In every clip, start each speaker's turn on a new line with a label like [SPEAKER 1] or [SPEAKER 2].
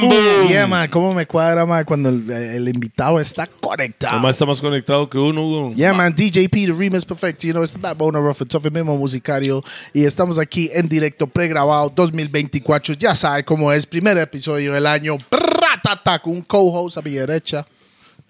[SPEAKER 1] cuadra, ma, cómo me cuadra, ma, cuando el, el invitado está conectado.
[SPEAKER 2] Además está más conectado que uno, Hugo.
[SPEAKER 1] Yeah, man, DJP, The Remix Perfecto, you know, it's the backbone of el Tough, el mismo musicario. Y estamos aquí en directo, pregrabado, 2024. Ya sabe cómo es, primer episodio del año. Bratatá, con un co-host a mi derecha.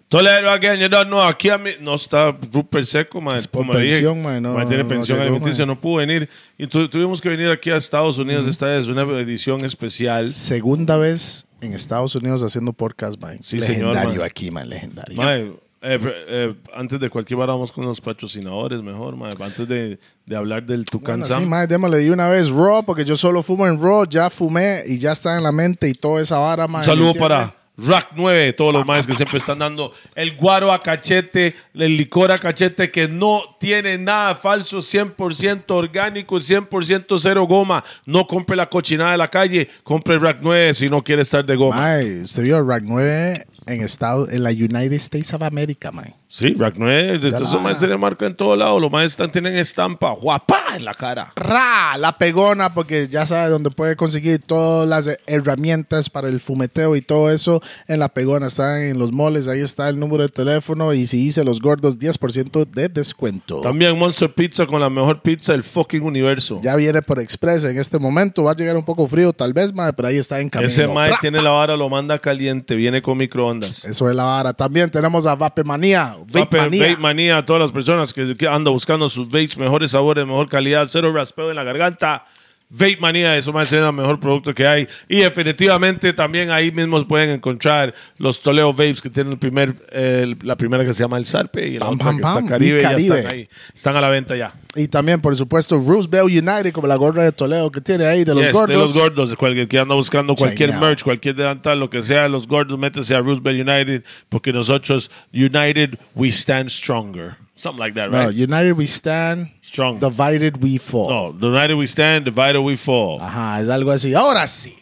[SPEAKER 2] Toledo again, you don't know. Aquí a mí no está Rupert Seco, man.
[SPEAKER 1] por
[SPEAKER 2] como dije.
[SPEAKER 1] pensión, man, no,
[SPEAKER 2] tiene
[SPEAKER 1] no
[SPEAKER 2] pensión
[SPEAKER 1] llegó,
[SPEAKER 2] alimenticia,
[SPEAKER 1] man.
[SPEAKER 2] no pudo venir. Y tu- tuvimos que venir aquí a Estados Unidos. Esta es una edición especial.
[SPEAKER 1] Segunda vez en Estados Unidos haciendo podcast, man.
[SPEAKER 2] Sí, señor,
[SPEAKER 1] legendario
[SPEAKER 2] man.
[SPEAKER 1] aquí, man, legendario.
[SPEAKER 2] Mae, eh, pre- eh, antes de cualquier vara, vamos con los patrocinadores, mejor, mae. Antes de, de hablar del Tucán
[SPEAKER 1] Bueno,
[SPEAKER 2] Sam.
[SPEAKER 1] sí, más démosle de una vez Raw, porque yo solo fumo en Raw, ya fumé y ya está en la mente y toda esa vara, man.
[SPEAKER 2] Un saludo
[SPEAKER 1] ¿entiende?
[SPEAKER 2] para Rack 9, todos los maes que siempre están dando el guaro a cachete, el licor a cachete que no tiene nada falso, 100% orgánico, 100% cero goma. No compre la cochinada de la calle, compre Rack 9 si no quiere estar de goma.
[SPEAKER 1] Mae, usted vio Rack 9 en, estado, en la United States of America, man.
[SPEAKER 2] Sí, Rack 9, estos
[SPEAKER 1] la
[SPEAKER 2] son maes
[SPEAKER 1] vara.
[SPEAKER 2] se le marca en todo lado, los maes están, tienen estampa, guapa en la cara.
[SPEAKER 1] Ra, la pegona, porque ya sabe dónde puede conseguir todas las herramientas para el fumeteo y todo eso. En la pegona están en los moles, ahí está el número de teléfono. Y si dice los gordos, 10% de descuento.
[SPEAKER 2] También Monster Pizza con la mejor pizza del fucking universo.
[SPEAKER 1] Ya viene por Express en este momento. Va a llegar un poco frío, tal vez, mae, pero ahí está en camino.
[SPEAKER 2] Ese mae
[SPEAKER 1] Ra.
[SPEAKER 2] tiene la vara, lo manda caliente, viene con microondas.
[SPEAKER 1] Eso es la vara. También tenemos a Vapemanía.
[SPEAKER 2] Vape
[SPEAKER 1] Vapemanía.
[SPEAKER 2] Vape manía a todas las personas que, que andan buscando sus vapes, mejores sabores, mejor calidad, cero raspeo en la garganta. Vape Manía, eso más es el mejor producto que hay. Y definitivamente también ahí mismo pueden encontrar los Toleo Vapes que tienen el primer, eh, la primera que se llama El Zarpe y la
[SPEAKER 1] Pam,
[SPEAKER 2] otra
[SPEAKER 1] pam,
[SPEAKER 2] que
[SPEAKER 1] pam.
[SPEAKER 2] está Caribe.
[SPEAKER 1] Y
[SPEAKER 2] ya
[SPEAKER 1] Caribe.
[SPEAKER 2] están ahí. Están a la venta ya.
[SPEAKER 1] Y también, por supuesto, Roosevelt United, como la gorra de Toledo que tiene ahí de los
[SPEAKER 2] Yes,
[SPEAKER 1] gordos.
[SPEAKER 2] De los gordos, cualquier que anda buscando cualquier
[SPEAKER 1] Chequeado.
[SPEAKER 2] merch, cualquier delantal, lo que sea, de los gordos, métese a Roosevelt United porque nosotros, United, we stand stronger. Something like that,
[SPEAKER 1] No,
[SPEAKER 2] right?
[SPEAKER 1] United we stand,
[SPEAKER 2] Strong.
[SPEAKER 1] divided we fall.
[SPEAKER 2] No, United we stand, divided we fall.
[SPEAKER 1] Ajá, es algo así. Ahora sí,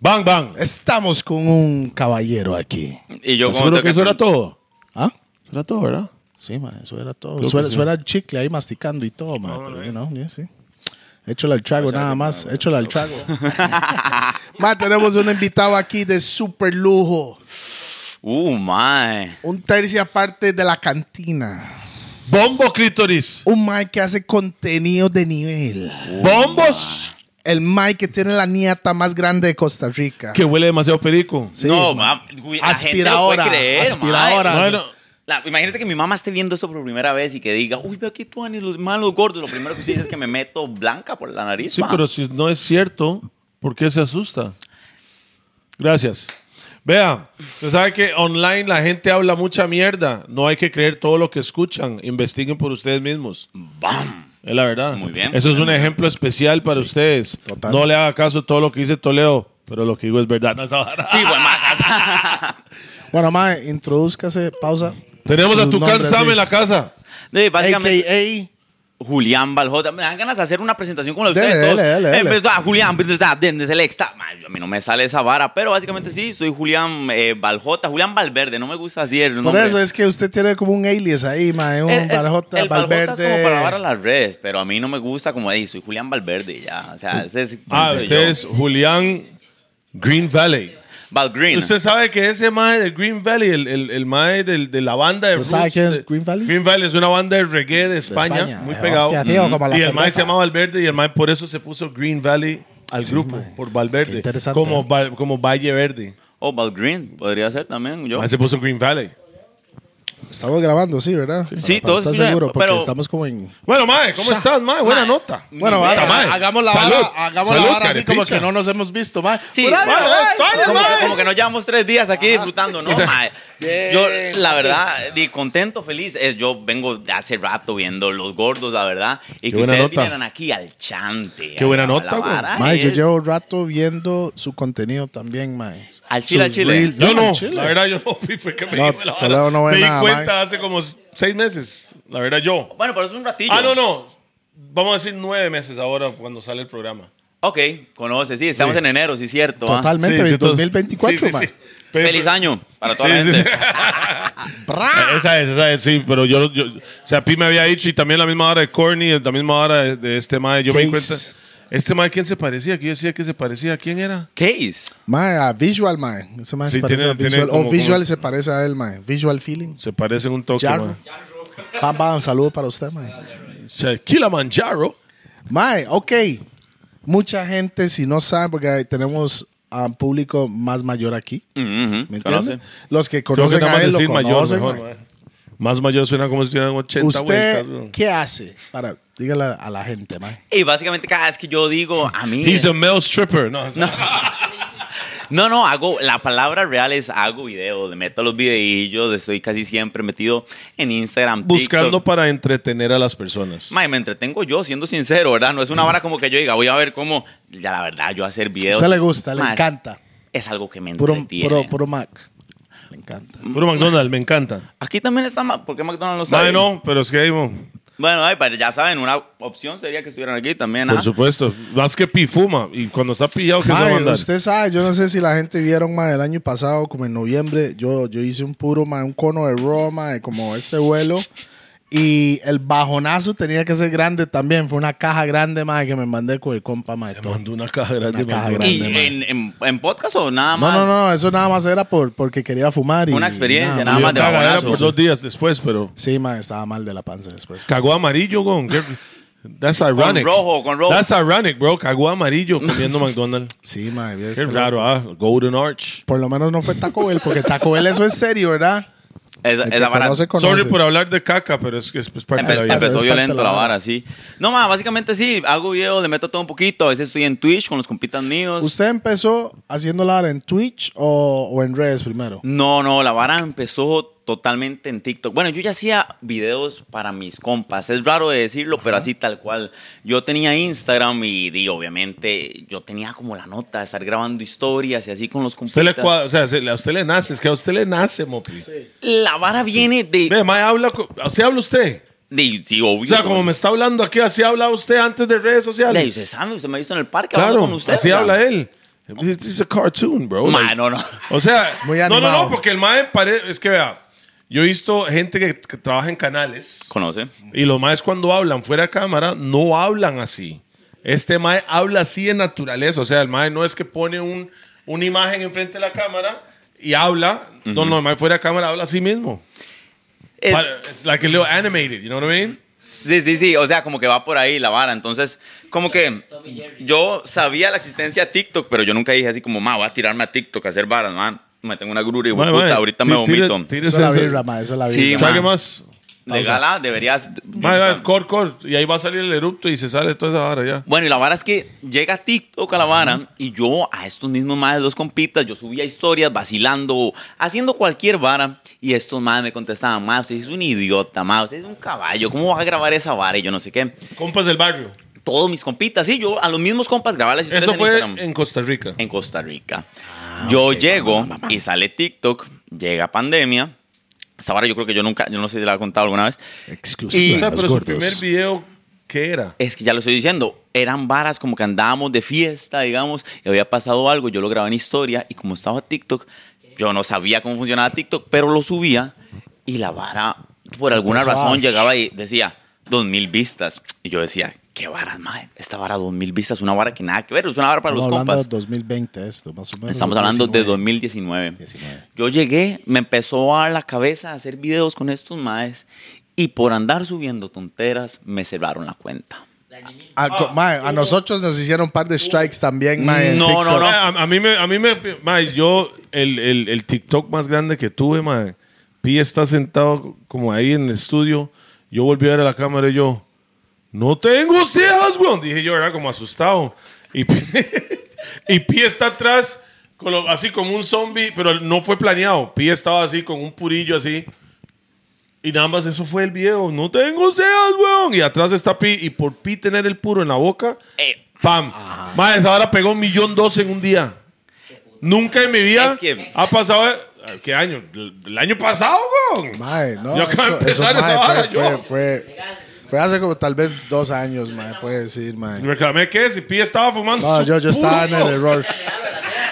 [SPEAKER 2] Bang,
[SPEAKER 3] Eh,
[SPEAKER 2] bang.
[SPEAKER 1] estamos con un caballero aquí.
[SPEAKER 3] Y yo como
[SPEAKER 2] Seguro
[SPEAKER 3] tengo
[SPEAKER 2] que eso era
[SPEAKER 3] pre-
[SPEAKER 2] todo.
[SPEAKER 1] ¿Ah?
[SPEAKER 2] Eso era todo, ¿verdad?
[SPEAKER 1] Sí, man, eso era todo. Suena, suena chicle ahí masticando y todo, man. pero, you know, yeah, sí. Échale al trago nada más. Échale al trago. man, tenemos un invitado aquí de super lujo.
[SPEAKER 3] Uh, mae.
[SPEAKER 1] Un tercia parte de la cantina.
[SPEAKER 2] Bombo clítoris.
[SPEAKER 1] un Mike que hace contenido de nivel.
[SPEAKER 2] Bombos.
[SPEAKER 1] El Mike que tiene la nieta más grande de Costa Rica.
[SPEAKER 2] Que huele demasiado perico.
[SPEAKER 1] Sí,
[SPEAKER 3] no,
[SPEAKER 1] man.
[SPEAKER 3] ma- güey, la gente no puede
[SPEAKER 1] aspiradora.
[SPEAKER 3] creer,
[SPEAKER 1] aspiradora.
[SPEAKER 3] mae.
[SPEAKER 2] Bueno,
[SPEAKER 3] La- imagínate que mi mamá esté viendo eso por primera vez y que diga, uy, ve aquí tú, Ani, los malos gordos. Lo primero que usted dice es que me meto blanca por la nariz.
[SPEAKER 2] sí,
[SPEAKER 3] ma.
[SPEAKER 2] pero si no es cierto, ¿por qué se asusta? Gracias. Vea, se sabe que online la gente habla mucha mierda. No hay que creer todo lo que escuchan. Investiguen por ustedes mismos.
[SPEAKER 3] ¡Bam!
[SPEAKER 2] Es la verdad.
[SPEAKER 3] Muy bien.
[SPEAKER 2] Eso es un ejemplo especial para ustedes.
[SPEAKER 1] total.
[SPEAKER 2] No le haga caso a todo lo que dice Toledo, pero lo que digo es verdad. No es ahora.
[SPEAKER 3] Sí, güey, ma.
[SPEAKER 1] Bueno, Mike, introdúzcase, pausa.
[SPEAKER 2] Tenemos a
[SPEAKER 1] Su
[SPEAKER 2] Tucán
[SPEAKER 1] nombre,
[SPEAKER 2] Sam
[SPEAKER 1] sí.
[SPEAKER 2] en la casa.
[SPEAKER 3] Sí, básicamente,
[SPEAKER 1] AKA.
[SPEAKER 3] Julián Baljota. Me dan ganas de hacer una presentación como la de
[SPEAKER 1] Dele,
[SPEAKER 3] ustedes todos.
[SPEAKER 1] dele, dele,
[SPEAKER 3] Eh,
[SPEAKER 1] dele.
[SPEAKER 3] pues, ah, Julián, pues, ah, desde el extra. Ma, A mí no me sale esa vara, pero básicamente sí, soy Julián eh, Baljota. Julián Valverde, no me gusta así el
[SPEAKER 1] Por
[SPEAKER 3] nombre. Eh,
[SPEAKER 1] eso es que usted tiene como un alias ahí, mae. Un
[SPEAKER 3] Es- es-
[SPEAKER 1] Barjota,
[SPEAKER 3] el Baljota es
[SPEAKER 1] Valverde.
[SPEAKER 3] como para lavar a las redes, pero a mí no me gusta como, hey, soy Julián Valverde ya. O sea, ese es.
[SPEAKER 2] Ah,
[SPEAKER 3] soy
[SPEAKER 2] usted
[SPEAKER 3] yo.
[SPEAKER 2] es Julián Green Valley.
[SPEAKER 3] Val Green.
[SPEAKER 2] Usted sabe que ese mae de Green Valley, el, el, el mae del- de la banda de
[SPEAKER 1] ¿Usted sabe
[SPEAKER 2] roots
[SPEAKER 1] quién es
[SPEAKER 2] de-
[SPEAKER 1] Green Valley?
[SPEAKER 2] Green Valley es una banda de reggae de España,
[SPEAKER 1] España,
[SPEAKER 2] muy
[SPEAKER 1] eh,
[SPEAKER 2] pegado.
[SPEAKER 1] hostia, tío, como la
[SPEAKER 2] y el mae
[SPEAKER 1] cerveza.
[SPEAKER 2] se llama Valverde y el mae por eso se puso Green Valley al grupo, por
[SPEAKER 1] Qué
[SPEAKER 2] Valverde.
[SPEAKER 1] interesante.
[SPEAKER 2] Como, Val- como Valle Verde.
[SPEAKER 3] O Val Green, Oh, podría ser también yo.
[SPEAKER 2] El mae se puso Green Valley.
[SPEAKER 1] Estamos grabando, sí, ¿verdad?
[SPEAKER 3] Sí,
[SPEAKER 1] Para
[SPEAKER 3] todo
[SPEAKER 1] estar
[SPEAKER 3] es una-
[SPEAKER 1] seguro, porque
[SPEAKER 3] pero-
[SPEAKER 1] estamos como en.
[SPEAKER 2] Bueno, mae, ¿cómo estás, mae? Buena
[SPEAKER 3] Mae.
[SPEAKER 2] nota.
[SPEAKER 1] Bueno,
[SPEAKER 3] Puta
[SPEAKER 1] vaya,
[SPEAKER 2] madre.
[SPEAKER 1] hagamos la
[SPEAKER 2] Salud.
[SPEAKER 1] vara, hagamos
[SPEAKER 2] Salud,
[SPEAKER 1] la vara así como
[SPEAKER 2] carepicha.
[SPEAKER 1] que no nos hemos visto, mae.
[SPEAKER 3] Sí,
[SPEAKER 1] Bueno,
[SPEAKER 3] vale,
[SPEAKER 1] ay,
[SPEAKER 2] vale,
[SPEAKER 1] ay,
[SPEAKER 3] como,
[SPEAKER 2] mae.
[SPEAKER 3] que, como que no llevamos tres días aquí disfrutando, ¿no? mae?
[SPEAKER 1] Bien.
[SPEAKER 3] Yo, la verdad, di- contento, feliz. Es, yo vengo de hace rato viendo Los Gordos, la verdad. Y que
[SPEAKER 2] buena
[SPEAKER 3] ustedes
[SPEAKER 2] nota.
[SPEAKER 3] vinieran aquí al chante.
[SPEAKER 2] Qué buena
[SPEAKER 3] a la
[SPEAKER 2] nota, güey.
[SPEAKER 3] vara
[SPEAKER 1] Mae, yo
[SPEAKER 3] es-
[SPEAKER 1] llevo rato viendo su contenido también, mae.
[SPEAKER 3] Al chile, al
[SPEAKER 1] Sus
[SPEAKER 3] chile.
[SPEAKER 1] reels.
[SPEAKER 2] Yo no,
[SPEAKER 1] al chile.
[SPEAKER 2] la verdad yo no fui, fue que me
[SPEAKER 1] No,
[SPEAKER 2] llegó la vara.
[SPEAKER 1] Toledo no ve
[SPEAKER 2] Me di
[SPEAKER 1] nada,
[SPEAKER 2] cuenta
[SPEAKER 1] mae.
[SPEAKER 2] hace como seis meses, la verdad yo.
[SPEAKER 3] Bueno, pero es un ratillo.
[SPEAKER 2] Ah, no, no. Vamos a decir nueve meses ahora cuando sale el programa.
[SPEAKER 3] Ok, conoce, sí, estamos
[SPEAKER 2] Sí.
[SPEAKER 3] en enero, sí, cierto. ah.
[SPEAKER 1] Totalmente,
[SPEAKER 2] Sí, sí, todo-
[SPEAKER 1] 2024,
[SPEAKER 2] sí, sí,
[SPEAKER 1] man.
[SPEAKER 2] sí. Pero-
[SPEAKER 3] Feliz año para toda
[SPEAKER 2] Sí,
[SPEAKER 3] la
[SPEAKER 2] sí,
[SPEAKER 3] gente.
[SPEAKER 2] sí. esa es, esa es, sí, pero yo, yo, o sea, Pi me había dicho y también la misma hora de Corny, la misma hora de, de este mae, yo me di
[SPEAKER 1] Case.
[SPEAKER 2] cuenta. Este mae, ¿quién se parecía? Que yo decía que se parecía. ¿Quién era?
[SPEAKER 3] Case.
[SPEAKER 1] Mae, a Visual, mae. Ese mae
[SPEAKER 2] Sí,
[SPEAKER 1] se parece
[SPEAKER 2] tiene-
[SPEAKER 1] a Visual.
[SPEAKER 2] tiene
[SPEAKER 1] o
[SPEAKER 2] como-
[SPEAKER 1] Visual
[SPEAKER 2] como-
[SPEAKER 1] se parece a él, mae. Visual Feeling.
[SPEAKER 2] Se parece en un toque,
[SPEAKER 1] Jarro.
[SPEAKER 2] mae.
[SPEAKER 1] Pam, pam, saludo para usted, mae.
[SPEAKER 2] Shaquille Manjaro.
[SPEAKER 1] Mae, ok. Mucha gente, si no sabe, porque ahí tenemos a un público más mayor aquí.
[SPEAKER 3] Ah,
[SPEAKER 1] ¿Me entiendes? Los que
[SPEAKER 2] Creo que
[SPEAKER 1] conocen
[SPEAKER 2] nada
[SPEAKER 1] a
[SPEAKER 2] más
[SPEAKER 1] él lo
[SPEAKER 2] decir mayor,
[SPEAKER 1] conocen.
[SPEAKER 2] mejor,
[SPEAKER 1] mae.
[SPEAKER 2] mae. Más mayor suena como si tuvieran 80
[SPEAKER 1] ¿Usted
[SPEAKER 2] vueltas, ¿no?
[SPEAKER 1] qué hace? Para, dígale a la gente, mae.
[SPEAKER 3] Y básicamente cada vez que yo digo "Ah, a mí...
[SPEAKER 2] He's a male stripper. No, o sea,
[SPEAKER 3] No, no, hago, la palabra real es hago videos, le meto los videillos, estoy casi siempre metido en Instagram,
[SPEAKER 2] buscando
[SPEAKER 3] TikTok.
[SPEAKER 2] para entretener a las personas.
[SPEAKER 3] Mae, me entretengo yo, siendo sincero, ¿verdad? No es una hora como que yo diga, voy a ver cómo, ya la verdad, yo hacer videos.
[SPEAKER 1] usted le gusta, le
[SPEAKER 3] Mae,
[SPEAKER 1] encanta.
[SPEAKER 3] Es algo que me
[SPEAKER 1] Puro,
[SPEAKER 3] entretiene.
[SPEAKER 1] puro, puro Mac. Me encanta.
[SPEAKER 2] Puro McDonald's, me encanta.
[SPEAKER 3] Aquí también está, Ma- ¿por qué McDonald's no está
[SPEAKER 2] Mae,
[SPEAKER 3] ahí?
[SPEAKER 2] no, pero es que ahí, mo,
[SPEAKER 3] Bueno, ay, pero ya saben, una opción sería que estuvieran aquí también,
[SPEAKER 2] por
[SPEAKER 3] ajá.
[SPEAKER 2] supuesto. Más que pifuma. Y cuando está pillado, ¿qué se va a
[SPEAKER 1] Mae,
[SPEAKER 2] mandar?
[SPEAKER 1] usted sabe, yo no sé si la gente vieron mae, el año pasado, como en noviembre, yo, yo hice un puro, mae, un cono de Roma, como este vuelo. Y el bajonazo tenía que ser grande también. Fue una caja grande, mae, que me mandé con el compa, mae. todo.
[SPEAKER 2] Mandó una caja grande.
[SPEAKER 1] Una caja
[SPEAKER 2] McDonald's.
[SPEAKER 1] grande.
[SPEAKER 3] ¿Y en, en- en podcast o nada
[SPEAKER 1] No,
[SPEAKER 3] más?
[SPEAKER 1] no, no, eso nada más era por, porque quería fumar. Y,
[SPEAKER 3] Una experiencia,
[SPEAKER 1] y
[SPEAKER 3] nada
[SPEAKER 2] Y
[SPEAKER 3] más
[SPEAKER 2] yo
[SPEAKER 3] de
[SPEAKER 2] cagadera
[SPEAKER 3] babonazo.
[SPEAKER 2] por pues, dos días después, pero
[SPEAKER 1] pues. Sí, mae, estaba mal de la panza después.
[SPEAKER 2] cagó amarillo, gon. Qué- That's ironic.
[SPEAKER 3] rojo, con rojo.
[SPEAKER 2] That's ironic, bro. Cagó amarillo comiendo McDonald's.
[SPEAKER 1] Sí, mae. vieras
[SPEAKER 2] Qué
[SPEAKER 1] que-
[SPEAKER 2] raro, ah. Golden Arch.
[SPEAKER 1] Por lo menos no fue Taco Bell, porque Taco Bell eso es serio, ¿verdad?
[SPEAKER 3] Esa,
[SPEAKER 1] El que
[SPEAKER 3] esa vara-
[SPEAKER 1] conoce, conoce.
[SPEAKER 2] Sorry por hablar de caca, pero es que es es parte
[SPEAKER 3] Empe-
[SPEAKER 2] de la vida.
[SPEAKER 1] es
[SPEAKER 3] empezó
[SPEAKER 1] parte
[SPEAKER 3] violento
[SPEAKER 1] de la
[SPEAKER 3] la,
[SPEAKER 1] vara.
[SPEAKER 3] vara, sí. No, más básicamente sí, hago videos, le meto todo un poquito. A veces estoy en Twitch con los compitas míos.
[SPEAKER 1] ¿Usted empezó haciendo la hora en Twitch o, o en redes primero?
[SPEAKER 3] No, no, la vara empezó totalmente en TikTok. Bueno, yo ya hacía videos para mis compas. Es raro de decirlo, pero así tal cual. Yo tenía Instagram y, di, obviamente yo tenía como la nota de estar grabando historias y así con los
[SPEAKER 2] Usted le
[SPEAKER 3] compitas.
[SPEAKER 2] cua- o sea, se- a usted le nace, es que a usted le nace, Mopli.
[SPEAKER 3] la vara viene de,
[SPEAKER 2] Ve, mae, habla, co- así habla usted.
[SPEAKER 3] de- sí,
[SPEAKER 2] O
[SPEAKER 3] obvio.
[SPEAKER 2] sea, como me está hablando aquí, así habla usted antes de redes
[SPEAKER 3] Le
[SPEAKER 2] sociales.
[SPEAKER 3] dice, Sammy, usted me ha visto en el parque hablando
[SPEAKER 2] claro,
[SPEAKER 3] con usted.
[SPEAKER 2] así
[SPEAKER 3] ¿verdad?
[SPEAKER 2] habla él. This is a cartoon, bro.
[SPEAKER 3] Ma,
[SPEAKER 2] Like-
[SPEAKER 3] no, no.
[SPEAKER 2] O sea,
[SPEAKER 1] muy
[SPEAKER 2] no, no, no,
[SPEAKER 1] animado.
[SPEAKER 2] porque el mae parece, es que vea, yo he visto gente que, que trabaja en canales
[SPEAKER 3] ¿Conoce?
[SPEAKER 2] y los maes cuando hablan fuera de cámara no hablan así. Este mae habla así en naturaleza, o sea, el mae no es que pone un, una imagen enfrente de la cámara y habla, no, no, el mae fuera de cámara habla así mismo.
[SPEAKER 3] Es-
[SPEAKER 2] Para- It's like a little animated, you know what I mean?
[SPEAKER 3] Sí, sí, sí, o sea, como que va por ahí la vara. Entonces, como que yo sabía la existencia de TikTok, pero yo nunca dije así como, ma, voy a tirarme a TikTok a hacer varas, man. Me tengo una grura y
[SPEAKER 2] Mae, mae,
[SPEAKER 3] puta, ahorita
[SPEAKER 2] tí-
[SPEAKER 3] me
[SPEAKER 2] tire-
[SPEAKER 3] vomito.
[SPEAKER 2] tírese
[SPEAKER 1] Eso es la
[SPEAKER 2] ese-
[SPEAKER 1] birra, ma, eso es la
[SPEAKER 3] Sí, ma.
[SPEAKER 1] birra.
[SPEAKER 2] ¿Sabe qué más?
[SPEAKER 3] De gala deberías...
[SPEAKER 2] Mae, mae, cor, cor, y ahí va a salir el erupto y se sale toda esa vara ya.
[SPEAKER 3] Bueno, y la vara es que llega TikTok a la vara y yo a estos mismos madres, dos compitas, yo subía historias vacilando, haciendo cualquier vara y estos madres me contestaban, ma, usted es un idiota, ma, usted es un caballo, ¿cómo va a grabar esa vara? Y yo no sé qué.
[SPEAKER 2] Compas del barrio.
[SPEAKER 3] Todos mis compitas, sí, yo a los mismos compas grababa las historias
[SPEAKER 2] Eso
[SPEAKER 3] en
[SPEAKER 2] fue
[SPEAKER 3] Instagram.
[SPEAKER 2] en Ah, Costa Rica.
[SPEAKER 3] en Costa Rica. yo llego y sale TikTok, llega pandemia. Esa vara yo creo que yo nunca, yo no sé si la he contado alguna vez.
[SPEAKER 1] Exclusiva
[SPEAKER 2] O sea,
[SPEAKER 1] de los
[SPEAKER 2] pero su primer
[SPEAKER 1] gordos.
[SPEAKER 2] video, ¿qué era?
[SPEAKER 3] Es que ya lo estoy diciendo, eran varas como que andábamos de fiesta, digamos, y había pasado algo, yo lo grababa en historia y como estaba TikTok, yo no sabía cómo funcionaba TikTok, pero lo subía y la vara, por alguna
[SPEAKER 1] Empezó a-
[SPEAKER 3] razón, llegaba y decía, dos mil vistas. Y yo decía, qué varas, madre, esta vara dos mil vistas, una vara que nada que ver, es una vara para
[SPEAKER 1] Estamos
[SPEAKER 3] los
[SPEAKER 1] hablando
[SPEAKER 3] compas.
[SPEAKER 1] de 2020 esto, más o menos.
[SPEAKER 3] Estamos hablando de
[SPEAKER 1] 2019.
[SPEAKER 3] 2019.
[SPEAKER 1] 19.
[SPEAKER 3] Yo llegué, me empezó a la cabeza a hacer videos con estos maes y por andar subiendo tonteras me cerraron la cuenta.
[SPEAKER 1] A, Ah, co-
[SPEAKER 2] Ah.
[SPEAKER 1] mae, a nosotros nos hicieron un par de strikes también, mae, en
[SPEAKER 3] No, no,
[SPEAKER 1] TikTok.
[SPEAKER 2] Mae, A, a mí me, a mí me, mae, yo, el, el- el TikTok más grande que tuve, mae, Pi está sentado como ahí en el estudio, yo volví a ver a la cámara y yo, no tengo cejas, weón, dije yo, era como asustado. Y Pi, y Pi está atrás, con lo- así como un zombie, pero no fue planeado, Pi estaba así con un purillo así. Y nada más eso fue el video. No tengo cejas, weón. Y atrás está Pi. Y por Pi tener el puro en la boca,
[SPEAKER 3] Eh,
[SPEAKER 2] Pam. Madre, esa vara pegó un millón dos en un día. Nunca en mi vida
[SPEAKER 3] Es que-
[SPEAKER 2] ha pasado. eh, ¿Qué año? El el año pasado, weón.
[SPEAKER 1] Mae, no,
[SPEAKER 2] Yo acabo de empezar esa
[SPEAKER 1] mae,
[SPEAKER 2] vara,
[SPEAKER 1] fue,
[SPEAKER 2] yo.
[SPEAKER 1] fue, fue, fue hace como tal vez dos años, mae, puede decir, mae.
[SPEAKER 2] Reclamé que si Pi estaba fumando.
[SPEAKER 1] No,
[SPEAKER 2] su
[SPEAKER 1] yo,
[SPEAKER 2] puro,
[SPEAKER 1] yo estaba en el
[SPEAKER 2] weón.
[SPEAKER 1] error.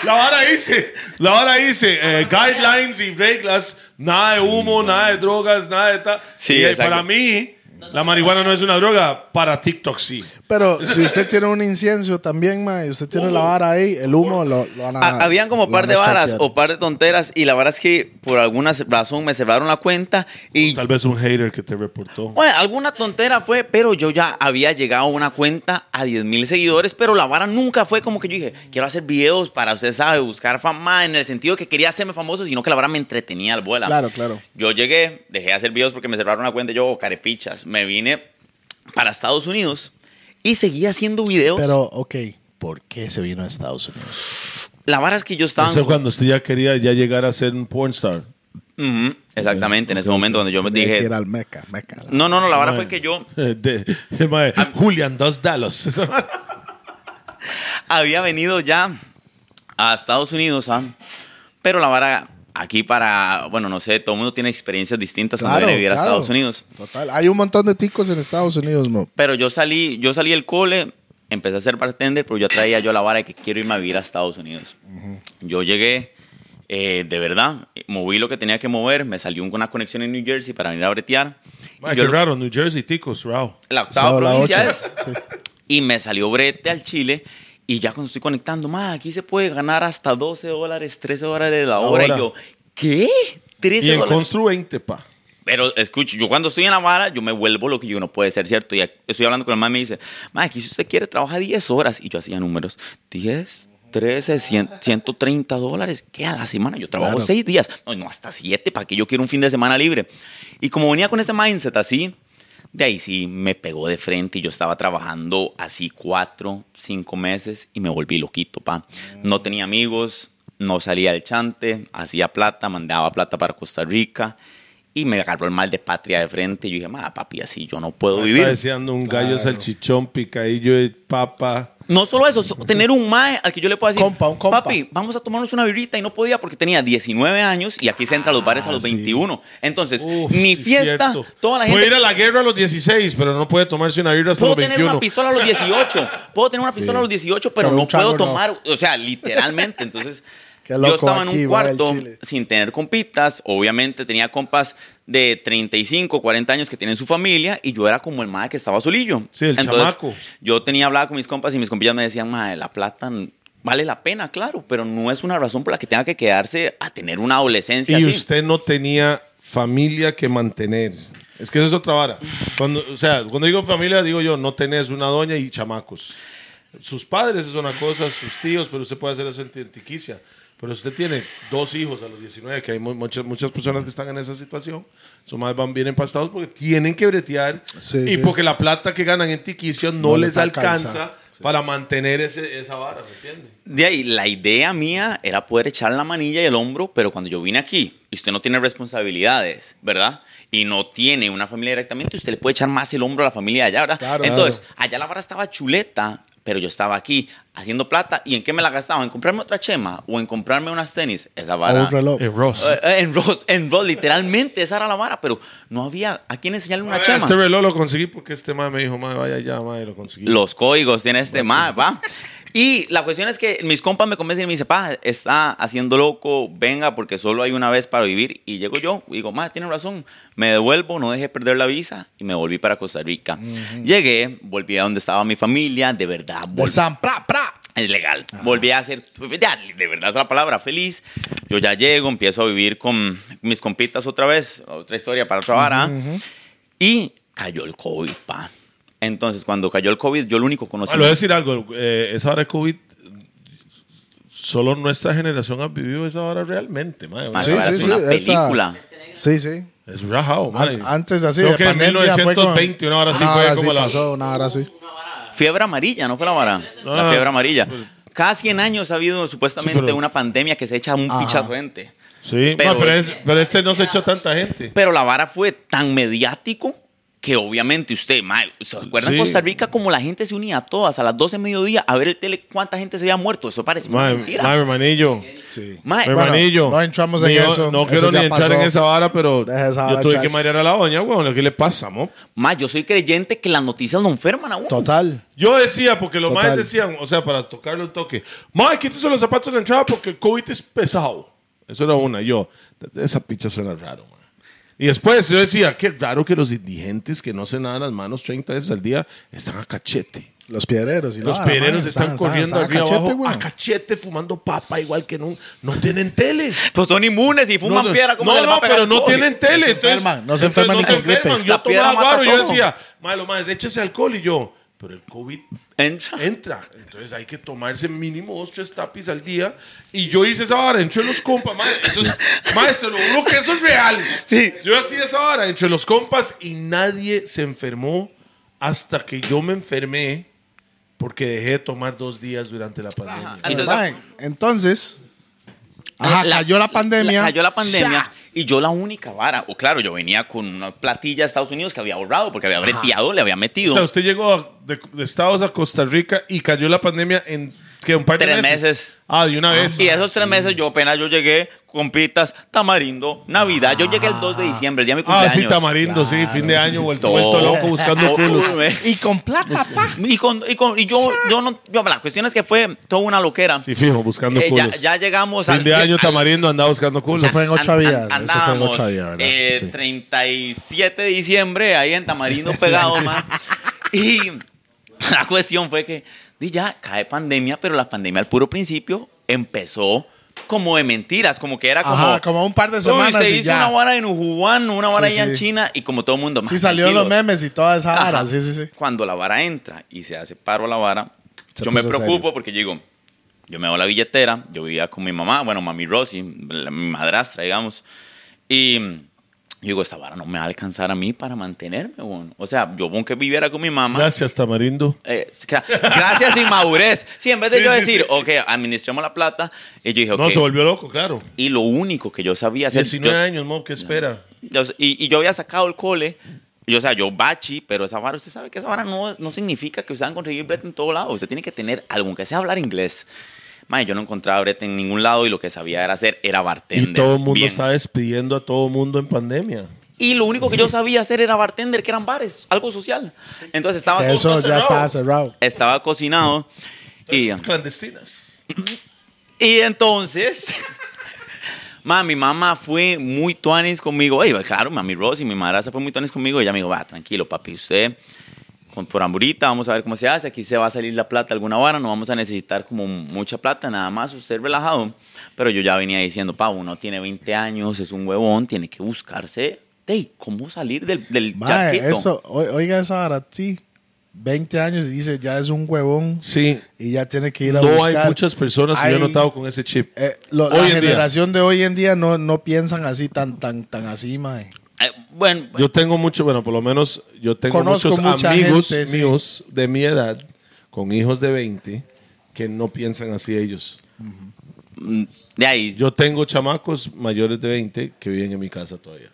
[SPEAKER 2] La vara hice. La vara hice. eh, guidelines y reglas. Nada de humo, nada de drogas, nada de tal.
[SPEAKER 3] Sí,
[SPEAKER 2] y eh,
[SPEAKER 3] exacto.
[SPEAKER 2] para mí, la marihuana no es una droga. Para TikTok sí.
[SPEAKER 1] Pero si usted tiene un incienso también, mae, y usted tiene la vara ahí, el humo lo, lo van a.
[SPEAKER 3] Ha- Ah, habían como
[SPEAKER 1] lo
[SPEAKER 3] par
[SPEAKER 1] van
[SPEAKER 3] de
[SPEAKER 1] a
[SPEAKER 3] varas
[SPEAKER 1] stalkear.
[SPEAKER 3] o par de tonteras y la verdad es que por alguna razón me cerraron la cuenta y
[SPEAKER 2] Tal vez un hater que te reportó.
[SPEAKER 3] Bueno, alguna tontera fue, pero yo ya había llegado a una cuenta a 10 mil seguidores, pero la vara nunca fue como que yo dije, quiero hacer videos para, usted sabe, buscar fama, en el sentido que quería hacerme famoso, sino que la vara me entretenía al vuela.
[SPEAKER 1] Claro, claro.
[SPEAKER 3] Yo llegué, dejé de hacer videos porque me cerraron la cuenta, yo, "Oh, carepichas, me vine para Estados Unidos y seguía haciendo videos.
[SPEAKER 1] Pero, ok, ¿por qué se vino a Estados Unidos?
[SPEAKER 3] la vara es que yo estaba...
[SPEAKER 2] Eso es cuando usted ya quería ya llegar a ser un pornstar.
[SPEAKER 3] Ujú, exactamente, en ese momento donde yo me
[SPEAKER 1] Tenía que
[SPEAKER 3] dije...
[SPEAKER 1] ir al Meca, Meca.
[SPEAKER 3] No, no, no, la vara fue que yo
[SPEAKER 2] De- mae, Julian Dos Dallas. Esa vara.
[SPEAKER 3] había venido ya a Estados Unidos, ¿ah? pero la vara aquí para, bueno, no sé, todo el mundo tiene experiencias distintas cuando viene a vivir a Estados Unidos.
[SPEAKER 1] Total. Hay un montón de ticos en Estados Unidos, mo.
[SPEAKER 3] Pero yo salí, yo salí del cole, empecé a ser bartender, pero yo traía yo la vara de que quiero irme a vivir a Estados Unidos. Yo llegué, eh, de verdad, moví lo que tenía que mover, me salió una conexión en New Jersey para venir a bretear.
[SPEAKER 2] Mae,
[SPEAKER 3] Yo
[SPEAKER 2] qué
[SPEAKER 3] lo-
[SPEAKER 2] raro, New Jersey, ticos, wow.
[SPEAKER 3] La octava
[SPEAKER 1] Sábado a la
[SPEAKER 3] provincia es.
[SPEAKER 1] ocho. Sí.
[SPEAKER 3] Y me salió brete al Chile. Y ya cuando estoy conectando, más aquí se puede ganar hasta 12 dólares, 13 dólares la hora.
[SPEAKER 2] hora.
[SPEAKER 3] Y yo, ¿qué? 13
[SPEAKER 2] Y en
[SPEAKER 3] dólares.
[SPEAKER 2] Constru 20, pa.
[SPEAKER 3] Pero escucho, yo cuando estoy en la vara, yo me vuelvo lo que yo no puede ser, ¿cierto? Y estoy hablando con el man y me dice, más aquí si usted quiere, trabaja 10 horas. Y yo hacía números: 10, 13, 100, 130 dólares. ¿Qué a la semana? Yo trabajo
[SPEAKER 1] Claro.
[SPEAKER 3] 6 días. No, no, hasta 7. ¿Para qué yo quiero un fin de semana libre? Y como venía con ese mindset así, de ahí sí me pegó de frente y yo estaba trabajando así cuatro, cinco meses y me volví loquito, pa. No tenía amigos, no salía del chante, hacía plata, mandaba plata para Costa Rica y me agarró el mal de patria de frente. Y yo dije, ma, papi, así yo no puedo
[SPEAKER 2] Está
[SPEAKER 3] vivir.
[SPEAKER 2] deseando un gallo salchichón, picadillo de papa.
[SPEAKER 3] No solo eso, so- tener un mae al que yo le puedo decir,
[SPEAKER 1] Compa, un compa.
[SPEAKER 3] papi, vamos a tomarnos una birrita y no podía porque tenía 19 años y aquí se entra a los bares a los
[SPEAKER 1] sí.
[SPEAKER 3] 21. Entonces,
[SPEAKER 2] Uf,
[SPEAKER 3] mi
[SPEAKER 2] sí,
[SPEAKER 3] fiesta,
[SPEAKER 2] cierto.
[SPEAKER 3] toda la
[SPEAKER 2] Puede
[SPEAKER 3] gente
[SPEAKER 2] ir a la guerra a los 16, pero no puede tomarse una birra hasta
[SPEAKER 3] Puedo
[SPEAKER 2] los
[SPEAKER 3] tener
[SPEAKER 2] 21.
[SPEAKER 3] una pistola a los 18. Puedo tener una pistola a los 18, pero,
[SPEAKER 1] Pero
[SPEAKER 3] no
[SPEAKER 1] un chango
[SPEAKER 3] puedo
[SPEAKER 1] no.
[SPEAKER 3] tomar. O sea, literalmente. Entonces,
[SPEAKER 1] Qué loco
[SPEAKER 3] yo estaba en
[SPEAKER 1] aquí,
[SPEAKER 3] un
[SPEAKER 1] va el
[SPEAKER 3] cuarto
[SPEAKER 1] Chile.
[SPEAKER 3] sin tener compitas. Obviamente tenía compas de 35, 40 años que tienen su familia y yo era como el madre que estaba solillo.
[SPEAKER 2] Sí, el chamaco.
[SPEAKER 3] Yo tenía hablado con mis compas y mis compillas me decían, madre, la plata n- vale la pena, claro, pero no es una razón por la que tenga que quedarse a tener una adolescencia
[SPEAKER 2] y
[SPEAKER 3] así.
[SPEAKER 2] usted no tenía familia que mantener. Es que eso es otra vara. Cuando, o sea, cuando digo familia, digo yo, no tenés una doña y chamacos. Sus padres es una cosa, sus tíos, pero usted puede hacer eso en Tiquicia. Pero usted tiene dos hijos a los 19, que hay mu- muchas, muchas personas que están en esa situación. Son más van bien empastados porque tienen que bretear
[SPEAKER 1] Sí,
[SPEAKER 2] y
[SPEAKER 1] sí.
[SPEAKER 2] porque la plata que ganan en Tiquicia no,
[SPEAKER 1] No
[SPEAKER 2] les
[SPEAKER 1] les
[SPEAKER 2] alcanza,
[SPEAKER 1] alcanza.
[SPEAKER 2] para mantener ese- esa vara, ¿me entiende?
[SPEAKER 3] De ahí, la idea mía era poder echar la manilla y el hombro, pero cuando yo vine aquí, y usted no tiene responsabilidades, ¿verdad? Y no tiene una familia directamente, usted le puede echar más el hombro a la familia de allá, ¿verdad?
[SPEAKER 1] Claro,
[SPEAKER 3] Entonces,
[SPEAKER 1] claro.
[SPEAKER 3] allá la vara estaba chuleta, pero yo estaba aquí haciendo plata, ¿y en qué me la gastaba? ¿En comprarme otra chema o en comprarme unas tenis? Esa
[SPEAKER 1] O
[SPEAKER 3] vara...
[SPEAKER 1] un reloj.
[SPEAKER 2] Eh, Ross.
[SPEAKER 3] Eh, eh, en Ross, en Ross, literalmente, esa era la vara, pero no había a quién enseñarle una
[SPEAKER 2] Ah,
[SPEAKER 3] chema.
[SPEAKER 2] Este reloj lo conseguí porque este mae me dijo, mae, vaya ya, mae, lo conseguí.
[SPEAKER 3] los códigos tiene este más, va. Y la cuestión es que mis compas me convencen y me dicen, pa, está haciendo loco, venga, porque solo hay una vez para vivir. Y llego yo, y digo, ma, tiene razón, me devuelvo, no dejé perder la visa y me volví para Costa Rica. Llegué, volví a donde estaba mi familia, de verdad,
[SPEAKER 1] De
[SPEAKER 3] volví
[SPEAKER 1] San Pra, pra.
[SPEAKER 3] es legal. Volví a ser, ya, de verdad es la palabra, feliz. Yo ya llego, empiezo a vivir con mis compitas otra vez, otra historia para otra vara. Y cayó el COVID, pa. Entonces, cuando cayó el COVID, yo lo único
[SPEAKER 2] Ah, le voy a
[SPEAKER 3] conocimiento...
[SPEAKER 2] decir algo, eh, esa hora de COVID, solo nuestra generación ha vivido esa hora realmente, mae. O
[SPEAKER 3] Ah,
[SPEAKER 2] sea,
[SPEAKER 3] la verdad, es una
[SPEAKER 1] esa-
[SPEAKER 3] película.
[SPEAKER 1] Sí, sí.
[SPEAKER 2] Es rajado, mae.
[SPEAKER 1] An- antes así,
[SPEAKER 2] Creo
[SPEAKER 1] de
[SPEAKER 2] que en
[SPEAKER 1] pandemia fue con-
[SPEAKER 2] 1920, una hora así
[SPEAKER 1] Una
[SPEAKER 2] fue
[SPEAKER 1] hora
[SPEAKER 2] como
[SPEAKER 1] sí
[SPEAKER 2] la...
[SPEAKER 1] pasó, una hora así.
[SPEAKER 3] Fiebre amarilla, ¿no fue la vara?
[SPEAKER 2] No,
[SPEAKER 3] la
[SPEAKER 2] no,
[SPEAKER 3] fiebre
[SPEAKER 2] no.
[SPEAKER 3] amarilla. Cada 100 años ha habido supuestamente
[SPEAKER 2] Ah. Pues- Sí, pero-
[SPEAKER 3] una pandemia que se echa un pichazo de gente.
[SPEAKER 2] Sí,
[SPEAKER 3] Pero
[SPEAKER 2] mae, pero,
[SPEAKER 3] es-
[SPEAKER 2] es- pero este no se echó tanta gente.
[SPEAKER 3] Pero la vara fue tan mediático que obviamente usted, mae, ¿se acuerdan
[SPEAKER 2] Sí.
[SPEAKER 3] Costa Rica como la gente se unía a todas a las 12 de mediodía a ver el tele cuánta gente se había muerto? Eso parece una
[SPEAKER 2] Mae,
[SPEAKER 3] mentira.
[SPEAKER 2] mae, hermanillo.
[SPEAKER 1] Sí.
[SPEAKER 3] Mae,
[SPEAKER 2] Mi
[SPEAKER 1] Bueno,
[SPEAKER 2] hermanillo.
[SPEAKER 1] no entramos en
[SPEAKER 2] Ni yo-
[SPEAKER 1] eso.
[SPEAKER 2] No
[SPEAKER 1] Eso
[SPEAKER 2] quiero
[SPEAKER 1] ya
[SPEAKER 2] ni entrar
[SPEAKER 1] pasó.
[SPEAKER 2] en esa vara, pero
[SPEAKER 1] Deja esa
[SPEAKER 2] yo
[SPEAKER 1] vara
[SPEAKER 2] tuve
[SPEAKER 1] atrás.
[SPEAKER 2] que marear a la doña, weón. ¿Qué le pasa, mo?
[SPEAKER 3] mae, yo soy creyente que las noticias no enferman a uno.
[SPEAKER 1] Total.
[SPEAKER 2] Yo decía, porque los
[SPEAKER 1] Total.
[SPEAKER 2] más decían, o sea, para tocarle un toque, Mae, quítese los zapatos de la entrada porque el COVID es pesado. Eso era una. Yo, esa picha suena raro, mae. Y después yo decía, qué raro que los indigentes que no se lavan las manos 30 veces al día están a cachete.
[SPEAKER 1] Los piedreros. Y la
[SPEAKER 2] Los
[SPEAKER 1] vara,
[SPEAKER 2] piedreros
[SPEAKER 1] mae,
[SPEAKER 2] están, corriendo
[SPEAKER 1] están a
[SPEAKER 2] arriba
[SPEAKER 1] cachete,
[SPEAKER 2] abajo
[SPEAKER 1] güey.
[SPEAKER 2] a cachete fumando papa igual que no, no tienen tele.
[SPEAKER 3] Pues son inmunes y fuman
[SPEAKER 2] no, no,
[SPEAKER 3] piedra. ¿cómo
[SPEAKER 2] no,
[SPEAKER 3] se les va a
[SPEAKER 2] no,
[SPEAKER 3] pegar
[SPEAKER 2] pero
[SPEAKER 3] el
[SPEAKER 2] no
[SPEAKER 3] COVID?
[SPEAKER 2] tienen tele.
[SPEAKER 1] se
[SPEAKER 2] entonces-
[SPEAKER 1] enferman, no se enferman
[SPEAKER 2] entonces
[SPEAKER 1] ni con gripe.
[SPEAKER 2] enferman. Yo
[SPEAKER 3] La piedra
[SPEAKER 2] tomaba
[SPEAKER 3] mata
[SPEAKER 2] guaro y yo
[SPEAKER 3] todo.
[SPEAKER 2] decía, malo, más, échese alcohol. Y yo, pero el COVID
[SPEAKER 3] Entra.
[SPEAKER 2] entra. Entonces hay que tomarse mínimo dos, tres tapis al día. Y yo hice esa vara, entre los compas, madre. Eso es, madre, se lo juro que eso es real.
[SPEAKER 3] Sí.
[SPEAKER 2] Yo hacía esa vara, entre los compas, y nadie se enfermó hasta que yo me enfermé porque dejé de tomar dos días durante la pandemia.
[SPEAKER 3] Ah, Entonces,
[SPEAKER 1] Mae, Entonces, ajá, cayó la pandemia.
[SPEAKER 3] la- cayó la pandemia.
[SPEAKER 1] ¡Sha!
[SPEAKER 3] Y yo la única vara. O claro, yo venía con una platilla a Estados Unidos que había ahorrado porque había breteado, le había metido.
[SPEAKER 2] O sea, usted llegó a- de, de Estados a Costa Rica y cayó la pandemia en que un par de
[SPEAKER 3] Tres meses.
[SPEAKER 2] Ah, de una vez.
[SPEAKER 3] y esos tres meses yo apenas yo llegué con pitas, tamarindo, Navidad. Yo llegué el 2 de diciembre, el día de mi
[SPEAKER 2] Ah,
[SPEAKER 3] cumpleaños.
[SPEAKER 2] sí, tamarindo, sí,
[SPEAKER 1] Claro,
[SPEAKER 2] fin de año,
[SPEAKER 1] sí,
[SPEAKER 2] vuelto,
[SPEAKER 3] Todo.
[SPEAKER 2] vuelto loco buscando culos.
[SPEAKER 3] Ah, Uy, me-
[SPEAKER 1] Y con plata, pa.
[SPEAKER 3] Y, con, y, con- y yo, yo no. yo- la cuestión es que fue toda una loquera.
[SPEAKER 2] Sí, fijo, buscando
[SPEAKER 3] Eh, ya,
[SPEAKER 2] culos.
[SPEAKER 3] ya llegamos
[SPEAKER 2] Fin de año, Tamarindo andaba buscando culos.
[SPEAKER 1] Eso fue en ocho
[SPEAKER 3] An-
[SPEAKER 1] días.
[SPEAKER 3] an-
[SPEAKER 1] Eso fue en
[SPEAKER 3] andábamos,
[SPEAKER 1] ocho días, ¿verdad?
[SPEAKER 3] eh,
[SPEAKER 1] Sí.
[SPEAKER 3] 37 de diciembre, ahí en Tamarindo pegado, man. Y la cuestión fue que di, ya cae pandemia, pero la pandemia al puro principio empezó como de mentiras, como que era como.
[SPEAKER 1] Ajá, como un par de
[SPEAKER 3] "Uy,
[SPEAKER 1] semanas
[SPEAKER 3] se
[SPEAKER 1] y
[SPEAKER 3] hizo
[SPEAKER 1] ya".
[SPEAKER 3] una vara en Wuhan, una vara
[SPEAKER 1] Sí,
[SPEAKER 3] allá en
[SPEAKER 1] sí.
[SPEAKER 3] China, y como todo el mundo.
[SPEAKER 1] Sí,
[SPEAKER 3] "Man,
[SPEAKER 1] salieron los
[SPEAKER 3] tranquilos".
[SPEAKER 1] memes y toda esa
[SPEAKER 3] Ajá.
[SPEAKER 1] vara. Sí, sí, sí.
[SPEAKER 3] Cuando la vara entra y se hace paro a la vara,
[SPEAKER 1] Se
[SPEAKER 3] yo me
[SPEAKER 1] puso
[SPEAKER 3] preocupo
[SPEAKER 1] serio.
[SPEAKER 3] porque yo digo, yo me doy la billetera, yo vivía con mi mamá, bueno, mami Rosy, la- mi madrastra, digamos, y yo digo, esta vara no me va a alcanzar a mí para mantenerme, weón. O sea, yo aunque viviera con mi mamá,
[SPEAKER 2] Gracias, Tamarindo.
[SPEAKER 3] eh, gra- gracias inmadurez. Sí, en vez de
[SPEAKER 2] Sí,
[SPEAKER 3] yo
[SPEAKER 2] sí,
[SPEAKER 3] decir,
[SPEAKER 2] sí, sí.
[SPEAKER 3] ok, administremos la plata, y yo dije, ok.
[SPEAKER 2] No, se volvió loco, claro.
[SPEAKER 3] y lo único que yo sabía hacer,
[SPEAKER 2] 19
[SPEAKER 3] yo-
[SPEAKER 2] años, mo, ¿qué espera?
[SPEAKER 3] yo- y, y yo había sacado el cole. Y, o sea, yo bachi, pero esa vara, usted sabe que esa vara no, no significa que usted va a conseguir brete en todo lado. Usted tiene que tener algo, aunque sea hablar inglés. Mae, yo no encontraba brete en ningún lado y lo que sabía era hacer era bartender.
[SPEAKER 2] Y todo el mundo
[SPEAKER 3] Bien.
[SPEAKER 2] está despidiendo a todo el mundo en pandemia.
[SPEAKER 3] Y lo único que yo sabía hacer era bartender, que eran bares, algo social. Entonces
[SPEAKER 2] Ah,
[SPEAKER 3] estaba
[SPEAKER 1] Que eso ya
[SPEAKER 3] cerrado.
[SPEAKER 1] estaba cerrado.
[SPEAKER 3] Estaba cocinado. Y,
[SPEAKER 2] Pues, Clandestinas.
[SPEAKER 3] y entonces... Ma, mi mamá fue muy tuanis conmigo. Oye, claro, mami Rosy, mi madraza fue muy tuanis conmigo. Y ella me dijo, va, tranquilo, papi, usted con, por hamburita, vamos a ver cómo se hace. Aquí se va a salir la plata alguna vara, no vamos a necesitar como mucha plata, nada más usted relajado. Pero yo ya venía diciendo, pa, uno tiene 20 años, es un huevón, tiene que buscarse, de cómo salir del, del
[SPEAKER 1] Mae,
[SPEAKER 3] charquito".
[SPEAKER 1] eso, o- oiga esa vara, sí. 20 años y dice, ya es un huevón
[SPEAKER 2] Sí.
[SPEAKER 1] y ya tiene que ir a
[SPEAKER 2] No
[SPEAKER 1] buscar.
[SPEAKER 2] hay muchas personas que yo he
[SPEAKER 1] Hay-
[SPEAKER 2] notado con ese chip.
[SPEAKER 1] eh, lo-
[SPEAKER 2] Hoy
[SPEAKER 1] la
[SPEAKER 2] en día.
[SPEAKER 1] generación de hoy en día no, no piensan así tan, tan, tan así, mae.
[SPEAKER 3] Eh, bueno,
[SPEAKER 2] Yo tengo mucho, bueno, por lo menos yo tengo
[SPEAKER 1] Conozco
[SPEAKER 2] muchos
[SPEAKER 1] mucha
[SPEAKER 2] amigos
[SPEAKER 1] gente, sí.
[SPEAKER 2] míos de mi edad, con hijos de 20, que no piensan así ellos.
[SPEAKER 3] mm, de ahí,
[SPEAKER 2] Yo tengo chamacos mayores de 20 que viven en mi casa todavía.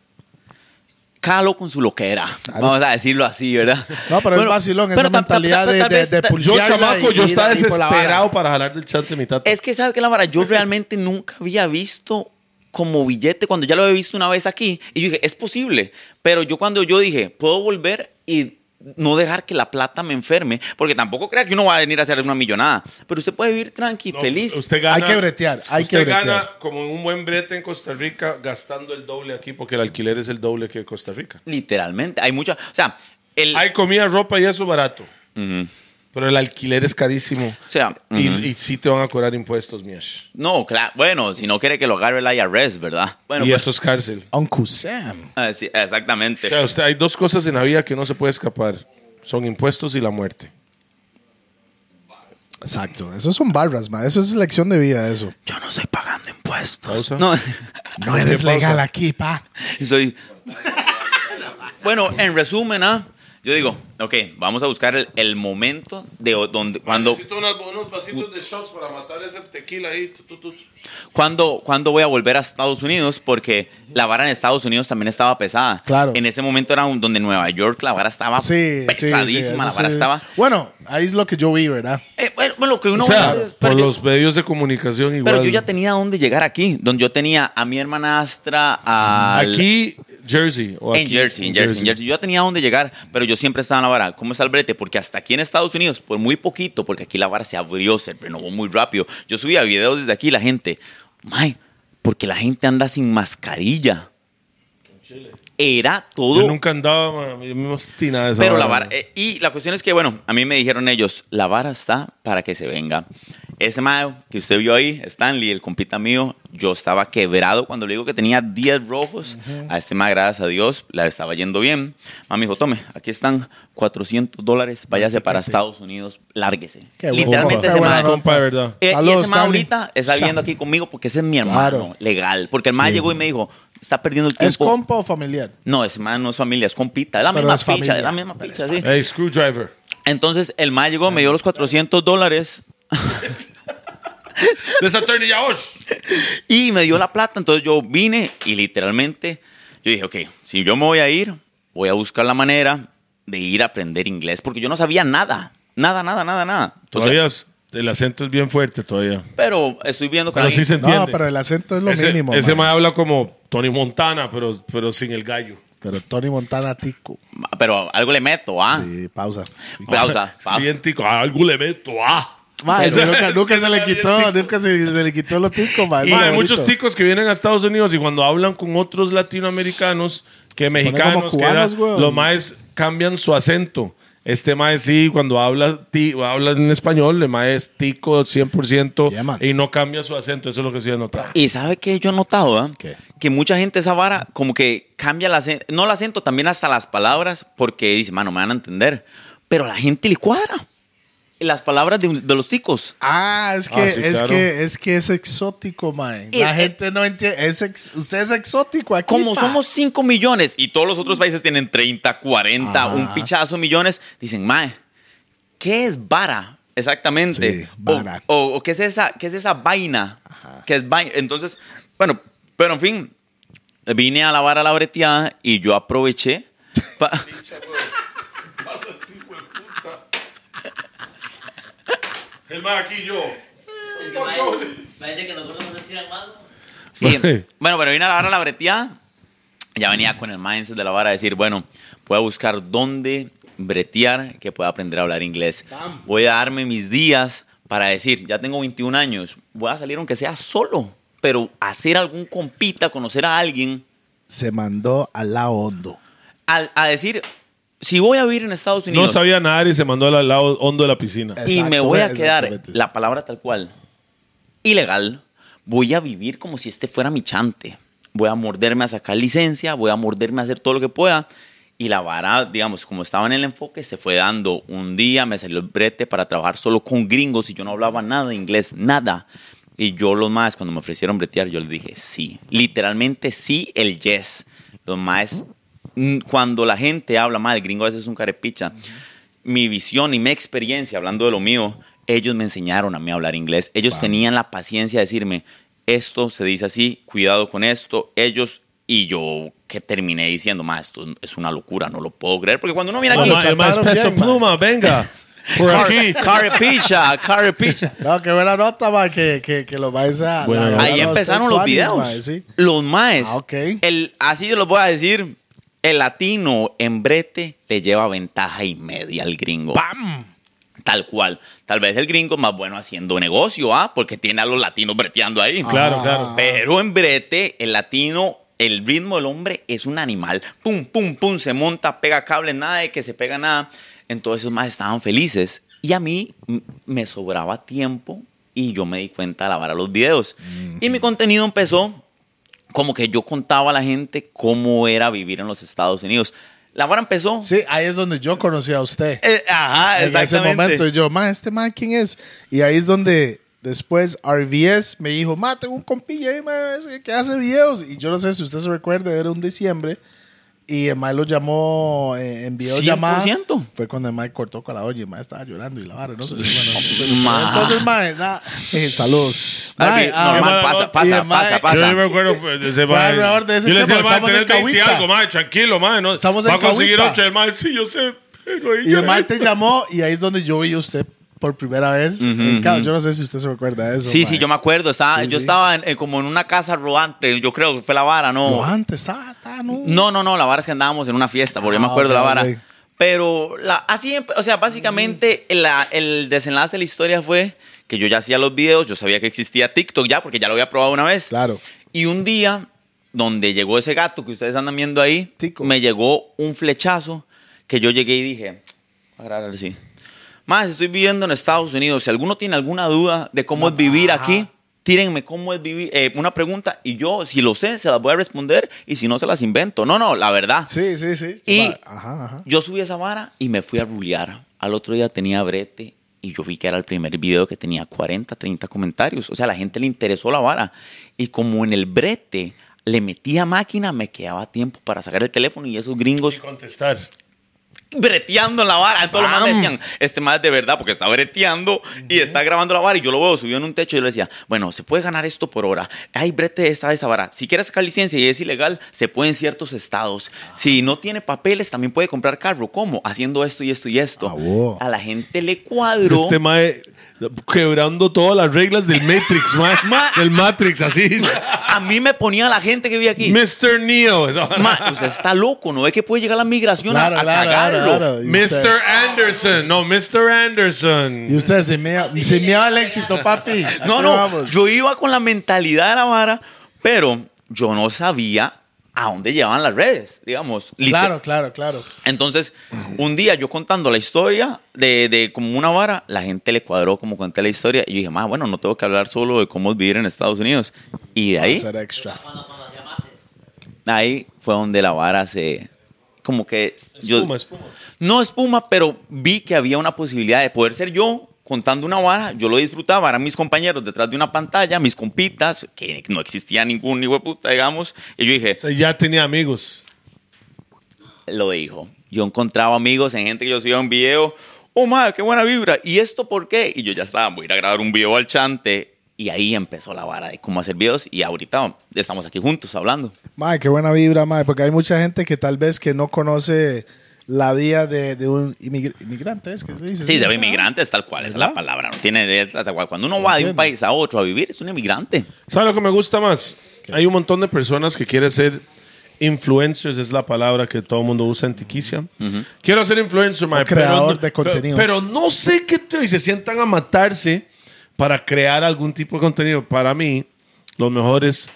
[SPEAKER 3] calo con su loquera. Vamos a decirlo así, ¿verdad?
[SPEAKER 1] No, pero es
[SPEAKER 3] Bueno,
[SPEAKER 1] vacilón,
[SPEAKER 3] pero
[SPEAKER 1] esa
[SPEAKER 3] tal- tal-
[SPEAKER 1] mentalidad
[SPEAKER 3] tal-
[SPEAKER 1] de,
[SPEAKER 3] tal
[SPEAKER 1] de,
[SPEAKER 3] vez-
[SPEAKER 1] de
[SPEAKER 3] tal-
[SPEAKER 2] Yo,
[SPEAKER 1] pulsearla
[SPEAKER 2] chamaco,
[SPEAKER 1] y
[SPEAKER 2] yo
[SPEAKER 1] ir
[SPEAKER 2] estaba
[SPEAKER 1] a ti por la vara.
[SPEAKER 2] desesperado para jalar del chante mi tata.
[SPEAKER 3] Es que sabe que la vara, yo realmente nunca había visto como billete cuando ya lo había visto una vez aquí. Y yo dije, es posible. Pero yo cuando yo dije, puedo volver y no dejar que la plata me enferme, porque tampoco crea que uno va a venir a hacer una millonada. Pero usted puede vivir tranqui,
[SPEAKER 2] No,
[SPEAKER 3] feliz.
[SPEAKER 2] Usted gana,
[SPEAKER 1] Hay que bretear, hay
[SPEAKER 2] usted
[SPEAKER 1] que bretear.
[SPEAKER 2] gana como en un buen brete en Costa Rica gastando el doble aquí porque el alquiler es el doble que Costa Rica.
[SPEAKER 3] Literalmente. Hay mucha. O sea, el.
[SPEAKER 2] Hay comida, ropa y eso barato,
[SPEAKER 3] Ujú.
[SPEAKER 2] pero el alquiler es carísimo.
[SPEAKER 3] O sea,
[SPEAKER 2] Y,
[SPEAKER 3] ujú.
[SPEAKER 2] y sí te van a cobrar impuestos, Miesh.
[SPEAKER 3] no, claro. Bueno, si no quiere que lo agarre el IRS, ¿verdad? Bueno,
[SPEAKER 2] y
[SPEAKER 3] pues,
[SPEAKER 2] eso es cárcel.
[SPEAKER 1] Uncle Sam.
[SPEAKER 3] ah, sí, exactamente.
[SPEAKER 2] O sea, usted, hay dos cosas en la vida que no se puede escapar. Son impuestos y la muerte.
[SPEAKER 1] Exacto. Eso son barras, mae. Eso es lección de vida, eso.
[SPEAKER 3] yo no estoy pagando impuestos.
[SPEAKER 2] Pausa.
[SPEAKER 3] No.
[SPEAKER 1] No eres
[SPEAKER 2] ¿Qué pausa?
[SPEAKER 1] legal aquí, pa.
[SPEAKER 3] Y soy. bueno, en resumen, ¿ah? Yo digo, ok, vamos a buscar el, el momento de o- donde, cuando,
[SPEAKER 2] unos vasitos de shots para matar ese tequila ahí.
[SPEAKER 3] cuando, cuando voy a volver a Estados Unidos, porque la vara en Estados Unidos también estaba pesada.
[SPEAKER 1] Claro.
[SPEAKER 3] En ese momento era un- donde Nueva York la vara estaba
[SPEAKER 1] Sí, sí, sí, eso
[SPEAKER 3] Ah, pesadísima, la vara
[SPEAKER 1] sí.
[SPEAKER 3] estaba.
[SPEAKER 1] Bueno, ahí es lo que yo vi, ¿verdad?
[SPEAKER 3] Eh, bueno, bueno, lo que uno
[SPEAKER 2] o
[SPEAKER 3] ve-
[SPEAKER 2] sea,
[SPEAKER 3] pero
[SPEAKER 2] por
[SPEAKER 3] yo-
[SPEAKER 2] los medios de comunicación igual.
[SPEAKER 3] Pero yo ya tenía dónde llegar aquí, donde yo tenía a mi hermanastra, a
[SPEAKER 2] Aquí, Jersey. o
[SPEAKER 3] En
[SPEAKER 2] aquí,
[SPEAKER 3] Jersey, en Jersey, en Jersey. Yo ya tenía dónde llegar, pero yo siempre estaba en la vara. ¿Cómo está el brete? Porque hasta aquí en Estados Unidos, por muy poquito, porque aquí la vara se abrió, se renovó muy rápido. Yo subía videos desde aquí y la gente, ¡may! Porque la gente anda sin mascarilla. Era todo.
[SPEAKER 2] Yo nunca andaba, man, yo me obstinaba de esa
[SPEAKER 3] Pero la
[SPEAKER 2] vara,
[SPEAKER 3] vara.
[SPEAKER 2] man.
[SPEAKER 3] eh, y la cuestión es que, bueno, a mí me dijeron ellos, la vara está para que se venga. Ese mayo que usted vio ahí, Stanley, el compita mío, yo estaba quebrado cuando le digo que tenía 10 rojos. A este mae, gracias a Dios, la estaba yendo bien. Mami dijo, tome, aquí están 400 dólares, váyase para Estados Unidos, lárguese.
[SPEAKER 1] Qué bueno.
[SPEAKER 3] Literalmente
[SPEAKER 1] Qué
[SPEAKER 3] ese mae-
[SPEAKER 2] Compa,
[SPEAKER 1] buena nota.
[SPEAKER 2] compa, de verdad.
[SPEAKER 3] eh, y
[SPEAKER 1] Saludos,
[SPEAKER 3] ese mae
[SPEAKER 1] Stanley.
[SPEAKER 3] ahorita está viendo aquí conmigo porque ese es mi hermano
[SPEAKER 1] Claro.
[SPEAKER 3] legal. Porque el mae llegó y me dijo, está perdiendo el tiempo.
[SPEAKER 1] ¿Es compa o familiar?
[SPEAKER 3] No, ese man no es familia, es compita. Es la
[SPEAKER 1] Pero
[SPEAKER 3] misma
[SPEAKER 1] es
[SPEAKER 3] ficha,
[SPEAKER 1] familia.
[SPEAKER 3] es la misma ficha, sí.
[SPEAKER 2] Hey, screwdriver.
[SPEAKER 3] Entonces el man llegó, me dio los 400 dólares
[SPEAKER 2] This attorney, ya, osh.
[SPEAKER 3] y me dio la plata. Entonces yo vine y literalmente yo dije, ok, si yo me voy a ir, voy a buscar la manera de ir a aprender inglés porque yo no sabía nada. Nada, nada, nada, nada. Entonces,
[SPEAKER 2] Todavía es- el acento es bien fuerte todavía.
[SPEAKER 3] pero estoy viendo que
[SPEAKER 2] Pero
[SPEAKER 3] alguien-
[SPEAKER 2] sí se entiende.
[SPEAKER 1] No, pero el acento es lo
[SPEAKER 2] ese,
[SPEAKER 1] mínimo.
[SPEAKER 2] Ese
[SPEAKER 1] man.
[SPEAKER 2] man habla como Tony Montana, pero, pero sin el gallo.
[SPEAKER 1] Pero Tony Montana, tico.
[SPEAKER 3] pero algo le meto, ¿ah?
[SPEAKER 1] Sí, pausa. Sí.
[SPEAKER 3] Pausa, pausa.
[SPEAKER 2] Bien tico. Ah, algún le meto. Ah.
[SPEAKER 1] Ma, eso
[SPEAKER 2] Ese-
[SPEAKER 1] nunca, nunca
[SPEAKER 2] ese
[SPEAKER 1] se le
[SPEAKER 2] man bien
[SPEAKER 1] quitó,
[SPEAKER 2] tico.
[SPEAKER 1] nunca se, se le quitó los ticos, ma. Eso
[SPEAKER 2] Ma, hay
[SPEAKER 1] Ah, es
[SPEAKER 2] muchos
[SPEAKER 1] bonito.
[SPEAKER 2] ticos que vienen a Estados Unidos y cuando hablan con otros latinoamericanos que mexicanos,
[SPEAKER 1] como cubanos,
[SPEAKER 2] que era-
[SPEAKER 1] weón.
[SPEAKER 2] los maes cambian su acento. Este mae sí, cuando habla, ti- habla en español, el mae es tico 100%
[SPEAKER 1] Yeah, man.
[SPEAKER 2] y no cambia su acento. Eso es lo que se nota.
[SPEAKER 3] Y sabe que yo he notado, ¿ah?
[SPEAKER 1] ¿Qué?
[SPEAKER 3] que mucha gente esa vara como que cambia el acento, no el acento, también hasta las palabras, porque dice, mano, me van a entender, pero a la gente le cuadra las palabras de, de los ticos.
[SPEAKER 1] Ah, es que,
[SPEAKER 2] Ah, sí,
[SPEAKER 1] es
[SPEAKER 2] claro.
[SPEAKER 1] que, es que es exótico, man. La
[SPEAKER 3] Eh,
[SPEAKER 1] gente no entiende. Es ex- usted es exótico aquí.
[SPEAKER 3] Como
[SPEAKER 1] pa.
[SPEAKER 3] somos 5 millones y todos los otros países tienen 30, 40,
[SPEAKER 1] Ajá.
[SPEAKER 3] un pichazo de millones, dicen, mae, ¿qué es vara? Exactamente.
[SPEAKER 1] Sí, vara.
[SPEAKER 3] O, o- o ¿qué, es esa, ¿qué es esa vaina? ¿Qué es vaina? Entonces, bueno, pero en fin, vine a la vara la breteada y yo aproveché. pa-
[SPEAKER 2] este El mae aquí yo.
[SPEAKER 4] Parece que los gordos no se tiran más. ¿no?
[SPEAKER 3] Y-
[SPEAKER 2] Ok.
[SPEAKER 3] bueno, pero vine a la vara la breteada. Ya venía con el mindset de la vara a decir, bueno, voy a buscar dónde bretear que pueda aprender a hablar inglés. Voy a darme mis días para decir, ya tengo 21 años, voy a salir aunque sea solo, pero hacer algún compita, conocer a alguien,
[SPEAKER 1] Se mandó al lado hondo.
[SPEAKER 3] al- a, decir, si voy a vivir en Estados
[SPEAKER 2] No
[SPEAKER 3] Unidos
[SPEAKER 2] sabía nada y se mandó al lado hondo de la piscina.
[SPEAKER 1] Eh,
[SPEAKER 3] y me
[SPEAKER 1] Exacto,
[SPEAKER 3] voy a quedar,
[SPEAKER 1] exactamente.
[SPEAKER 3] la palabra tal cual, ilegal, voy a vivir como si este fuera mi chante. Voy a morderme a sacar licencia, voy a morderme a hacer todo lo que pueda. Y la vara, digamos, como estaba en el enfoque, se fue dando. Un día me salió el brete para trabajar solo con gringos y yo no hablaba nada de inglés, nada. Y yo los más, cuando me ofrecieron bretear, yo les dije sí. Literalmente sí, el yes. Los más, mm, cuando la gente habla mal, el gringo a veces es un carepicha. Mi visión y mi experiencia, hablando de lo mío, ellos me enseñaron a mí a hablar inglés. Ellos tenían la paciencia de decirme, esto se dice así, cuidado con esto. Ellos y yo que terminé diciendo, más esto es una locura, no lo puedo creer. Porque cuando uno viene
[SPEAKER 1] Lo
[SPEAKER 3] aquí,
[SPEAKER 1] ma-
[SPEAKER 2] el mae es
[SPEAKER 1] chataron
[SPEAKER 2] peso
[SPEAKER 1] bien, man.
[SPEAKER 2] pluma, venga. Por aquí.
[SPEAKER 3] carepicha, carepicha.
[SPEAKER 1] No, qué buena nota, man, que, que, que lo vais a.
[SPEAKER 2] Bueno,
[SPEAKER 1] la-
[SPEAKER 2] bueno.
[SPEAKER 1] la-
[SPEAKER 3] Ahí empezaron los
[SPEAKER 1] ustedes,
[SPEAKER 3] videos.
[SPEAKER 1] man, sí.
[SPEAKER 3] Los maes.
[SPEAKER 1] Ah, ok.
[SPEAKER 3] el, así yo los voy a decir. El latino en brete le lleva ventaja y media al gringo. Tal cual. Tal vez el gringo es más bueno haciendo negocio, ¿ah? Porque tiene a los latinos breteando ahí.
[SPEAKER 2] Claro, claro.
[SPEAKER 3] Pero en brete, el latino, el ritmo del hombre es un animal. Pum, pum, pum, se monta, pega cable, nada de que se pega nada. Entonces esos más estaban felices. Y a mí m- me sobraba tiempo y yo me di cuenta de lavar a los videos.
[SPEAKER 1] Mm.
[SPEAKER 3] Y mi contenido empezó como que yo contaba a la gente cómo era vivir en los Estados Unidos. La vara empezó.
[SPEAKER 1] Sí, ahí es donde yo conocí a usted.
[SPEAKER 3] Eh, ajá,
[SPEAKER 1] en ese
[SPEAKER 3] exactamente.
[SPEAKER 1] momento. Y yo, ma, este man, ¿quién es? Y ahí es donde después RVS me dijo, ma, tengo un compilla ahí, ma, es que- que hace videos. Y yo no sé si usted se recuerda, era un diciembre. Y el ma lo llamó eh, en videollamada.
[SPEAKER 3] 100%.
[SPEAKER 1] Fue cuando el ma cortó con la olla y el ma estaba llorando y la vara, no sé. bueno,
[SPEAKER 3] Ma.
[SPEAKER 1] Entonces, ma, na- eh, saludos. Ma,
[SPEAKER 3] Ay,
[SPEAKER 1] ah,
[SPEAKER 3] normal,
[SPEAKER 2] ma,
[SPEAKER 3] pasa,
[SPEAKER 2] no,
[SPEAKER 1] y
[SPEAKER 3] pasa,
[SPEAKER 1] el ma-
[SPEAKER 3] pasa,
[SPEAKER 2] Yo
[SPEAKER 3] pasa.
[SPEAKER 2] yo me acuerdo fue- de ese
[SPEAKER 1] Fue
[SPEAKER 2] mae.
[SPEAKER 1] alrededor de ese
[SPEAKER 2] Yo le decía,
[SPEAKER 1] tiempo,
[SPEAKER 2] mae,
[SPEAKER 1] estamos en
[SPEAKER 2] tenés 20
[SPEAKER 1] Cahuita.
[SPEAKER 2] algo, mae, tranquilo, mae. No,
[SPEAKER 1] Estamos
[SPEAKER 2] va
[SPEAKER 1] en
[SPEAKER 2] a conseguir
[SPEAKER 1] Cahuita.
[SPEAKER 2] 8, el mae, sí, yo sé, pero ahí
[SPEAKER 1] Y el
[SPEAKER 2] ya-
[SPEAKER 1] ma te llamó y ahí es donde yo vi a usted por primera vez. Eh, claro,
[SPEAKER 3] ujú.
[SPEAKER 1] Yo no sé si usted se recuerda de eso.
[SPEAKER 3] Sí,
[SPEAKER 1] ma.
[SPEAKER 3] sí, yo me acuerdo. Estaba,
[SPEAKER 1] Sí,
[SPEAKER 3] yo
[SPEAKER 1] sí.
[SPEAKER 3] estaba en- eh, como en una casa rodante, yo creo que fue la vara, ¿no?
[SPEAKER 1] Lo antes, estaba, estaba, no.
[SPEAKER 3] No, no, no, la vara es que andábamos en una fiesta, porque yo me
[SPEAKER 1] Ah,
[SPEAKER 3] acuerdo
[SPEAKER 1] ok,
[SPEAKER 3] la vara.
[SPEAKER 1] ok. Mm.
[SPEAKER 3] Pero la, así, empe- o sea, básicamente la- el desenlace de la historia fue que yo ya hacía los videos, yo sabía que existía TikTok ya, porque ya lo había probado una vez.
[SPEAKER 1] Claro.
[SPEAKER 3] Y un día donde llegó ese gato que ustedes andan viendo ahí,
[SPEAKER 1] Tico.
[SPEAKER 3] me llegó un flechazo que yo llegué y dije, "Ahora, ahora sí. Más, estoy viviendo en Estados Unidos. Si alguno tiene alguna duda de cómo es vivir aquí, tírenme cómo es vivir, eh, una pregunta y yo, si lo sé, se las voy a responder y si no, se las invento. No, no, la verdad.
[SPEAKER 1] Sí, sí, sí.
[SPEAKER 3] Y-
[SPEAKER 1] Ajá, ajá.
[SPEAKER 3] Yo subí esa vara y me fui a rulear. Al otro día tenía brete y yo vi que era el primer video que tenía 40, 30 comentarios. O sea, a la gente le interesó la vara. Y como en el brete le metía máquina, me quedaba tiempo para sacar el teléfono y esos gringos
[SPEAKER 2] contestar.
[SPEAKER 3] breteando en la vara. Entonces los más decían, este más de verdad porque está breteando y está grabando la vara. Y yo lo veo subido en un techo y yo le decía, bueno, se puede ganar esto por hora. Hay brete de esta, de esta vara. Si quieres sacar licencia y es ilegal, se puede en ciertos estados. Si no tiene papeles, también puede comprar carro. ¿Cómo? Haciendo esto y esto y esto.
[SPEAKER 1] Ah, wow.
[SPEAKER 3] A la gente le cuadro.
[SPEAKER 2] Este mae quebrando todas las reglas del Matrix, mae.
[SPEAKER 3] Ma-
[SPEAKER 2] del Matrix, así.
[SPEAKER 3] a mí me ponía la gente que vi aquí.
[SPEAKER 2] Mr. Neo. esa vara.
[SPEAKER 3] Ma, usted está loco, ¿no? Es que puede llegar la migración a-
[SPEAKER 1] Claro,
[SPEAKER 3] a,
[SPEAKER 1] claro,
[SPEAKER 3] cagarlo.
[SPEAKER 1] claro, claro. Y usted-
[SPEAKER 2] Mr. Anderson. No, Mr. Anderson.
[SPEAKER 1] Y usted se me, se me va el éxito, papi.
[SPEAKER 3] No,
[SPEAKER 1] Aquí
[SPEAKER 3] no,
[SPEAKER 1] vamos.
[SPEAKER 3] yo iba con la mentalidad de la vara, pero yo no sabía a dónde llevaban las redes, digamos. liter-
[SPEAKER 1] Claro, claro, claro.
[SPEAKER 3] Entonces, un día yo contando la historia de, de como una vara, la gente le cuadró como conté la historia y yo dije, más bueno, no tengo que hablar solo de cómo es vivir en Estados Unidos. Y de ahí,
[SPEAKER 1] Ser extra.
[SPEAKER 4] Cuando, cuando hacía mates.
[SPEAKER 3] ahí fue donde la vara se... Como que yo,
[SPEAKER 2] Espuma, espuma.
[SPEAKER 3] no espuma, pero vi que había una posibilidad de poder ser yo contando una vara. Yo lo disfrutaba, eran mis compañeros detrás de una pantalla, mis compitas, que no existía ningún hijo de puta, digamos. Y yo dije,
[SPEAKER 2] O sea, ya tenía amigos.
[SPEAKER 3] lo dijo. Yo encontraba amigos en gente que yo subía un video. Oh, madre, qué buena vibra. ¿Y esto por qué? Y yo ya estaba, voy a ir a grabar un video al chante. Y ahí empezó la vara de cómo hacer videos. Y ahorita estamos aquí juntos hablando.
[SPEAKER 1] Mae, qué buena vibra, mae, porque hay mucha gente que tal vez que no conoce la vida de, de un inmigr- inmigrante, ¿es que se dice?
[SPEAKER 3] Sí, de inmigrantes, tal cual, esa es la
[SPEAKER 1] ¿Verdad?
[SPEAKER 3] palabra. No tiene, es tal cual. Cuando uno va de un
[SPEAKER 1] Entiendo.
[SPEAKER 3] país a otro a vivir, es un inmigrante.
[SPEAKER 2] ¿Sabes lo que me gusta más? Hay un montón de personas que quieren ser influencers, es la palabra que todo el mundo usa en Tiquicia. Quiero ser influencer, mae, pero
[SPEAKER 1] creador
[SPEAKER 2] no-
[SPEAKER 1] de contenido.
[SPEAKER 2] Pero, pero no sé qué te- y se sientan a matarse para crear algún tipo de contenido. Para mí, los mejores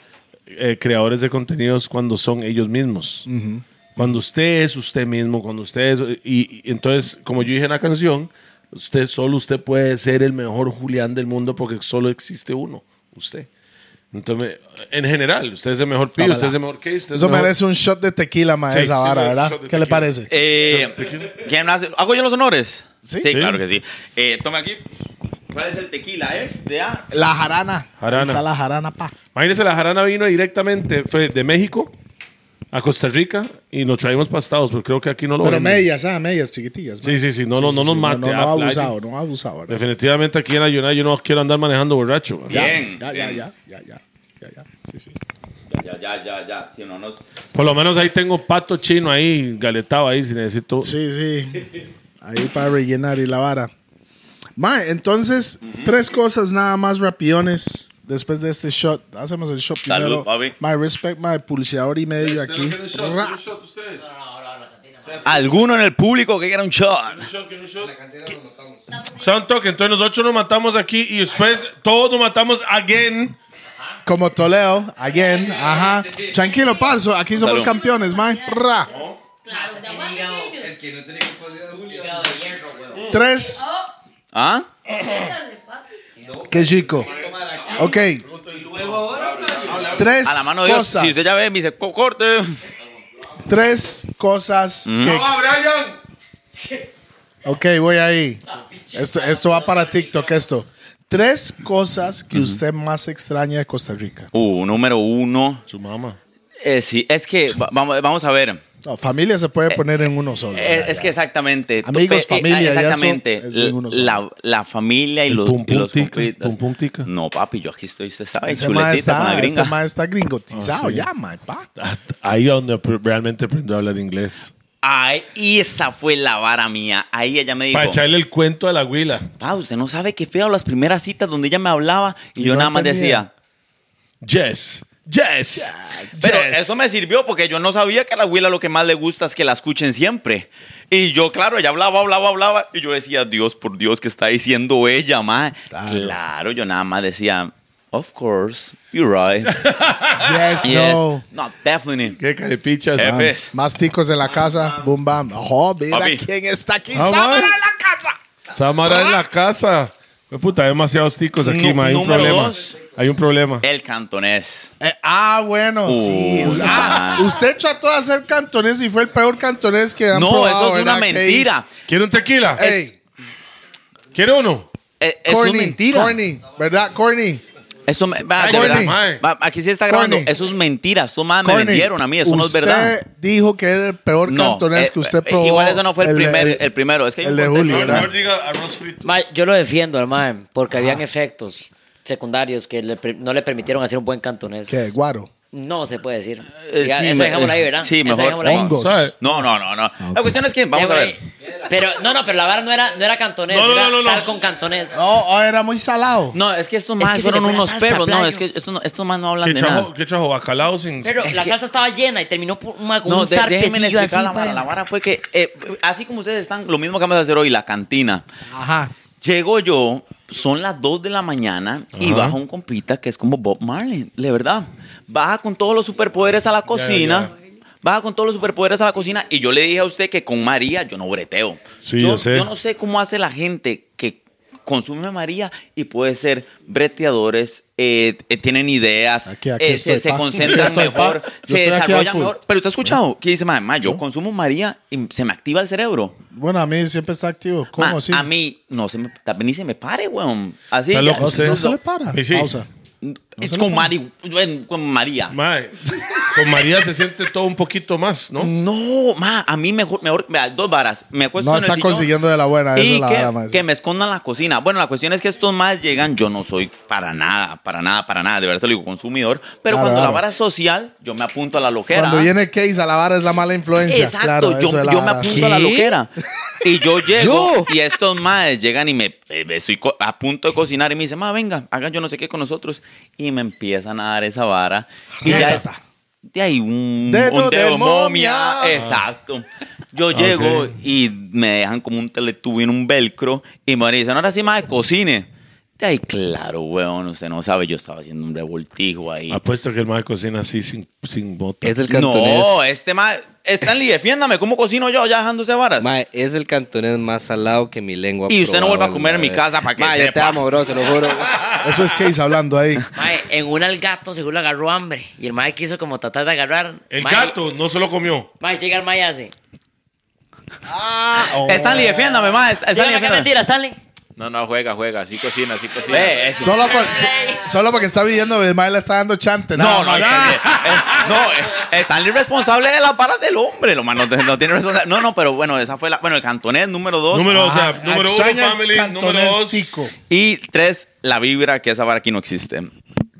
[SPEAKER 2] eh, creadores de contenidos cuando son ellos mismos. Cuando usted es usted mismo, cuando usted es... Y, y entonces, como yo dije en la canción, usted solo usted puede ser el mejor Julián del mundo porque solo existe uno, usted. Entonces, en general, usted es el mejor pibe, usted es el mejor case. usted es
[SPEAKER 1] Eso
[SPEAKER 2] el mejor-
[SPEAKER 1] merece un shot de tequila, mae,
[SPEAKER 2] Sí,
[SPEAKER 1] esa
[SPEAKER 2] sí,
[SPEAKER 1] vara,
[SPEAKER 2] merece un
[SPEAKER 1] ¿verdad?
[SPEAKER 2] shot de
[SPEAKER 1] ¿Qué le
[SPEAKER 2] tequila.
[SPEAKER 1] parece?
[SPEAKER 3] Eh,
[SPEAKER 2] Sí, tequila.
[SPEAKER 3] ¿Quién hace? ¿Hago yo los honores?
[SPEAKER 1] Sí.
[SPEAKER 3] sí
[SPEAKER 1] Sí.
[SPEAKER 3] claro que sí. Eh, tome aquí. ¿Cuál es el tequila? Este, ah.
[SPEAKER 1] La jarana.
[SPEAKER 2] Jarana.
[SPEAKER 1] Ahí está la jarana, pa.
[SPEAKER 2] Imagínense, la jarana vino directamente fue de México a Costa Rica y nos traímos pastados, pero creo que aquí no lo
[SPEAKER 1] Pero
[SPEAKER 2] venden.
[SPEAKER 1] medias, ah, medias chiquitillas. mae.
[SPEAKER 2] Sí, sí, sí, no, no, no nos mate.
[SPEAKER 1] No, no,
[SPEAKER 2] ah, playa.
[SPEAKER 1] abusado, no abusado. ¿verdad?
[SPEAKER 2] Definitivamente aquí en la United yo no quiero andar manejando borracho. man.
[SPEAKER 3] Ya.
[SPEAKER 1] Ya,
[SPEAKER 3] Bien,
[SPEAKER 1] Ya, ya,
[SPEAKER 3] bien.
[SPEAKER 1] ya, ya, ya, ya, ya. Sí, sí.
[SPEAKER 3] Ya, ya, ya, ya. Si no nos.
[SPEAKER 2] Por lo menos ahí tengo pato chino ahí, galetado ahí, si necesito.
[SPEAKER 1] Sí, sí. Ahí para rellenar y la vara. Mae, entonces, tres cosas nada más rapidones después de este shot. Hacemos el shot
[SPEAKER 3] Salud,
[SPEAKER 1] primero.
[SPEAKER 3] papi.
[SPEAKER 1] My respect, my pulseador y medio
[SPEAKER 2] Este,
[SPEAKER 1] aquí. Ra.
[SPEAKER 4] No, no, ahora, ahora, cantina. ma.
[SPEAKER 3] ¿Alguno en el público que quiera un shot?
[SPEAKER 2] Son toque, entonces nosotros nos matamos aquí y después todos nos matamos again.
[SPEAKER 1] Como Toleo, again. Ajá. Tranquilo, Parso. Aquí somos
[SPEAKER 3] Salud.
[SPEAKER 1] campeones, mae. Ra.
[SPEAKER 4] Hasta
[SPEAKER 5] Claro, de
[SPEAKER 4] que
[SPEAKER 5] aguante
[SPEAKER 4] diga-
[SPEAKER 5] ellos.
[SPEAKER 6] El que no tiene capacidad de Julio.
[SPEAKER 4] Hígado de hierro, weón.
[SPEAKER 1] Tres.
[SPEAKER 5] Oh,
[SPEAKER 3] ¿Ah?
[SPEAKER 5] pégale, papi.
[SPEAKER 1] Qué chico. Ok. Tres
[SPEAKER 3] A la mano de Dios.
[SPEAKER 1] cosas.
[SPEAKER 3] Si usted ya ve, me dice, "Co- corte.
[SPEAKER 1] Tres cosas que ex-
[SPEAKER 2] Brian!
[SPEAKER 1] Ok, voy ahí. Esto, esto va para TikTok, esto. Tres cosas que usted más extraña de Costa Rica.
[SPEAKER 3] Uh, número uno.
[SPEAKER 2] Su mamá.
[SPEAKER 3] Eh, sí, es que va- vamos, vamos a ver.
[SPEAKER 1] No, familia se puede poner en uno solo.
[SPEAKER 3] Es,
[SPEAKER 1] ya,
[SPEAKER 3] Eh, es
[SPEAKER 1] ya.
[SPEAKER 3] que exactamente.
[SPEAKER 1] Amigos,
[SPEAKER 3] tope- eh,
[SPEAKER 1] familia, ya eso
[SPEAKER 3] Exactamente.
[SPEAKER 1] es en uno solo.
[SPEAKER 3] la, la familia y
[SPEAKER 2] El
[SPEAKER 3] los,
[SPEAKER 2] pum,
[SPEAKER 3] y
[SPEAKER 2] pum,
[SPEAKER 3] los
[SPEAKER 2] tica,
[SPEAKER 3] compitas.
[SPEAKER 2] pum, pum, tica.
[SPEAKER 3] No, papi, yo aquí estoy, usted sabe,
[SPEAKER 1] Ese mae
[SPEAKER 3] chuletita con la
[SPEAKER 1] está,
[SPEAKER 3] gringa. Oh,
[SPEAKER 1] este mae está gringotizado
[SPEAKER 2] Ah, sí.
[SPEAKER 1] ya, mae, pa.
[SPEAKER 2] Ahí es donde realmente aprendo a hablar inglés.
[SPEAKER 3] Ay, y esa fue la vara mía. Ahí ella me dijo,
[SPEAKER 2] Para echarle el cuento a la huila.
[SPEAKER 3] pa, usted no sabe qué feo las primeras citas donde ella me hablaba y,
[SPEAKER 1] Y
[SPEAKER 3] yo
[SPEAKER 1] no
[SPEAKER 3] nada más
[SPEAKER 1] entendía.
[SPEAKER 3] decía.
[SPEAKER 2] Yes. Yes.
[SPEAKER 3] Pero eso me sirvió porque yo no sabía que a la abuela lo que más le gusta es que la escuchen siempre. Y yo, claro, ella hablaba, hablaba, hablaba. Y yo decía, Dios, por Dios, ¿qué está diciendo ella, ma?
[SPEAKER 1] Claro.
[SPEAKER 3] Claro, yo nada más decía, Of course, you're right.
[SPEAKER 2] Ah,
[SPEAKER 1] Yes,
[SPEAKER 3] yes.
[SPEAKER 1] no.
[SPEAKER 3] No, definitely.
[SPEAKER 2] Qué carepichas.
[SPEAKER 3] Eh,
[SPEAKER 1] Ah,
[SPEAKER 3] Ves.
[SPEAKER 1] Más ticos de la casa. Boom, bam. Ojo, mira
[SPEAKER 3] Papi.
[SPEAKER 1] quién está aquí.
[SPEAKER 2] Ah,
[SPEAKER 1] Samara
[SPEAKER 2] man.
[SPEAKER 1] en la casa.
[SPEAKER 2] Samara en la casa. Fue puta, hay demasiados ticos aquí,
[SPEAKER 3] Nu-
[SPEAKER 2] ma, Hay un
[SPEAKER 3] número
[SPEAKER 2] problema.
[SPEAKER 3] dos. Eh.
[SPEAKER 2] Hay un problema.
[SPEAKER 3] El cantonés.
[SPEAKER 1] Eh, ah, bueno, sí.
[SPEAKER 3] Uy,
[SPEAKER 1] Ah,
[SPEAKER 3] man.
[SPEAKER 1] usted trató de hacer cantonés y fue el peor cantonés que han
[SPEAKER 3] No,
[SPEAKER 1] probado,
[SPEAKER 3] eso es una
[SPEAKER 1] ¿verdad, Case?
[SPEAKER 3] mentira.
[SPEAKER 2] ¿Quiere un tequila?
[SPEAKER 1] Ey,
[SPEAKER 2] ¿Quiere uno?
[SPEAKER 3] Eh, Eso es
[SPEAKER 1] corny,
[SPEAKER 3] mentira.
[SPEAKER 1] corny, ¿verdad, corny?
[SPEAKER 3] Eso me, va, de
[SPEAKER 1] Corny.
[SPEAKER 3] verdad.
[SPEAKER 2] Mae.
[SPEAKER 3] Va, aquí sí está grabando.
[SPEAKER 1] Corny.
[SPEAKER 3] Eso es mentira. Esto más me
[SPEAKER 1] Corny,
[SPEAKER 3] vendieron a mí. Eso no es
[SPEAKER 1] usted
[SPEAKER 3] verdad.
[SPEAKER 1] dijo que era el peor cantonés
[SPEAKER 3] eh,
[SPEAKER 1] que usted
[SPEAKER 3] eh,
[SPEAKER 1] probó.
[SPEAKER 3] Igual eso no fue el,
[SPEAKER 1] de-
[SPEAKER 3] primer, el, primero. Es que hay
[SPEAKER 1] el
[SPEAKER 3] un
[SPEAKER 1] de
[SPEAKER 3] contexto.
[SPEAKER 1] Julio, ¿verdad?
[SPEAKER 2] diga arroz frito.
[SPEAKER 4] Mae, yo lo defiendo al mae, porque habían efectos secundarios que le per- no le permitieron hacer un buen cantonés.
[SPEAKER 1] ¿Qué, guaro?
[SPEAKER 4] No se puede decir.
[SPEAKER 3] Eh,
[SPEAKER 4] Ya,
[SPEAKER 3] sí,
[SPEAKER 4] eso
[SPEAKER 3] me-
[SPEAKER 4] dejémoslo ahí, ¿verdad?
[SPEAKER 3] sí,
[SPEAKER 4] Eso
[SPEAKER 3] mejor-
[SPEAKER 4] dejémoslo ahí.
[SPEAKER 1] Hongo.
[SPEAKER 2] ¿Sabe?
[SPEAKER 3] No, no, no, no. La cuestión es que, vamos
[SPEAKER 4] Ya,
[SPEAKER 3] a
[SPEAKER 4] Ah, Eh, güey.
[SPEAKER 3] ver.
[SPEAKER 4] Pero, no, no, pero la vara no era, no era cantonés,
[SPEAKER 2] No, no,
[SPEAKER 4] era
[SPEAKER 2] no, no, no.
[SPEAKER 4] sal con cantonés.
[SPEAKER 1] No, oh, era muy salado.
[SPEAKER 3] No, es que estos
[SPEAKER 4] Es
[SPEAKER 3] más
[SPEAKER 4] que se le
[SPEAKER 3] fueron
[SPEAKER 4] fue la
[SPEAKER 3] unos
[SPEAKER 4] salsa,
[SPEAKER 3] perros. No,
[SPEAKER 4] playo.
[SPEAKER 3] es que estos, no- estos más no
[SPEAKER 2] ¿Qué
[SPEAKER 3] hablan de
[SPEAKER 2] trajo,
[SPEAKER 3] nada.
[SPEAKER 2] ¿Qué trajo? ¿Bacalao sin...?
[SPEAKER 4] Pero
[SPEAKER 3] Es
[SPEAKER 4] la
[SPEAKER 3] que-
[SPEAKER 4] salsa estaba llena y terminó por una, con
[SPEAKER 3] No,
[SPEAKER 4] un
[SPEAKER 3] de- déjenme
[SPEAKER 4] zarpecillo así.
[SPEAKER 3] explicar la vara.
[SPEAKER 4] mae.
[SPEAKER 3] La vara fue que, eh, así como ustedes están, lo mismo que vamos a hacer hoy, la cantina.
[SPEAKER 1] Ajá.
[SPEAKER 3] Llego yo, son las 2 de la mañana y
[SPEAKER 2] Ajá.
[SPEAKER 3] baja un compita que es como Bob Marley, de verdad. Baja con todos los superpoderes a la cocina. Baja con todos los superpoderes a la cocina y yo le dije a usted que con María yo no breteo.
[SPEAKER 2] Sí, yo sé.
[SPEAKER 3] no sé cómo hace la gente que consume María y puede ser breteadores, eh, eh, tienen ideas,
[SPEAKER 1] Aquí- aquí
[SPEAKER 3] eh,
[SPEAKER 1] estoy,
[SPEAKER 3] se, se
[SPEAKER 1] pa.
[SPEAKER 3] concentran
[SPEAKER 1] Aquí estoy, pa.
[SPEAKER 3] mejor,
[SPEAKER 1] Yo
[SPEAKER 3] se
[SPEAKER 1] estoy aquí al
[SPEAKER 3] desarrollan
[SPEAKER 1] full.
[SPEAKER 3] mejor. Pero usted ha escuchado que dice, mamá, yo consumo María y se me activa el cerebro.
[SPEAKER 1] Bueno, a mí siempre está activo. ¿Cómo
[SPEAKER 3] Ma,
[SPEAKER 1] así?
[SPEAKER 3] A mí, no se me, ta- ni se me pare, weón. Así.
[SPEAKER 2] Está
[SPEAKER 3] ya-
[SPEAKER 2] loco
[SPEAKER 1] No,
[SPEAKER 2] usted.
[SPEAKER 1] no se le para.
[SPEAKER 2] Sí, sí.
[SPEAKER 1] Pausa.
[SPEAKER 3] es
[SPEAKER 1] se le
[SPEAKER 3] con,
[SPEAKER 1] para.
[SPEAKER 3] Mari, weón, con María.
[SPEAKER 2] Mae, con María se siente todo un poquito más, ¿no?
[SPEAKER 3] No, ma, a mí mejor, mejor, vea, dos varas. Me acuesto
[SPEAKER 1] No
[SPEAKER 3] en Pues el
[SPEAKER 1] está
[SPEAKER 3] sillón
[SPEAKER 1] consiguiendo de la buena. Esa
[SPEAKER 3] Y
[SPEAKER 1] es la
[SPEAKER 3] que,
[SPEAKER 1] vara, mae.
[SPEAKER 3] que me escondan la cocina. Bueno, la cuestión es que estos más llegan, yo no soy para nada, para nada, para nada, de verdad se lo digo, consumidor. Pero
[SPEAKER 1] Claro,
[SPEAKER 3] cuando
[SPEAKER 1] claro.
[SPEAKER 3] la vara es social, yo me apunto a la loquera.
[SPEAKER 1] Cuando viene Case a la vara es la mala influencia.
[SPEAKER 3] Exacto,
[SPEAKER 1] claro,
[SPEAKER 3] yo,
[SPEAKER 1] eso es la
[SPEAKER 3] yo me
[SPEAKER 1] vara.
[SPEAKER 3] apunto a la
[SPEAKER 4] ¿Qué?
[SPEAKER 3] loquera. Y yo llego
[SPEAKER 4] Yo.
[SPEAKER 3] y estos madres llegan y me eh, estoy co- a punto de cocinar y me dicen, ma, venga, hagan yo no sé qué con nosotros. Y me empiezan a dar esa vara. Y ya es- de ahí un,
[SPEAKER 1] Dedo
[SPEAKER 3] un
[SPEAKER 1] de momia.
[SPEAKER 3] Exacto. Yo llego
[SPEAKER 2] ok.
[SPEAKER 3] y me dejan como un teletubi en un velcro y me dicen, ahora sí, madre, cocine. De ahí, claro, weón, usted no sabe, yo estaba haciendo un revoltijo ahí.
[SPEAKER 2] Apuesto que el mae cocina así sin, sin bota.
[SPEAKER 5] Es el cantonés.
[SPEAKER 3] No, este madre, Stanley, defiéndame, ¿cómo cocino yo ya dejándose varas?
[SPEAKER 5] Mae, es el cantonés más salado que mi lengua.
[SPEAKER 3] Y usted no
[SPEAKER 5] probaba
[SPEAKER 3] vuelva a comer en mi
[SPEAKER 5] vez.
[SPEAKER 3] casa para que
[SPEAKER 5] Mae, yo te
[SPEAKER 3] sepa.
[SPEAKER 5] amo, bro, se lo juro.
[SPEAKER 1] Eso es Case hablando ahí.
[SPEAKER 4] Mae, en una el gato seguro le agarró hambre y el mae quiso como tratar de agarrar.
[SPEAKER 2] El
[SPEAKER 4] Mae,
[SPEAKER 2] gato no se lo comió.
[SPEAKER 4] Mae, llega el mae y hace.
[SPEAKER 2] Oh.
[SPEAKER 3] Stanley, defiéndame, más. Stanley,
[SPEAKER 4] Dígame qué
[SPEAKER 3] defiéndame.
[SPEAKER 4] mentira, Stanley.
[SPEAKER 6] No, no, juega, juega. Así cocina, así cocina.
[SPEAKER 3] Eh, es-
[SPEAKER 1] Solo, por- so- solo porque está viviendo, el mae le está dando chante.
[SPEAKER 3] No,
[SPEAKER 1] nada
[SPEAKER 3] no,
[SPEAKER 1] más.
[SPEAKER 3] Stanley. eh, no, eh, Stanley es responsable de las varas del hombre. Lo más no, no tiene responsabilidad. No, no, pero bueno, esa fue la. Bueno, el cantonés número dos.
[SPEAKER 2] Número, o sea,
[SPEAKER 1] Ah,
[SPEAKER 2] número uno,
[SPEAKER 1] extraña el
[SPEAKER 2] family. Número
[SPEAKER 1] cantonés
[SPEAKER 2] dos.
[SPEAKER 1] tico.
[SPEAKER 3] Y tres, la vibra, que esa vara aquí no existe.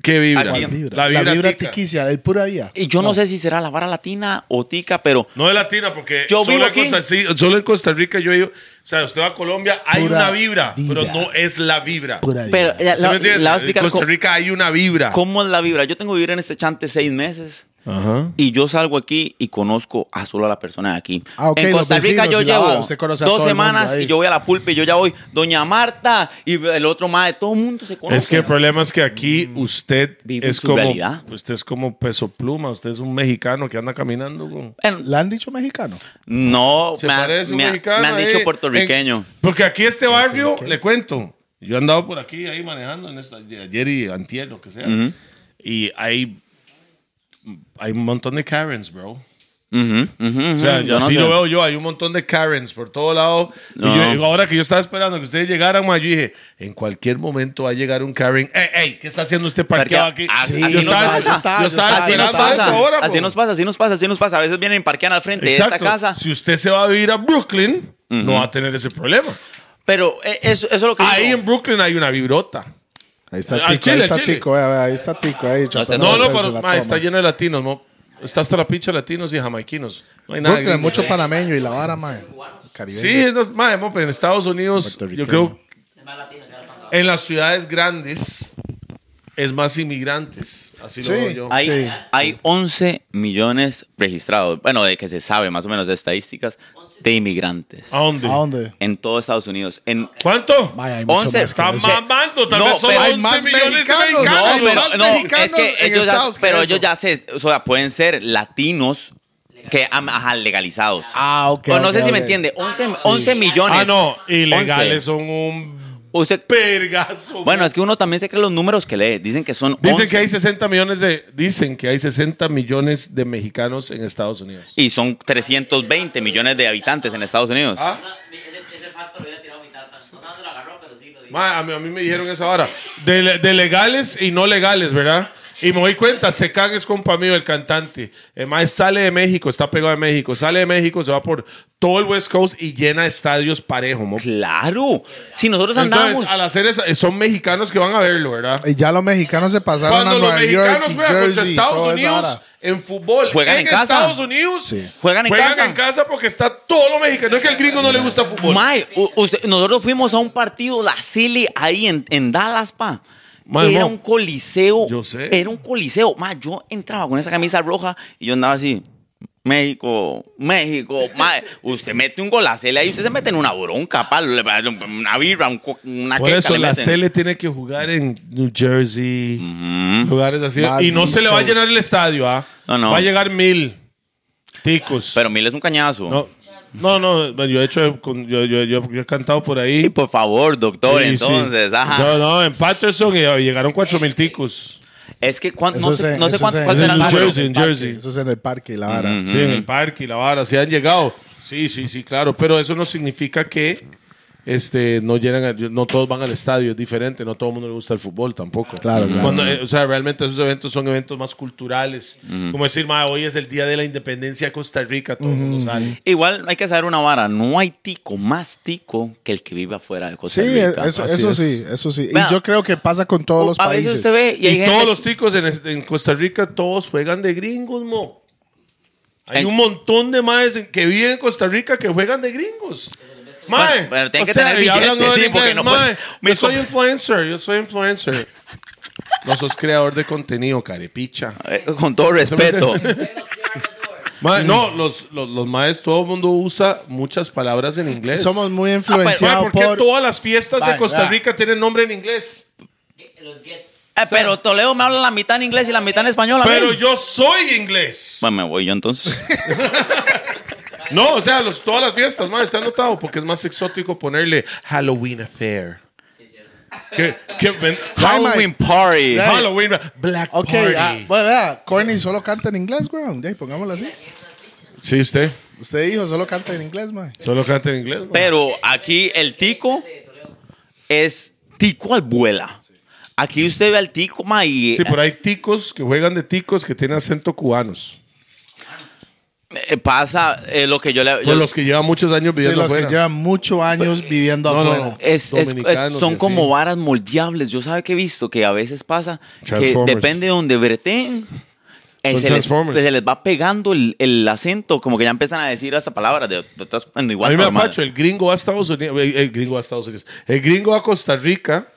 [SPEAKER 2] ¿Qué vibra?
[SPEAKER 3] ¿Cuál
[SPEAKER 1] La vibra,
[SPEAKER 2] La vibra, tica.
[SPEAKER 1] tiquicia, el pura vía.
[SPEAKER 3] Y yo no sé si será la vara latina o tica, pero.
[SPEAKER 2] No es latina, porque
[SPEAKER 3] Yo
[SPEAKER 2] solo,
[SPEAKER 3] vivo
[SPEAKER 2] en
[SPEAKER 3] aquí.
[SPEAKER 2] Costa, sí, solo en Costa Rica yo he ido. O sea, usted va a Colombia, hay
[SPEAKER 1] Pura
[SPEAKER 2] una vibra, pero
[SPEAKER 1] vibra.
[SPEAKER 2] no es la vibra.
[SPEAKER 1] Pura vibra.
[SPEAKER 3] Pero eh, la,
[SPEAKER 2] ¿Sí me
[SPEAKER 3] la, la
[SPEAKER 2] entiende?
[SPEAKER 3] voy a
[SPEAKER 2] en
[SPEAKER 3] explicar
[SPEAKER 2] Costa
[SPEAKER 3] cómo,
[SPEAKER 2] Rica hay una vibra.
[SPEAKER 3] cómo es la vibra. Yo tengo que vivir en este chante seis meses.
[SPEAKER 2] Ajá.
[SPEAKER 3] Y yo salgo aquí y conozco a solo a la persona de aquí.
[SPEAKER 1] Ah, ok,
[SPEAKER 3] en
[SPEAKER 1] los
[SPEAKER 3] Costa Rica
[SPEAKER 1] vecinos
[SPEAKER 3] yo
[SPEAKER 1] y la vara,
[SPEAKER 3] llevo
[SPEAKER 1] usted conoce a todo
[SPEAKER 3] dos
[SPEAKER 1] el mundo
[SPEAKER 3] semanas
[SPEAKER 1] ahí.
[SPEAKER 3] y yo voy a la pulpa y yo ya voy Doña Marta y el otro más de todo el mundo se conoce.
[SPEAKER 2] Es que el problema es que aquí usted
[SPEAKER 3] Vive
[SPEAKER 2] es
[SPEAKER 3] su
[SPEAKER 2] como
[SPEAKER 3] realidad.
[SPEAKER 2] usted es como peso pluma, usted es un mexicano que anda caminando con
[SPEAKER 3] En-
[SPEAKER 1] ¿La han dicho mexicano?
[SPEAKER 3] No,
[SPEAKER 2] Se
[SPEAKER 3] me, ha-
[SPEAKER 2] parece un
[SPEAKER 3] me ha-
[SPEAKER 2] mexicano
[SPEAKER 3] me han
[SPEAKER 2] ahí.
[SPEAKER 3] dicho puertorriqueño.
[SPEAKER 2] En- porque aquí este barrio, le cuento, yo he andado por aquí ahí manejando en esta, ayer y antier, lo que sea. Y hay, hay un montón de Karens, bro.
[SPEAKER 3] Ujú, ujú,
[SPEAKER 2] O sea,
[SPEAKER 3] ujú,
[SPEAKER 2] yo
[SPEAKER 3] yo no
[SPEAKER 2] así
[SPEAKER 3] sé.
[SPEAKER 2] lo veo yo, hay un montón de Karens por todo lado. Y
[SPEAKER 3] No.
[SPEAKER 2] yo- ahora que yo estaba esperando que ustedes llegaran, ma, yo dije, en cualquier momento va a llegar un Karen. ¡Ey, ey! ¿Qué está haciendo usted parqueado aquí?
[SPEAKER 3] Porque a- así
[SPEAKER 1] Sí,
[SPEAKER 2] yo
[SPEAKER 3] nos
[SPEAKER 2] estaba,
[SPEAKER 3] pasa.
[SPEAKER 2] yo estaba
[SPEAKER 1] yo estaba
[SPEAKER 3] Así nos
[SPEAKER 2] esperando
[SPEAKER 3] pasa.
[SPEAKER 2] eso ahora,
[SPEAKER 3] así
[SPEAKER 2] bro.
[SPEAKER 3] nos pasa, así nos pasa, así nos pasa. A veces vienen y parquean al frente de esta
[SPEAKER 2] Exacto.
[SPEAKER 3] casa.
[SPEAKER 2] Si usted se va a vivir a Brooklyn, no va a tener ese problema.
[SPEAKER 3] Pero eh, eso, eso es lo que
[SPEAKER 2] Ahí
[SPEAKER 3] digo.
[SPEAKER 2] en Brooklyn hay una vibrota.
[SPEAKER 1] Ahí está
[SPEAKER 2] Ah,
[SPEAKER 1] Tico,
[SPEAKER 2] Chile,
[SPEAKER 1] ahí está
[SPEAKER 2] Chile.
[SPEAKER 1] Tico, eh, ahí está Tico, ahí.
[SPEAKER 3] está-
[SPEAKER 2] No, no,
[SPEAKER 1] se
[SPEAKER 2] pero
[SPEAKER 1] la
[SPEAKER 2] ma, está
[SPEAKER 1] toma.
[SPEAKER 2] lleno de latinos, ¿no? Está hasta la pincha de latinos y jamaiquinos. No hay nada.
[SPEAKER 1] Brooklyn,
[SPEAKER 2] gringo.
[SPEAKER 1] mucho panameño y la vara, mae. Caribeño.
[SPEAKER 2] Sí, es los- ma, mo, pero en Estados Unidos, yo
[SPEAKER 1] Puertorriqueño.
[SPEAKER 2] creo, en las ciudades grandes, es más inmigrantes. Así
[SPEAKER 1] Sí.
[SPEAKER 2] lo veo yo.
[SPEAKER 3] Hay,
[SPEAKER 1] Sí.
[SPEAKER 3] hay 11 millones registrados, bueno, de que se sabe más o menos de estadísticas, de inmigrantes
[SPEAKER 2] ¿A dónde?
[SPEAKER 1] ¿A dónde?
[SPEAKER 3] en todo Estados Unidos. En,
[SPEAKER 2] ¿Cuánto?
[SPEAKER 1] Vaya, hay mucho
[SPEAKER 3] 11
[SPEAKER 1] más que
[SPEAKER 2] Está
[SPEAKER 1] eso.
[SPEAKER 2] mamando, tal
[SPEAKER 3] No,
[SPEAKER 2] vez son
[SPEAKER 3] pero hay
[SPEAKER 2] 11
[SPEAKER 1] más
[SPEAKER 2] millones de
[SPEAKER 1] mexicanos,
[SPEAKER 3] No,
[SPEAKER 1] Hay
[SPEAKER 2] mexicanos. Ah,
[SPEAKER 1] güey.
[SPEAKER 3] pero,
[SPEAKER 1] más
[SPEAKER 3] no,
[SPEAKER 1] mexicanos
[SPEAKER 3] es que
[SPEAKER 1] en
[SPEAKER 3] ellos ya-
[SPEAKER 1] Estados que
[SPEAKER 3] pero
[SPEAKER 1] eso.
[SPEAKER 3] ellos ya se, o sea, pueden ser latinos que am- ajá, legalizados.
[SPEAKER 1] Ah, ok,
[SPEAKER 3] O no
[SPEAKER 1] ok,
[SPEAKER 3] sé si
[SPEAKER 1] ok.
[SPEAKER 3] me entiende, 11, 11 millones.
[SPEAKER 2] Ah, no, ilegales
[SPEAKER 3] 11.
[SPEAKER 2] son un
[SPEAKER 3] Usted-
[SPEAKER 2] pergazo.
[SPEAKER 3] bueno, es que uno también se cree los números que lee, dicen que son
[SPEAKER 2] Dicen
[SPEAKER 3] 11.
[SPEAKER 2] que hay 60 millones de dicen que hay 60 millones de mexicanos en Estados Unidos.
[SPEAKER 3] y son 320 millones de habitantes en Estados Unidos.
[SPEAKER 2] Ah.
[SPEAKER 4] Ah, Ese factor lo hubiera tirado mi tata. No sé dónde lo agarró, pero sí lo dijo.
[SPEAKER 2] Ma, a, mí, a mí me dijeron esa vara de, le- de legales y no legales, ¿verdad? Y me doy cuenta, se caga es compa mío el cantante. El mae sale de México, está pegado a México, sale de México, se va por todo el West Coast y llena estadios parejo, mo.
[SPEAKER 3] Claro. Si nosotros andamos
[SPEAKER 2] Entonces, al hacer eso, eh, son mexicanos que van a verlo, ¿verdad?
[SPEAKER 1] Y ya los mexicanos se pasaron
[SPEAKER 2] Cuando
[SPEAKER 1] a
[SPEAKER 2] los
[SPEAKER 1] Nueva York,
[SPEAKER 2] mexicanos
[SPEAKER 1] y
[SPEAKER 2] juegan contra
[SPEAKER 1] Jersey, y
[SPEAKER 2] Estados
[SPEAKER 1] toda esa
[SPEAKER 2] Unidos
[SPEAKER 1] vara.
[SPEAKER 2] en fútbol,
[SPEAKER 3] Juegan en casa.
[SPEAKER 2] Estados Unidos,
[SPEAKER 1] Sí.
[SPEAKER 3] Juegan en casa.
[SPEAKER 2] porque está todo lo mexicano. No es que al gringo no le gusta fútbol.
[SPEAKER 3] Mae, u- usted- nosotros fuimos a un partido, la Silly, ahí en, en Dallas, pa.
[SPEAKER 2] Mae,
[SPEAKER 3] era
[SPEAKER 2] no.
[SPEAKER 3] un coliseo.
[SPEAKER 2] Yo sé.
[SPEAKER 3] Era un coliseo. Mae, yo entraba con esa camisa roja y yo andaba así. México, México, mae. Usted mete un gol a Cele ahí, usted se mete en una bronca, pa, le- le- una birra, un co- una
[SPEAKER 2] Por
[SPEAKER 3] queca
[SPEAKER 2] eso
[SPEAKER 3] le
[SPEAKER 2] la
[SPEAKER 3] meten.
[SPEAKER 2] Cele tiene que jugar en New Jersey,
[SPEAKER 3] Mm.
[SPEAKER 2] lugares así.
[SPEAKER 1] Más
[SPEAKER 2] y no
[SPEAKER 1] East
[SPEAKER 2] se le va a
[SPEAKER 1] Coast.
[SPEAKER 2] llenar el estadio, ¿ah?
[SPEAKER 3] No, no.
[SPEAKER 2] Va a llegar mil ticos.
[SPEAKER 3] Pero Mil es un cañazo.
[SPEAKER 2] no, no, no, yo he hecho, con- yo, yo- yo- yo he cantado por
[SPEAKER 3] Y
[SPEAKER 2] ahí.
[SPEAKER 3] por favor, doctor,
[SPEAKER 2] Y sí.
[SPEAKER 3] entonces, ajá.
[SPEAKER 2] No, no, en Patterson y llegaron cuatro mil ticos.
[SPEAKER 3] Es que cuán-
[SPEAKER 1] Eso
[SPEAKER 3] no sé,
[SPEAKER 1] es-
[SPEAKER 3] no sé
[SPEAKER 1] eso
[SPEAKER 3] cuánto-
[SPEAKER 1] es-
[SPEAKER 3] cuál
[SPEAKER 1] eso
[SPEAKER 3] será el
[SPEAKER 1] es
[SPEAKER 2] New
[SPEAKER 3] número.
[SPEAKER 2] Jersey, en
[SPEAKER 1] parque,
[SPEAKER 2] Jersey.
[SPEAKER 1] Eso es en el parque y la vara.
[SPEAKER 2] Sí, en el parque y la vara, se han llegado. Sí, sí, sí, claro, pero eso no significa que este no llegan, a- no todos van al estadio, es diferente, no todo el mundo le gusta el fútbol tampoco.
[SPEAKER 1] Claro, claro.
[SPEAKER 2] Cuando, eh, o sea, realmente esos eventos son eventos más culturales. Como decir, "Ma, hoy es el día de la independencia de Costa Rica, todo el mundo sale.
[SPEAKER 3] Igual hay que saber una vara, no hay tico más tico que el que vive afuera de Costa
[SPEAKER 1] Sí,
[SPEAKER 3] Rica.
[SPEAKER 1] eso,
[SPEAKER 2] así
[SPEAKER 1] eso
[SPEAKER 2] es. Uh,
[SPEAKER 1] sí, eso sí.
[SPEAKER 3] Vea,
[SPEAKER 1] y yo creo que pasa con todos los
[SPEAKER 3] a
[SPEAKER 1] países.
[SPEAKER 3] veces usted ve y
[SPEAKER 2] Y,
[SPEAKER 3] hay gente-
[SPEAKER 2] todos los ticos en, este- en Costa Rica, todos juegan de gringos, mo. Hay
[SPEAKER 3] En-
[SPEAKER 2] un montón de maes en- que viven en Costa Rica que juegan de gringos.
[SPEAKER 3] Bueno,
[SPEAKER 2] Mae,
[SPEAKER 3] pero tienen
[SPEAKER 2] o
[SPEAKER 3] que
[SPEAKER 2] sea,
[SPEAKER 3] tener
[SPEAKER 2] y hablan
[SPEAKER 3] billetes,
[SPEAKER 2] en
[SPEAKER 3] sí,
[SPEAKER 2] inglés,
[SPEAKER 3] porque no
[SPEAKER 2] mae,
[SPEAKER 3] pueden-
[SPEAKER 2] Yo
[SPEAKER 3] mis
[SPEAKER 2] soy
[SPEAKER 3] com-
[SPEAKER 2] influencer, yo soy influencer. No sos creador de contenido, carepicha.
[SPEAKER 3] Eh, Con todo respeto.
[SPEAKER 2] Mae, no, los, los, los maes, todo el mundo usa muchas palabras en inglés.
[SPEAKER 1] Somos
[SPEAKER 3] Ah,
[SPEAKER 1] muy
[SPEAKER 2] Mae,
[SPEAKER 1] influenciados
[SPEAKER 2] Ah, pues, ¿por qué
[SPEAKER 1] por...
[SPEAKER 2] todas las fiestas
[SPEAKER 1] Mae,
[SPEAKER 2] de Costa
[SPEAKER 1] vea.
[SPEAKER 2] Rica tienen nombre en inglés?
[SPEAKER 4] Los Gets.
[SPEAKER 3] Eh, pero Toledo me habla la mitad en inglés y la mitad en español. a
[SPEAKER 2] Pero
[SPEAKER 3] ver.
[SPEAKER 2] yo soy inglés.
[SPEAKER 3] Bueno, me voy yo entonces.
[SPEAKER 2] No, o sea, los, todas las fiestas, mae, está anotado porque es más exótico ponerle Halloween Affair. Que- que ven-
[SPEAKER 3] Halloween Party.
[SPEAKER 1] Ya.
[SPEAKER 2] Halloween, Black
[SPEAKER 1] Ok,
[SPEAKER 2] Party.
[SPEAKER 1] ah, bueno, vea, Corny solo canta en inglés, weón. Ya, pongámoslo así.
[SPEAKER 2] Sí, usted.
[SPEAKER 1] Usted dijo, solo canta en inglés, man.
[SPEAKER 2] Solo canta en inglés. mae.
[SPEAKER 3] Pero aquí el tico es tico abuela. Aquí usted ve al tico, ma, y
[SPEAKER 1] eh,
[SPEAKER 2] Sí, pero hay ticos que juegan de ticos que tienen acento cubanos.
[SPEAKER 3] eh, pasa eh, lo que yo le... yo-
[SPEAKER 2] Por los que llevan muchos años
[SPEAKER 1] Sí,
[SPEAKER 2] viviendo
[SPEAKER 1] los que
[SPEAKER 2] afuera. Pues,
[SPEAKER 1] llevan muchos años viviendo
[SPEAKER 2] No, no,
[SPEAKER 1] afuera.
[SPEAKER 2] no.
[SPEAKER 3] es, es-
[SPEAKER 2] dominicanos
[SPEAKER 3] es-
[SPEAKER 2] y
[SPEAKER 3] son
[SPEAKER 2] así.
[SPEAKER 3] como varas moldeables. Yo sabe que he visto que a veces pasa que
[SPEAKER 2] Transformers.
[SPEAKER 3] depende de donde breteen. eh,
[SPEAKER 2] Son
[SPEAKER 3] Se les,
[SPEAKER 2] Transformers.
[SPEAKER 3] se les va pegando el, el acento, como que ya empiezan a decir hasta palabras de, de otras. Bueno,
[SPEAKER 2] A
[SPEAKER 3] igual
[SPEAKER 2] mí me
[SPEAKER 3] normal.
[SPEAKER 2] apacho, el gringo va a Estados Unidos, el, el gringo va a Estados Unidos, el gringo va a Costa Rica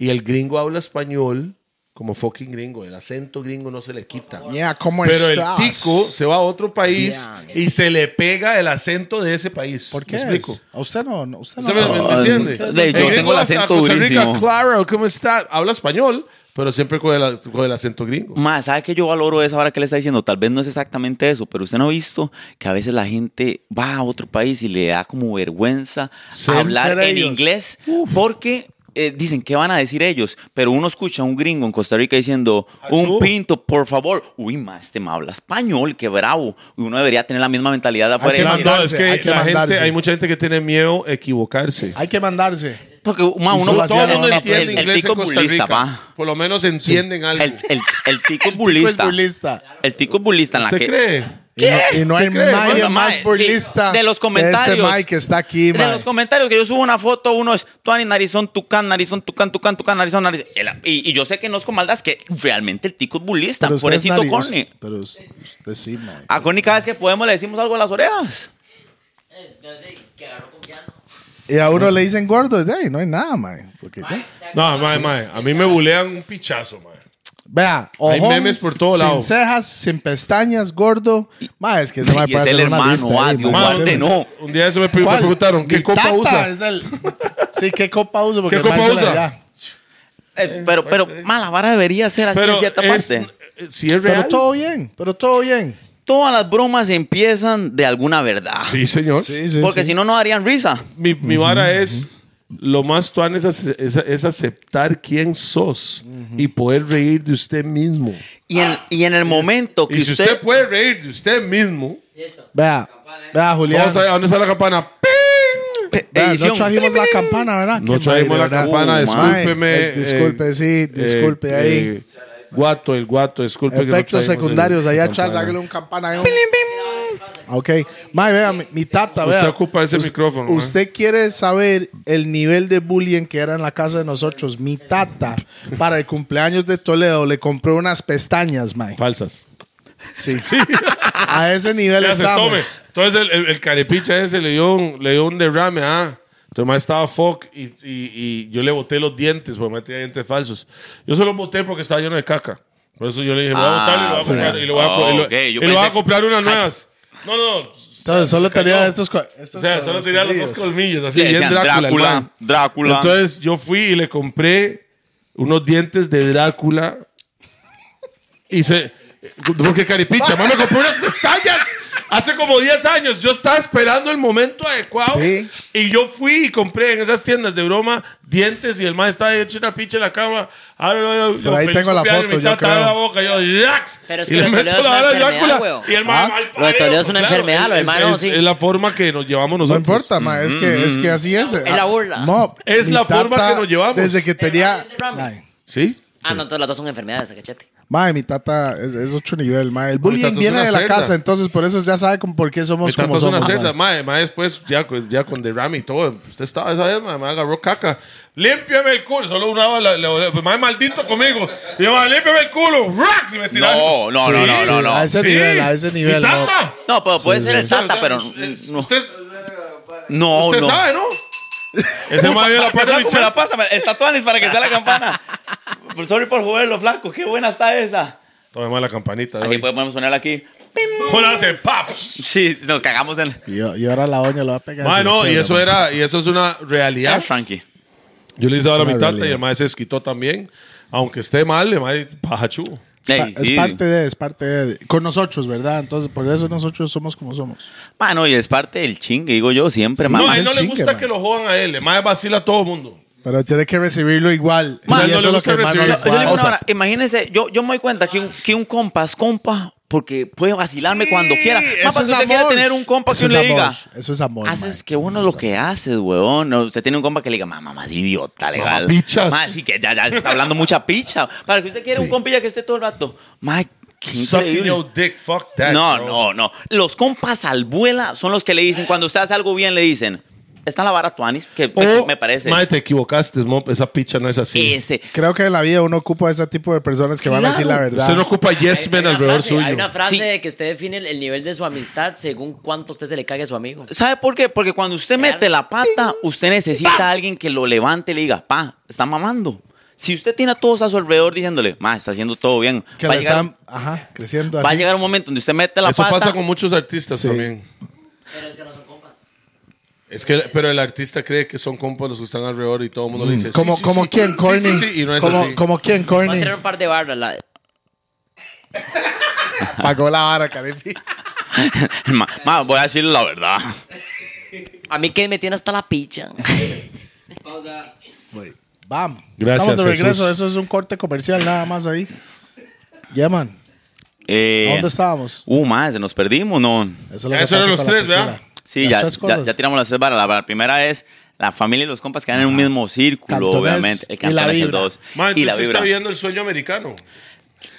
[SPEAKER 2] y el gringo habla español como fucking gringo, el acento gringo no se le quita.
[SPEAKER 1] Yeah, ¿cómo
[SPEAKER 2] Pero el
[SPEAKER 1] estás?
[SPEAKER 2] tico se va a otro país y se le pega el acento de ese país.
[SPEAKER 1] ¿Por qué?
[SPEAKER 2] ¿Me
[SPEAKER 1] es?
[SPEAKER 2] explico?
[SPEAKER 1] A usted no, no, usted no.
[SPEAKER 2] ¿Usted me, me- me
[SPEAKER 3] Ah,
[SPEAKER 2] entiende?
[SPEAKER 3] ¿qué es eso? Yo
[SPEAKER 2] gringo
[SPEAKER 3] tengo el
[SPEAKER 2] va a
[SPEAKER 3] acento
[SPEAKER 2] Costa Rica,
[SPEAKER 3] durísimo.
[SPEAKER 2] Claro, ¿cómo está? Habla español, pero siempre con el, con el acento gringo.
[SPEAKER 3] Más, ¿sabe que yo valoro esa hora que le está diciendo? Tal vez no es exactamente eso, pero usted no ha visto que a veces la gente va a otro país y le da como vergüenza
[SPEAKER 2] Ser-
[SPEAKER 3] hablar
[SPEAKER 1] ser
[SPEAKER 3] en
[SPEAKER 1] ellos.
[SPEAKER 3] inglés porque eh, dicen, ¿qué van a decir ellos? Pero uno escucha a un gringo en Costa Rica diciendo, un
[SPEAKER 2] Achú.
[SPEAKER 3] pinto, por favor. Uy, más, este me habla español, qué bravo. Y uno debería tener la misma mentalidad de afuera.
[SPEAKER 1] que
[SPEAKER 3] y
[SPEAKER 2] No,
[SPEAKER 3] decir,
[SPEAKER 2] no, es
[SPEAKER 1] mandarse, hay
[SPEAKER 2] que,
[SPEAKER 1] que
[SPEAKER 2] la gente,
[SPEAKER 1] mandarse.
[SPEAKER 2] hay mucha gente que tiene miedo a equivocarse.
[SPEAKER 1] Hay que mandarse.
[SPEAKER 3] Porque ma,
[SPEAKER 1] Y
[SPEAKER 3] uno
[SPEAKER 1] solo
[SPEAKER 2] Todo
[SPEAKER 1] hacía
[SPEAKER 2] el mundo
[SPEAKER 1] no, no,
[SPEAKER 2] entiende
[SPEAKER 3] el, el
[SPEAKER 2] inglés
[SPEAKER 3] tico
[SPEAKER 2] en
[SPEAKER 3] es
[SPEAKER 2] Costa
[SPEAKER 3] burlista,
[SPEAKER 2] Rica.
[SPEAKER 3] pa.
[SPEAKER 2] Por lo menos entienden algo.
[SPEAKER 3] El, el, el tico es
[SPEAKER 1] Tico es
[SPEAKER 3] burlista.
[SPEAKER 1] burlista.
[SPEAKER 3] El tico es burlista en la
[SPEAKER 2] ¿Usted
[SPEAKER 3] que...
[SPEAKER 2] cree?
[SPEAKER 1] Y no, y no hay
[SPEAKER 2] ¿Qué crees?
[SPEAKER 1] nadie
[SPEAKER 3] Bueno,
[SPEAKER 1] más
[SPEAKER 3] mae,
[SPEAKER 1] burlista
[SPEAKER 3] sí, de los
[SPEAKER 1] que
[SPEAKER 3] comentarios.
[SPEAKER 1] este Mike que está aquí,
[SPEAKER 3] De
[SPEAKER 1] mae.
[SPEAKER 3] los comentarios que yo subo una foto, uno es Tuani, narizón, tucán, narizón, tucán, tucán, tucán, narizón, nariz. El- Y, y yo sé que no es con maldad, es que realmente el tico es burlista.
[SPEAKER 1] Pero usted es
[SPEAKER 3] Pobrecito
[SPEAKER 1] nariz-
[SPEAKER 3] Corny.
[SPEAKER 1] Pero usted sí, mae.
[SPEAKER 3] A Corny cada vez que podemos le decimos algo a las orejas.
[SPEAKER 4] Es, no sé, que agarró confianza.
[SPEAKER 1] Y a uno le dicen gordo, de ahí no hay nada, mae. Porque ya.
[SPEAKER 2] No, mae, mae. A mí me bulean un pichazo, mae.
[SPEAKER 1] Vea,
[SPEAKER 2] Hay
[SPEAKER 1] ojón,
[SPEAKER 2] memes por todo
[SPEAKER 1] sin
[SPEAKER 2] lado.
[SPEAKER 1] cejas, sin pestañas, gordo. Mae, es que ese
[SPEAKER 3] Y
[SPEAKER 1] mae
[SPEAKER 3] es
[SPEAKER 1] puede hacer
[SPEAKER 3] el
[SPEAKER 1] una
[SPEAKER 3] hermano,
[SPEAKER 1] lista
[SPEAKER 3] ah,
[SPEAKER 1] ahí,
[SPEAKER 3] Dios,
[SPEAKER 1] mae,
[SPEAKER 3] guarde,
[SPEAKER 1] ¿entiende?
[SPEAKER 3] no.
[SPEAKER 2] Un día se me, pre- me
[SPEAKER 1] ¿Cuál?
[SPEAKER 2] preguntaron, ¿qué
[SPEAKER 1] Mi
[SPEAKER 2] copa
[SPEAKER 1] tata
[SPEAKER 2] usa?
[SPEAKER 1] es el- Sí, ¿qué copa usa? Porque
[SPEAKER 2] ¿Qué
[SPEAKER 1] el mae
[SPEAKER 2] copa
[SPEAKER 1] se la
[SPEAKER 2] usa?
[SPEAKER 1] da.
[SPEAKER 3] Eh, pero, pero, ma, la vara debería ser así en
[SPEAKER 2] pues Pero
[SPEAKER 3] cierta
[SPEAKER 2] es, eh,
[SPEAKER 3] parte.
[SPEAKER 2] si es real.
[SPEAKER 1] Pero todo bien, pero todo bien.
[SPEAKER 3] Todas las bromas empiezan de alguna verdad.
[SPEAKER 2] Sí, señor.
[SPEAKER 1] Sí, sí,
[SPEAKER 3] porque
[SPEAKER 1] sí.
[SPEAKER 3] si no, no darían risa.
[SPEAKER 2] Mi, mi vara es. Lo más tuan es, ace- es- es aceptar quién sos y poder reír de usted mismo.
[SPEAKER 3] Y en, y en el momento que
[SPEAKER 2] Y si usted, puede reír de usted mismo,
[SPEAKER 1] Vea, vea, Julián.
[SPEAKER 2] vamos a, ¿a dónde está la campana? ¡Ping!
[SPEAKER 3] pe-
[SPEAKER 1] Vea, no
[SPEAKER 3] edición.
[SPEAKER 1] trajimos la campana, ¿verdad?
[SPEAKER 2] No
[SPEAKER 1] Qué
[SPEAKER 2] traemos
[SPEAKER 1] madre,
[SPEAKER 2] la
[SPEAKER 1] ¿verdad?
[SPEAKER 2] campana,
[SPEAKER 1] Oh,
[SPEAKER 2] discúlpeme.
[SPEAKER 1] mae. Es- disculpe,
[SPEAKER 2] eh,
[SPEAKER 1] sí, disculpe
[SPEAKER 2] eh,
[SPEAKER 1] ahí.
[SPEAKER 2] eh, guato, el guato, disculpe. que no
[SPEAKER 1] Efectos
[SPEAKER 2] traemos el-
[SPEAKER 1] secundarios,
[SPEAKER 2] la
[SPEAKER 1] allá atrás,
[SPEAKER 2] campana.
[SPEAKER 1] hágale un campana. ahí, un- Ok. Mae, vea, mi, mi tata,
[SPEAKER 2] Usted
[SPEAKER 1] vea.
[SPEAKER 2] ocupa ese micrófono, mae.
[SPEAKER 1] Usted quiere saber el nivel de bullying que era en la casa de nosotros. Mi tata, para el cumpleaños de Toledo, le compró unas pestañas, mae.
[SPEAKER 2] Falsas.
[SPEAKER 1] Sí. A ese nivel
[SPEAKER 2] Ya se tome.
[SPEAKER 1] estamos.
[SPEAKER 2] Entonces el, el, el carepicha ese le dio un, le dio un derrame, ah. Entonces más estaba fuck y, y, y yo le boté los dientes, porque me tenía dientes falsos. Yo se los boté porque estaba lleno de caca. Por eso yo le dije, voy a
[SPEAKER 3] Ah,
[SPEAKER 2] botarlo y lo
[SPEAKER 3] sí.
[SPEAKER 2] voy a comprar, y le voy a, co-
[SPEAKER 3] Ah,
[SPEAKER 2] y lo-
[SPEAKER 3] ok, yo
[SPEAKER 2] y le
[SPEAKER 3] pensé-
[SPEAKER 2] voy a comprar unas nuevas. No, no.
[SPEAKER 1] Entonces, solo tenía
[SPEAKER 2] cayó.
[SPEAKER 1] estos. cua-
[SPEAKER 2] O
[SPEAKER 1] estos
[SPEAKER 2] sea, solo tenía los dos
[SPEAKER 1] colmillos.
[SPEAKER 2] colmillos, así,
[SPEAKER 3] Le
[SPEAKER 2] bien
[SPEAKER 3] decían,
[SPEAKER 2] Drácula. el
[SPEAKER 3] Drácula,
[SPEAKER 2] man.
[SPEAKER 3] Drácula.
[SPEAKER 2] Entonces yo fui y le compré unos dientes de Drácula y se... Porque Caripicha, mamá, me compré unas pestañas hace como 10 años. Yo estaba esperando el momento adecuado.
[SPEAKER 1] Sí.
[SPEAKER 2] Y yo fui y compré en esas tiendas de broma dientes y el man estaba hecho una picha en la cama. Ah, Ahora yo, yo,
[SPEAKER 1] Por ahí
[SPEAKER 2] feliz
[SPEAKER 1] tengo la
[SPEAKER 2] cumpleaños,
[SPEAKER 1] foto,
[SPEAKER 2] mi
[SPEAKER 1] yo
[SPEAKER 2] tata abre
[SPEAKER 1] creo.
[SPEAKER 2] la boca, yo, relax.
[SPEAKER 4] Pero
[SPEAKER 2] Y
[SPEAKER 4] es que
[SPEAKER 2] le
[SPEAKER 4] lo de
[SPEAKER 2] meto
[SPEAKER 4] Toledo
[SPEAKER 2] la
[SPEAKER 4] es
[SPEAKER 2] vara
[SPEAKER 4] una
[SPEAKER 2] de Drácula
[SPEAKER 4] enfermedad, weón.
[SPEAKER 2] y el man,
[SPEAKER 1] Ah,
[SPEAKER 2] mal
[SPEAKER 4] lo de Toledo
[SPEAKER 2] parido.
[SPEAKER 4] es una enfermedad, lo del
[SPEAKER 2] es-
[SPEAKER 4] man, no,
[SPEAKER 2] es-
[SPEAKER 4] sí.
[SPEAKER 2] Es la forma que nos llevamos
[SPEAKER 1] No
[SPEAKER 2] nosotros. Mm.
[SPEAKER 1] importa, ma, es que, es que así es.
[SPEAKER 4] Es la burla.
[SPEAKER 1] No,
[SPEAKER 2] Es
[SPEAKER 1] mi
[SPEAKER 2] la forma que nos llevamos.
[SPEAKER 1] Desde que tenía.
[SPEAKER 4] Pero no es derrame.
[SPEAKER 1] Mae,
[SPEAKER 2] ¿Sí?
[SPEAKER 4] Ah, no, todas las dos son enfermedades, cachete.
[SPEAKER 1] mae, mi tata es, es otro nivel, mae. El
[SPEAKER 2] tata
[SPEAKER 1] bullying
[SPEAKER 2] es
[SPEAKER 1] viene
[SPEAKER 2] una
[SPEAKER 1] de la
[SPEAKER 2] cerda.
[SPEAKER 1] casa, entonces por eso ya sabe como por qué somos
[SPEAKER 2] Me trató
[SPEAKER 1] como
[SPEAKER 2] es
[SPEAKER 1] somos.
[SPEAKER 2] una cerda, mae,
[SPEAKER 1] mae.
[SPEAKER 2] mae, después ya, con- ya con derrame y todo. Usted estaba esa vez, mae, me agarró caca. Límpiame el culo. Solo una bala, le- le- mae, maldito conmigo. Y yo, mae, límpiame el culo. ¡Rax! Y me tiraron.
[SPEAKER 3] No, no, no, no,
[SPEAKER 1] sí,
[SPEAKER 3] no,
[SPEAKER 1] a
[SPEAKER 3] no.
[SPEAKER 1] ese nivel, a ese nivel.
[SPEAKER 2] ¿Y tanta?
[SPEAKER 3] No, pero puede ser el
[SPEAKER 2] O sea,
[SPEAKER 3] tata, pero
[SPEAKER 2] usted-
[SPEAKER 3] no.
[SPEAKER 2] Usted,
[SPEAKER 3] Oh, No,
[SPEAKER 2] usted
[SPEAKER 3] no.
[SPEAKER 2] sabe, ¿no? Ese mae vio la parte de mi
[SPEAKER 3] Drácula,
[SPEAKER 2] chela.
[SPEAKER 3] pásame. El tatuanis para que sea la campana. Sorry por joderlo, flaco. Qué buena está esa.
[SPEAKER 2] Tome mae, la campanita.
[SPEAKER 3] Aquí
[SPEAKER 2] doy.
[SPEAKER 3] podemos ponerla aquí.
[SPEAKER 2] Hola, hace pap.
[SPEAKER 3] Sí, nos cagamos en...
[SPEAKER 1] no. Y, yo- y ahora la doña lo va a pegar.
[SPEAKER 2] Mae,
[SPEAKER 1] se lo
[SPEAKER 2] no, y
[SPEAKER 1] quiebra,
[SPEAKER 2] eso
[SPEAKER 1] mae.
[SPEAKER 2] era, y eso es una realidad.
[SPEAKER 3] Ya, Frankie.
[SPEAKER 2] Yo le hice ahora a
[SPEAKER 1] Es
[SPEAKER 2] mi
[SPEAKER 1] una
[SPEAKER 2] tata y
[SPEAKER 1] realidad.
[SPEAKER 2] el mae se esquitó también. Aunque esté mal, el mae pajachu.
[SPEAKER 3] Ey,
[SPEAKER 1] Es
[SPEAKER 3] sí.
[SPEAKER 1] parte de, es parte de. Con nosotros, ¿verdad? Entonces, por eso nosotros somos como somos.
[SPEAKER 3] Mano, y es parte del chingue, digo yo, siempre,
[SPEAKER 1] Sí,
[SPEAKER 3] mamá.
[SPEAKER 2] No, a él
[SPEAKER 1] es el
[SPEAKER 2] no le
[SPEAKER 1] chingue,
[SPEAKER 2] gusta
[SPEAKER 1] mae.
[SPEAKER 2] que lo jodan a él. El mae vacila a todo el mundo.
[SPEAKER 1] Pero tiene que recibirlo igual.
[SPEAKER 2] Mae, no
[SPEAKER 1] y
[SPEAKER 2] le
[SPEAKER 1] eso es lo
[SPEAKER 2] gusta
[SPEAKER 1] que más no le
[SPEAKER 3] Yo-
[SPEAKER 2] recibirlo.
[SPEAKER 3] yo le digo
[SPEAKER 1] cuadra.
[SPEAKER 3] una vara, imagínese, yo, yo me doy cuenta que un, que un compa es compa porque puede vacilarme
[SPEAKER 1] Sí,
[SPEAKER 3] cuando quiera. Más
[SPEAKER 1] eso
[SPEAKER 3] para
[SPEAKER 1] es
[SPEAKER 3] que usted quiera
[SPEAKER 1] amor.
[SPEAKER 3] tener un compa
[SPEAKER 1] Eso
[SPEAKER 3] que
[SPEAKER 1] es
[SPEAKER 3] le
[SPEAKER 1] amor,
[SPEAKER 3] diga.
[SPEAKER 1] Eso es amor. mae.
[SPEAKER 3] Haces que uno lo que haces, weón. No, Usted tiene un compa que le diga, mamá, más idiota, legal.
[SPEAKER 2] Mamapichas.
[SPEAKER 3] Ma, sí, que ya, ya está hablando mucha picha. Para que usted quiera un compilla que esté todo el rato. Ma, qué
[SPEAKER 2] Sucking
[SPEAKER 3] increíble.
[SPEAKER 2] your dick, fuck that.
[SPEAKER 3] No,
[SPEAKER 2] bro.
[SPEAKER 3] no, no. Los compas al vuela son los que le dicen, cuando usted hace algo bien, le dicen, está en la vara tuanis, que me,
[SPEAKER 2] O,
[SPEAKER 3] me parece.
[SPEAKER 2] Oh, Mae, te equivocaste, mo, esa picha no es así.
[SPEAKER 3] Ese.
[SPEAKER 1] Creo que en la vida uno ocupa ese tipo de personas que van a decir la
[SPEAKER 3] Claro.
[SPEAKER 1] verdad.
[SPEAKER 2] Usted no ocupa yes
[SPEAKER 4] Hay-
[SPEAKER 2] men
[SPEAKER 4] hay una
[SPEAKER 2] alrededor
[SPEAKER 4] frase-
[SPEAKER 2] suyo.
[SPEAKER 4] Hay una frase
[SPEAKER 3] Sí.
[SPEAKER 4] de que usted define el, el nivel de su amistad según cuánto usted se le cague a su amigo.
[SPEAKER 3] ¿Sabe por qué? Porque cuando usted mete la pata, usted necesita a alguien que lo levante y le diga, pa, está mamando. Si usted tiene a todos a su alrededor diciéndole, ma, está haciendo todo bien,
[SPEAKER 1] que
[SPEAKER 3] va,
[SPEAKER 1] le
[SPEAKER 3] a llegar,
[SPEAKER 1] están ajá, creciendo
[SPEAKER 3] va a
[SPEAKER 1] así.
[SPEAKER 3] llegar un momento donde usted mete la
[SPEAKER 2] Eso
[SPEAKER 3] pata.
[SPEAKER 2] pasa con muchos artistas
[SPEAKER 1] Sí.
[SPEAKER 2] también.
[SPEAKER 4] Pero es que no son compas.
[SPEAKER 2] Es que, pero el artista cree que son compas los que están alrededor y todo el mundo le dice.
[SPEAKER 1] Mm, Como,
[SPEAKER 2] sí, sí,
[SPEAKER 1] como
[SPEAKER 2] sí,
[SPEAKER 1] quién,
[SPEAKER 2] sí,
[SPEAKER 1] Corny.
[SPEAKER 2] Sí, sí, y no es
[SPEAKER 1] como,
[SPEAKER 2] así.
[SPEAKER 1] como quién,
[SPEAKER 4] Va a
[SPEAKER 1] Corny.
[SPEAKER 4] tener un par de barras. la-
[SPEAKER 1] Pagó la vara, Carepi.
[SPEAKER 3] ma, ma, voy a decirle la verdad.
[SPEAKER 4] A mí que me tiene hasta la picha.
[SPEAKER 1] Bam.
[SPEAKER 2] Gracias,
[SPEAKER 1] Estamos de regreso.
[SPEAKER 2] Jesús.
[SPEAKER 1] Eso es un corte comercial nada más ahí. Ya, man.
[SPEAKER 3] Eh,
[SPEAKER 1] ¿A dónde estábamos?
[SPEAKER 3] Uh, ma, se nos perdimos, ¿no?
[SPEAKER 1] Eso
[SPEAKER 2] Eso eran
[SPEAKER 1] pasa
[SPEAKER 2] los
[SPEAKER 1] con la
[SPEAKER 2] tres,
[SPEAKER 1] tequila.
[SPEAKER 2] ¿verdad?
[SPEAKER 3] Sí,
[SPEAKER 1] Las
[SPEAKER 3] ya,
[SPEAKER 1] tres
[SPEAKER 3] ya,
[SPEAKER 1] cosas.
[SPEAKER 3] ya tiramos las tres varas. La, la primera es la familia y los compas que van en un mismo círculo,
[SPEAKER 1] Cantonés
[SPEAKER 3] obviamente. El
[SPEAKER 1] y la
[SPEAKER 3] cantonés es el
[SPEAKER 1] vibra.
[SPEAKER 3] dos.
[SPEAKER 2] Mae,
[SPEAKER 3] y la
[SPEAKER 2] entonces está
[SPEAKER 3] vibra.
[SPEAKER 2] viendo el sueño americano.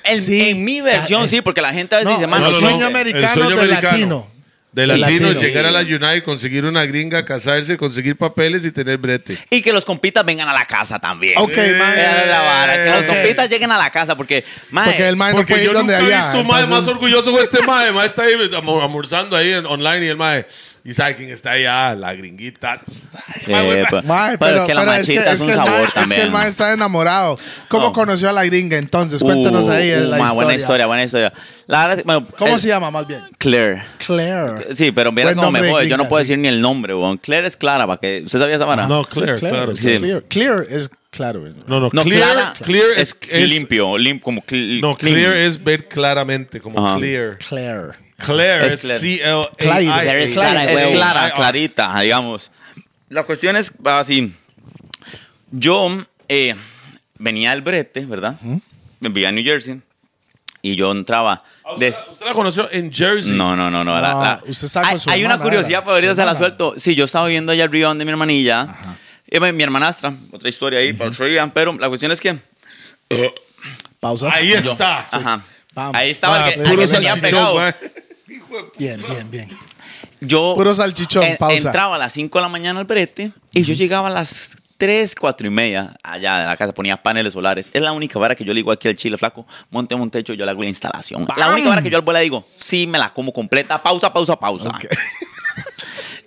[SPEAKER 3] En,
[SPEAKER 1] Sí,
[SPEAKER 3] en mi
[SPEAKER 1] está-
[SPEAKER 3] versión,
[SPEAKER 1] es-
[SPEAKER 3] sí, porque la gente a veces
[SPEAKER 1] No,
[SPEAKER 3] dice,
[SPEAKER 1] el
[SPEAKER 3] ma,
[SPEAKER 1] sueño
[SPEAKER 3] no, no,
[SPEAKER 1] americano. del latino.
[SPEAKER 2] De
[SPEAKER 1] Sí,
[SPEAKER 2] latino,
[SPEAKER 1] latino.
[SPEAKER 2] llegar a la United, conseguir una gringa, casarse, conseguir papeles y tener brete.
[SPEAKER 3] Y que los compitas vengan a la casa también.
[SPEAKER 1] Ok, man.
[SPEAKER 3] Era Eh, la vara, Que los
[SPEAKER 2] Eh.
[SPEAKER 3] compitas lleguen a la casa porque, mae,
[SPEAKER 1] Porque el man no
[SPEAKER 2] Porque
[SPEAKER 1] puede ir
[SPEAKER 2] yo
[SPEAKER 1] donde
[SPEAKER 2] nunca he
[SPEAKER 1] allá.
[SPEAKER 2] visto un mae
[SPEAKER 1] entonces-
[SPEAKER 2] más orgulloso que este mae. El mae está ahí am- almorzando ahí en- online y el mae. Y sabe quién está allá, la gringuita.
[SPEAKER 3] Eh, pa-
[SPEAKER 1] Mae,
[SPEAKER 3] pero, es que la machita es, un
[SPEAKER 1] el
[SPEAKER 3] sabor
[SPEAKER 1] mae- es
[SPEAKER 3] también.
[SPEAKER 1] que el mae
[SPEAKER 3] mae.
[SPEAKER 1] está enamorado. ¿Cómo
[SPEAKER 3] No.
[SPEAKER 1] conoció a la gringa entonces?
[SPEAKER 3] Uh,
[SPEAKER 1] pues, Cuéntanos ahí eh,
[SPEAKER 3] uh,
[SPEAKER 1] la
[SPEAKER 3] mae,
[SPEAKER 1] historia.
[SPEAKER 3] Buena historia, buena historia. La verdad es- bueno,
[SPEAKER 1] ¿Cómo
[SPEAKER 3] es-
[SPEAKER 1] se llama más bien?
[SPEAKER 3] Claire.
[SPEAKER 1] Claire.
[SPEAKER 3] Sí, pero mira
[SPEAKER 1] Buen
[SPEAKER 3] cómo me
[SPEAKER 1] nombre de
[SPEAKER 3] jode. Yo no
[SPEAKER 1] gringa,
[SPEAKER 3] puedo
[SPEAKER 1] sí.
[SPEAKER 3] decir ni el nombre, weón. Claire es Clara, ¿para que ¿Usted sabía esa vara?
[SPEAKER 2] No, Oh, Claire,
[SPEAKER 1] Claire,
[SPEAKER 2] claro.
[SPEAKER 1] sí,
[SPEAKER 3] sí.
[SPEAKER 1] Clear. Clear es claro. es-
[SPEAKER 2] No, no,
[SPEAKER 3] No,
[SPEAKER 2] clear,
[SPEAKER 3] Clara.
[SPEAKER 2] clear es, es-
[SPEAKER 3] limpio, lim- como cl-
[SPEAKER 2] No,
[SPEAKER 3] clean.
[SPEAKER 2] clear es ver claramente, como
[SPEAKER 3] Ajá.
[SPEAKER 2] clear.
[SPEAKER 1] Claire.
[SPEAKER 2] Claire
[SPEAKER 3] Es
[SPEAKER 2] es
[SPEAKER 3] clear.
[SPEAKER 2] C L
[SPEAKER 1] Clyde.
[SPEAKER 2] A
[SPEAKER 4] Claire es
[SPEAKER 2] I.
[SPEAKER 4] clara,
[SPEAKER 3] Es
[SPEAKER 4] huevo.
[SPEAKER 3] clara,
[SPEAKER 2] Ay, ah.
[SPEAKER 3] clarita, digamos. La cuestión es así. Yo eh, venía al brete, ¿verdad? Vivía en New Jersey. Y yo entraba.
[SPEAKER 2] Ah, ¿Usted,
[SPEAKER 3] des-
[SPEAKER 2] la- usted la conoció en Jersey?
[SPEAKER 3] No, no, no, no. la-
[SPEAKER 1] Ah,
[SPEAKER 3] la-
[SPEAKER 1] usted estaba con
[SPEAKER 3] hay,
[SPEAKER 1] su
[SPEAKER 3] hay una
[SPEAKER 1] hermana,
[SPEAKER 3] curiosidad
[SPEAKER 1] era.
[SPEAKER 3] para ahorita
[SPEAKER 1] Su
[SPEAKER 3] se la
[SPEAKER 1] hermana.
[SPEAKER 3] suelto. Sí, yo estaba viviendo allá arriba donde mi hermanilla. Eh, mi mi hermanastra. Otra historia ahí, para otro día. Pero la cuestión es que.
[SPEAKER 1] Pausa.
[SPEAKER 2] Eh, Ahí está.
[SPEAKER 3] Ajá.
[SPEAKER 1] Vamos.
[SPEAKER 3] Ahí estaba
[SPEAKER 1] Ah,
[SPEAKER 3] el que,
[SPEAKER 1] puro
[SPEAKER 3] al que tenía
[SPEAKER 1] salchichón,
[SPEAKER 3] pegado.
[SPEAKER 2] mae.
[SPEAKER 1] Bien, bien, bien.
[SPEAKER 3] Yo
[SPEAKER 1] Puro salchichón,
[SPEAKER 3] en-
[SPEAKER 1] pausa.
[SPEAKER 3] Entraba a las 5 de la mañana al brete y yo llegaba a las 3, 4 y media allá de la casa. Ponía paneles solares. Es la única vara que yo le digo aquí al chile flaco. Monte un techo, yo le hago la instalación. La única vara que yo al bola digo, sí, me la como completa. Pausa, pausa, pausa.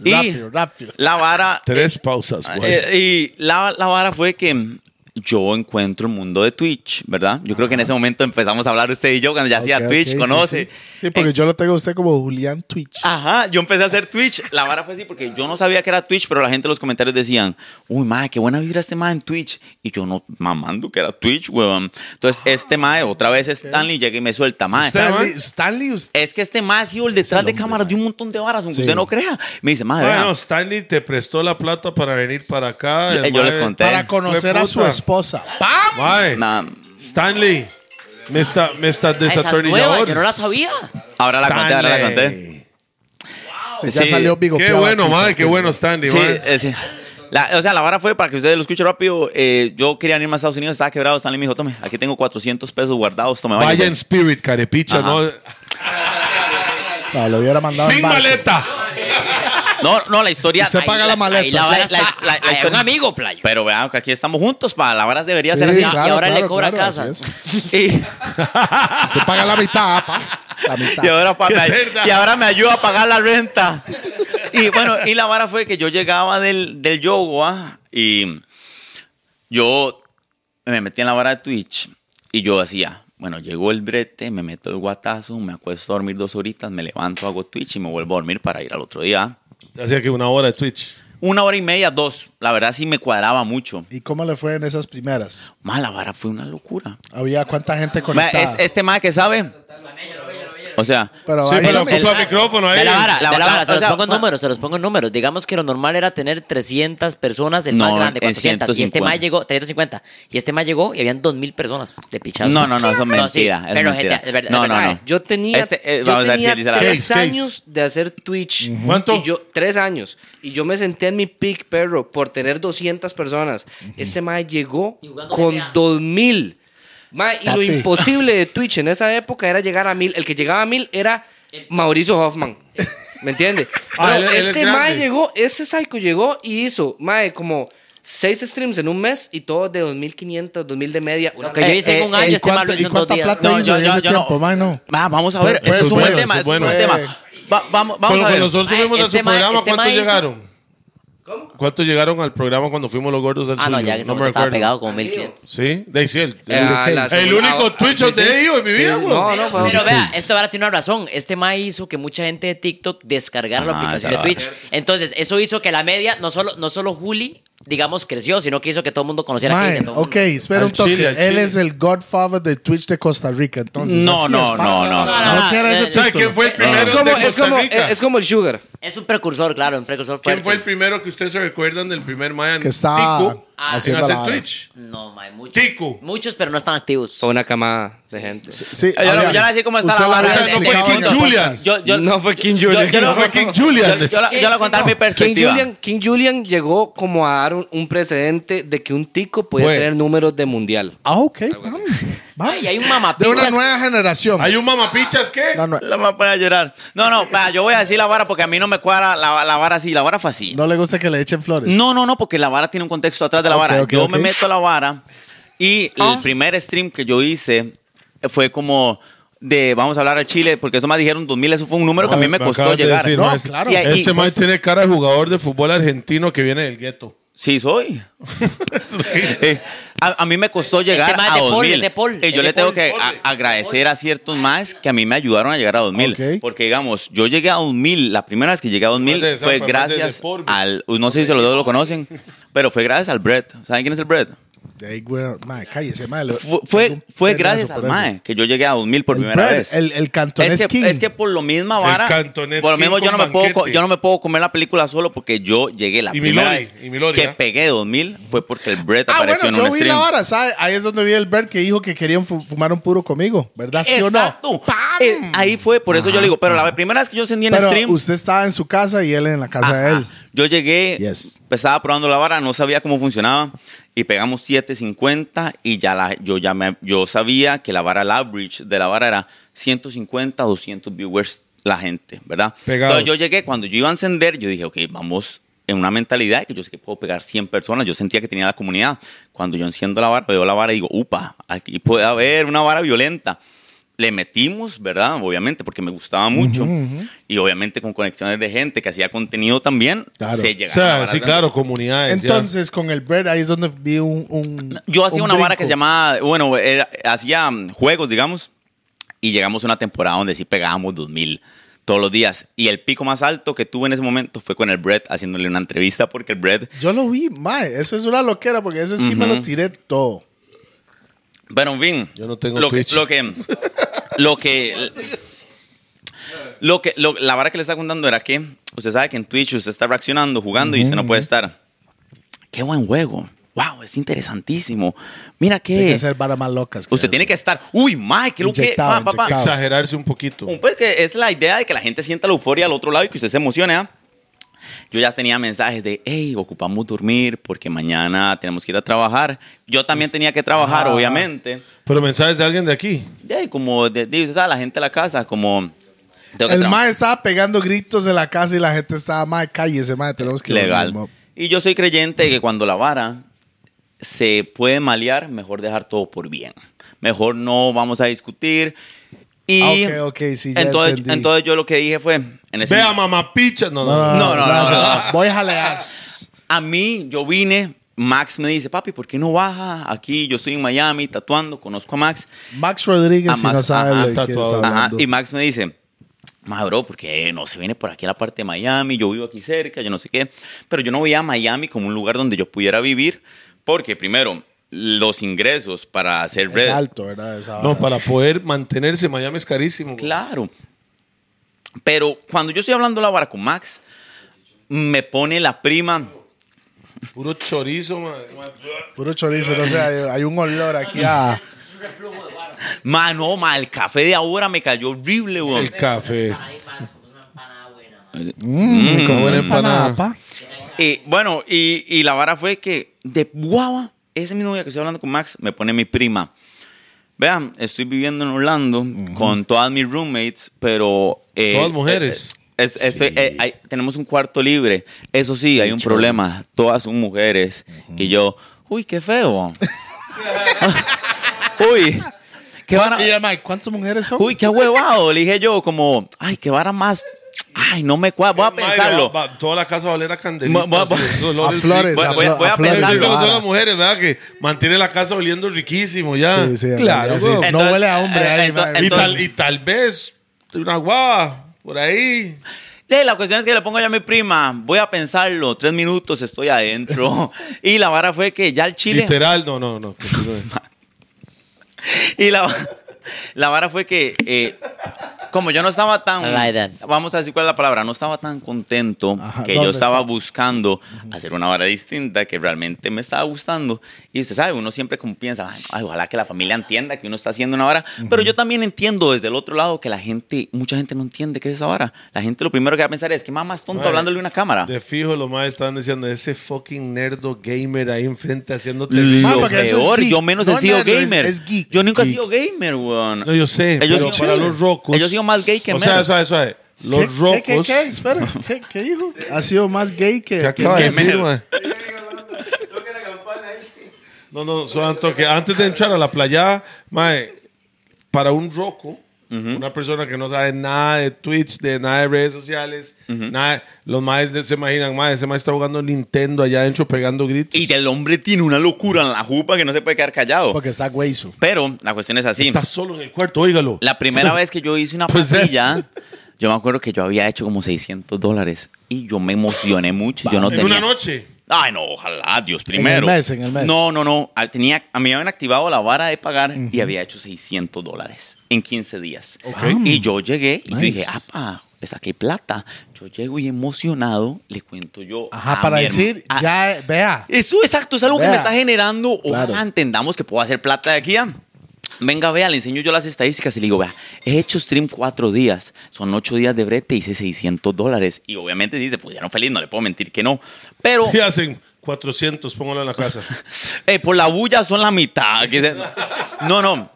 [SPEAKER 3] Y
[SPEAKER 1] Rápido, rápido.
[SPEAKER 3] la vara...
[SPEAKER 2] Tres pausas, güey.
[SPEAKER 3] eh, y la, la vara fue que... Yo encuentro el mundo de Twitch, ¿verdad? Yo creo que en ese momento empezamos a hablar usted y yo cuando ya hacía
[SPEAKER 1] Ok,
[SPEAKER 3] Twitch,
[SPEAKER 1] ok, sí,
[SPEAKER 3] conoce.
[SPEAKER 1] Sí, Sí, porque yo lo tengo a usted como Julián Twitch.
[SPEAKER 2] Ah,
[SPEAKER 3] Ajá, yo empecé a hacer Twitch. La vara fue así porque yo no sabía que era Twitch, pero la gente en los comentarios decían, uy, madre, qué buena vibra este madre en Twitch. Y yo no mamando que era Twitch, weón. Entonces, este madre, otra vez Stanley llega y me suelta, madre.
[SPEAKER 1] Stanley, Stanley, usted.
[SPEAKER 3] Es que este madre ha sido el detrás de cámaras de un montón de varas, aunque
[SPEAKER 1] Sí.
[SPEAKER 3] usted no crea. Me dice, madre, vea,
[SPEAKER 2] Bueno, Stanley te prestó la plata para venir para acá.
[SPEAKER 3] Eh,
[SPEAKER 2] el
[SPEAKER 3] yo les
[SPEAKER 2] mae-
[SPEAKER 3] conté.
[SPEAKER 1] Para conocer a su
[SPEAKER 2] Hueputa.
[SPEAKER 1] esposa.
[SPEAKER 2] Mae,
[SPEAKER 3] na-
[SPEAKER 2] Stanley, me está, me está
[SPEAKER 4] Ah, esa es nueva,
[SPEAKER 2] desatornillador.
[SPEAKER 4] yo no la sabía.
[SPEAKER 3] ahora la conté, ahora la conté.
[SPEAKER 2] Stanley.
[SPEAKER 1] Sí, ya
[SPEAKER 3] Sí.
[SPEAKER 1] salió bigoteado.
[SPEAKER 2] Qué bueno,
[SPEAKER 1] aquí,
[SPEAKER 2] madre, qué
[SPEAKER 1] tranquilo.
[SPEAKER 2] bueno Stanley,
[SPEAKER 3] Sí,
[SPEAKER 2] mae.
[SPEAKER 3] eh, sí. La- o sea, la vara fue para que ustedes lo escuchen rápido. eh, yo quería irme a Estados Unidos, estaba quebrado. Stanley me dijo, tome, aquí tengo 400 pesos guardados, tome, vaya.
[SPEAKER 2] Vaya en spirit, carepicha,
[SPEAKER 3] Ajá.
[SPEAKER 2] ¿no?
[SPEAKER 1] No, lo hubiera mandado en
[SPEAKER 2] Sin
[SPEAKER 1] barco.
[SPEAKER 2] maleta.
[SPEAKER 3] No, no, la historia.
[SPEAKER 1] Usted
[SPEAKER 3] ahí
[SPEAKER 1] paga la maleta.
[SPEAKER 4] Ahí la
[SPEAKER 3] La-
[SPEAKER 4] vara
[SPEAKER 3] la-
[SPEAKER 4] está.
[SPEAKER 3] la- la
[SPEAKER 4] ahí hay un
[SPEAKER 3] historia-
[SPEAKER 4] amigo, playo.
[SPEAKER 3] Pero vean que aquí estamos juntos, para la vara debería ser
[SPEAKER 1] Sí,
[SPEAKER 3] así.
[SPEAKER 1] claro,
[SPEAKER 4] y ahora
[SPEAKER 1] claro,
[SPEAKER 4] le cobra
[SPEAKER 1] claro,
[SPEAKER 4] casa.
[SPEAKER 1] así
[SPEAKER 3] Y,
[SPEAKER 1] Usted paga la mitad, pa. La mitad.
[SPEAKER 3] y ahora pa-
[SPEAKER 2] Qué cerda.
[SPEAKER 3] me, y ahora me ayuda a pagar la renta. Y bueno, y la vara fue que yo llegaba del, del yoga ah, y yo me metí en la vara de Twitch y yo hacía, bueno, llegó el brete, me meto el guatazo, me acuesto a dormir dos horitas, me levanto, hago Twitch y me vuelvo a dormir para ir al otro día.
[SPEAKER 2] Se hacía que una hora de Twitch.
[SPEAKER 3] Una hora y media, dos. La verdad sí me cuadraba mucho.
[SPEAKER 1] ¿Y cómo le fue en esas primeras?
[SPEAKER 3] Mala vara fue una locura.
[SPEAKER 1] Había cuánta gente
[SPEAKER 3] Ma,
[SPEAKER 1] conectada.
[SPEAKER 3] es, este más que sabe. O sea,
[SPEAKER 1] Pero
[SPEAKER 2] Sí,
[SPEAKER 1] ahí
[SPEAKER 2] pero
[SPEAKER 1] se Ah, me-
[SPEAKER 2] ocupa micrófono ahí.
[SPEAKER 4] De la vara,
[SPEAKER 3] La-
[SPEAKER 4] de la
[SPEAKER 3] la-
[SPEAKER 4] vara. Se
[SPEAKER 3] o
[SPEAKER 4] los
[SPEAKER 3] sea,
[SPEAKER 4] pongo en
[SPEAKER 3] ma-
[SPEAKER 4] números, se los pongo en números. Digamos que lo normal era tener 300 personas, el
[SPEAKER 3] No,
[SPEAKER 4] más grande,
[SPEAKER 3] en
[SPEAKER 4] 400. Y este
[SPEAKER 3] 150.
[SPEAKER 4] más llegó, 350. Y este más llegó y habían 2.000 personas de pichazo.
[SPEAKER 3] No, no, no, eso es
[SPEAKER 4] No, sí,
[SPEAKER 3] mentira. es
[SPEAKER 4] pero
[SPEAKER 3] mentira.
[SPEAKER 4] gente, es verdad,
[SPEAKER 3] no,
[SPEAKER 4] es
[SPEAKER 3] no,
[SPEAKER 4] verdad.
[SPEAKER 3] Ah, no.
[SPEAKER 5] Yo tenía,
[SPEAKER 3] Este, eh,
[SPEAKER 5] yo
[SPEAKER 3] vamos a ver si
[SPEAKER 5] tenía
[SPEAKER 3] él dice la verdad.
[SPEAKER 5] tres
[SPEAKER 2] Case, case.
[SPEAKER 5] años de hacer Twitch.
[SPEAKER 2] ¿Cuánto?
[SPEAKER 5] Y yo, tres años. Y yo me senté en mi pick, perro, por tener 200 personas. Ese mae llegó
[SPEAKER 4] Y jugando
[SPEAKER 5] con
[SPEAKER 4] GTA.
[SPEAKER 5] 2000. Mae, y lo
[SPEAKER 1] Papi.
[SPEAKER 5] imposible de Twitch en esa época era llegar a mil. El que llegaba a mil era
[SPEAKER 4] Eh.
[SPEAKER 5] Mauricio Hoffman. ¿Me entiende?
[SPEAKER 2] Ah,
[SPEAKER 5] Pero
[SPEAKER 2] él- él es
[SPEAKER 5] este
[SPEAKER 2] grande.
[SPEAKER 5] mae llegó, ese psycho llegó y hizo, mae, como seis streams en un mes y todos de 2500, 2000 de media. Una
[SPEAKER 4] Lo que yo hice en
[SPEAKER 3] eh,
[SPEAKER 4] un
[SPEAKER 3] eh,
[SPEAKER 4] año,
[SPEAKER 1] ¿Y
[SPEAKER 4] este mal
[SPEAKER 1] cuánto-
[SPEAKER 4] lo hizo
[SPEAKER 1] ¿Y
[SPEAKER 4] en dos
[SPEAKER 1] cuánta
[SPEAKER 4] días.
[SPEAKER 1] plata
[SPEAKER 3] No,
[SPEAKER 1] hizo
[SPEAKER 3] yo-
[SPEAKER 1] en
[SPEAKER 3] yo-
[SPEAKER 1] ese
[SPEAKER 3] yo
[SPEAKER 1] tiempo,
[SPEAKER 3] no.
[SPEAKER 1] mae, no?
[SPEAKER 3] Va, vamos a ver,
[SPEAKER 2] Pero-
[SPEAKER 3] eso es un
[SPEAKER 2] pero-
[SPEAKER 3] buen tema, eso es un buen tema. Va- vamos vamos
[SPEAKER 2] Cuando,
[SPEAKER 3] a ver.
[SPEAKER 2] cuando nosotros
[SPEAKER 4] Mae,
[SPEAKER 2] fuimos a
[SPEAKER 4] este
[SPEAKER 2] su
[SPEAKER 4] mae-
[SPEAKER 2] programa,
[SPEAKER 4] este
[SPEAKER 2] ¿cuántos
[SPEAKER 4] mae hizo-
[SPEAKER 2] llegaron? ¿Cuántos llegaron al programa cuando fuimos los gordos al
[SPEAKER 4] Ah, no,
[SPEAKER 2] suyo?
[SPEAKER 4] ya que ese
[SPEAKER 2] me
[SPEAKER 4] hombre estaba
[SPEAKER 2] recuerdo.
[SPEAKER 4] pegado como 1.500.
[SPEAKER 2] Sí, de ahí sí, el-
[SPEAKER 5] Eh, a
[SPEAKER 1] El
[SPEAKER 5] las-
[SPEAKER 2] único
[SPEAKER 5] a-
[SPEAKER 2] Twitch
[SPEAKER 5] sí,
[SPEAKER 2] de
[SPEAKER 5] sí.
[SPEAKER 2] ellos en mi
[SPEAKER 5] Sí,
[SPEAKER 2] vida, güey.
[SPEAKER 5] No, no, fue
[SPEAKER 4] Pero
[SPEAKER 5] otro.
[SPEAKER 4] vea, esto ahora tiene una razón. Este ma hizo que mucha gente de TikTok descargara la
[SPEAKER 3] Ajá,
[SPEAKER 4] aplicación de
[SPEAKER 3] esa
[SPEAKER 4] Twitch. Entonces, eso hizo que la media, no solo, no solo Juli, digamos, creció, sino que hizo que todo el mundo conociera a
[SPEAKER 1] Mae,
[SPEAKER 4] Cristian. todo el mundo.
[SPEAKER 1] ok, espera
[SPEAKER 2] Al
[SPEAKER 1] un toque.
[SPEAKER 2] chile, al
[SPEAKER 1] Él
[SPEAKER 2] chile.
[SPEAKER 1] es el godfather de Twitch de Costa Rica, entonces.
[SPEAKER 3] No,
[SPEAKER 1] así
[SPEAKER 3] no,
[SPEAKER 1] es,
[SPEAKER 3] no,
[SPEAKER 1] mae.
[SPEAKER 3] no, Ah, eh,
[SPEAKER 4] no.
[SPEAKER 1] No quiere ese
[SPEAKER 4] ¿Sabe
[SPEAKER 1] título.
[SPEAKER 2] ¿Sabe quién fue el primero?
[SPEAKER 5] Es como,
[SPEAKER 2] de
[SPEAKER 5] es, como,
[SPEAKER 2] Costa Rica?
[SPEAKER 5] es como el sugar.
[SPEAKER 4] Es un precursor, claro, un precursor fuerte.
[SPEAKER 2] ¿Quién fue el primero que ustedes se recuerdan del primer Mayan
[SPEAKER 1] Que estaba
[SPEAKER 2] Tico
[SPEAKER 3] Ah,
[SPEAKER 2] en
[SPEAKER 1] haciendo la
[SPEAKER 2] hacer
[SPEAKER 1] vara.
[SPEAKER 2] Twitch?
[SPEAKER 4] No, mae, muchos.
[SPEAKER 2] Tico.
[SPEAKER 4] Muchos, pero no están activos.
[SPEAKER 5] Fue una camada de gente.
[SPEAKER 1] Sí,
[SPEAKER 3] Yo,
[SPEAKER 1] oigan,
[SPEAKER 3] yo no sé cómo está
[SPEAKER 1] usted
[SPEAKER 3] la
[SPEAKER 1] lo
[SPEAKER 3] vara.
[SPEAKER 1] había
[SPEAKER 2] no fue
[SPEAKER 1] explicado
[SPEAKER 2] King
[SPEAKER 1] en el
[SPEAKER 2] Julian.
[SPEAKER 1] podcast.
[SPEAKER 3] Yo, yo,
[SPEAKER 5] no fue King
[SPEAKER 3] yo,
[SPEAKER 5] Julian.
[SPEAKER 3] yo
[SPEAKER 2] No fue King Julian.
[SPEAKER 3] Yo, yo la- yo la contar mi
[SPEAKER 5] King
[SPEAKER 3] perspectiva.
[SPEAKER 5] Julian, King Julian llegó como a dar un, un precedente de que un tico podía
[SPEAKER 2] Fue.
[SPEAKER 5] tener números de mundial.
[SPEAKER 1] Ah, ok, vamos. vamos.
[SPEAKER 4] Ay, hay un
[SPEAKER 1] De
[SPEAKER 4] mamapichas.
[SPEAKER 1] una nueva generación.
[SPEAKER 2] ¿Hay un mamapichas qué?
[SPEAKER 1] No, no,
[SPEAKER 3] La me voy a poner a llorar. No, no, pa, yo voy a decir la vara porque a mí no me cuadra la, la vara así. La vara fue así.
[SPEAKER 1] no le gusta que le echen flores.
[SPEAKER 3] No, no, no, porque la vara tiene un contexto atrás de la
[SPEAKER 1] Ok,
[SPEAKER 3] vara.
[SPEAKER 1] ok,
[SPEAKER 3] yo
[SPEAKER 1] ok.
[SPEAKER 3] me meto a la vara y el primer stream que yo hice fue como de vamos a hablar al Chile, porque eso más dijeron 2000, eso fue un número que a mí me
[SPEAKER 2] Ah, acabas
[SPEAKER 3] costó
[SPEAKER 2] de
[SPEAKER 3] llegar.
[SPEAKER 2] decir,
[SPEAKER 1] No,
[SPEAKER 2] mae,
[SPEAKER 1] claro.
[SPEAKER 3] Y ahí- pues,
[SPEAKER 2] Este Mike tiene cara de jugador de fútbol argentino que viene del gueto.
[SPEAKER 3] Sí, soy. Eh, a, a mí me costó llegar
[SPEAKER 4] tema es
[SPEAKER 3] a
[SPEAKER 4] de Paul,
[SPEAKER 3] 2000.
[SPEAKER 4] es de Paul,
[SPEAKER 3] Eh,
[SPEAKER 4] es
[SPEAKER 3] yo
[SPEAKER 4] de
[SPEAKER 3] le tengo
[SPEAKER 4] Paul,
[SPEAKER 3] que
[SPEAKER 4] Paul,
[SPEAKER 3] a-
[SPEAKER 4] de-
[SPEAKER 3] agradecer a ciertos más que a mí me ayudaron a llegar a 2000.
[SPEAKER 1] Ok.
[SPEAKER 3] Porque, digamos, yo llegué a 2000, la primera vez que llegué a 2000
[SPEAKER 2] Aparte de San
[SPEAKER 3] fue
[SPEAKER 2] Fernández de
[SPEAKER 3] gracias
[SPEAKER 2] Paul, güey.
[SPEAKER 3] al... No sé si se los dos lo conocen, pero fue gracias al Brett. ¿Saben quién es el Brett?
[SPEAKER 1] De ahí, güey, mae, cállese, mae. le-
[SPEAKER 3] Fue,
[SPEAKER 1] tengo
[SPEAKER 3] fue,
[SPEAKER 1] un
[SPEAKER 3] fue
[SPEAKER 1] pedazo
[SPEAKER 3] gracias al
[SPEAKER 1] por eso.
[SPEAKER 3] MAE que yo llegué a 2000 por
[SPEAKER 1] El
[SPEAKER 3] primera
[SPEAKER 1] Brett,
[SPEAKER 3] vez.
[SPEAKER 1] el- el cantonés
[SPEAKER 3] es que,
[SPEAKER 1] king.
[SPEAKER 3] es que por lo misma vara.
[SPEAKER 2] El cantonés
[SPEAKER 3] por lo
[SPEAKER 2] king
[SPEAKER 3] mismo yo
[SPEAKER 2] con
[SPEAKER 3] no, me puedo, co-
[SPEAKER 2] banquete.
[SPEAKER 3] yo no me puedo comer la película solo porque yo llegué la
[SPEAKER 2] Y
[SPEAKER 3] primera
[SPEAKER 2] Milori,
[SPEAKER 3] vez
[SPEAKER 2] y Milori,
[SPEAKER 3] que
[SPEAKER 2] ¿ah?
[SPEAKER 3] pegué 2000 fue porque el Brett
[SPEAKER 1] Ah,
[SPEAKER 3] apareció
[SPEAKER 1] bueno,
[SPEAKER 3] en
[SPEAKER 1] yo
[SPEAKER 3] un
[SPEAKER 1] vi
[SPEAKER 3] stream.
[SPEAKER 1] la vara, ¿sabe? Ahí es donde vi el Bert que dijo que querían fu- fumar un puro conmigo, ¿verdad? ¿Sí
[SPEAKER 3] Exacto.
[SPEAKER 1] o no? ¡Pam!
[SPEAKER 3] Eh, ahí fue, por eso yo le digo, pero la primera vez que yo encendí en
[SPEAKER 1] Pero
[SPEAKER 3] stream.
[SPEAKER 1] usted estaba en su casa y él en la casa
[SPEAKER 3] Ajá.
[SPEAKER 1] de él.
[SPEAKER 3] Yo llegué, pues,
[SPEAKER 1] Yes.
[SPEAKER 3] estaba probando la vara, no sabía cómo funcionaba y pegamos 750 y ya la, yo ya me, yo sabía que la vara, el average de la vara era 150, 200 viewers la gente, ¿verdad?
[SPEAKER 2] Pegados.
[SPEAKER 3] Entonces yo llegué, cuando yo iba a encender, yo dije, ok, vamos en una mentalidad que yo sé que puedo pegar 100 personas, yo sentía que tenía la comunidad. Cuando yo enciendo la vara, veo la vara y digo, upa, aquí puede haber una vara violenta le metimos, ¿verdad? Obviamente, porque me gustaba mucho. Y obviamente con conexiones de gente que hacía contenido también,
[SPEAKER 1] Claro.
[SPEAKER 3] se
[SPEAKER 2] O
[SPEAKER 3] llegaba.
[SPEAKER 2] sea, sí, claro, comunidades. ya.
[SPEAKER 1] Entonces, con el Bert, ahí es donde vi un. un-
[SPEAKER 3] Yo hacía
[SPEAKER 1] un
[SPEAKER 3] una vara que
[SPEAKER 1] brinco.
[SPEAKER 3] se llamaba, bueno, era- hacía mm, juegos, digamos, y llegamos a una temporada donde sí pegábamos 2000 todos los días. Y el pico más alto que tuve en ese momento fue con el Brett haciéndole una entrevista, porque el Brett,
[SPEAKER 1] Yo lo vi, mae. Eso es una loquera porque ese sí me lo tiré todo.
[SPEAKER 3] bueno, en fin.
[SPEAKER 2] Yo no tengo
[SPEAKER 3] lo que,
[SPEAKER 2] Twitch.
[SPEAKER 3] lo que, lo que, lo que, lo- la vara que le estaba contando era que usted sabe que en Twitch usted está reaccionando, jugando y usted no puede estar. Qué buen juego. Wow, es interesantísimo. Mira
[SPEAKER 1] Tiene que
[SPEAKER 3] que
[SPEAKER 1] hacer varas más locas.
[SPEAKER 3] usted tiene que estar. Uy, Mike, qué lo que.
[SPEAKER 1] Inyectado,
[SPEAKER 3] pa, pa, pa".
[SPEAKER 1] inyectado.
[SPEAKER 2] Exagerarse un poquito.
[SPEAKER 3] Un- Porque es la idea de que la gente sienta la euforia al otro lado y que usted se emocione. ¿ah? Yo ya tenía mensajes de, hey, ocupamos dormir porque mañana tenemos que ir a trabajar. Yo también tenía que trabajar,
[SPEAKER 1] Ah.
[SPEAKER 3] obviamente.
[SPEAKER 2] Pero mensajes de alguien de aquí.
[SPEAKER 3] De ahí, como, de, de- usted sabe, la gente de la casa, como. tengo que
[SPEAKER 1] El
[SPEAKER 3] tra-
[SPEAKER 1] mae estaba pegando gritos en la casa y la gente estaba, mae, cállese, mae, tenemos que
[SPEAKER 3] Legal.
[SPEAKER 1] dormir, mo".
[SPEAKER 3] Y yo soy creyente de que cuando la vara se puede malear, mejor dejar todo por bien. Mejor no vamos a discutir. Y
[SPEAKER 1] Ah, ok, ok, sí, ya
[SPEAKER 3] entonces,
[SPEAKER 1] entendí.
[SPEAKER 3] entonces yo lo que dije fue. En ese
[SPEAKER 2] Vea, mamá picha. No, no, no.
[SPEAKER 3] No, no, no, no,
[SPEAKER 1] Voy a jaleas.
[SPEAKER 3] A mí, yo vine, Max me dice, papi, ¿por qué no baja aquí? Yo estoy en Miami tatuando, conozco a Max.
[SPEAKER 1] Max Rodríguez,
[SPEAKER 3] A
[SPEAKER 1] si
[SPEAKER 3] Max,
[SPEAKER 1] no sabe
[SPEAKER 2] ajá,
[SPEAKER 1] de quién
[SPEAKER 2] tatuado.
[SPEAKER 1] está
[SPEAKER 2] Ajá,
[SPEAKER 3] Ajá,
[SPEAKER 1] hablando.
[SPEAKER 3] y Max me dice, ma, bro, porque no se viene por aquí a la parte de Miami, yo vivo aquí cerca, yo no sé qué, pero yo no veía a Miami como un lugar donde yo pudiera vivir, porque primero, los ingresos para hacer
[SPEAKER 1] Es
[SPEAKER 3] red...
[SPEAKER 1] alto, ¿verdad? Esa
[SPEAKER 2] No,
[SPEAKER 1] vara.
[SPEAKER 2] para poder mantenerse, Miami es carísimo. güey.
[SPEAKER 3] Claro. Pero cuando yo estoy hablando la vara con Max, me pone la prima...
[SPEAKER 2] Puro chorizo, man.
[SPEAKER 1] Puro chorizo, no sé, hay, hay un olor aquí a...
[SPEAKER 3] Ma, no, ma, el café de ahora me cayó horrible, weón.
[SPEAKER 2] El café.
[SPEAKER 1] Mm,
[SPEAKER 2] qué buena empanada.
[SPEAKER 1] pa.
[SPEAKER 3] Y bueno, y, y la vara fue que de guava, ese mismo día que estoy hablando con Max, me pone mi prima. Vean, estoy viviendo en Orlando con todas mis roommates, pero... eh,
[SPEAKER 2] Todas mujeres.
[SPEAKER 3] eh, eh, es- estoy- eh, hay- tenemos un cuarto libre. Eso sí, hay un problema. Todas son mujeres. Y yo, uy, qué feo. uy, qué vara...
[SPEAKER 1] Y el mae, ¿cuántas mujeres son?
[SPEAKER 3] Uy, qué huevado. Le dije yo, como, ay, qué vara más... Ay, no me cuadra. Voy a
[SPEAKER 2] Madre,
[SPEAKER 3] pensarlo.
[SPEAKER 2] va- va- toda la casa va a oler
[SPEAKER 3] Ma-
[SPEAKER 2] a
[SPEAKER 3] ma-
[SPEAKER 2] candelitas.
[SPEAKER 3] ma-
[SPEAKER 2] esos
[SPEAKER 1] A
[SPEAKER 2] olores
[SPEAKER 1] flores,
[SPEAKER 2] ricos.
[SPEAKER 1] a,
[SPEAKER 3] Voy- voy-
[SPEAKER 1] flo-
[SPEAKER 3] voy a
[SPEAKER 1] flores
[SPEAKER 2] Pero
[SPEAKER 3] pensar.
[SPEAKER 1] de
[SPEAKER 2] eso solo son
[SPEAKER 1] vara.
[SPEAKER 2] las mujeres, ¿verdad? Que mantiene la casa oliendo riquísimo ya.
[SPEAKER 1] Sí, sí,
[SPEAKER 2] claro.
[SPEAKER 1] ya, sí.
[SPEAKER 2] güey.
[SPEAKER 1] No
[SPEAKER 3] Entonces-
[SPEAKER 1] huele a hombre
[SPEAKER 3] eh,
[SPEAKER 1] ahí,
[SPEAKER 3] ento-
[SPEAKER 1] mae.
[SPEAKER 2] Y,
[SPEAKER 3] entonces-
[SPEAKER 2] tal, y tal vez una guava por ahí.
[SPEAKER 3] Sí, la cuestión es que le pongo ya a mi prima, voy a pensarlo, tres minutos estoy adentro. y la vara fue que ya el chile.
[SPEAKER 2] Literal, no, no, no. continúe.
[SPEAKER 3] Y la, la vara fue que, eh, como yo no estaba tan.
[SPEAKER 4] I like that.
[SPEAKER 3] Vamos a decir cuál es la palabra, no estaba tan contento
[SPEAKER 1] Ajá,
[SPEAKER 3] que
[SPEAKER 1] ¿dónde
[SPEAKER 3] yo estaba
[SPEAKER 1] está?
[SPEAKER 3] buscando hacer una vara distinta que realmente me estaba gustando. Y usted sabe, uno siempre como piensa, "Ay, ay, ojalá que la familia entienda que uno está haciendo una vara. Pero yo también entiendo desde el otro lado que la gente, mucha gente no entiende qué es esa vara. La gente lo primero que va a pensar es que mamá es tonto
[SPEAKER 2] Madre,
[SPEAKER 3] hablándole a una cámara.
[SPEAKER 2] De fijo, los más estaban diciendo, ese fucking nerdo gamer ahí enfrente haciéndote...
[SPEAKER 3] Lo
[SPEAKER 2] rico".
[SPEAKER 1] Ah, porque eso es
[SPEAKER 3] peor,
[SPEAKER 1] geek.
[SPEAKER 3] yo menos
[SPEAKER 1] No,
[SPEAKER 3] he sido
[SPEAKER 1] no, no, es-
[SPEAKER 3] gamer.
[SPEAKER 1] es geek,
[SPEAKER 3] Yo nunca
[SPEAKER 1] geek.
[SPEAKER 3] he sido gamer, weón.
[SPEAKER 2] No, yo sé,
[SPEAKER 3] Ellos
[SPEAKER 2] pero
[SPEAKER 3] sí-
[SPEAKER 2] para los rocos...
[SPEAKER 3] Ellos son más gay que
[SPEAKER 2] O
[SPEAKER 3] menos.
[SPEAKER 2] sea, suave, suave. Los
[SPEAKER 1] ¿Qué-
[SPEAKER 2] rocos...
[SPEAKER 1] ¿Qué, qué, qué? Espera, ¿qué, qué dijo? Ha sido más gay que...
[SPEAKER 2] ¿Qué
[SPEAKER 1] que-
[SPEAKER 2] acaba de
[SPEAKER 1] que-
[SPEAKER 2] decir,
[SPEAKER 3] Gamer.
[SPEAKER 2] man? No, no, suave, Anto, que antes de entrar a la playa, mae, para un roco, Una persona que no sabe nada de Twitch, de nada de redes sociales, nada. de- Los maes de- se imaginan, maes, ese mae está jugando Nintendo allá adentro pegando gritos.
[SPEAKER 3] Y el hombre tiene una locura en la jupa que no se puede quedar callado.
[SPEAKER 1] Porque está hueso.
[SPEAKER 3] Pero la cuestión es así.
[SPEAKER 2] Está solo en el cuarto, óigalo.
[SPEAKER 3] La primera vez que yo hice una
[SPEAKER 2] Pues es.
[SPEAKER 3] pastilla, yo me acuerdo que yo había hecho como 600 dólares y yo me emocioné mucho. Yo no
[SPEAKER 2] en
[SPEAKER 3] tenía...
[SPEAKER 2] una noche.
[SPEAKER 3] Ay, no, ojalá, Dios primero.
[SPEAKER 1] el mes, en el mes.
[SPEAKER 3] No, no, no. Al- Tenía, a mí me habían activado la vara de pagar y había hecho 600 dólares en 15 días. Y yo llegué y yo
[SPEAKER 1] Nice.
[SPEAKER 3] dije, apa, le saqué plata. Yo llego y emocionado le cuento yo.
[SPEAKER 1] Ajá,
[SPEAKER 3] a
[SPEAKER 1] para
[SPEAKER 3] mi herma-
[SPEAKER 1] decir,
[SPEAKER 3] a-
[SPEAKER 1] ya, vea.
[SPEAKER 3] Eso, exacto, es algo que
[SPEAKER 1] Vea.
[SPEAKER 3] me está generando. Ojalá
[SPEAKER 1] Claro.
[SPEAKER 3] entendamos que puedo hacer plata de aquí a. Venga, vea, le enseño yo las estadísticas y le digo, vea, he hecho stream cuatro días, son ocho días de brete, hice 600 dólares. Y obviamente dice, pues ya no feliz, no le puedo mentir que no. Pero
[SPEAKER 2] Y hacen 400, póngalo en la casa.
[SPEAKER 3] eh, por la bulla son la mitad. que se- No, no.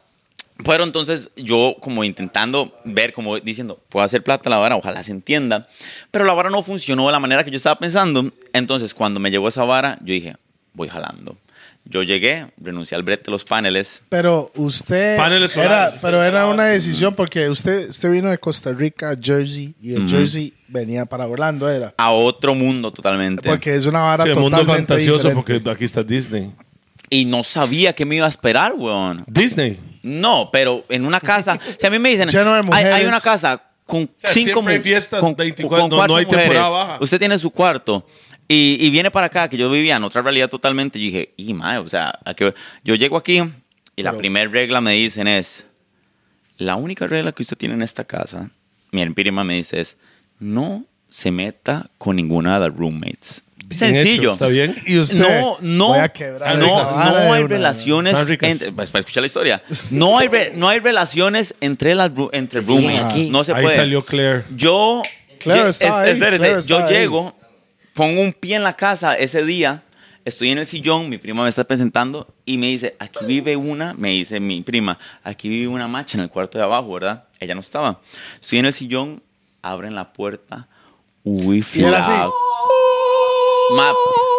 [SPEAKER 3] Pero entonces yo como intentando ver, como diciendo, puedo hacer plata la vara, ojalá se entienda. Pero la vara no funcionó de la manera que yo estaba pensando. Entonces cuando me llegó esa vara, yo dije, voy jalando. Yo llegué, renuncié al brete de los paneles.
[SPEAKER 1] Pero usted.
[SPEAKER 2] Paneles solares,
[SPEAKER 1] era,
[SPEAKER 2] usted
[SPEAKER 1] pero era
[SPEAKER 2] estaba-
[SPEAKER 1] una decisión porque usted, usted vino de Costa Rica, Jersey, y de Jersey venía para Orlando, era.
[SPEAKER 3] A otro mundo totalmente.
[SPEAKER 1] Porque es una vara
[SPEAKER 2] Sí, el
[SPEAKER 1] totalmente
[SPEAKER 2] mundo fantasioso
[SPEAKER 1] diferente.
[SPEAKER 2] porque aquí está Disney.
[SPEAKER 3] Y no sabía qué me iba a esperar, weón.
[SPEAKER 2] Disney.
[SPEAKER 3] No, pero en una casa. Si a mí me dicen,
[SPEAKER 1] Lleno de
[SPEAKER 3] hay- hay,
[SPEAKER 1] mujeres.
[SPEAKER 3] una casa con
[SPEAKER 2] sea,
[SPEAKER 3] cinco
[SPEAKER 2] siempre hay
[SPEAKER 3] mu-
[SPEAKER 2] fiestas
[SPEAKER 3] con,
[SPEAKER 2] 24,
[SPEAKER 3] con
[SPEAKER 2] no-
[SPEAKER 3] cuatro
[SPEAKER 2] no hay
[SPEAKER 3] mujeres.
[SPEAKER 2] temporada baja.
[SPEAKER 3] Usted tiene su cuarto y, y viene para acá, que yo vivía en otra realidad totalmente. Yo dije, y mae, o sea, ¿a qué- yo llego aquí y la
[SPEAKER 1] Pero-
[SPEAKER 3] primera regla me dicen es: la única regla que usted tiene en esta casa, mi empírima me dice es, no se meta con ninguna de las roommates.
[SPEAKER 2] Bien hecho,
[SPEAKER 3] Sencillo.
[SPEAKER 2] ¿Está bien?
[SPEAKER 1] Y usted.
[SPEAKER 3] No, no,
[SPEAKER 1] Este, voy a quebrar
[SPEAKER 3] no,
[SPEAKER 1] esa vara
[SPEAKER 3] no
[SPEAKER 1] de
[SPEAKER 3] hay
[SPEAKER 1] una-
[SPEAKER 3] relaciones
[SPEAKER 2] Están ricas.
[SPEAKER 3] entre, pues, para escuchar la historia. No hay, re- no hay relaciones entre las ru- entre
[SPEAKER 4] Sí,
[SPEAKER 3] roommates.
[SPEAKER 4] aquí.
[SPEAKER 3] No se
[SPEAKER 2] Ahí
[SPEAKER 3] puede.
[SPEAKER 2] salió Claire.
[SPEAKER 3] Yo,
[SPEAKER 1] Claro,
[SPEAKER 3] yo-
[SPEAKER 1] estaba
[SPEAKER 3] es-
[SPEAKER 1] ahí,
[SPEAKER 3] espérate,
[SPEAKER 1] claro,
[SPEAKER 3] yo
[SPEAKER 1] estaba ahí.
[SPEAKER 3] llego, pongo un pie en la casa ese día, estoy en el sillón, mi prima me está presentando y me dice, aquí vive una, me dice mi prima, aquí vive una macha en el cuarto de abajo, ¿verdad? Ella no estaba. Estoy en el sillón, abren la puerta, wifi.
[SPEAKER 1] Y era así.
[SPEAKER 3] out. Ma-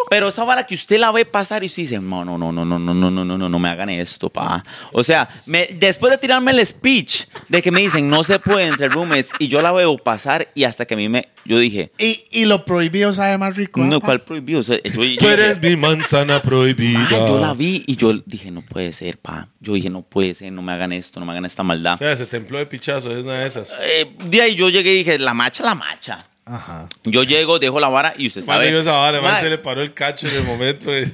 [SPEAKER 3] pero esa vara que usted la ve pasar y usted dice, no, no, no, no, no, no, no, no, no, no, no me hagan esto, pa. O sea, me- después de tirarme el speech de que me dicen, no se puede entre roommates, y yo la veo pasar y hasta que a mí me, yo dije,
[SPEAKER 1] Y, y lo prohibido sabe más rico.
[SPEAKER 3] no,
[SPEAKER 1] apa.
[SPEAKER 3] ¿cuál prohibido? O sea, yo, yo
[SPEAKER 2] Tú
[SPEAKER 3] dije,
[SPEAKER 2] eres mi manzana prohibida.
[SPEAKER 3] "Ma, yo la vi y yo dije, no puede ser, pa. Yo dije, no puede ser, no me hagan esto, no me hagan esta
[SPEAKER 2] O
[SPEAKER 3] maldad.
[SPEAKER 2] sea, se templó de pichazo, es una de esas.
[SPEAKER 3] Eh, de ahí yo llegué y dije, la macha, la macha.
[SPEAKER 1] Ajá.
[SPEAKER 3] Yo llego, dejo la vara y usted
[SPEAKER 2] Mano,
[SPEAKER 3] sabe.
[SPEAKER 2] yo esa vara,
[SPEAKER 3] Ma,
[SPEAKER 2] man, se le paró el cacho en el momento. es-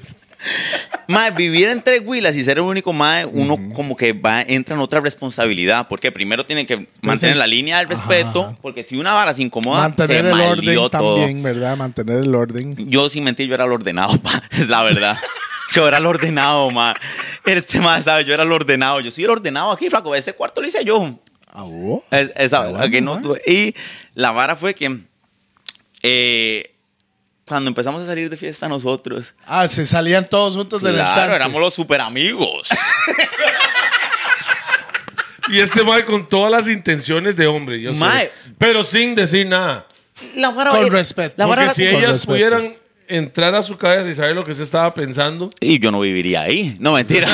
[SPEAKER 3] Mae, vivir en tres huilas y ser el único mae, uno como que va, entra en otra responsabilidad. Porque primero tiene que mantener
[SPEAKER 1] en-
[SPEAKER 3] la línea del respeto, porque si una vara se incomoda,
[SPEAKER 1] Mantener
[SPEAKER 3] se
[SPEAKER 1] el
[SPEAKER 3] maldió
[SPEAKER 1] orden
[SPEAKER 3] todo.
[SPEAKER 1] también, ¿verdad? Mantener el orden.
[SPEAKER 3] Yo, sin mentir, yo era el ordenado, pa, es la verdad. Yo era el ordenado, ma. Este mae, ¿sabes? Yo era el ordenado. Yo soy el ordenado aquí, flaco. Este cuarto lo hice yo.
[SPEAKER 1] ¿A vos?
[SPEAKER 3] Es- esa-
[SPEAKER 1] Ah, bueno,
[SPEAKER 3] que no
[SPEAKER 1] ah.
[SPEAKER 3] tuve- y la vara fue que eh, cuando empezamos a salir de fiesta nosotros,
[SPEAKER 1] Ah, se salían todos juntos del chat.
[SPEAKER 3] claro, éramos los super amigos.
[SPEAKER 2] Y este mae con todas las intenciones de hombre, yo sé.
[SPEAKER 3] Mae.
[SPEAKER 2] Pero sin decir nada.
[SPEAKER 3] La vara
[SPEAKER 1] Con
[SPEAKER 3] eh,
[SPEAKER 1] respeto.
[SPEAKER 3] La vara
[SPEAKER 2] Porque si
[SPEAKER 3] era-
[SPEAKER 1] con
[SPEAKER 2] ellas
[SPEAKER 1] respeto.
[SPEAKER 2] pudieran entrar a su cabeza y saber lo que se estaba pensando,
[SPEAKER 3] Y yo no viviría ahí. No, mentira.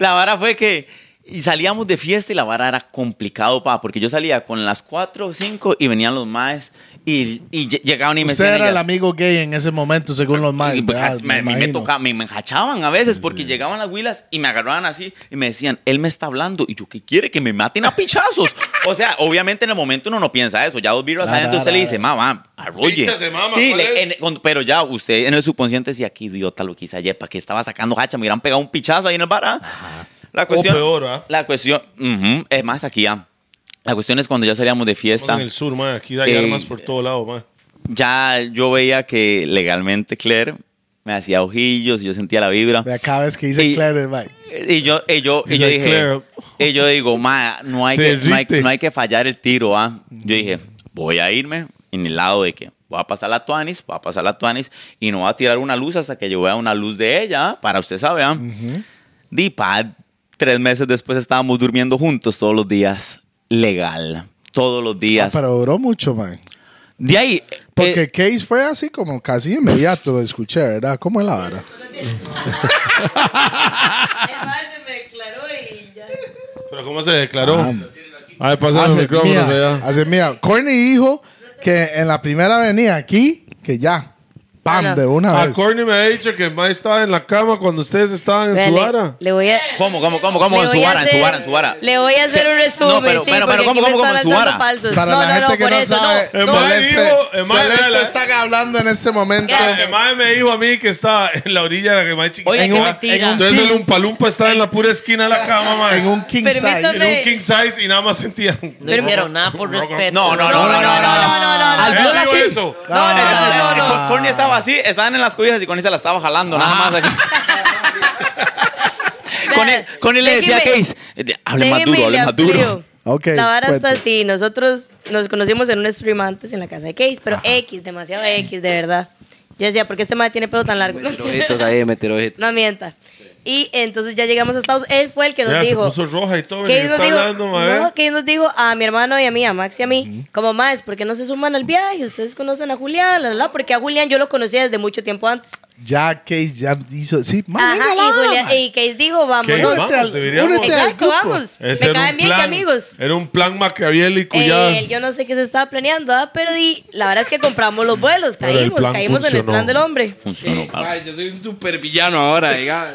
[SPEAKER 3] la vara fue que y salíamos de fiesta y la vara era complicado, pa, porque yo salía con las 4 o 5 y venían los maes y, y lle- llegaban y me
[SPEAKER 1] Usted
[SPEAKER 3] decían
[SPEAKER 1] era el
[SPEAKER 3] ellas-
[SPEAKER 1] amigo gay en ese momento, según los
[SPEAKER 3] y,
[SPEAKER 1] maestros.
[SPEAKER 3] pues,
[SPEAKER 1] ¿verdad?
[SPEAKER 3] me, me- me
[SPEAKER 1] imagino.
[SPEAKER 3] tocaba- me- me enjachaban a veces porque llegaban las huilas y me agarraban así y me decían, él me está hablando y yo, ¿qué quiere? Que me maten a pichazos. o sea, obviamente en el momento uno no piensa eso. Ya dos birras
[SPEAKER 1] Claro,
[SPEAKER 3] adentro, usted
[SPEAKER 1] claro,
[SPEAKER 3] le dice, mamá, arrolle.
[SPEAKER 2] Píchase, mama,
[SPEAKER 3] sí,
[SPEAKER 2] ¿cuál
[SPEAKER 3] le-
[SPEAKER 2] es?
[SPEAKER 3] en- con- pero ya usted en el subconsciente decía, qué idiota lo quise ayer, para que estaba sacando hacha, me hubieran pegado un pichazo ahí en el bar. ah?" La cuestión,
[SPEAKER 2] peor, ¿ah?
[SPEAKER 3] la cuestión, ujú, es más aquí, ah. la cuestión es cuando ya salíamos de
[SPEAKER 2] estamos
[SPEAKER 3] fiesta
[SPEAKER 2] en el sur, mae, aquí hay
[SPEAKER 3] Eh,
[SPEAKER 2] armas por todo lado, mae.
[SPEAKER 3] ya yo veía que legalmente Claire me hacía ojillos y yo sentía la vibra.
[SPEAKER 1] Vea, cada vez que dice
[SPEAKER 3] Y-
[SPEAKER 1] Claire, el mae.
[SPEAKER 3] Y yo, y yo, y
[SPEAKER 2] Dice
[SPEAKER 3] yo dije,
[SPEAKER 2] Claire.
[SPEAKER 3] y yo digo, ma, no hay,
[SPEAKER 2] Se
[SPEAKER 3] que, no, hay,
[SPEAKER 2] rite.
[SPEAKER 3] no hay que fallar el tiro, ah. Yo dije, voy a irme en el lado de que voy a pasar la Tuanis, voy a pasar la Tuanis y no voy a tirar una luz hasta que yo vea una luz de ella, ah, para usted sabe, ah. Di pa, tres meses después estábamos durmiendo juntos todos los días, legal, todos los
[SPEAKER 1] Ah,
[SPEAKER 3] días.
[SPEAKER 1] pero duró mucho, mae.
[SPEAKER 3] De ahí... eh,
[SPEAKER 1] Porque Case fue así como casi inmediato, escuché, ¿verdad? ¿Cómo es la vara?
[SPEAKER 7] Es más, se me declaró y ya.
[SPEAKER 2] Pero ¿cómo se declaró?
[SPEAKER 1] Ah,
[SPEAKER 2] Ay, pasaron los
[SPEAKER 1] Hace
[SPEAKER 2] micrófonos
[SPEAKER 1] mía,
[SPEAKER 2] allá.
[SPEAKER 1] hace mía. Corny dijo que en la primera venía aquí, que ya. Pam, de una
[SPEAKER 2] A
[SPEAKER 1] vez.
[SPEAKER 2] Corny me ha dicho que Mae estaba en la cama cuando ustedes estaban en
[SPEAKER 7] Vea,
[SPEAKER 2] su
[SPEAKER 7] le-
[SPEAKER 2] vara.
[SPEAKER 7] Le voy a.
[SPEAKER 3] ¿Cómo, cómo, cómo, cómo?
[SPEAKER 7] le
[SPEAKER 3] En
[SPEAKER 7] voy
[SPEAKER 3] su
[SPEAKER 7] a
[SPEAKER 3] vara, en su
[SPEAKER 7] hacer-
[SPEAKER 3] vara, en su vara.
[SPEAKER 7] Le voy a hacer un resumen.
[SPEAKER 3] No, pero,
[SPEAKER 7] sí,
[SPEAKER 3] pero, pero,
[SPEAKER 7] porque
[SPEAKER 3] ¿cómo,
[SPEAKER 7] aquí me
[SPEAKER 3] cómo, cómo?
[SPEAKER 7] están
[SPEAKER 3] En su
[SPEAKER 7] lanzando
[SPEAKER 3] vara.
[SPEAKER 7] falsos.
[SPEAKER 1] Para
[SPEAKER 7] no,
[SPEAKER 1] la
[SPEAKER 7] no,
[SPEAKER 1] gente
[SPEAKER 7] no,
[SPEAKER 1] que
[SPEAKER 7] por
[SPEAKER 1] no
[SPEAKER 7] eso
[SPEAKER 1] sabe,
[SPEAKER 7] no.
[SPEAKER 2] El mae
[SPEAKER 1] Celeste,
[SPEAKER 2] dijo- el mae
[SPEAKER 1] Celeste
[SPEAKER 2] era la-
[SPEAKER 1] está hablando en este momento.
[SPEAKER 7] Gracias.
[SPEAKER 2] El Mae me dijo a mí que estaba en la orilla de la que Mae chiquita.
[SPEAKER 4] Oye,
[SPEAKER 1] En
[SPEAKER 4] qué
[SPEAKER 1] un- en
[SPEAKER 4] mentira.
[SPEAKER 1] un-
[SPEAKER 2] Entonces el Umpalumpa estaba en la pura esquina de la cama, Mae.
[SPEAKER 1] En un king
[SPEAKER 7] Permítame-
[SPEAKER 1] size.
[SPEAKER 2] En un king size y nada más sentía. un-
[SPEAKER 4] No hicieron nada por respeto.
[SPEAKER 3] No, no, no, no, no, no, no,
[SPEAKER 7] no, no,
[SPEAKER 2] Él
[SPEAKER 7] no.
[SPEAKER 3] viola
[SPEAKER 2] dijo
[SPEAKER 3] sí.
[SPEAKER 2] eso.
[SPEAKER 7] No, no, no, no, no.
[SPEAKER 3] Cor- Corny estaba así, estaban en las cobijas y Corny se la estaba jalando, nada
[SPEAKER 7] Ah.
[SPEAKER 3] más. aquí. Con él, con él le decía a
[SPEAKER 7] Déjeme-
[SPEAKER 3] Case, eh, hable más duro,
[SPEAKER 7] Déjeme
[SPEAKER 3] hable
[SPEAKER 7] le
[SPEAKER 3] más duro.
[SPEAKER 7] amplío.
[SPEAKER 1] Ok,
[SPEAKER 7] La vara
[SPEAKER 1] cuente.
[SPEAKER 7] está así. Nosotros nos conocimos en un stream antes en la casa de Case, pero X, demasiado X, de verdad. Yo decía, ¿por qué este madre tiene pelo tan largo?
[SPEAKER 5] Meter ojitos ahí, meter ojitos.
[SPEAKER 7] No mienta. Y entonces ya llegamos a Estados Él fue el que nos
[SPEAKER 2] Ya se
[SPEAKER 7] dijo.
[SPEAKER 2] puso roja y todo.
[SPEAKER 7] Que
[SPEAKER 2] Que
[SPEAKER 7] ellos nos
[SPEAKER 2] está
[SPEAKER 7] dijo,
[SPEAKER 2] hablando, Mae.
[SPEAKER 7] no, que ellos nos dijo a mi hermano y a mí, a Max y a mí, como más, ¿por qué no se suman al viaje? Ustedes conocen a Julián, la, la, la, porque a Julián yo lo conocía desde mucho tiempo antes.
[SPEAKER 1] Ya Case ya hizo. Sí, más
[SPEAKER 7] Ajá, y Julián, y Case dijo, vámonos.
[SPEAKER 2] Case, vamos,
[SPEAKER 1] Únete al,
[SPEAKER 2] deberíamos.
[SPEAKER 1] únete al
[SPEAKER 7] Exacto,
[SPEAKER 1] grupo.
[SPEAKER 7] vamos.
[SPEAKER 2] Ese
[SPEAKER 7] Me
[SPEAKER 2] era
[SPEAKER 7] caen
[SPEAKER 2] un
[SPEAKER 7] bien que
[SPEAKER 2] plan.
[SPEAKER 7] amigos.
[SPEAKER 2] Era un plan maquiavélico ya.
[SPEAKER 7] Eh, yo no sé qué se estaba planeando, ah, pero di- la verdad es que compramos los vuelos,
[SPEAKER 2] Pero el
[SPEAKER 7] caímos,
[SPEAKER 2] plan
[SPEAKER 7] caímos en el
[SPEAKER 2] funcionó.
[SPEAKER 7] plan del hombre.
[SPEAKER 3] Funcionó, pal.
[SPEAKER 6] Ay, yo soy un supervillano ahora, diga.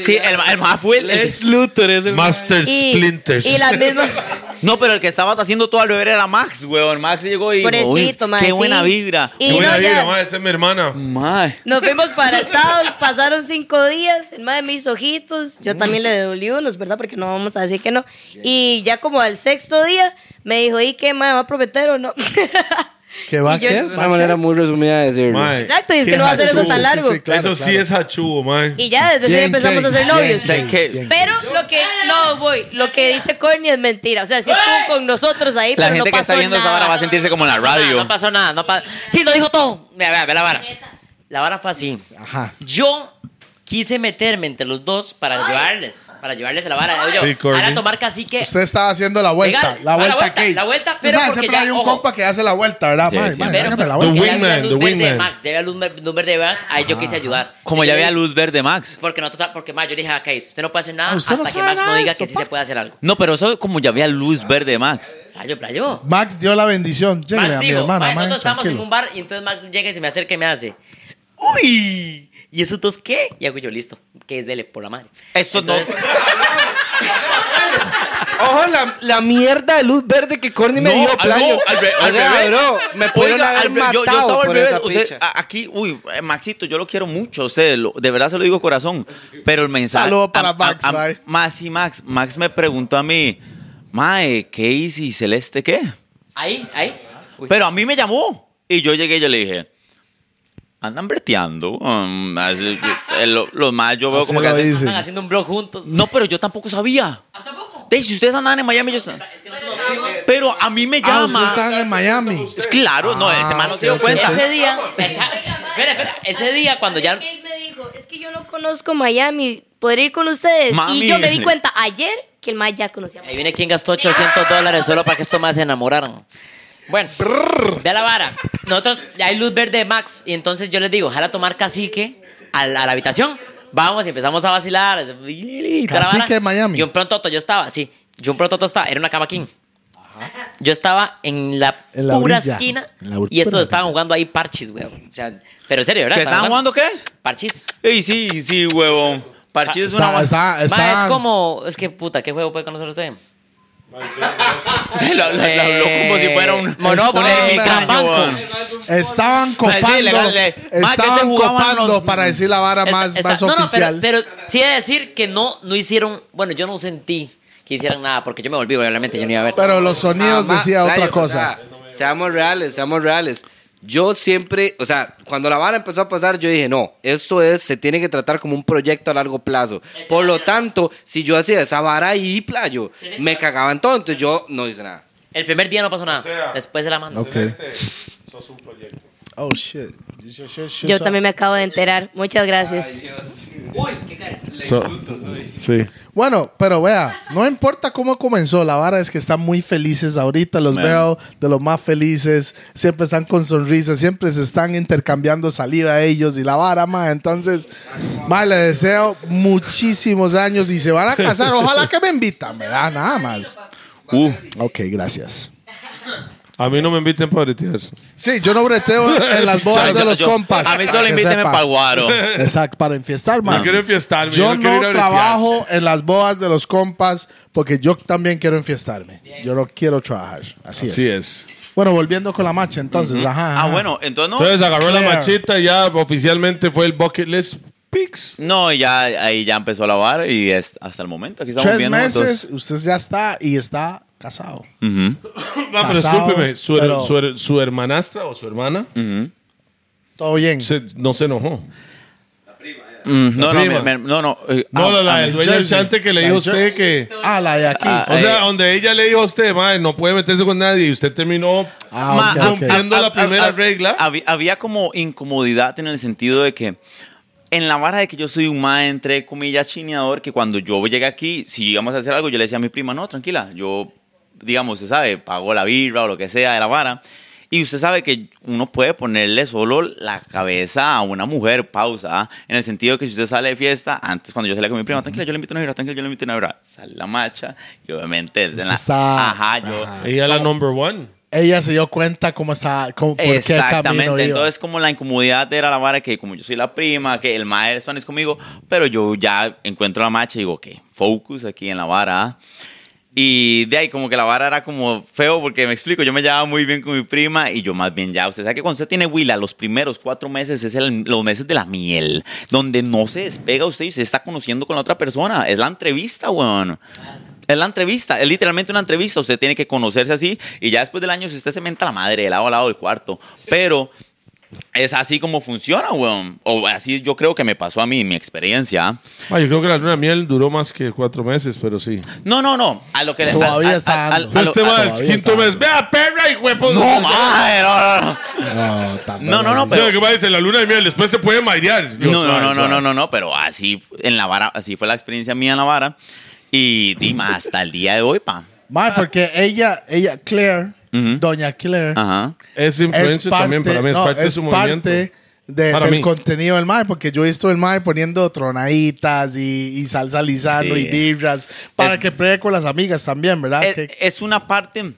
[SPEAKER 3] Sí, el, ma- el más fue el- el-
[SPEAKER 6] Luthor es el
[SPEAKER 2] Master
[SPEAKER 7] Y,
[SPEAKER 2] Splinters.
[SPEAKER 7] y la misma.
[SPEAKER 3] No, pero el que estaba haciendo todo al beber era Max, weón. Max llegó y. dijo, "Uy,
[SPEAKER 7] Pobrecito, mae,
[SPEAKER 3] Qué
[SPEAKER 7] sí.
[SPEAKER 3] buena vibra.
[SPEAKER 7] Y
[SPEAKER 2] Qué buena
[SPEAKER 7] no, ya- Mm,
[SPEAKER 2] vibra, Mae. Esa es mi hermana.
[SPEAKER 3] Mae.
[SPEAKER 7] Nos fuimos para Estados, pasaron cinco días, el madre mis ojitos,
[SPEAKER 1] Mm.
[SPEAKER 7] yo también le dolí unos, ¿verdad? Porque no vamos a decir que no. Y ya como al sexto día me dijo, ¿y qué madre va a prometer o no?
[SPEAKER 1] ¿Qué va
[SPEAKER 7] Y yo-
[SPEAKER 1] qué?
[SPEAKER 7] Una
[SPEAKER 5] Una manera muy resumida de decirlo.
[SPEAKER 2] Mae.
[SPEAKER 7] Exacto, y es
[SPEAKER 2] Sí,
[SPEAKER 7] que no va a
[SPEAKER 2] hachu.
[SPEAKER 7] hacer eso
[SPEAKER 1] sí,
[SPEAKER 7] tan
[SPEAKER 1] sí,
[SPEAKER 7] largo.
[SPEAKER 1] sí, claro.
[SPEAKER 2] eso sí es hachugo, Mae.
[SPEAKER 7] Y ya desde ahí
[SPEAKER 1] Bien,
[SPEAKER 7] empezamos a
[SPEAKER 1] Kate,
[SPEAKER 7] ser novios.
[SPEAKER 1] bien,
[SPEAKER 3] Kate.
[SPEAKER 1] bien,
[SPEAKER 7] Pero lo que, no voy, lo que dice Corny es mentira. O sea, sí estuvo con nosotros ahí,
[SPEAKER 3] La
[SPEAKER 7] pero
[SPEAKER 3] gente
[SPEAKER 7] no
[SPEAKER 3] que
[SPEAKER 7] pasó
[SPEAKER 3] está viendo esta
[SPEAKER 7] nada.
[SPEAKER 3] vara va a sentirse como en la
[SPEAKER 4] nada,
[SPEAKER 3] radio.
[SPEAKER 4] no pasó nada. No pa- sí, lo dijo todo. Mira, vea, ve la vara. La vara fue así.
[SPEAKER 1] Ajá.
[SPEAKER 4] Yo quise meterme entre los dos para llevarles. Para llevarles a la vara. Yo,
[SPEAKER 2] Sí, Corny.
[SPEAKER 4] ahora tomar cacique.
[SPEAKER 1] Usted estaba haciendo la vuelta.
[SPEAKER 4] Legal.
[SPEAKER 1] La
[SPEAKER 4] Ah, la
[SPEAKER 1] vuelta,
[SPEAKER 4] vuelta,
[SPEAKER 1] Case.
[SPEAKER 4] la vuelta,
[SPEAKER 1] Usted
[SPEAKER 4] pero
[SPEAKER 1] sabe,
[SPEAKER 4] porque
[SPEAKER 1] siempre
[SPEAKER 4] ya-
[SPEAKER 1] hay un
[SPEAKER 4] ojo.
[SPEAKER 1] compa que hace la vuelta, ¿verdad?
[SPEAKER 3] Sí,
[SPEAKER 1] mae,
[SPEAKER 3] sí.
[SPEAKER 1] mae,
[SPEAKER 4] Pero,
[SPEAKER 1] hágame la
[SPEAKER 4] porque
[SPEAKER 1] vuelta.
[SPEAKER 2] The
[SPEAKER 4] ya había
[SPEAKER 2] wingman,
[SPEAKER 4] luz
[SPEAKER 2] the
[SPEAKER 4] verde de
[SPEAKER 2] wingman.
[SPEAKER 4] Max, ya había luz, luz verde de Max, ahí yo quise ayudar.
[SPEAKER 3] Como
[SPEAKER 4] Yo
[SPEAKER 3] ya
[SPEAKER 4] dije,
[SPEAKER 3] había luz verde, Max.
[SPEAKER 4] Porque nosotros, ta- porque Max, yo le dije a Case, usted no puede hacer nada
[SPEAKER 1] Ah, usted
[SPEAKER 4] hasta
[SPEAKER 1] no
[SPEAKER 4] que
[SPEAKER 1] sabe
[SPEAKER 4] Max no
[SPEAKER 1] nada
[SPEAKER 4] diga
[SPEAKER 1] de
[SPEAKER 4] que
[SPEAKER 1] esto,
[SPEAKER 4] sí
[SPEAKER 1] pa.
[SPEAKER 4] se puede hacer algo.
[SPEAKER 3] No, pero eso como ya había luz verde, Max.
[SPEAKER 4] Playo, playo.
[SPEAKER 1] Max dio la bendición. Lléguele
[SPEAKER 4] Max
[SPEAKER 1] a mi
[SPEAKER 4] dijo,
[SPEAKER 1] hermana,
[SPEAKER 4] "Mae,
[SPEAKER 1] mae,
[SPEAKER 4] nosotros estábamos en
[SPEAKER 1] tranquilo.
[SPEAKER 4] un bar y entonces Max llega y se me acerca y me hace, ¡Uy! ¿Y esos dos qué? Y hago yo, listo, que es dele, por la madre.
[SPEAKER 3] Eso no.
[SPEAKER 4] Entonces,
[SPEAKER 5] Ojo, la, la mierda de luz verde que Corny me
[SPEAKER 3] No,
[SPEAKER 5] dio,
[SPEAKER 3] al-
[SPEAKER 5] playo.
[SPEAKER 3] no, al re-
[SPEAKER 5] O
[SPEAKER 3] al
[SPEAKER 5] sea,
[SPEAKER 3] revés.
[SPEAKER 5] bro, me pudieron
[SPEAKER 3] Oiga,
[SPEAKER 5] haber
[SPEAKER 3] al re- yo, yo
[SPEAKER 5] matado
[SPEAKER 3] estaba al
[SPEAKER 5] por
[SPEAKER 3] revés.
[SPEAKER 5] esa
[SPEAKER 3] Usted,
[SPEAKER 5] picha.
[SPEAKER 3] a- aquí, uy, eh, Maxito, yo lo quiero mucho. a Usted, lo- de verdad se lo digo corazón. Pero el mensaje.
[SPEAKER 1] Saludo para Max, bye.
[SPEAKER 3] Max y Max. Max me preguntó a mí, Mae, ¿qué hice y Celeste qué?
[SPEAKER 4] ahí, ahí. Uy.
[SPEAKER 3] Pero a mí me llamó. Y yo llegué y yo le dije, andan breteando. um, así, eh, lo- los más yo veo
[SPEAKER 1] Así
[SPEAKER 3] como que.
[SPEAKER 1] lo
[SPEAKER 3] hacen-
[SPEAKER 1] dicen.
[SPEAKER 4] Están haciendo un blog juntos.
[SPEAKER 3] No, pero yo tampoco sabía.
[SPEAKER 4] ¿Hasta poco?
[SPEAKER 3] De, si ustedes andaban en Miami, yo.
[SPEAKER 4] Es que nosotros nos fuimos-
[SPEAKER 3] Pero a mí me llama.
[SPEAKER 1] Ah, ustedes estaban en Miami.
[SPEAKER 3] Es Claro, no,
[SPEAKER 1] Ah,
[SPEAKER 3] ese man no se
[SPEAKER 1] ok,
[SPEAKER 3] dio
[SPEAKER 1] ok,
[SPEAKER 3] cuenta.
[SPEAKER 4] Ese día, esa- espera, espera, ese día cuando ya...
[SPEAKER 7] Case me dijo, es que yo no conozco Miami, podré ir con ustedes.
[SPEAKER 3] Mami.
[SPEAKER 7] Y yo me di cuenta ayer que el mae ya conocía a
[SPEAKER 4] Ahí viene quien gastó 800 dólares solo para que estos más se enamoraran. Bueno, ve la vara. Nosotros, hay luz verde de Max, y entonces yo les digo, ojalá tomar cacique a la, a la habitación. Vamos y empezamos a vacilar. y toda la vara.
[SPEAKER 1] Cacique de Miami.
[SPEAKER 4] Yo un pronto, yo estaba, sí. Yo un pronto estaba, era una cama king. Yo estaba en la,
[SPEAKER 1] En la
[SPEAKER 4] pura
[SPEAKER 1] orilla,
[SPEAKER 4] esquina
[SPEAKER 1] en la or-
[SPEAKER 4] y estos
[SPEAKER 1] pura
[SPEAKER 4] estaban jugando ahí parchis, weón. O sea, pero en serio, ¿verdad?
[SPEAKER 3] ¿Que estaban jugando qué?
[SPEAKER 4] Parchis.
[SPEAKER 3] Ey, sí, sí, huevón. Parchís es una
[SPEAKER 1] Está, está,
[SPEAKER 4] Ma,
[SPEAKER 1] está.
[SPEAKER 4] es como, es que puta, ¿qué juego puede conocer usted?
[SPEAKER 3] Lo- lo- lo habló como si fuera un Ah,
[SPEAKER 4] Monopoly,
[SPEAKER 1] Está-
[SPEAKER 4] Gran Banco.
[SPEAKER 1] Estaban
[SPEAKER 3] Sí,
[SPEAKER 1] copando.
[SPEAKER 3] legal, le- Mae, que se
[SPEAKER 1] Estaban
[SPEAKER 3] jugaban
[SPEAKER 1] copando
[SPEAKER 3] los-
[SPEAKER 1] para decir la vara más,
[SPEAKER 4] Está-
[SPEAKER 1] más
[SPEAKER 4] está- no, no,
[SPEAKER 1] oficial.
[SPEAKER 4] pero, pero sí he de decir que no, no hicieron, bueno, yo no sentí que hicieran nada, porque yo me volví, obviamente, yo no iba a ver.
[SPEAKER 1] Pero los sonidos
[SPEAKER 5] Ama-
[SPEAKER 1] decía
[SPEAKER 5] playo,
[SPEAKER 1] otra
[SPEAKER 5] o
[SPEAKER 1] cosa.
[SPEAKER 5] sea, seamos reales, seamos reales. Yo siempre, o sea, cuando la vara empezó a pasar, yo dije, no, esto es, se tiene que tratar como un proyecto a largo plazo. Por lo tanto, si yo hacía esa vara ahí, playo, me cagaban todo, entonces yo no hice nada.
[SPEAKER 4] El primer día no pasó nada,
[SPEAKER 2] sea,
[SPEAKER 4] después se la mando.
[SPEAKER 1] Ok. Oh shit. Yo- yo- yo-
[SPEAKER 7] Yo también me acabo de enterar. Muchas gracias.
[SPEAKER 2] Sí.
[SPEAKER 1] Bueno, pero vea, no importa cómo comenzó, la vara es que están muy felices ahorita, los
[SPEAKER 3] Man.
[SPEAKER 1] veo de los más felices, siempre están con sonrisas, siempre se están intercambiando saliva ellos y la vara, ma. Entonces, ma, le deseo muchísimos años y se van a casar, ojalá que me invitan, ¿verdad? Nada más.
[SPEAKER 3] Q.
[SPEAKER 1] Ok, gracias.
[SPEAKER 2] A mí no me inviten para bretearse.
[SPEAKER 1] Sí, yo no breteo en las bodas
[SPEAKER 3] Yo-
[SPEAKER 1] de los
[SPEAKER 3] yo-
[SPEAKER 1] compas.
[SPEAKER 3] A mí
[SPEAKER 1] para
[SPEAKER 3] solo
[SPEAKER 1] que
[SPEAKER 3] invítenme
[SPEAKER 1] sepa.
[SPEAKER 3] para el guaro.
[SPEAKER 1] Exacto, para enfiestar, man.
[SPEAKER 2] Yo quiero enfiestarme, yo
[SPEAKER 1] Yo
[SPEAKER 2] no quiero ir
[SPEAKER 1] no
[SPEAKER 2] a
[SPEAKER 1] trabajo en las bodas de los compas porque yo también quiero enfiestarme. Yo no quiero trabajar. Así,
[SPEAKER 2] Así
[SPEAKER 1] es.
[SPEAKER 2] es.
[SPEAKER 1] Bueno, volviendo con la macha, entonces. ajá,
[SPEAKER 3] Ah,
[SPEAKER 1] ajá.
[SPEAKER 3] bueno, entonces no.
[SPEAKER 2] Entonces agarró la
[SPEAKER 1] Claire.
[SPEAKER 2] machita y ya oficialmente fue el bucket list picks.
[SPEAKER 3] No, ya ahí ya empezó a lavar y es- hasta el momento aquí estamos
[SPEAKER 1] Tres
[SPEAKER 3] viendo.
[SPEAKER 1] meses,
[SPEAKER 3] entonces-
[SPEAKER 1] usted ya está y está casado.
[SPEAKER 3] Ujú.
[SPEAKER 2] No, Ah, pero Mm.
[SPEAKER 1] Casado,
[SPEAKER 2] discúlpeme, su,
[SPEAKER 1] pero-
[SPEAKER 2] su- su hermanastra o su hermana
[SPEAKER 1] Todo bien.
[SPEAKER 2] se- no se enojó.
[SPEAKER 3] Mm, No,
[SPEAKER 2] La
[SPEAKER 3] no,
[SPEAKER 2] prima.
[SPEAKER 3] me- me- no, no. eh,
[SPEAKER 2] No,
[SPEAKER 3] ah,
[SPEAKER 2] la, la
[SPEAKER 3] ah,
[SPEAKER 2] del dueño del
[SPEAKER 1] Jersey.
[SPEAKER 2] chante que le
[SPEAKER 1] La
[SPEAKER 2] dijo a
[SPEAKER 1] de
[SPEAKER 2] usted
[SPEAKER 1] Jer-
[SPEAKER 2] que.
[SPEAKER 1] Ah, la de aquí.
[SPEAKER 3] Ah,
[SPEAKER 2] O sea,
[SPEAKER 3] eh.
[SPEAKER 2] donde ella le dijo a usted, madre, no puede meterse con nadie y usted terminó
[SPEAKER 1] Ah, ok,
[SPEAKER 3] Ma-
[SPEAKER 1] ok.
[SPEAKER 2] rompiendo la primera regla.
[SPEAKER 3] Había, había como incomodidad en el sentido de que en la vara de que yo soy un ma entre comillas chineador, que cuando yo llegué aquí, si íbamos a hacer algo, yo le decía a mi prima, no, tranquila, yo, digamos, se sabe, pago la birra o lo que sea de la vara. Y usted sabe que uno puede ponerle solo la cabeza a una mujer, pausa, ¿ah? en el sentido que si usted sale de fiesta, antes cuando yo salía con mi prima, tranquila, yo le invito a una birra, tranquila, yo le invito a una birra, sale la macha, y obviamente... es de
[SPEAKER 1] Usted
[SPEAKER 3] la-
[SPEAKER 1] está-
[SPEAKER 3] Ajá, yo...
[SPEAKER 2] Ella la number one.
[SPEAKER 1] Ella se dio cuenta cómo está, cómo, por qué camino
[SPEAKER 3] Exactamente,
[SPEAKER 1] iba.
[SPEAKER 3] entonces como la incomodidad era la vara que como yo soy la prima, que el maestro es conmigo, pero yo ya encuentro la macha y digo, ok, focus aquí en la vara. ¿ah?". Y de ahí como que la vara era como feo porque me explico, yo me llevaba muy bien con mi prima y yo más bien ya, usted sabe que cuando usted tiene Willa, los primeros cuatro meses es el- los meses de la miel, donde no se despega usted y se está conociendo con la otra persona, es la entrevista, weón. Es la entrevista, es literalmente una entrevista. Usted tiene que conocerse así y ya después del año, si usted se menta la madre, de lado a lado del cuarto. Pero es así como funciona, weón. O así yo creo que me pasó a mí, mi experiencia.
[SPEAKER 2] Ah, yo creo que la luna de miel duró más que cuatro meses, pero sí.
[SPEAKER 3] No, no, no. A lo que le-
[SPEAKER 1] Todavía
[SPEAKER 3] a- a-
[SPEAKER 1] está
[SPEAKER 3] a-
[SPEAKER 1] dando.
[SPEAKER 3] a lo-
[SPEAKER 2] Este
[SPEAKER 3] a-
[SPEAKER 2] va del
[SPEAKER 1] todavía
[SPEAKER 2] quinto
[SPEAKER 1] está.
[SPEAKER 2] mes. Vea, perra y huevo.
[SPEAKER 3] ah, No, mae, no, no, no.
[SPEAKER 1] No, tampoco.
[SPEAKER 3] No, no, no,
[SPEAKER 2] O sea,
[SPEAKER 3] pero-
[SPEAKER 2] que va a decir la luna de miel, después se puede mairear. Yo,
[SPEAKER 3] No, no,
[SPEAKER 2] suave,
[SPEAKER 3] no, no,
[SPEAKER 2] suave.
[SPEAKER 3] no, no, no, pero así fu- en la vara, así fue la experiencia mía en la vara. Y Dima, hasta el día de hoy, pa.
[SPEAKER 1] Mae, porque ella, ella, Claire, doña Claire,
[SPEAKER 3] Ajá.
[SPEAKER 2] Es
[SPEAKER 1] es
[SPEAKER 2] influencer
[SPEAKER 1] parte,
[SPEAKER 2] también para mí, es
[SPEAKER 1] no,
[SPEAKER 2] parte de
[SPEAKER 1] es
[SPEAKER 2] su movimiento.
[SPEAKER 1] parte de-
[SPEAKER 2] Para
[SPEAKER 1] del
[SPEAKER 2] mí.
[SPEAKER 1] contenido del mae, porque yo he visto el mae poniendo tronaditas y, y salsa lisano
[SPEAKER 3] Sí.
[SPEAKER 1] y birras para
[SPEAKER 3] Es-
[SPEAKER 1] que pregue con las amigas también,
[SPEAKER 2] Ah,
[SPEAKER 1] ¿verdad?
[SPEAKER 3] Es,
[SPEAKER 1] Que-
[SPEAKER 3] es una parte,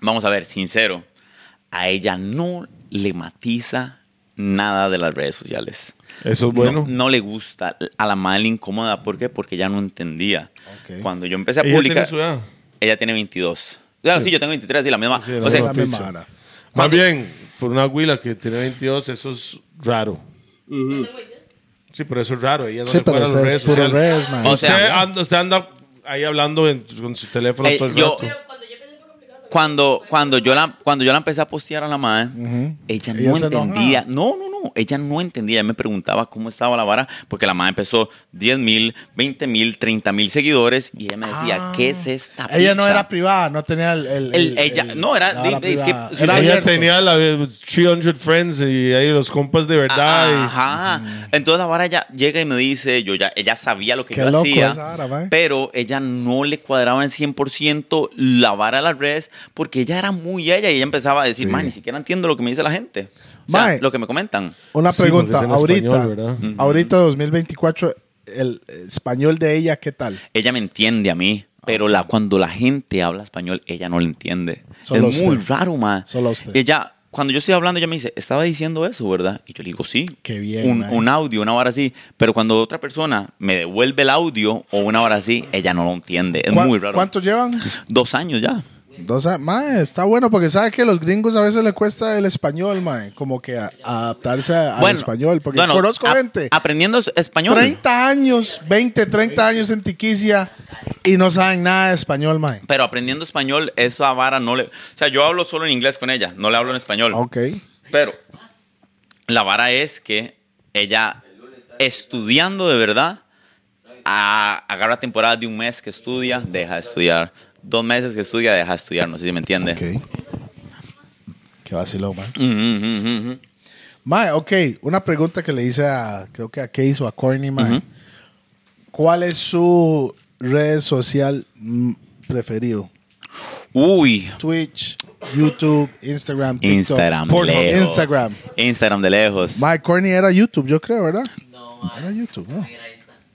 [SPEAKER 3] vamos a ver, sincero, a ella no le matiza nada de las redes sociales.
[SPEAKER 2] Eso es bueno.
[SPEAKER 3] No, no le gusta a la madre le incómoda. ¿Por qué? Porque ella no entendía.
[SPEAKER 1] Ok.
[SPEAKER 3] Cuando yo empecé a
[SPEAKER 2] Ella tiene
[SPEAKER 3] publicar,
[SPEAKER 2] su edad.
[SPEAKER 3] ella tiene 22. Claro, sí, yo tengo 23 y la misma.
[SPEAKER 2] Sí, sí, la
[SPEAKER 3] o sea,
[SPEAKER 1] la
[SPEAKER 2] no,
[SPEAKER 1] misma
[SPEAKER 2] picha.
[SPEAKER 1] vara.
[SPEAKER 2] Más bien, por una huila que tiene 22, eso es raro. Sí, pero eso es raro. Ella no
[SPEAKER 1] Sí,
[SPEAKER 2] le
[SPEAKER 1] pero
[SPEAKER 2] cuadran las
[SPEAKER 1] usted es
[SPEAKER 2] redes
[SPEAKER 1] puro
[SPEAKER 2] sociales.
[SPEAKER 1] redes, mae.
[SPEAKER 3] Ah, O
[SPEAKER 2] Usted,
[SPEAKER 3] sea-
[SPEAKER 2] anda, usted anda ahí hablando en- con su teléfono
[SPEAKER 3] eh,
[SPEAKER 2] todo el
[SPEAKER 3] yo,
[SPEAKER 2] rato.
[SPEAKER 3] cuando, cuando, yo la, cuando yo la empecé a postear a la madre, ella no
[SPEAKER 1] Ella se
[SPEAKER 3] entendía.
[SPEAKER 1] enojaba.
[SPEAKER 3] No, no, no. Ella no entendía. Ella me preguntaba cómo estaba la vara, porque la madre empezó 10 mil, 20 mil, 30 mil seguidores y ella me decía,
[SPEAKER 1] Ah.
[SPEAKER 3] ¿qué es esta
[SPEAKER 1] Ella no
[SPEAKER 3] picha?"
[SPEAKER 1] era privada, no tenía el. el-
[SPEAKER 3] El- ella- no, era-
[SPEAKER 1] la vara
[SPEAKER 3] es que-
[SPEAKER 1] privada.
[SPEAKER 3] si
[SPEAKER 1] Era
[SPEAKER 3] usted-
[SPEAKER 2] Ella
[SPEAKER 1] abierto.
[SPEAKER 2] tenía la de 300 friends y ahí los compas de verdad. y-
[SPEAKER 3] Ah,
[SPEAKER 2] Mm.
[SPEAKER 3] Ajá. Entonces la vara ya llega y me dice, yo ya, ella sabía lo que
[SPEAKER 1] Qué
[SPEAKER 3] yo
[SPEAKER 1] loco
[SPEAKER 3] hacía,
[SPEAKER 1] esa vara, mae.
[SPEAKER 3] pero ella no le cuadraba en 100% la vara de las redes porque ella era muy ella y ella empezaba a decir, man, ni siquiera entiendo lo que me dice la gente. O sea,
[SPEAKER 1] Mae.
[SPEAKER 3] lo que me comentan.
[SPEAKER 1] Una
[SPEAKER 2] Sí,
[SPEAKER 1] pregunta,
[SPEAKER 2] porque es en
[SPEAKER 1] ahorita,
[SPEAKER 2] español, ¿verdad?
[SPEAKER 1] ahorita 2024, el eh, español de ella, ¿qué tal?
[SPEAKER 3] Ella me entiende a mí, pero la, cuando la gente habla español, ella no lo entiende.
[SPEAKER 1] Solo
[SPEAKER 3] es muy
[SPEAKER 1] usted.
[SPEAKER 3] raro, man.
[SPEAKER 1] Solo usted.
[SPEAKER 3] Ella, cuando yo estoy hablando, ella me dice, estaba diciendo eso, ¿verdad? Y yo le digo, sí.
[SPEAKER 1] Qué bien,
[SPEAKER 3] Un,
[SPEAKER 1] man.
[SPEAKER 3] un audio, una hora así. Pero cuando otra persona me devuelve el audio o una hora así, ella no lo entiende. Es
[SPEAKER 1] ¿Cuá-
[SPEAKER 3] muy raro.
[SPEAKER 1] ¿Cuánto llevan?
[SPEAKER 3] Dos años ya.
[SPEAKER 1] Dos a- mae, está bueno porque sabe que los gringos a veces le cuesta el español, mae, como que a- adaptarse a- al
[SPEAKER 3] Bueno,
[SPEAKER 1] español. Porque
[SPEAKER 3] bueno,
[SPEAKER 1] conozco
[SPEAKER 3] a-
[SPEAKER 1] gente,
[SPEAKER 3] Aprendiendo es- español.
[SPEAKER 1] 30 años, 20, 30 años en Tiquicia y no saben nada de español, mae.
[SPEAKER 3] Pero aprendiendo español, esa vara no le... O sea, yo hablo solo en inglés con ella, no le hablo en español.
[SPEAKER 1] Ok.
[SPEAKER 3] Pero la vara es que ella, estudiando de verdad, a- agarra temporada de un mes que estudia, deja de estudiar. Dos meses que estudia, deja de estudiar. No sé si me entiende.
[SPEAKER 1] Ok. Qué vacilón, mae.
[SPEAKER 3] Mm, mm, mm, mm.
[SPEAKER 1] Mae, ok, una pregunta que le hice a, creo que a Case o a Corny, mae. ¿Cuál es su red social mm, preferido?
[SPEAKER 3] Uy,
[SPEAKER 1] Twitch, YouTube, Instagram, TikTok.
[SPEAKER 3] Instagram de
[SPEAKER 2] Pornhub.
[SPEAKER 3] lejos.
[SPEAKER 1] Instagram.
[SPEAKER 3] Instagram de lejos.
[SPEAKER 1] Mae, Corny era YouTube, yo creo, ¿verdad? Era YouTube, ¿no?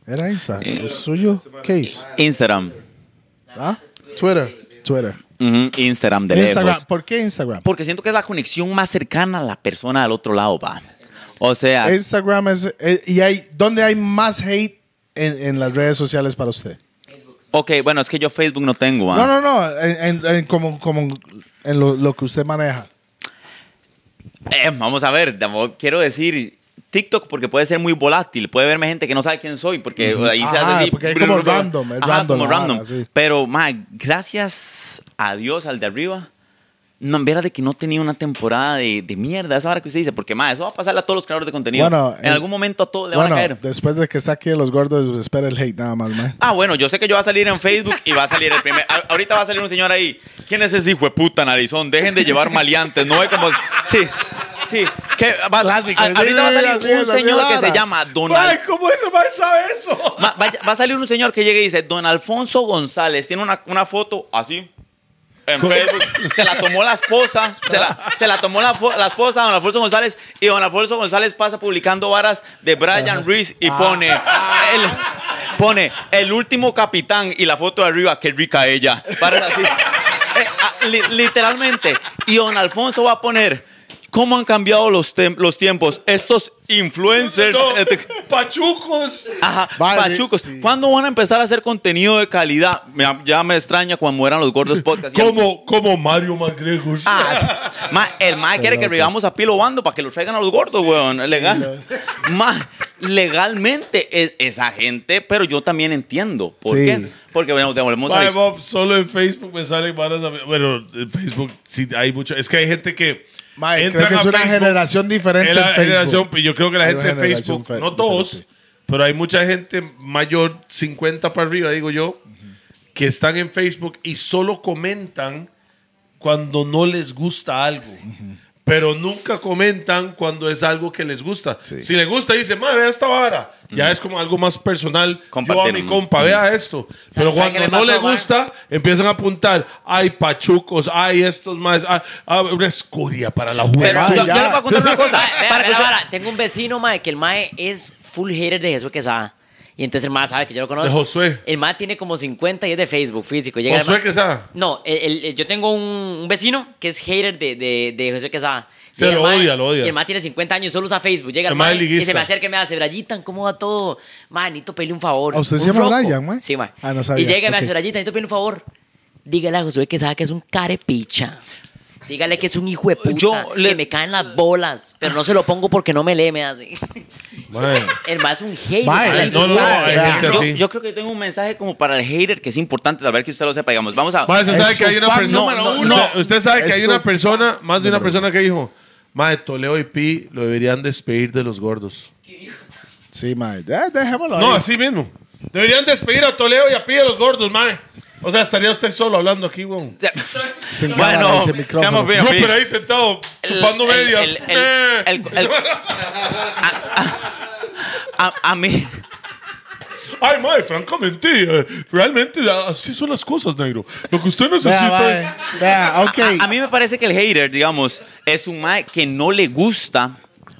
[SPEAKER 1] Era Instagram. ¿Lo suyo? Case.
[SPEAKER 3] Instagram.
[SPEAKER 1] ¿Ah? Twitter. Twitter.
[SPEAKER 3] Ujú, Instagram de
[SPEAKER 1] Instagram.
[SPEAKER 3] lejos.
[SPEAKER 1] ¿Por qué Instagram?
[SPEAKER 3] Porque siento que es la conexión más cercana a la persona del otro lado, va. O sea,
[SPEAKER 1] Instagram es. eh, y hay, ¿Dónde hay más hate en, en las redes sociales para usted?
[SPEAKER 3] ok, bueno, es que yo Facebook no tengo, ah. va.
[SPEAKER 1] No, no, no. En, en- en como, como en lo, lo que usted maneja.
[SPEAKER 3] Eh, vamos a ver, damo- quiero decir TikTok porque puede ser muy volátil. Puede verme gente que no sabe quién soy porque ahí se
[SPEAKER 1] Ajá,
[SPEAKER 3] hace así.
[SPEAKER 1] porque es como random, es random
[SPEAKER 3] como
[SPEAKER 1] la
[SPEAKER 3] random.
[SPEAKER 1] vara, sí.
[SPEAKER 3] Pero, ma, gracias a Dios, al de arriba. No, verá de que no tenía una temporada de, de mierda, esa hora que usted dice, porque ma, eso va a pasarle a todos los creadores de contenido.
[SPEAKER 1] Bueno,
[SPEAKER 3] en
[SPEAKER 1] eh,
[SPEAKER 3] algún momento a todos le
[SPEAKER 1] bueno,
[SPEAKER 3] van a caer.
[SPEAKER 1] después de que saque los gordos, espera el hate nada más, man.
[SPEAKER 3] Ah, bueno, yo sé que yo va a salir en Facebook y va a salir el primer. a- Ahorita va a salir un señor ahí. ¿Quién es ese hijo de puta narizón? Dejen de llevar maleantes. No es como. Sí, sí. ¿Qué? Va-
[SPEAKER 1] Clásico,
[SPEAKER 3] a-
[SPEAKER 1] sí,
[SPEAKER 3] ahorita va a salir
[SPEAKER 1] así
[SPEAKER 3] un
[SPEAKER 1] es, así es
[SPEAKER 3] señor
[SPEAKER 1] la
[SPEAKER 3] que se
[SPEAKER 1] vara.
[SPEAKER 3] llama Donald.
[SPEAKER 2] ¿Cómo ese mae sabe eso?
[SPEAKER 3] Va, vaya- va a salir un señor que llegue y dice: Don Alfonso González tiene una, una foto así. En Facebook. Se la tomó la esposa. Se la, se la tomó la, fo- la esposa de Don Alfonso González. Y Don Alfonso González pasa publicando varas de Brian Reese y pone.
[SPEAKER 1] Ah.
[SPEAKER 3] el- pone el último capitán y la foto de arriba. Qué rica ella. Varas así. Eh, ah, li- literalmente. Y Don Alfonso va a poner. ¿Cómo han cambiado los, tem- los tiempos? Estos influencers. ah.
[SPEAKER 2] Pachucos.
[SPEAKER 3] Ajá,
[SPEAKER 1] Vale,
[SPEAKER 3] pachucos.
[SPEAKER 1] sí.
[SPEAKER 3] ¿Cuándo van a empezar a hacer contenido de calidad? Me- ya me extraña cuando eran los gordos podcast. Ya-
[SPEAKER 2] Como, como Mario McGregor.
[SPEAKER 3] Ah, sí. Ma, el mae quiere que revivamos a Pilo Bando para que lo traigan a los gordos, weón. Legal. Ma, legalmente es- esa gente, pero yo también entiendo. ¿Por
[SPEAKER 1] Sí.
[SPEAKER 3] qué? Porque, bueno, devolvemos a
[SPEAKER 2] Mae,
[SPEAKER 3] la his-
[SPEAKER 2] Bob, solo en Facebook me salen varas. a mí. Bueno, en Facebook sí hay mucho. Es que hay gente que.
[SPEAKER 1] Mae,
[SPEAKER 2] entran
[SPEAKER 1] creo que
[SPEAKER 2] a
[SPEAKER 1] es una
[SPEAKER 2] Facebook,
[SPEAKER 1] generación diferente
[SPEAKER 2] es la
[SPEAKER 1] en Facebook.
[SPEAKER 2] generación, yo creo que la
[SPEAKER 1] Hay
[SPEAKER 2] gente
[SPEAKER 1] una
[SPEAKER 2] de Facebook,
[SPEAKER 1] generación fe-
[SPEAKER 2] no todos,
[SPEAKER 1] diferente.
[SPEAKER 2] pero hay mucha gente mayor, 50 para arriba, digo yo, que están en Facebook y solo comentan cuando no les gusta algo. Pero nunca comentan cuando es algo que les gusta.
[SPEAKER 1] Sí.
[SPEAKER 2] Si les gusta, dice, madre, esta vara. Ya es como algo más personal. Yo a
[SPEAKER 3] Compartir,
[SPEAKER 2] mi
[SPEAKER 3] mm.
[SPEAKER 2] compa, vea esto. Pero
[SPEAKER 4] sabe qué
[SPEAKER 2] cuando no
[SPEAKER 4] le pasó,
[SPEAKER 2] le
[SPEAKER 4] mae?
[SPEAKER 2] gusta, empiezan a apuntar. Ay, pachucos, ay, estos más. Ay, ay, una escuria para la juventud.
[SPEAKER 3] Pero
[SPEAKER 1] Mae,
[SPEAKER 3] yo, yo
[SPEAKER 1] ya.
[SPEAKER 3] les voy a contar una cosa.
[SPEAKER 4] Mae, vea,
[SPEAKER 3] Para
[SPEAKER 4] vea
[SPEAKER 3] que
[SPEAKER 4] la
[SPEAKER 3] usted-
[SPEAKER 4] vara. Tengo un vecino, mae, que el mae es full hater de Jesús Quesada. Y entonces el mae sabe que yo lo conozco.
[SPEAKER 2] De Josué.
[SPEAKER 4] El mae tiene como 50 y es de Facebook físico. Llega el
[SPEAKER 2] Josué
[SPEAKER 4] mae-
[SPEAKER 2] Quesada.
[SPEAKER 4] No, el- el- el- yo tengo un, un vecino que es hater de, de, de Josué Quesada.
[SPEAKER 2] Se
[SPEAKER 4] Y el
[SPEAKER 2] lo odia, lo odia.
[SPEAKER 4] Y el mae tiene 50 años y solo usa Facebook. Llega el,
[SPEAKER 2] El mae
[SPEAKER 4] mae y
[SPEAKER 2] liguista.
[SPEAKER 4] se me acerca y me hace, Brayitan, ¿cómo va todo? Mae, necesito pedirle un favor.
[SPEAKER 1] ¿A usted se
[SPEAKER 4] un
[SPEAKER 1] llama
[SPEAKER 4] roco".
[SPEAKER 1] Brian, mae?
[SPEAKER 4] Sí, mae.
[SPEAKER 1] Ah, no sabía.
[SPEAKER 4] Y llega y me
[SPEAKER 1] Ok.
[SPEAKER 4] hace, Brayitan, necesito pedirle un favor. Dígale a Josué Quesada que es un carepicha. Dígale que es un hijo de puta,
[SPEAKER 3] Yo le-
[SPEAKER 4] que me caen las bolas, pero no se lo pongo porque no me lee, me hace.
[SPEAKER 2] Mae.
[SPEAKER 4] El más un hater.
[SPEAKER 1] Mae,
[SPEAKER 4] mae.
[SPEAKER 2] no, no, no, hay
[SPEAKER 1] Vea,
[SPEAKER 2] gente
[SPEAKER 3] Yo,
[SPEAKER 2] así.
[SPEAKER 3] yo creo que tengo un mensaje como para el hater que es importante, tal vez que usted lo sepa. Digamos, vamos a.
[SPEAKER 2] Mae, usted
[SPEAKER 1] Es
[SPEAKER 2] sabe
[SPEAKER 1] su
[SPEAKER 2] que hay una
[SPEAKER 1] fan
[SPEAKER 2] persona.
[SPEAKER 1] número
[SPEAKER 2] no,
[SPEAKER 1] uno.
[SPEAKER 2] no, Usted sabe que
[SPEAKER 1] Es
[SPEAKER 2] hay
[SPEAKER 1] su
[SPEAKER 2] una
[SPEAKER 1] fan
[SPEAKER 2] persona, más de una
[SPEAKER 1] número
[SPEAKER 2] persona que dijo: Mae, Toleo y Pi lo deberían despedir de los gordos.
[SPEAKER 1] Sí, mae. Eh, Dejémoslo
[SPEAKER 2] No,
[SPEAKER 1] ahí.
[SPEAKER 2] así mismo. Deberían despedir a Toleo y a Pi de los gordos, mae. O sea, estaría usted solo hablando aquí, weón.
[SPEAKER 1] Sin
[SPEAKER 3] Bueno,
[SPEAKER 1] cámara, ese
[SPEAKER 3] quedamos
[SPEAKER 1] micrófono.
[SPEAKER 3] bien.
[SPEAKER 2] Yo,
[SPEAKER 3] Pi.
[SPEAKER 2] pero ahí sentado, chupando
[SPEAKER 3] el-
[SPEAKER 2] medias. Eh.
[SPEAKER 3] el- el- el- el- A, a mí.
[SPEAKER 2] Ay, mae, francamente, eh, realmente ah, así son las cosas, negro. Lo que usted
[SPEAKER 1] Vea,
[SPEAKER 2] necesita. es-
[SPEAKER 1] mae. Vea, ok.
[SPEAKER 2] Ah,
[SPEAKER 3] A, a mí me parece que el hater, digamos, es un mae que no le gusta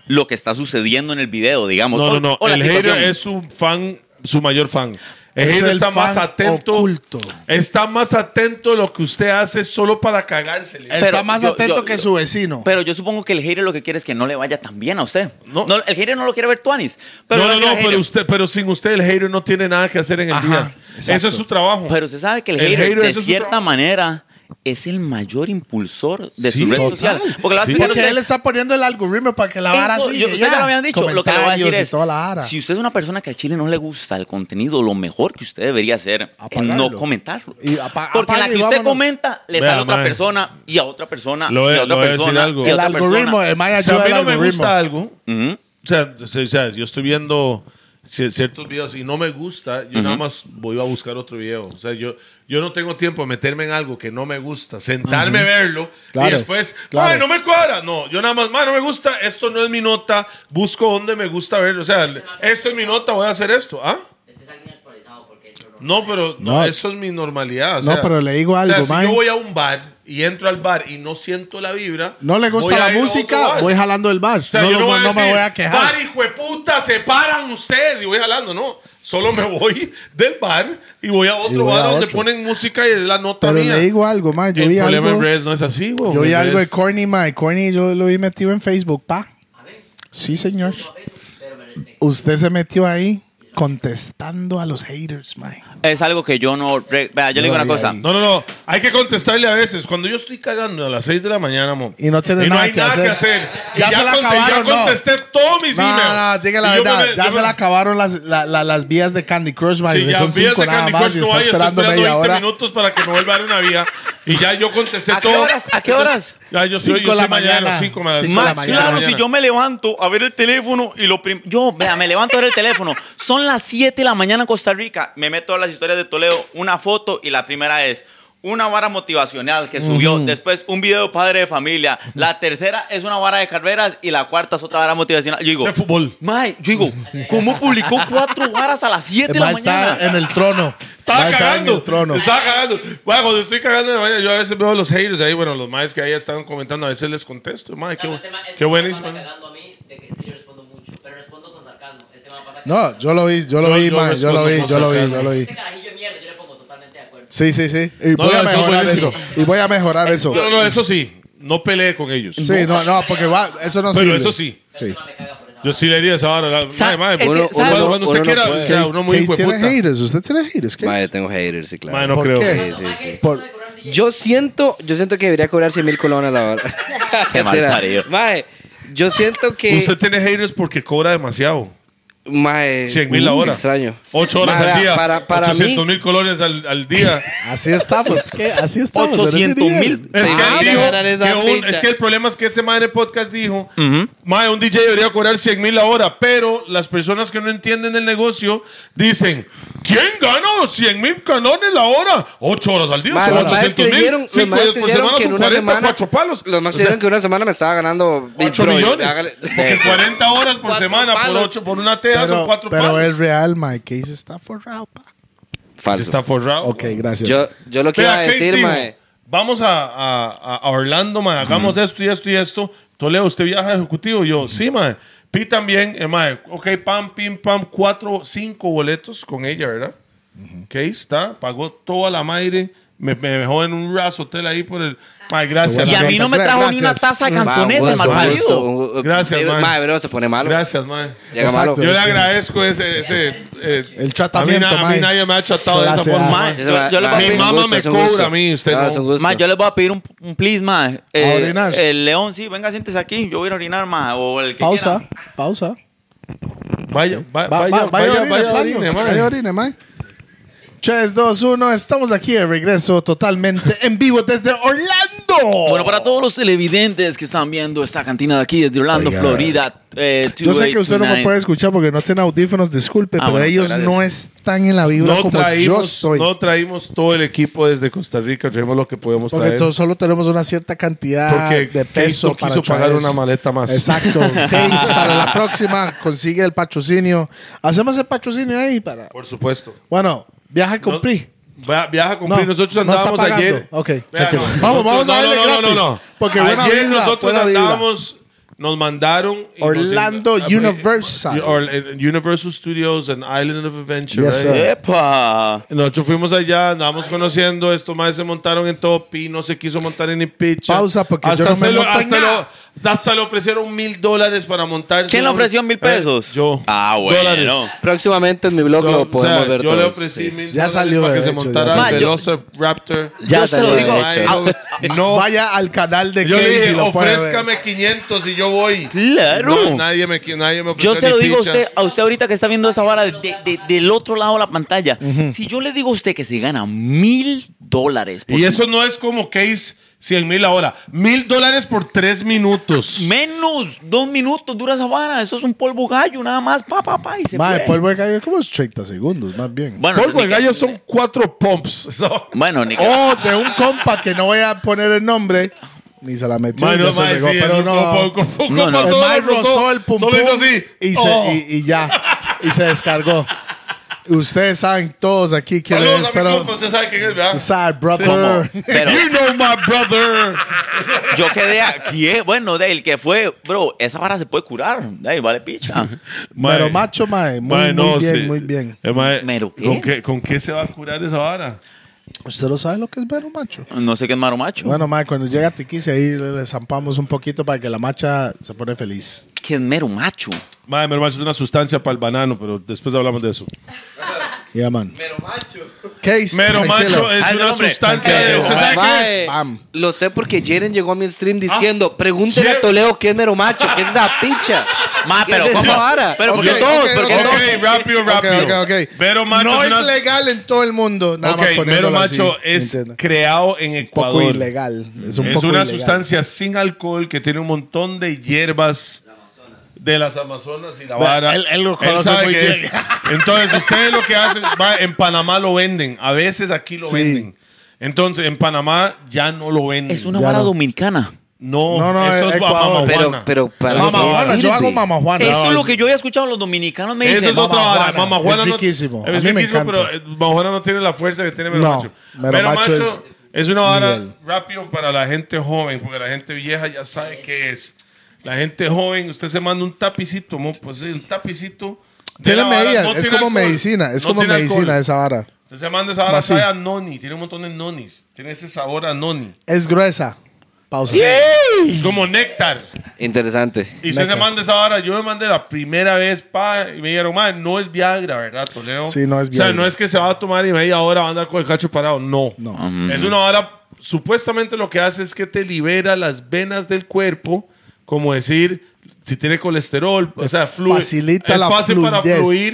[SPEAKER 3] lo que está sucediendo en el video, digamos.
[SPEAKER 2] No,
[SPEAKER 3] o-
[SPEAKER 2] no, no.
[SPEAKER 3] o la
[SPEAKER 2] el hater
[SPEAKER 3] situación.
[SPEAKER 2] es un fan, su mayor fan. El
[SPEAKER 1] Es
[SPEAKER 2] hater
[SPEAKER 1] el
[SPEAKER 2] está más
[SPEAKER 1] fan
[SPEAKER 2] atento.
[SPEAKER 1] oculto.
[SPEAKER 2] Está más atento a lo que usted hace solo para cagársele.
[SPEAKER 1] Está
[SPEAKER 3] pero
[SPEAKER 1] más
[SPEAKER 3] yo-
[SPEAKER 1] atento
[SPEAKER 3] yo-
[SPEAKER 1] que
[SPEAKER 3] yo-
[SPEAKER 1] su vecino.
[SPEAKER 3] Pero yo supongo que el hater lo que quiere es que no le vaya tan bien a usted.
[SPEAKER 2] No.
[SPEAKER 3] No, el hater no lo quiere ver tuanis. Pero
[SPEAKER 2] no, no,
[SPEAKER 3] lo que
[SPEAKER 2] no,
[SPEAKER 3] el
[SPEAKER 2] pero
[SPEAKER 3] hater-
[SPEAKER 2] usted, pero sin usted el hater no tiene nada que hacer en el
[SPEAKER 3] Ajá,
[SPEAKER 2] día.
[SPEAKER 1] exacto.
[SPEAKER 2] Eso es su trabajo.
[SPEAKER 3] Pero usted sabe que el,
[SPEAKER 2] El
[SPEAKER 3] hater,
[SPEAKER 2] hater, eso
[SPEAKER 3] de
[SPEAKER 2] es su
[SPEAKER 3] cierta
[SPEAKER 2] trabajo.
[SPEAKER 3] manera, es el mayor impulsor de
[SPEAKER 2] Sí,
[SPEAKER 3] su red
[SPEAKER 2] total.
[SPEAKER 3] social. Porque lo va a
[SPEAKER 2] Sí.
[SPEAKER 3] explicar
[SPEAKER 1] Porque
[SPEAKER 3] usted.
[SPEAKER 1] él está poniendo el algoritmo para que la vara
[SPEAKER 3] Eso,
[SPEAKER 1] siga.
[SPEAKER 3] yo- ustedes
[SPEAKER 1] ya.
[SPEAKER 3] lo habían dicho. Lo que le voy a decir
[SPEAKER 1] Comentarios y
[SPEAKER 3] es,
[SPEAKER 1] toda la vara.
[SPEAKER 3] si usted es una persona que al Chile no le gusta el contenido, lo mejor que usted debería hacer es
[SPEAKER 1] Apagarlo.
[SPEAKER 3] no comentarlo.
[SPEAKER 1] Y apa-
[SPEAKER 3] Porque en la
[SPEAKER 1] apague
[SPEAKER 3] que
[SPEAKER 1] y
[SPEAKER 3] usted
[SPEAKER 1] vámonos.
[SPEAKER 3] comenta, le
[SPEAKER 2] Vea,
[SPEAKER 3] sale a otra
[SPEAKER 2] mae.
[SPEAKER 3] persona y a otra persona
[SPEAKER 2] Lo voy-
[SPEAKER 3] y a
[SPEAKER 2] lo
[SPEAKER 3] otra
[SPEAKER 2] voy a decir
[SPEAKER 3] persona
[SPEAKER 2] algo.
[SPEAKER 3] y a
[SPEAKER 1] el
[SPEAKER 3] otra
[SPEAKER 1] algoritmo,
[SPEAKER 3] persona.
[SPEAKER 1] el mae
[SPEAKER 2] O sea,
[SPEAKER 1] ayuda
[SPEAKER 2] a mí
[SPEAKER 1] al
[SPEAKER 2] no me
[SPEAKER 1] algoritmo.
[SPEAKER 2] gusta algo.
[SPEAKER 3] Ujú.
[SPEAKER 2] O sea, o sea, yo estoy viendo ci- ciertos videos y no me gusta, yo nada más voy a buscar otro video. O sea, yo, yo no tengo tiempo de meterme en algo que no me gusta, sentarme a verlo y
[SPEAKER 1] Claro,
[SPEAKER 2] después,
[SPEAKER 1] claro.
[SPEAKER 2] "Ay, no me cuadra! No, yo nada más, "Ma, no me gusta, esto no es mi nota, busco donde me gusta verlo. O sea, le- esto es mi nota, voy a hacer esto. ¿Ah?
[SPEAKER 4] Este
[SPEAKER 2] No, pero no,
[SPEAKER 1] No.
[SPEAKER 2] eso es mi normalidad. o
[SPEAKER 1] No,
[SPEAKER 2] sea,
[SPEAKER 1] pero le digo
[SPEAKER 2] o sea,
[SPEAKER 1] algo,
[SPEAKER 2] si
[SPEAKER 1] mae.
[SPEAKER 2] yo voy a un bar y entro al bar y no siento la vibra.
[SPEAKER 1] No le
[SPEAKER 2] voy
[SPEAKER 1] gusta
[SPEAKER 2] a
[SPEAKER 1] la
[SPEAKER 2] ir a otro
[SPEAKER 1] música,
[SPEAKER 2] bar.
[SPEAKER 1] voy jalando el bar.
[SPEAKER 2] O sea,
[SPEAKER 1] no,
[SPEAKER 2] yo
[SPEAKER 1] lo-
[SPEAKER 2] no, voy a
[SPEAKER 1] no me
[SPEAKER 2] decir,
[SPEAKER 1] voy a quejar.
[SPEAKER 2] "Bar, hijo de puta, se paran ustedes y voy jalando, no. Solo me voy del bar y voy a otro
[SPEAKER 1] voy a
[SPEAKER 2] bar donde
[SPEAKER 1] otro.
[SPEAKER 2] ponen música y es la nota
[SPEAKER 1] Pero
[SPEAKER 2] mía.
[SPEAKER 1] le digo algo, mae. Yo
[SPEAKER 2] el
[SPEAKER 1] vi
[SPEAKER 2] problema
[SPEAKER 1] algo.
[SPEAKER 2] en redes no es así, güey.
[SPEAKER 1] Yo vi
[SPEAKER 2] En
[SPEAKER 1] algo de
[SPEAKER 2] redes-
[SPEAKER 1] Corny, mae. Corny yo lo vi metido en Facebook, pa. Sí, señor. Usted se metió ahí contestando a los haters, mae.
[SPEAKER 3] Es algo que yo no. re- Vea, yo le
[SPEAKER 1] Yo
[SPEAKER 3] digo una
[SPEAKER 1] ahí,
[SPEAKER 3] cosa.
[SPEAKER 1] ahí.
[SPEAKER 2] No, no, no. Hay que contestarle a veces. Cuando yo estoy cagando a las 6 de la mañana, mo,
[SPEAKER 1] Y no tiene nada
[SPEAKER 2] hay
[SPEAKER 1] que
[SPEAKER 2] nada que
[SPEAKER 1] hacer.
[SPEAKER 2] hacer. Y
[SPEAKER 1] Ya
[SPEAKER 2] Ya,
[SPEAKER 1] se la
[SPEAKER 2] conte-
[SPEAKER 1] acabaron,
[SPEAKER 2] ya
[SPEAKER 1] no.
[SPEAKER 2] contesté todos mis
[SPEAKER 1] No,
[SPEAKER 2] emails.
[SPEAKER 1] no, diga la
[SPEAKER 2] Y yo me
[SPEAKER 1] verdad.
[SPEAKER 2] ve-
[SPEAKER 1] ya
[SPEAKER 2] yo
[SPEAKER 1] se
[SPEAKER 2] me-
[SPEAKER 1] le acabaron las, la- la- las vías de Candy Crush, mae.
[SPEAKER 2] Sí, ya
[SPEAKER 1] Son
[SPEAKER 2] olvídese
[SPEAKER 1] cinco
[SPEAKER 2] que
[SPEAKER 1] nada
[SPEAKER 2] Andy
[SPEAKER 1] más
[SPEAKER 2] Crush
[SPEAKER 1] y
[SPEAKER 2] no
[SPEAKER 1] está
[SPEAKER 2] hay, estoy
[SPEAKER 1] esperando
[SPEAKER 2] esperando
[SPEAKER 1] media
[SPEAKER 2] 20
[SPEAKER 1] hora.
[SPEAKER 2] minutos para que me vuelva a dar una vía. Y ya yo contesté
[SPEAKER 3] ¿A qué
[SPEAKER 2] todo.
[SPEAKER 3] horas? ¿A qué horas?
[SPEAKER 2] Ya yo soy,
[SPEAKER 1] Cinco
[SPEAKER 2] yo
[SPEAKER 1] de la
[SPEAKER 2] soy mañana,
[SPEAKER 1] mañana.
[SPEAKER 2] 5 de
[SPEAKER 1] Cinco de la
[SPEAKER 2] mañana.
[SPEAKER 1] mañana.
[SPEAKER 3] Claro, si yo me levanto a ver el teléfono y lo prim- Yo, vea, me levanto a ver el teléfono. Son las 7 de la mañana en Costa Rica. Me meto a las historias de Toledo, una foto y la primera es una vara motivacional que subió. Después, un video de padre de familia. La tercera es una vara de carreras y la cuarta es otra vara motivacional. Yo digo,
[SPEAKER 2] De fútbol.
[SPEAKER 3] Mae, yo digo, ¿cómo publicó cuatro varas a las 7 de
[SPEAKER 1] El
[SPEAKER 3] la
[SPEAKER 1] mae
[SPEAKER 3] mañana?
[SPEAKER 1] está en el trono.
[SPEAKER 2] Estaba
[SPEAKER 1] Mae está en
[SPEAKER 2] cagando.
[SPEAKER 1] el trono.
[SPEAKER 2] Estaba cagando. Bueno, cuando estoy cagando en la mañana, yo a veces veo los haters ahí, bueno, los maes que ahí están comentando, a veces les contesto. Mae, qué,
[SPEAKER 4] este
[SPEAKER 2] qué buenísimo.
[SPEAKER 4] Este
[SPEAKER 1] No, yo lo vi, yo lo
[SPEAKER 2] Yo-
[SPEAKER 1] vi,
[SPEAKER 2] yo
[SPEAKER 1] mae. Yo lo vi,
[SPEAKER 2] respondo
[SPEAKER 1] yo lo
[SPEAKER 2] con
[SPEAKER 1] vi,
[SPEAKER 2] sarcasmo.
[SPEAKER 1] yo lo vi.
[SPEAKER 4] Este carajillo de mierda, yo le pongo totalmente de acuerdo.
[SPEAKER 1] Sí, sí, sí. Y
[SPEAKER 2] No,
[SPEAKER 1] voy a
[SPEAKER 2] no, eso es
[SPEAKER 1] mejorar eso.
[SPEAKER 2] buenísimo.
[SPEAKER 1] Y voy a mejorar eso.
[SPEAKER 2] No, no, eso sí, no peleé con ellos.
[SPEAKER 1] Sí, no, no, porque va, eso no
[SPEAKER 2] Pero
[SPEAKER 1] sirve.
[SPEAKER 2] eso sí.
[SPEAKER 1] Sí.
[SPEAKER 2] Yo sí le diría esa vara. la-
[SPEAKER 3] Sa-
[SPEAKER 2] Mae, mae,
[SPEAKER 3] es que,
[SPEAKER 2] bueno,
[SPEAKER 3] ¿sabes?
[SPEAKER 2] cuando- cuando usted
[SPEAKER 5] Uno no
[SPEAKER 2] quiera,
[SPEAKER 5] puede.
[SPEAKER 2] o sea, uno muy
[SPEAKER 1] Case
[SPEAKER 2] hijo de
[SPEAKER 1] tiene
[SPEAKER 2] puta.
[SPEAKER 1] haters. ¿Usted tiene haters? Case?
[SPEAKER 5] Mae, yo tengo haters, sí, claro.
[SPEAKER 2] Mae, no
[SPEAKER 1] ¿Por
[SPEAKER 2] creo.
[SPEAKER 1] qué?
[SPEAKER 5] Sí, sí, sí.
[SPEAKER 1] Por-
[SPEAKER 5] Yo siento, yo siento que debería cobrar 100 mil colones la hora.
[SPEAKER 3] Qué mal parido.
[SPEAKER 5] Mae, yo siento que.
[SPEAKER 2] Usted tiene haters porque cobra demasiado.
[SPEAKER 5] Mae.
[SPEAKER 2] 100 mil la hora.
[SPEAKER 5] Uh, Extraño.
[SPEAKER 2] 8 horas
[SPEAKER 5] Mae,
[SPEAKER 2] al día.
[SPEAKER 5] Para, para mí.
[SPEAKER 2] 800 mil colones al, al día.
[SPEAKER 1] Así está, pues. ¿qué? Así está. pues, en ese
[SPEAKER 3] 800
[SPEAKER 1] nivel.
[SPEAKER 3] mil.
[SPEAKER 2] Es que,
[SPEAKER 5] Ah,
[SPEAKER 2] él
[SPEAKER 5] para
[SPEAKER 2] dijo
[SPEAKER 5] ganar esa
[SPEAKER 2] que un-
[SPEAKER 5] ficha.
[SPEAKER 2] es que el problema es que ese madre podcast dijo, "Mae, un DJ debería cobrar 100 mil la hora, pero las personas que no entienden el negocio dicen, ¿quién gana 100 mil canones la hora? 8 horas al día,
[SPEAKER 5] Mae,
[SPEAKER 2] son
[SPEAKER 5] los maes
[SPEAKER 2] 800
[SPEAKER 5] creyeron,
[SPEAKER 2] mil,
[SPEAKER 5] los
[SPEAKER 2] 5
[SPEAKER 5] maes
[SPEAKER 2] días por
[SPEAKER 5] creyeron
[SPEAKER 2] semana
[SPEAKER 5] que en
[SPEAKER 2] son
[SPEAKER 5] una
[SPEAKER 2] 40,
[SPEAKER 5] semana-
[SPEAKER 2] 4 palos.
[SPEAKER 5] Los más
[SPEAKER 2] O sea,
[SPEAKER 5] dijeron que una semana me estaba ganando.
[SPEAKER 2] 8
[SPEAKER 5] Bro,
[SPEAKER 2] millones.
[SPEAKER 5] hágale-
[SPEAKER 2] Porque 40 horas por
[SPEAKER 5] Cuatro
[SPEAKER 2] semana, por
[SPEAKER 5] palos.
[SPEAKER 2] 8, por una teja, son
[SPEAKER 1] Pero,
[SPEAKER 2] 4
[SPEAKER 1] pero
[SPEAKER 2] palos.
[SPEAKER 1] es real, Mike. Case está forrado, pa.
[SPEAKER 2] Se
[SPEAKER 5] Falso.
[SPEAKER 2] está forrado.
[SPEAKER 1] Ok, gracias.
[SPEAKER 5] Yo, yo lo que iba
[SPEAKER 2] Vea,
[SPEAKER 5] a
[SPEAKER 2] Case
[SPEAKER 5] decir,
[SPEAKER 2] dijo,
[SPEAKER 5] mae.
[SPEAKER 2] Vamos a, a- a Orlando, mae. Hagamos esto y esto y esto. Toledo, ¿usted viaja ejecutivo? Yo, sí, mae. Pi también, eh, mae. Ok, pam, pim, pam. Cuatro, cinco boletos con ella, ¿verdad? Ok, está. Pagó toda la madre. Me, me dejó en un ras hotel ahí por el... Mae, gracias.
[SPEAKER 3] Y a mí
[SPEAKER 2] gracias.
[SPEAKER 3] no me trajo ni una
[SPEAKER 1] Gracias.
[SPEAKER 3] taza de
[SPEAKER 5] Mae,
[SPEAKER 3] cantonesa,
[SPEAKER 5] un
[SPEAKER 3] mal
[SPEAKER 5] gusto,
[SPEAKER 3] parido.
[SPEAKER 5] un gusto, un-
[SPEAKER 2] Gracias,
[SPEAKER 5] eh,
[SPEAKER 2] mae.
[SPEAKER 5] Mae, bro, se pone malo.
[SPEAKER 2] Gracias, mae.
[SPEAKER 5] Llega
[SPEAKER 1] Exacto.
[SPEAKER 5] malo.
[SPEAKER 2] Yo le
[SPEAKER 1] es que-
[SPEAKER 2] agradezco ese... ese, eh,
[SPEAKER 1] El tratamiento,
[SPEAKER 2] a mí, na- a
[SPEAKER 1] mae.
[SPEAKER 2] mí nadie me ha tratado de esa
[SPEAKER 1] Gracias.
[SPEAKER 2] forma.
[SPEAKER 3] Mae,
[SPEAKER 5] Sí,
[SPEAKER 2] mae.
[SPEAKER 5] se va-
[SPEAKER 3] yo le
[SPEAKER 5] mae,
[SPEAKER 3] voy a
[SPEAKER 5] es
[SPEAKER 2] Mi
[SPEAKER 3] pedir-
[SPEAKER 5] un
[SPEAKER 2] mamá
[SPEAKER 5] gusto,
[SPEAKER 2] me
[SPEAKER 5] es un gusto.
[SPEAKER 2] cobra a mí, usted
[SPEAKER 5] Ah,
[SPEAKER 2] no.
[SPEAKER 5] es un gusto.
[SPEAKER 3] Ma, yo les voy a pedir un, un please, ma. Eh,
[SPEAKER 1] orinar.
[SPEAKER 3] El león, sí, venga, siéntese aquí. Yo voy a ir a orinar, ma. O el que
[SPEAKER 1] Pausa,
[SPEAKER 3] quiera.
[SPEAKER 1] pausa.
[SPEAKER 2] Vaya, va-
[SPEAKER 1] Va-
[SPEAKER 2] vaya,
[SPEAKER 1] va- Vaya
[SPEAKER 2] vaya,
[SPEAKER 1] orine,
[SPEAKER 2] vaya,
[SPEAKER 1] plaño.
[SPEAKER 2] orine, mae.
[SPEAKER 1] Vaya orine, Mike. 3, 2, 1. Estamos aquí de regreso totalmente en vivo desde Orlando.
[SPEAKER 3] Bueno, para todos los televidentes que están viendo esta cantina de aquí, desde Orlando,
[SPEAKER 1] Oiga.
[SPEAKER 3] Florida. eh,
[SPEAKER 1] Yo sé que usted no me
[SPEAKER 3] 2829.
[SPEAKER 1] puede escuchar porque no tiene audífonos, disculpe,
[SPEAKER 3] Ah,
[SPEAKER 1] pero
[SPEAKER 3] bueno,
[SPEAKER 1] ellos
[SPEAKER 3] gracias.
[SPEAKER 1] no están en la vibra
[SPEAKER 2] No
[SPEAKER 1] como yo
[SPEAKER 2] traímos,
[SPEAKER 1] estoy.
[SPEAKER 2] no traímos todo el equipo desde Costa Rica, traemos lo que podemos
[SPEAKER 1] Porque
[SPEAKER 2] traer.
[SPEAKER 1] to- solo tenemos una cierta cantidad
[SPEAKER 2] Porque
[SPEAKER 1] de
[SPEAKER 2] Facebook
[SPEAKER 1] peso para
[SPEAKER 2] quiso pagar
[SPEAKER 1] traer.
[SPEAKER 2] una maleta más.
[SPEAKER 1] Exacto. Face, para la próxima consigue el patrocinio. Hacemos el patrocinio ahí para.
[SPEAKER 2] Por supuesto.
[SPEAKER 1] Bueno, viaja con
[SPEAKER 2] No-
[SPEAKER 1] PRI.
[SPEAKER 2] Va- viaja con
[SPEAKER 1] No,
[SPEAKER 2] PRI. Nosotros
[SPEAKER 1] no está
[SPEAKER 2] andábamos
[SPEAKER 1] pagando.
[SPEAKER 2] ayer.
[SPEAKER 1] Ok,
[SPEAKER 2] Vea,
[SPEAKER 1] chequeo.
[SPEAKER 2] no,
[SPEAKER 1] Vamos, vamos a
[SPEAKER 2] no,
[SPEAKER 1] darle
[SPEAKER 2] no, no,
[SPEAKER 1] gratis,
[SPEAKER 2] no, no.
[SPEAKER 1] porque buena
[SPEAKER 2] ayer
[SPEAKER 1] vibra,
[SPEAKER 2] nosotros
[SPEAKER 1] buena vibra.
[SPEAKER 2] andábamos, nos mandaron y nos-
[SPEAKER 1] Orlando
[SPEAKER 2] Ah, pues,
[SPEAKER 1] Universal.
[SPEAKER 2] Or- eh, Universal Studios and Island of Adventure.
[SPEAKER 1] Yes,
[SPEAKER 2] right?
[SPEAKER 1] sir.
[SPEAKER 3] ¡Epa!
[SPEAKER 2] Nosotros fuimos allá, andábamos conociendo esto, más se montaron en topi, no se quiso montar en ni picha.
[SPEAKER 1] Pausa, porque yo no me
[SPEAKER 2] se lo-
[SPEAKER 1] monto en
[SPEAKER 2] hasta,
[SPEAKER 1] nada.
[SPEAKER 2] lo- hasta le ofrecieron mil dólares para montarse.
[SPEAKER 3] ¿Quién le
[SPEAKER 2] un-
[SPEAKER 3] ofreció mil
[SPEAKER 2] Eh,
[SPEAKER 3] pesos?
[SPEAKER 2] yo.
[SPEAKER 3] Ah, bueno.
[SPEAKER 2] Dólares.
[SPEAKER 5] Próximamente en mi blog
[SPEAKER 2] Yo,
[SPEAKER 5] lo
[SPEAKER 2] o sea,
[SPEAKER 5] podemos ver
[SPEAKER 2] yo le
[SPEAKER 5] todos,
[SPEAKER 2] ofrecí
[SPEAKER 5] sí.
[SPEAKER 2] mil
[SPEAKER 1] Ya
[SPEAKER 2] dólares
[SPEAKER 1] salió,
[SPEAKER 2] para
[SPEAKER 1] de
[SPEAKER 2] que se
[SPEAKER 1] hecho,
[SPEAKER 2] montara
[SPEAKER 1] ya
[SPEAKER 2] el
[SPEAKER 3] salió.
[SPEAKER 2] Velociraptor.
[SPEAKER 5] Ya
[SPEAKER 3] Yo se lo
[SPEAKER 5] te
[SPEAKER 3] digo.
[SPEAKER 5] lo he hecho.
[SPEAKER 3] ah,
[SPEAKER 2] eh, No.
[SPEAKER 1] Vaya al canal de
[SPEAKER 2] Yo
[SPEAKER 1] Case
[SPEAKER 2] le
[SPEAKER 1] y
[SPEAKER 2] dije,
[SPEAKER 1] lo puede ver.
[SPEAKER 2] ofrézcame 500 y yo voy.
[SPEAKER 3] Claro.
[SPEAKER 2] No, nadie, me, qui- nadie me ofreció
[SPEAKER 3] Yo se
[SPEAKER 2] ni
[SPEAKER 3] lo digo a
[SPEAKER 2] picha.
[SPEAKER 3] usted, a usted ahorita que está viendo esa vara de- de- del otro lado de la pantalla. Si yo le digo a usted que se gana mil dólares por
[SPEAKER 2] Y eso no es como case 100 mil ahora. Mil dólares por tres minutos.
[SPEAKER 3] menos dos minutos dura esa vara, eso es un polvo gallo nada más, pa, pa, pa, y se
[SPEAKER 1] Mae,
[SPEAKER 3] fue.
[SPEAKER 1] Paul Berger, es como 30 segundos, más bien.
[SPEAKER 3] Bueno,
[SPEAKER 2] Polvo
[SPEAKER 3] ni
[SPEAKER 2] de
[SPEAKER 3] que-
[SPEAKER 2] gallo son cuatro pumps. Eso-
[SPEAKER 3] Bueno, ni que-
[SPEAKER 1] O de un compa que no voy a poner el nombre, ni se la metió.
[SPEAKER 2] Mae,
[SPEAKER 1] y ya
[SPEAKER 2] no,
[SPEAKER 1] se
[SPEAKER 2] mae,
[SPEAKER 1] regó,
[SPEAKER 2] sí,
[SPEAKER 1] pero
[SPEAKER 2] eso
[SPEAKER 1] no.
[SPEAKER 2] como- como-
[SPEAKER 3] No, no.
[SPEAKER 2] como
[SPEAKER 1] El
[SPEAKER 2] solo Oh.
[SPEAKER 1] mae
[SPEAKER 2] rozó,
[SPEAKER 1] rozó el pum
[SPEAKER 2] Solo hizo
[SPEAKER 1] pum
[SPEAKER 2] así.
[SPEAKER 1] y, se-
[SPEAKER 2] Oh.
[SPEAKER 1] y- y ya. Y se descargó. Ustedes saben todos aquí quién
[SPEAKER 2] Saludos
[SPEAKER 1] es,
[SPEAKER 2] a mi
[SPEAKER 1] pero.
[SPEAKER 2] compa, usted sabe quién es, ¿verdad?
[SPEAKER 1] Sad brother.
[SPEAKER 3] Pero
[SPEAKER 2] You know my brother.
[SPEAKER 3] yo quedé aquí. eh, Bueno, de el que fue, bro, esa vara se puede curar. De ahí, vale picha.
[SPEAKER 1] Pero macho, mae, muy,
[SPEAKER 2] Mae,
[SPEAKER 1] muy
[SPEAKER 2] no,
[SPEAKER 1] bien,
[SPEAKER 2] sí.
[SPEAKER 1] muy bien.
[SPEAKER 2] Eh, mae,
[SPEAKER 3] ¿Mero qué?
[SPEAKER 2] ¿con, qué, ¿Con qué se va a curar esa vara?
[SPEAKER 1] ¿Usted lo sabe lo que es vero, macho?
[SPEAKER 3] No sé qué es maro macho.
[SPEAKER 1] Bueno, mae, cuando llega Tiquise ahí le le zampamos un poquito para que la macha se pone feliz.
[SPEAKER 3] ¿Qué es mero macho?
[SPEAKER 2] Mae, mi hermano, es una sustancia para el banano, pero después hablamos de eso.
[SPEAKER 1] Yeah, man. Mero macho. Case.
[SPEAKER 2] Mero
[SPEAKER 1] tranquilo.
[SPEAKER 2] macho es
[SPEAKER 3] Ay, no,
[SPEAKER 2] una
[SPEAKER 3] hombre.
[SPEAKER 2] sustancia
[SPEAKER 3] Eh,
[SPEAKER 2] de... ¿Usted sabe qué es? Ah,
[SPEAKER 5] Mae,
[SPEAKER 1] Bam.
[SPEAKER 5] Lo sé porque Jeren llegó a mi stream diciendo, pregúntele
[SPEAKER 2] Jer-
[SPEAKER 5] a Toledo qué es mero macho, qué es esa picha.
[SPEAKER 3] Ma,
[SPEAKER 5] ¿Qué
[SPEAKER 3] pero
[SPEAKER 5] es esa
[SPEAKER 3] ¿cómo?
[SPEAKER 5] vara?
[SPEAKER 3] Pero porque
[SPEAKER 1] Ok,
[SPEAKER 3] todos,
[SPEAKER 1] ok,
[SPEAKER 3] porque
[SPEAKER 1] ok.
[SPEAKER 3] todos.
[SPEAKER 2] Ok, rápido,
[SPEAKER 1] Ok,
[SPEAKER 2] rápido.
[SPEAKER 1] ok, ok.
[SPEAKER 2] Vero macho
[SPEAKER 1] no
[SPEAKER 2] es
[SPEAKER 1] es
[SPEAKER 2] una-
[SPEAKER 1] legal en todo el mundo. Nada
[SPEAKER 2] Ok,
[SPEAKER 1] más
[SPEAKER 2] mero
[SPEAKER 1] poniéndolo
[SPEAKER 2] macho
[SPEAKER 1] así,
[SPEAKER 2] es
[SPEAKER 1] ¿entiende?
[SPEAKER 2] creado en
[SPEAKER 1] un poco
[SPEAKER 2] Ecuador.
[SPEAKER 1] ilegal. Es, un
[SPEAKER 2] es
[SPEAKER 1] poco
[SPEAKER 2] una
[SPEAKER 1] ilegal.
[SPEAKER 2] sustancia sin alcohol que tiene un montón de hierbas de las Amazonas y la
[SPEAKER 1] Bueno,
[SPEAKER 2] vara.
[SPEAKER 1] él- él lo conoce muy
[SPEAKER 2] qué
[SPEAKER 1] bien.
[SPEAKER 2] es. Entonces, ustedes lo que hacen, va, en Panamá lo venden, a veces aquí lo
[SPEAKER 1] Sí.
[SPEAKER 2] venden. Entonces, en Panamá ya no lo venden.
[SPEAKER 3] Es una
[SPEAKER 1] Ya
[SPEAKER 3] vara
[SPEAKER 1] no.
[SPEAKER 3] dominicana.
[SPEAKER 2] No,
[SPEAKER 1] No, no,
[SPEAKER 2] eso es
[SPEAKER 1] es Ecuador.
[SPEAKER 5] Pero,
[SPEAKER 2] mamajuana.
[SPEAKER 5] pero para
[SPEAKER 1] Mama
[SPEAKER 5] lo que
[SPEAKER 1] Juana, yo
[SPEAKER 5] sirve.
[SPEAKER 1] hago mama Juana.
[SPEAKER 3] Eso es lo que yo había escuchado los dominicanos me
[SPEAKER 2] Eso
[SPEAKER 3] dicen.
[SPEAKER 2] es otra
[SPEAKER 1] Mama
[SPEAKER 2] vara.
[SPEAKER 1] Juana.
[SPEAKER 2] Mamajuana
[SPEAKER 1] Es
[SPEAKER 2] no- Es
[SPEAKER 1] riquísimo. A mí me
[SPEAKER 2] riquísimo,
[SPEAKER 1] encanta.
[SPEAKER 2] pero eh, Mamajuana no tiene la fuerza que tiene Mero
[SPEAKER 1] No,
[SPEAKER 2] Macho.
[SPEAKER 1] Mero
[SPEAKER 2] Mero
[SPEAKER 1] Macho
[SPEAKER 2] Macho
[SPEAKER 1] es
[SPEAKER 2] es una vara
[SPEAKER 1] nivel.
[SPEAKER 2] rápido para la gente joven, porque la gente vieja ya sabe qué es. La gente joven, usted se manda un tapicito, mo, pues sí, un tapicito. de
[SPEAKER 1] Tiene
[SPEAKER 2] la vara,
[SPEAKER 1] medidas.
[SPEAKER 2] no
[SPEAKER 1] es
[SPEAKER 2] tiene
[SPEAKER 1] como
[SPEAKER 2] alcohol,
[SPEAKER 1] medicina. Es
[SPEAKER 2] no
[SPEAKER 1] como
[SPEAKER 2] tiene
[SPEAKER 1] medicina
[SPEAKER 2] alcohol.
[SPEAKER 1] esa vara.
[SPEAKER 2] Usted se manda esa vara,
[SPEAKER 1] Así.
[SPEAKER 2] sabe a noni, tiene un montón de nonis. Tiene ese sabor a noni.
[SPEAKER 1] Es gruesa. Pausa.
[SPEAKER 2] Como néctar.
[SPEAKER 5] Interesante.
[SPEAKER 2] Y usted se
[SPEAKER 1] Néctar.
[SPEAKER 2] manda esa vara. Yo me mandé la primera vez, pa, y me dijeron, madre, no es Viagra, ¿verdad, Toledo?
[SPEAKER 1] Sí, no es
[SPEAKER 2] O
[SPEAKER 1] Viagra.
[SPEAKER 2] sea, no es que se va a tomar y media hora va a andar con el cacho parado. No.
[SPEAKER 1] No.
[SPEAKER 5] Mm.
[SPEAKER 2] Es una vara, supuestamente lo que hace es que te libera las venas del cuerpo, como decir, si tiene colesterol, o sea, fluye.
[SPEAKER 1] facilita
[SPEAKER 2] es
[SPEAKER 1] la
[SPEAKER 2] fácil para
[SPEAKER 1] fluidez.
[SPEAKER 2] fluir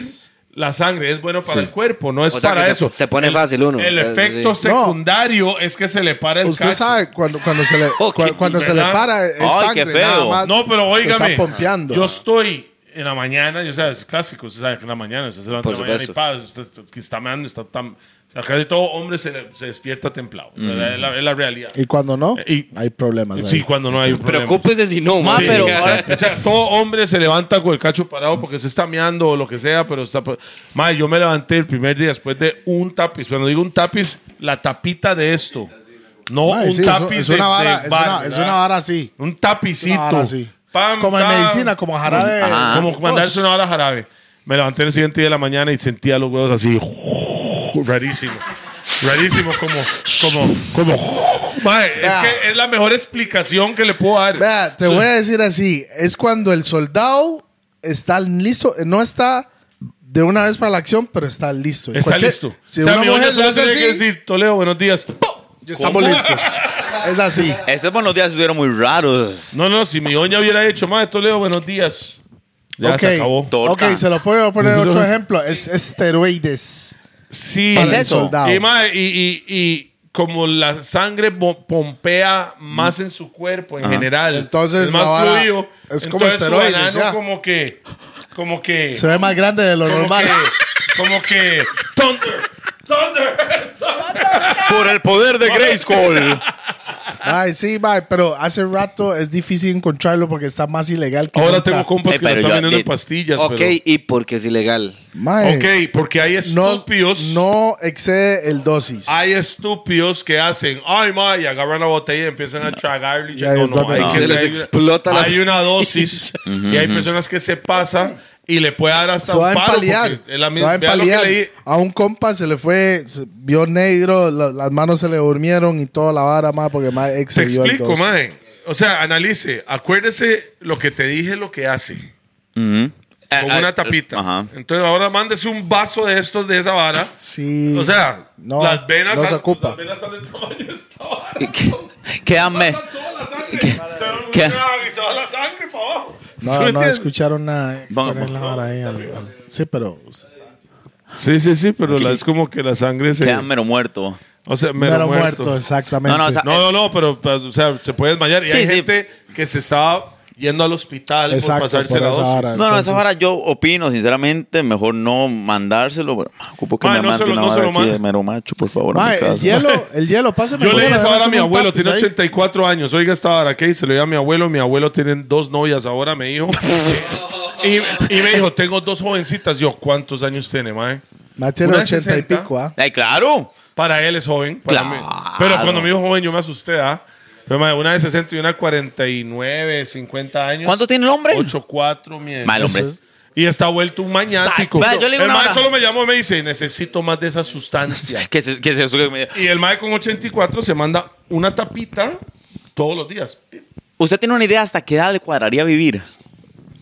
[SPEAKER 2] la sangre, es bueno para el cuerpo, no es
[SPEAKER 5] O sea
[SPEAKER 2] para
[SPEAKER 5] que se-
[SPEAKER 2] eso.
[SPEAKER 5] se pone
[SPEAKER 2] El-
[SPEAKER 5] fácil uno.
[SPEAKER 2] El
[SPEAKER 5] Eh,
[SPEAKER 2] efecto
[SPEAKER 5] sí.
[SPEAKER 1] No.
[SPEAKER 2] secundario es que se le para el
[SPEAKER 1] Usted
[SPEAKER 2] cacho.
[SPEAKER 1] sabe cuando, cuando se le
[SPEAKER 5] Ok,
[SPEAKER 1] cua- cuando se le
[SPEAKER 2] ¿verdad?
[SPEAKER 1] para es
[SPEAKER 3] Oh, Ay, qué
[SPEAKER 1] sangre
[SPEAKER 3] feo.
[SPEAKER 1] nada más.
[SPEAKER 2] No, pero
[SPEAKER 1] Te
[SPEAKER 2] óigame.
[SPEAKER 1] Está pompeando.
[SPEAKER 2] Yo estoy en la mañana, yo sabes, clásico, usted sabe que en la mañana, usted se levanta
[SPEAKER 5] Por
[SPEAKER 2] en la mañana y
[SPEAKER 5] supuesto.
[SPEAKER 2] pasa, usted está- que está meando, está tan... o sea, casi todo hombre se, le- se despierta templado.
[SPEAKER 5] Mm.
[SPEAKER 2] ¿verdad? Es, la, es la realidad.
[SPEAKER 1] y cuando no,
[SPEAKER 2] Y-
[SPEAKER 1] hay problemas. ahí.
[SPEAKER 2] Sí, cuando no hay problemas.
[SPEAKER 5] Preocúpese si no,
[SPEAKER 2] Ma,
[SPEAKER 5] mae.
[SPEAKER 2] pero,
[SPEAKER 5] O sea,
[SPEAKER 2] o sea, todo hombre se levanta con el cacho parado porque se está meando o lo que sea, pero está... Ma, yo me levanté el primer día después de un tapiz. Cuando digo un tapiz, la tapita de esto. No
[SPEAKER 1] Mae,
[SPEAKER 2] un
[SPEAKER 1] sí, es-
[SPEAKER 2] tapiz
[SPEAKER 1] es,
[SPEAKER 2] de-
[SPEAKER 1] una vara,
[SPEAKER 2] de
[SPEAKER 1] es,
[SPEAKER 2] bar,
[SPEAKER 1] una, es
[SPEAKER 2] ¿verdad?
[SPEAKER 1] una vara así.
[SPEAKER 2] Un
[SPEAKER 1] Una
[SPEAKER 2] tapicito.
[SPEAKER 1] vara así.
[SPEAKER 2] Pam,
[SPEAKER 1] como en
[SPEAKER 2] pam.
[SPEAKER 1] medicina, como jarabe.
[SPEAKER 3] Ajá.
[SPEAKER 2] Como mandarse una hora jarabe. Me levanté el siguiente día de la mañana y sentía los huevos así. Rarísimo. Rarísimo, como, como, como. Mae, es
[SPEAKER 1] Vea.
[SPEAKER 2] que es la mejor explicación que le puedo dar.
[SPEAKER 1] Vea, te
[SPEAKER 2] Sí.
[SPEAKER 1] voy a decir así. Es cuando el soldado está listo. No está de una vez para la acción, pero está listo. En
[SPEAKER 2] Está
[SPEAKER 1] cualquier-
[SPEAKER 2] listo.
[SPEAKER 1] Si
[SPEAKER 2] O sea,
[SPEAKER 1] una
[SPEAKER 2] mi doña
[SPEAKER 1] mujer lo
[SPEAKER 2] solo
[SPEAKER 1] hace
[SPEAKER 2] tiene que
[SPEAKER 1] así,
[SPEAKER 2] decir, Toledo, buenos días.
[SPEAKER 1] ya estamos
[SPEAKER 2] ¿Cómo?
[SPEAKER 1] listos. Es así.
[SPEAKER 3] Estos buenos días estuvieron muy raros.
[SPEAKER 2] No, no, si mi doña hubiera hecho, madre, Toledo, buenos días. Ya
[SPEAKER 1] ok,
[SPEAKER 2] se acabó.
[SPEAKER 3] Torta.
[SPEAKER 1] Ok, se lo puedo poner otro ejemplo. Es esteroides.
[SPEAKER 2] Sí,
[SPEAKER 1] Para
[SPEAKER 3] ¿Es
[SPEAKER 1] el
[SPEAKER 3] eso?
[SPEAKER 1] soldado.
[SPEAKER 2] Y, mae, y, y- y como la sangre bo- pompea más en su cuerpo en general.
[SPEAKER 1] Entonces,
[SPEAKER 2] es
[SPEAKER 1] la
[SPEAKER 2] más
[SPEAKER 1] vara
[SPEAKER 2] fluido.
[SPEAKER 1] es como
[SPEAKER 2] entonces su
[SPEAKER 1] esteroides,
[SPEAKER 2] banano
[SPEAKER 1] ya.
[SPEAKER 2] como que como que
[SPEAKER 1] Se ve más grande de lo
[SPEAKER 2] como
[SPEAKER 1] normal.
[SPEAKER 2] que como que thunder thunder, thunder.
[SPEAKER 3] Por el poder de Grayskull.
[SPEAKER 1] Ay, sí, mae, pero hace rato es difícil encontrarlo porque está más ilegal que
[SPEAKER 2] Ahora
[SPEAKER 1] nunca.
[SPEAKER 2] tengo compas
[SPEAKER 3] Eh,
[SPEAKER 2] que lo
[SPEAKER 3] pero
[SPEAKER 2] están
[SPEAKER 3] yo-
[SPEAKER 2] vendiendo en
[SPEAKER 3] eh,
[SPEAKER 2] pastillas,
[SPEAKER 5] ok, y porque es ilegal.
[SPEAKER 1] Mae,
[SPEAKER 2] pero Ok, porque hay estúpidos. Ah,
[SPEAKER 1] no, no excede el dosis.
[SPEAKER 2] Hay estúpidos que hacen, ay, ma, y agarran la botella y empiezan a tragarle. y
[SPEAKER 1] Ya
[SPEAKER 2] yo,
[SPEAKER 1] es
[SPEAKER 2] no, no,
[SPEAKER 1] donde
[SPEAKER 2] hay
[SPEAKER 1] no.
[SPEAKER 2] que
[SPEAKER 5] Se les
[SPEAKER 2] hay-
[SPEAKER 5] explota la-
[SPEAKER 2] Hay una dosis y hay personas que se pasan y le puede dar hasta
[SPEAKER 1] se va a
[SPEAKER 2] un paro.
[SPEAKER 1] empalear.
[SPEAKER 2] porque es la
[SPEAKER 1] Se
[SPEAKER 2] misma-
[SPEAKER 1] va a
[SPEAKER 2] vea lo que
[SPEAKER 1] empalear.
[SPEAKER 2] leí.
[SPEAKER 1] A un compa se le fue, se vio negro, la- las manos se le durmieron y toda la vara, mae, porque mae
[SPEAKER 2] Te
[SPEAKER 1] excedió el
[SPEAKER 2] explico,
[SPEAKER 1] dosis.
[SPEAKER 2] mae. O sea, analice. Acuérdese lo que te dije, lo que hace. Con una tapita.
[SPEAKER 3] Eh, Ajá.
[SPEAKER 2] Entonces ahora mándese un vaso de estos, de esa vara.
[SPEAKER 1] Sí.
[SPEAKER 2] O sea,
[SPEAKER 1] no,
[SPEAKER 2] las venas...
[SPEAKER 1] no se
[SPEAKER 2] las-
[SPEAKER 1] ocupa.
[SPEAKER 2] Las venas están del tamaño de esta vara.
[SPEAKER 3] Quédame.
[SPEAKER 2] Pasan toda la sangre. Se va
[SPEAKER 3] ¿Qué?
[SPEAKER 2] una- y se va la sangre para abajo. ¿Sí
[SPEAKER 1] no,
[SPEAKER 2] me
[SPEAKER 1] no
[SPEAKER 2] entiendes?
[SPEAKER 1] escucharon nada.
[SPEAKER 3] Vamos.
[SPEAKER 1] Poner la vara ahí al- al- sí, pero
[SPEAKER 2] Sí, sí, sí, pero la- es como que la sangre se.
[SPEAKER 3] Quedan mero muerto.
[SPEAKER 2] O sea, mero,
[SPEAKER 1] mero
[SPEAKER 2] muerto.
[SPEAKER 1] muerto, exactamente.
[SPEAKER 3] No, no, o sea, eh,
[SPEAKER 2] No, no, no, pero pues, o sea, se puede desmayar. Y
[SPEAKER 3] Sí,
[SPEAKER 2] hay
[SPEAKER 3] sí.
[SPEAKER 2] gente que se estaba yendo al hospital
[SPEAKER 1] Exacto,
[SPEAKER 2] por pasarse
[SPEAKER 1] por
[SPEAKER 2] la
[SPEAKER 1] esa
[SPEAKER 2] dosis.
[SPEAKER 1] vara.
[SPEAKER 3] No, no,
[SPEAKER 1] Entonces-
[SPEAKER 3] esa vara yo opino, sinceramente, mejor no mandárselo. Pero, ma, ocupo que
[SPEAKER 2] Ma,
[SPEAKER 3] me
[SPEAKER 2] no se
[SPEAKER 3] mande
[SPEAKER 2] lo-
[SPEAKER 3] una
[SPEAKER 2] no se
[SPEAKER 3] vara
[SPEAKER 2] lo
[SPEAKER 3] aquí
[SPEAKER 2] manda.
[SPEAKER 3] de mero macho, por favor, a
[SPEAKER 1] Mae,
[SPEAKER 3] mi casa.
[SPEAKER 1] el eh, hielo, el hielo, pásame.
[SPEAKER 2] Yo
[SPEAKER 1] el
[SPEAKER 2] le dije
[SPEAKER 1] hielo,
[SPEAKER 2] esa vara a
[SPEAKER 1] déjame
[SPEAKER 2] mi
[SPEAKER 1] un
[SPEAKER 2] abuelo,
[SPEAKER 1] tapiz
[SPEAKER 2] tiene
[SPEAKER 1] ahí.
[SPEAKER 2] 84 años. Oiga esta vara, ¿qué? Y Se lo dije a mi abuelo. Mi abuelo tiene dos novias ahora, me dijo. y, y me dijo, tengo dos jovencitas. Yo, ¿cuántos años tiene, mae?
[SPEAKER 1] Más tiene
[SPEAKER 2] Una
[SPEAKER 1] 80 y
[SPEAKER 2] 60.
[SPEAKER 1] pico, ¿ah?
[SPEAKER 3] Ay, claro.
[SPEAKER 2] Para él es joven. para
[SPEAKER 3] Claro.
[SPEAKER 2] mí. Pero cuando me dijo joven, yo me asusté, ¿ah? Pero, madre, una de 60 y una de 49, 50 años.
[SPEAKER 3] ¿Cuánto tiene el hombre?
[SPEAKER 2] 8-4, mierda.
[SPEAKER 3] Mal hombre.
[SPEAKER 1] Eso
[SPEAKER 2] Y está vuelto un mañático.
[SPEAKER 3] Mae, yo le digo
[SPEAKER 2] el
[SPEAKER 3] una
[SPEAKER 2] mae
[SPEAKER 3] vara.
[SPEAKER 2] solo me llamó y me dice, necesito más de esa sustancia.
[SPEAKER 3] ¿Qué es, qué es eso que me-
[SPEAKER 2] y el mae con 84 se manda una tapita todos los días.
[SPEAKER 3] ¿Usted tiene una idea hasta qué edad le cuadraría vivir?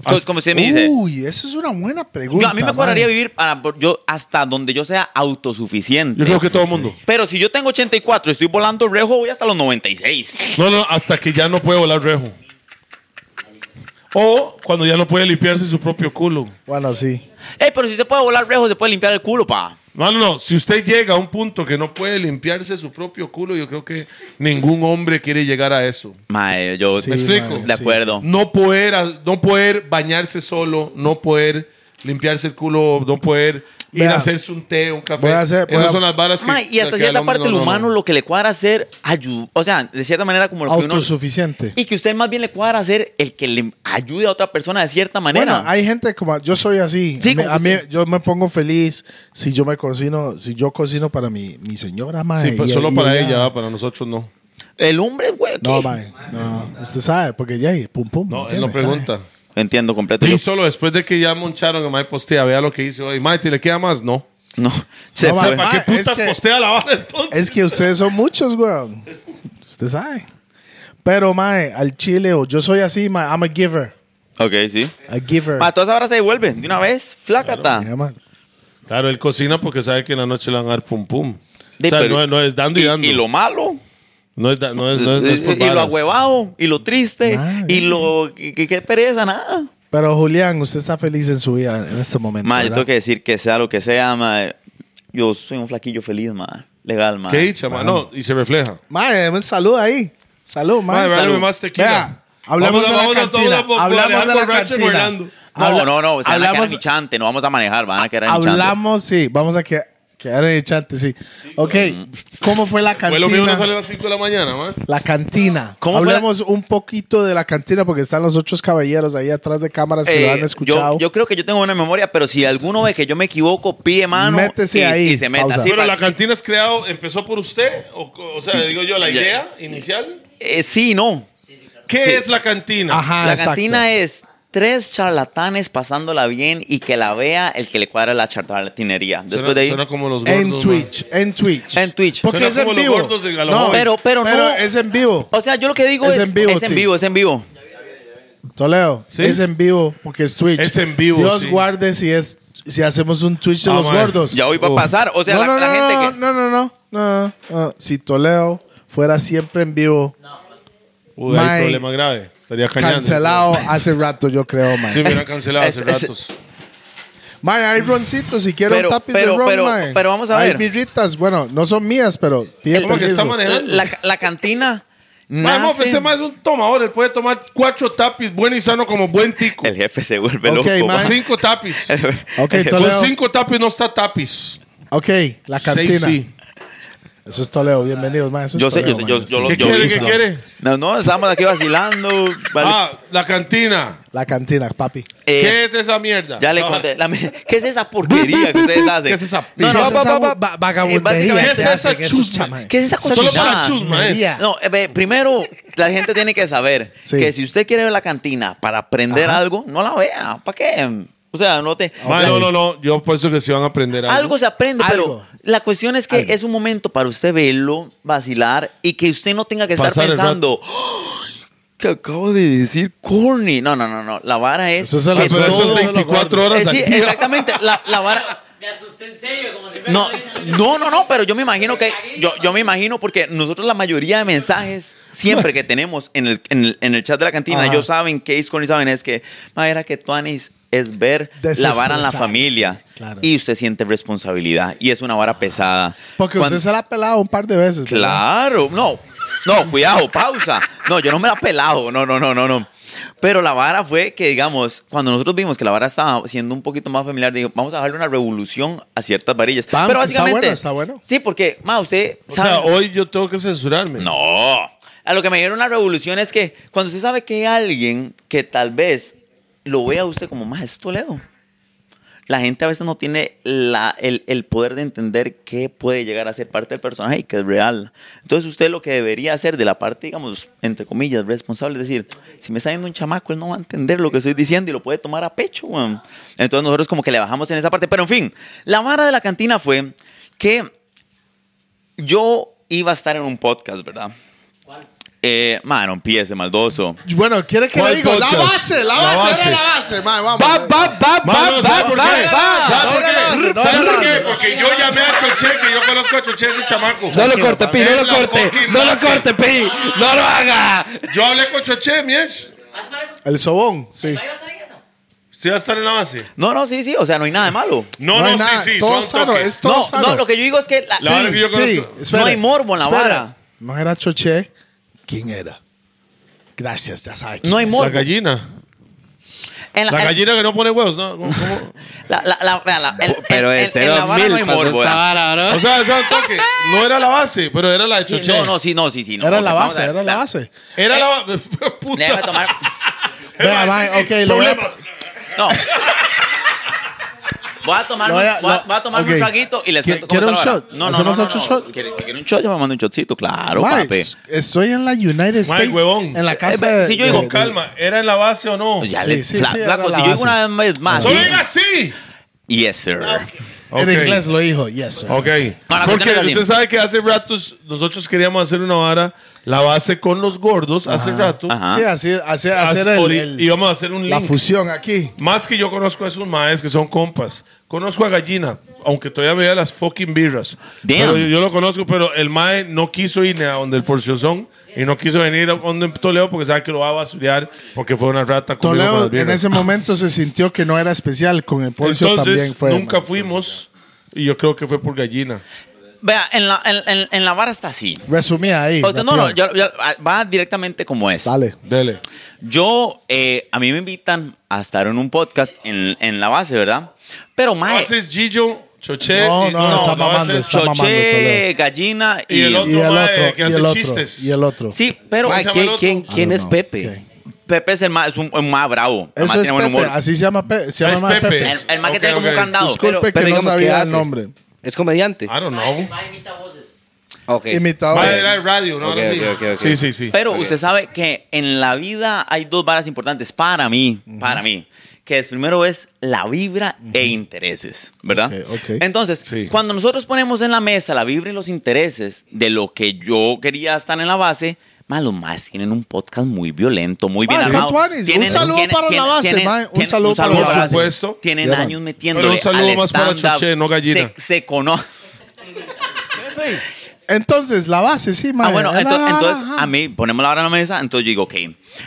[SPEAKER 3] Entonces, como usted me dice,
[SPEAKER 1] Uy, esa es una buena pregunta.
[SPEAKER 3] yo- a mí me
[SPEAKER 1] mae.
[SPEAKER 3] cuadraría vivir para, por- yo, hasta donde yo sea autosuficiente.
[SPEAKER 2] Yo creo que todo el mundo.
[SPEAKER 3] Pero si yo tengo 84 y estoy volando rejo, voy hasta los 96.
[SPEAKER 2] No, no, hasta que ya no puede volar rejo. O cuando ya no puede limpiarse su propio culo.
[SPEAKER 1] Bueno, sí.
[SPEAKER 3] Ey, pero si se puede volar rejo, se puede limpiar el culo, pa.
[SPEAKER 2] No, no, no. Si usted llega a un punto que no puede limpiarse su propio culo, yo creo que ningún hombre quiere llegar a eso.
[SPEAKER 3] Mae, yo
[SPEAKER 1] Sí,
[SPEAKER 2] ¿Me explico?
[SPEAKER 1] mae,
[SPEAKER 3] de
[SPEAKER 1] sí,
[SPEAKER 3] acuerdo.
[SPEAKER 2] No poder, a- no poder bañarse solo, no poder limpiarse el culo, no poder ir
[SPEAKER 1] Vea.
[SPEAKER 2] a hacerse un té, un café.
[SPEAKER 1] Voy a hacer- voy
[SPEAKER 2] Esas
[SPEAKER 1] a-
[SPEAKER 2] son las varas que.
[SPEAKER 3] Mae, y hasta
[SPEAKER 2] que al
[SPEAKER 3] cierta
[SPEAKER 2] hombre
[SPEAKER 3] parte
[SPEAKER 2] no-
[SPEAKER 3] el
[SPEAKER 2] no, no.
[SPEAKER 3] humano lo que le cuadra hacer ayu- o sea, de cierta manera como lo que uno
[SPEAKER 1] Autosuficiente.
[SPEAKER 3] y que usted más bien le cuadra hacer el que le ayude a otra persona de cierta manera.
[SPEAKER 1] Bueno, hay gente como yo soy así.
[SPEAKER 3] Sí,
[SPEAKER 1] a mí,
[SPEAKER 3] como
[SPEAKER 1] a mí-
[SPEAKER 3] usted.
[SPEAKER 1] yo me pongo feliz si yo me cocino, si yo cocino para mi, mi señora, mae.
[SPEAKER 2] Sí, pues
[SPEAKER 1] y-
[SPEAKER 2] solo
[SPEAKER 1] y
[SPEAKER 2] para ella, para nosotros no.
[SPEAKER 3] El hombre, güey.
[SPEAKER 1] No,
[SPEAKER 3] ¿qué?
[SPEAKER 1] mae. No, no. usted sabe, porque ya, y pum, pum.
[SPEAKER 2] No, él
[SPEAKER 1] ¿entiende?
[SPEAKER 2] no pregunta.
[SPEAKER 1] ¿Sabe?
[SPEAKER 3] Entiendo completo.
[SPEAKER 2] Y
[SPEAKER 3] yo-
[SPEAKER 2] solo después de que ya moncharon a Mae Postea, vea lo que hizo hoy. Mae, ¿te le queda más? No.
[SPEAKER 3] no, se
[SPEAKER 1] No,
[SPEAKER 3] fue.
[SPEAKER 1] mae,
[SPEAKER 2] ¿Para qué
[SPEAKER 1] es
[SPEAKER 2] putas
[SPEAKER 1] que-
[SPEAKER 2] postea la vara entonces?
[SPEAKER 1] Es que ustedes son muchos, weón. Usted sabe. Pero, mae, al chile, o yo soy así, mae. I'm a giver.
[SPEAKER 3] Ok, sí.
[SPEAKER 1] A giver.
[SPEAKER 3] Para todas ahora se devuelve de una vez, flácata.
[SPEAKER 1] Mira, mae.
[SPEAKER 2] Claro, él cocina porque sabe que en la noche le van a dar pum pum.
[SPEAKER 3] De-
[SPEAKER 2] o sea,
[SPEAKER 3] pero-
[SPEAKER 2] no, es- no es dando y, dando.
[SPEAKER 3] lo malo, eh,
[SPEAKER 2] no es, da- no es, no es- no es por
[SPEAKER 3] y lo
[SPEAKER 2] varas.
[SPEAKER 3] agüevado, y lo triste,
[SPEAKER 1] Ah,
[SPEAKER 3] y
[SPEAKER 1] bien.
[SPEAKER 3] lo. que que- que pereza, nada.
[SPEAKER 1] Pero, Julián, usted está feliz en su vida en este momento.
[SPEAKER 3] Ma, yo
[SPEAKER 1] ¿verdad?
[SPEAKER 3] tengo que decir que sea lo que sea, ma, yo soy un flaquillo feliz, ma. Legal, ma.
[SPEAKER 2] ¿Qué dicha, mae? No, y se refleja.
[SPEAKER 1] Mae, un saludo ahí. Salud, mae.
[SPEAKER 2] Mae,
[SPEAKER 1] Salud.
[SPEAKER 2] dame más tequila.
[SPEAKER 1] Vea, hablemos
[SPEAKER 2] Vamos a-
[SPEAKER 1] de la
[SPEAKER 2] vamos a-
[SPEAKER 1] cantina.
[SPEAKER 2] vamos a-
[SPEAKER 1] hablamos de la
[SPEAKER 2] borracho en
[SPEAKER 1] cantina.
[SPEAKER 2] Orlando.
[SPEAKER 3] No,
[SPEAKER 1] Habla-
[SPEAKER 3] no, no, se van a quedar en
[SPEAKER 1] hablamos,
[SPEAKER 3] el chante, no vamos a manejar, van a quedar en el chante.
[SPEAKER 1] hablamos, sí, vamos a que- quedar en el chante, sí. Ok, ¿cómo fue la
[SPEAKER 2] Fue lo mismo no sale a
[SPEAKER 1] cantina?
[SPEAKER 2] las 5 de la mañana, mae.
[SPEAKER 1] La cantina.
[SPEAKER 3] ¿Cómo fue la-
[SPEAKER 1] Hablemos un poquito de la cantina porque están los ocho caballeros ahí atrás de cámaras que
[SPEAKER 3] Eh,
[SPEAKER 1] lo han escuchado.
[SPEAKER 3] Yo, yo creo que yo tengo una memoria, pero si alguno ve que yo me equivoco, pide mano
[SPEAKER 1] Métese
[SPEAKER 3] y,
[SPEAKER 1] ahí,
[SPEAKER 3] y se meta.
[SPEAKER 1] pausa.
[SPEAKER 3] sí,
[SPEAKER 2] Pero
[SPEAKER 3] pa-
[SPEAKER 2] la cantina es creado, empezó por usted, o, o sea, digo yo, la
[SPEAKER 3] Ya.
[SPEAKER 2] idea inicial.
[SPEAKER 3] eh, sí, no.
[SPEAKER 2] ¿Qué
[SPEAKER 3] Sí.
[SPEAKER 2] es la cantina?
[SPEAKER 1] Ajá,
[SPEAKER 3] la
[SPEAKER 1] exacto.
[SPEAKER 3] cantina es tres charlatanes pasándola bien y que la vea el que le cuadra la charlatanería.
[SPEAKER 2] Suena-
[SPEAKER 3] Después de ahí.
[SPEAKER 2] Suena como los gordos,
[SPEAKER 1] En Twitch, en Twitch.
[SPEAKER 3] En Twitch.
[SPEAKER 1] Porque
[SPEAKER 2] Suena
[SPEAKER 1] es en
[SPEAKER 2] como los
[SPEAKER 1] vivo.
[SPEAKER 2] gordos de Galomón.
[SPEAKER 3] Pero- pero no.
[SPEAKER 1] es en vivo.
[SPEAKER 3] O sea, yo lo que digo
[SPEAKER 1] Es
[SPEAKER 3] es.
[SPEAKER 1] en vivo,
[SPEAKER 3] es en
[SPEAKER 1] sí.
[SPEAKER 3] vivo, es en vivo.
[SPEAKER 1] Toledo,
[SPEAKER 2] ¿Sí?
[SPEAKER 1] es en vivo porque es Twitch.
[SPEAKER 2] Es en vivo,
[SPEAKER 1] Dios
[SPEAKER 2] sí.
[SPEAKER 1] guarde si es si hacemos un Twitch de
[SPEAKER 2] Ah,
[SPEAKER 1] los
[SPEAKER 2] madre.
[SPEAKER 1] gordos.
[SPEAKER 3] Ya hoy va a pasar. O sea,
[SPEAKER 1] no,
[SPEAKER 3] la,
[SPEAKER 1] no,
[SPEAKER 3] la
[SPEAKER 1] no,
[SPEAKER 3] gente
[SPEAKER 1] no,
[SPEAKER 3] que.
[SPEAKER 1] no, no, no, no, no, no. Si Toledo fuera siempre en vivo,
[SPEAKER 2] Uy, hay
[SPEAKER 1] Mae.
[SPEAKER 2] problema grave. Estaría cañando.
[SPEAKER 1] cancelado hace rato, yo creo, man.
[SPEAKER 2] Sí, me hubieran cancelado hace
[SPEAKER 3] Es- es-
[SPEAKER 2] ratos.
[SPEAKER 1] Mae, hay roncitos si quieren
[SPEAKER 3] Pero-
[SPEAKER 1] tapis
[SPEAKER 3] pero-
[SPEAKER 1] de ron,
[SPEAKER 3] pero-
[SPEAKER 1] mae.
[SPEAKER 3] pero vamos a
[SPEAKER 1] Hay
[SPEAKER 3] ver.
[SPEAKER 1] birritas, bueno, no son mías, pero pide
[SPEAKER 2] ¿Cómo que
[SPEAKER 1] permiso.
[SPEAKER 2] está manejando?
[SPEAKER 3] La, la cantina.
[SPEAKER 2] Mae, no, pero
[SPEAKER 3] nace-
[SPEAKER 2] ese mae es un tomador. Él puede tomar cuatro tapis, bueno y sano como buen tico.
[SPEAKER 3] El jefe se vuelve
[SPEAKER 1] Ok,
[SPEAKER 3] loco.
[SPEAKER 1] man.
[SPEAKER 3] ma.
[SPEAKER 2] Cinco tapis.
[SPEAKER 1] Ok,
[SPEAKER 2] Con
[SPEAKER 1] Toledo.
[SPEAKER 2] cinco tapis no está tapis.
[SPEAKER 1] Ok, la
[SPEAKER 2] Seis
[SPEAKER 1] cantina.
[SPEAKER 2] sí.
[SPEAKER 1] Eso es Toledo, bienvenidos, mae. Eso es
[SPEAKER 3] Yo sé, yo sé,
[SPEAKER 1] Toledo, mae.
[SPEAKER 3] yo, yo
[SPEAKER 1] Sí.
[SPEAKER 3] lo
[SPEAKER 2] ¿Qué
[SPEAKER 3] yo
[SPEAKER 2] quiere?
[SPEAKER 3] vi,
[SPEAKER 2] ¿Qué
[SPEAKER 3] no.
[SPEAKER 2] quiere?
[SPEAKER 3] No, no, estamos aquí vacilando. vale.
[SPEAKER 2] Ah, la cantina.
[SPEAKER 1] La cantina, papi.
[SPEAKER 3] Eh,
[SPEAKER 2] ¿Qué es esa mierda?
[SPEAKER 3] Ya le
[SPEAKER 2] Ah,
[SPEAKER 3] conté. La me- ¿Qué es esa porquería que ustedes hacen?
[SPEAKER 2] ¿Qué es esa
[SPEAKER 3] No,
[SPEAKER 1] ¿Qué
[SPEAKER 3] no,
[SPEAKER 1] es
[SPEAKER 3] va,
[SPEAKER 1] esa
[SPEAKER 3] va, va,
[SPEAKER 1] va-
[SPEAKER 3] va.
[SPEAKER 1] vagabundería
[SPEAKER 3] básicamente,
[SPEAKER 1] que
[SPEAKER 2] ¿qué es esa
[SPEAKER 1] hacen esos
[SPEAKER 2] chusma?
[SPEAKER 1] chamanes?
[SPEAKER 3] ¿Qué es esa
[SPEAKER 2] Solo para
[SPEAKER 3] cochinada?
[SPEAKER 2] chusma,
[SPEAKER 1] María.
[SPEAKER 2] es.
[SPEAKER 3] No, eh, ve, primero, la gente tiene que saber
[SPEAKER 1] Sí.
[SPEAKER 3] que si usted quiere ver la cantina para aprender algo, no la vea. ¿Para qué? O sea, no te.
[SPEAKER 2] Mae, no, no, no. Yo puesto que sí van a aprender algo.
[SPEAKER 3] Algo se aprende,
[SPEAKER 1] Algo.
[SPEAKER 3] pero la cuestión es que es un momento para usted verlo, vacilar y que usted no tenga que
[SPEAKER 2] Pasar
[SPEAKER 3] estar
[SPEAKER 2] el
[SPEAKER 3] pensando. "Ay, Que acabo de decir corny. No, no, no, no. La vara es.
[SPEAKER 1] Eso es a las
[SPEAKER 3] que
[SPEAKER 2] Pero
[SPEAKER 1] No,
[SPEAKER 2] eso
[SPEAKER 1] no,
[SPEAKER 2] es
[SPEAKER 1] no,
[SPEAKER 2] 24 horas
[SPEAKER 3] Eh, sí,
[SPEAKER 2] al día.
[SPEAKER 3] exactamente. La, la vara.
[SPEAKER 4] Me asusté en serio, como si fuera
[SPEAKER 3] No,
[SPEAKER 4] una vez al año.
[SPEAKER 3] no, no, no, pero yo me imagino que, yo, yo me imagino porque nosotros la mayoría de mensajes siempre que tenemos en el, en el, en el chat de la cantina,
[SPEAKER 1] Ajá.
[SPEAKER 3] ellos saben que es con y saben es que, madera que Tuanis es ver la vara en la
[SPEAKER 1] Desestresarse,
[SPEAKER 3] familia
[SPEAKER 1] claro. Ah,
[SPEAKER 3] y usted siente responsabilidad y es una vara pesada.
[SPEAKER 1] Porque
[SPEAKER 3] Cuando-
[SPEAKER 1] usted se la ha pelado un par de veces. ¿verdad?
[SPEAKER 3] Claro, no, no, cuidado, pausa. No, yo no me la he pelado, no, no, no, no, no. Pero la vara fue que, digamos, cuando nosotros vimos que la vara estaba siendo un poquito más familiar, digo, vamos a darle una revolución a ciertas varillas.
[SPEAKER 1] Pam,
[SPEAKER 3] Pero
[SPEAKER 1] está
[SPEAKER 3] básicamente.
[SPEAKER 1] bueno, está bueno.
[SPEAKER 3] Sí, porque, ma, usted
[SPEAKER 2] O
[SPEAKER 3] sabe.
[SPEAKER 2] sea, hoy yo tengo que censurarme.
[SPEAKER 3] No. A lo que me dieron la revolución es que cuando usted sabe que hay alguien que tal vez lo vea a usted como más estoledo. la gente a veces no tiene la, el, el poder de entender qué puede llegar a ser parte del personaje y que es real. Entonces usted lo que debería hacer de la parte, digamos, entre comillas, responsable, es decir, si me está viendo un chamaco, él no va a entender lo que estoy diciendo y lo puede tomar a pecho, weón. Entonces nosotros como que le bajamos en esa parte. Pero en fin, la vara de la cantina fue que yo iba a estar en un podcast, ¿verdad? Eh, mano, empiece, maldoso.
[SPEAKER 1] Bueno, ¿quiere que le
[SPEAKER 2] ¿Cuál
[SPEAKER 1] digo? La
[SPEAKER 2] podcast?
[SPEAKER 1] base, la
[SPEAKER 2] La
[SPEAKER 1] base,
[SPEAKER 2] base.
[SPEAKER 1] era la base. mae, vamos.
[SPEAKER 5] Va, va, va, va,
[SPEAKER 2] Mano,
[SPEAKER 5] va,
[SPEAKER 2] ¿sabe por
[SPEAKER 5] va,
[SPEAKER 2] qué?
[SPEAKER 5] va.
[SPEAKER 2] ¿Sabe por
[SPEAKER 1] No era
[SPEAKER 2] qué?
[SPEAKER 1] la
[SPEAKER 2] ¿Sabe
[SPEAKER 1] base, no
[SPEAKER 2] por
[SPEAKER 1] era la
[SPEAKER 2] qué? Porque yo llamé a Choché, que yo conozco a Choché ese chamaco.
[SPEAKER 5] No lo corte, Pi, no
[SPEAKER 2] Es
[SPEAKER 5] lo
[SPEAKER 2] la
[SPEAKER 5] corte.
[SPEAKER 2] fucking
[SPEAKER 5] No lo
[SPEAKER 2] base.
[SPEAKER 5] corte, Pi. No lo haga.
[SPEAKER 2] Yo hablé con Choché, mies.
[SPEAKER 1] El sobón, sí.
[SPEAKER 2] ¿Usted va a estar en la base?
[SPEAKER 3] No, no, sí, sí, o sea, no hay nada de malo.
[SPEAKER 2] No,
[SPEAKER 1] No
[SPEAKER 2] no,
[SPEAKER 1] hay nada,
[SPEAKER 2] sí, sí.
[SPEAKER 1] todo
[SPEAKER 2] son
[SPEAKER 1] sano,
[SPEAKER 2] toques.
[SPEAKER 1] es todo
[SPEAKER 3] No,
[SPEAKER 1] sano.
[SPEAKER 3] no, lo que yo digo es que la-
[SPEAKER 2] La vara que yo
[SPEAKER 1] sí,
[SPEAKER 2] conozco.
[SPEAKER 1] espere,
[SPEAKER 3] No hay morbo en la
[SPEAKER 1] espere.
[SPEAKER 3] vara.
[SPEAKER 1] No era Choché. ¿Quién era? Gracias, ya sabe. quién
[SPEAKER 3] no hay
[SPEAKER 1] es.
[SPEAKER 2] La
[SPEAKER 3] morbo.
[SPEAKER 2] gallina.
[SPEAKER 3] En
[SPEAKER 2] La
[SPEAKER 3] en-
[SPEAKER 2] gallina que no pone huevos, ¿no? ¿Cómo- cómo?
[SPEAKER 3] La, la, la, vea, la- el-
[SPEAKER 5] Pero
[SPEAKER 3] el-
[SPEAKER 5] de
[SPEAKER 3] el- en la
[SPEAKER 5] 0
[SPEAKER 3] vara
[SPEAKER 5] mil
[SPEAKER 3] no hay
[SPEAKER 5] pasó
[SPEAKER 3] morbo,
[SPEAKER 5] esta
[SPEAKER 3] ¿verdad?
[SPEAKER 5] vara, bro.
[SPEAKER 2] O sea, ese toque. No era la base, pero era la de
[SPEAKER 3] Sí,
[SPEAKER 2] Choché.
[SPEAKER 3] No, no, sí, no, sí, sí. no,
[SPEAKER 1] Era
[SPEAKER 3] ok,
[SPEAKER 1] la
[SPEAKER 3] vamos
[SPEAKER 1] base,
[SPEAKER 3] a ver,
[SPEAKER 1] era la base.
[SPEAKER 2] Era la base.
[SPEAKER 3] Déjame
[SPEAKER 2] Puta.
[SPEAKER 3] tomar.
[SPEAKER 1] Vea, mae, ok, lo voy a-
[SPEAKER 2] Problemas.
[SPEAKER 3] No. Voy a tomar,
[SPEAKER 1] Lo voy a-
[SPEAKER 3] voy a,
[SPEAKER 1] lo-
[SPEAKER 3] voy a tomar
[SPEAKER 1] ok.
[SPEAKER 3] un traguito y les
[SPEAKER 1] ¿Qui-
[SPEAKER 3] cuento cómo
[SPEAKER 1] quiere
[SPEAKER 3] está
[SPEAKER 1] un
[SPEAKER 3] la vara.
[SPEAKER 1] shot?
[SPEAKER 3] No, no, no,
[SPEAKER 1] ¿Hacemos
[SPEAKER 3] no,
[SPEAKER 1] otro
[SPEAKER 3] no.
[SPEAKER 1] shot?
[SPEAKER 3] ¿Quiere- Si quiere un shot, yo me mando un shotcito, claro,
[SPEAKER 1] Mae,
[SPEAKER 3] papi.
[SPEAKER 1] estoy en la United States.
[SPEAKER 2] huevón.
[SPEAKER 1] En la casa.
[SPEAKER 3] Eh, si yo digo
[SPEAKER 1] de- de-
[SPEAKER 2] Calma, ¿era en la base o no?
[SPEAKER 3] Oh, Ya
[SPEAKER 1] sí,
[SPEAKER 3] le-
[SPEAKER 1] sí,
[SPEAKER 3] fla-
[SPEAKER 1] sí, era
[SPEAKER 3] flaco,
[SPEAKER 1] la
[SPEAKER 3] si yo digo
[SPEAKER 1] base.
[SPEAKER 3] una vez más.
[SPEAKER 2] ¡Solo
[SPEAKER 3] sí.
[SPEAKER 2] diga sí!
[SPEAKER 3] Yes, sir.
[SPEAKER 1] Ah, En
[SPEAKER 2] Ok.
[SPEAKER 1] inglés lo dijo, yes.
[SPEAKER 3] Oh,
[SPEAKER 1] sir.
[SPEAKER 2] Ok.
[SPEAKER 3] Ahora,
[SPEAKER 2] Porque
[SPEAKER 3] cuéntanos,
[SPEAKER 2] usted
[SPEAKER 3] Daniel.
[SPEAKER 2] sabe que hace ratos nosotros queríamos hacer una vara, la base con los gordos, hace rato.
[SPEAKER 3] Ajá.
[SPEAKER 1] Sí, así, así-
[SPEAKER 2] Haz-
[SPEAKER 1] hacer el-
[SPEAKER 2] ori-
[SPEAKER 1] el-
[SPEAKER 2] y vamos a hacer un
[SPEAKER 1] la
[SPEAKER 2] link.
[SPEAKER 1] fusión aquí.
[SPEAKER 2] Más que yo conozco a esos maes que son compas. Conozco a Gallina, aunque todavía vea las fucking birras.
[SPEAKER 3] Damn.
[SPEAKER 2] Pero yo, yo lo conozco, pero el mae no quiso ir ni a donde el porciozón y no quiso venir a donde Toledo porque sabe que lo va a basurear porque fue una rata conmigo con
[SPEAKER 1] Toledo
[SPEAKER 2] las birras.
[SPEAKER 1] en ese momento se sintió que no era especial con el Porcio también
[SPEAKER 2] Entonces,
[SPEAKER 1] fue.
[SPEAKER 2] nunca
[SPEAKER 1] man.
[SPEAKER 2] fuimos y yo creo que fue por Gallina.
[SPEAKER 3] Vea, en la, en, en- en la vara está así.
[SPEAKER 1] Resumía ahí.
[SPEAKER 3] O sea, Pues, no, no, yo-
[SPEAKER 1] rápido.
[SPEAKER 3] yo- va directamente como es.
[SPEAKER 1] Dale.
[SPEAKER 2] Dele.
[SPEAKER 3] Yo, eh, a mí me invitan a estar en un podcast en, en la base, ¿verdad? Pero, mae,
[SPEAKER 2] Haces Gillo, Choché.
[SPEAKER 1] No,
[SPEAKER 2] y-
[SPEAKER 1] no, está
[SPEAKER 2] lo
[SPEAKER 1] mamando,
[SPEAKER 2] haces-
[SPEAKER 1] Ah, está mamando
[SPEAKER 3] Choché,
[SPEAKER 1] Toledo.
[SPEAKER 3] Gallina y,
[SPEAKER 2] Y el otro.
[SPEAKER 1] Y el
[SPEAKER 2] mae
[SPEAKER 1] otro,
[SPEAKER 2] que
[SPEAKER 1] y
[SPEAKER 2] hace
[SPEAKER 1] el otro,
[SPEAKER 2] chistes.
[SPEAKER 1] y el otro.
[SPEAKER 3] Sí, pero
[SPEAKER 5] Ma,
[SPEAKER 2] se llama
[SPEAKER 5] ¿quién-
[SPEAKER 2] el otro?
[SPEAKER 5] quién-
[SPEAKER 1] I don't
[SPEAKER 5] ¿Quién es
[SPEAKER 1] know. Ok.
[SPEAKER 5] Pepe?
[SPEAKER 3] Pepe es el más, es un, un más bravo. El mae
[SPEAKER 1] Eso es
[SPEAKER 3] tiene buen
[SPEAKER 1] Pepe,
[SPEAKER 3] humor.
[SPEAKER 1] así se llama Pepe. Se
[SPEAKER 2] Es
[SPEAKER 1] llama mae
[SPEAKER 2] Pepe.
[SPEAKER 1] Pepe.
[SPEAKER 3] El, el mae que
[SPEAKER 2] Ok,
[SPEAKER 3] tiene como
[SPEAKER 2] ok.
[SPEAKER 3] un candado.
[SPEAKER 1] Disculpe
[SPEAKER 3] pero-
[SPEAKER 1] que no
[SPEAKER 5] digamos, ¿qué
[SPEAKER 1] sabía el
[SPEAKER 5] hace?
[SPEAKER 1] nombre.
[SPEAKER 5] Es comediante.
[SPEAKER 2] I don't know.
[SPEAKER 5] Ok.
[SPEAKER 1] Imitador.
[SPEAKER 2] Va a ir al radio, ¿no?
[SPEAKER 5] Ok,
[SPEAKER 2] Ahora sí.
[SPEAKER 5] ok, ok, ok.
[SPEAKER 2] Sí, sí, sí.
[SPEAKER 3] Pero usted sabe que en la vida hay dos varas importantes para mí, para mí, que el primero es la vibra e intereses, ¿verdad?
[SPEAKER 1] Ok, ok.
[SPEAKER 3] Entonces,
[SPEAKER 2] Sí.
[SPEAKER 3] cuando nosotros ponemos en la mesa la vibra y los intereses de lo que yo quería estar en la base, ma, los más tienen un podcast muy violento, muy bien
[SPEAKER 1] Ma, están
[SPEAKER 3] armado.
[SPEAKER 1] tuanis. Un saludo para la base, ma, un saludo para
[SPEAKER 2] la base.
[SPEAKER 3] Por
[SPEAKER 2] Por supuesto.
[SPEAKER 3] Tienen
[SPEAKER 1] Ya, ma.
[SPEAKER 3] años metiéndole
[SPEAKER 2] Pero un saludo
[SPEAKER 3] al
[SPEAKER 2] más para
[SPEAKER 3] stand-up.
[SPEAKER 2] Chuché, no gallina.
[SPEAKER 3] Se, se conoce.
[SPEAKER 1] Entonces, la base, sí, mae.
[SPEAKER 3] Ah, bueno,
[SPEAKER 1] Era-
[SPEAKER 3] ento-
[SPEAKER 1] era-
[SPEAKER 3] entonces
[SPEAKER 1] ajá.
[SPEAKER 3] a mí, ponemos la hora en la mesa, entonces yo digo, ok,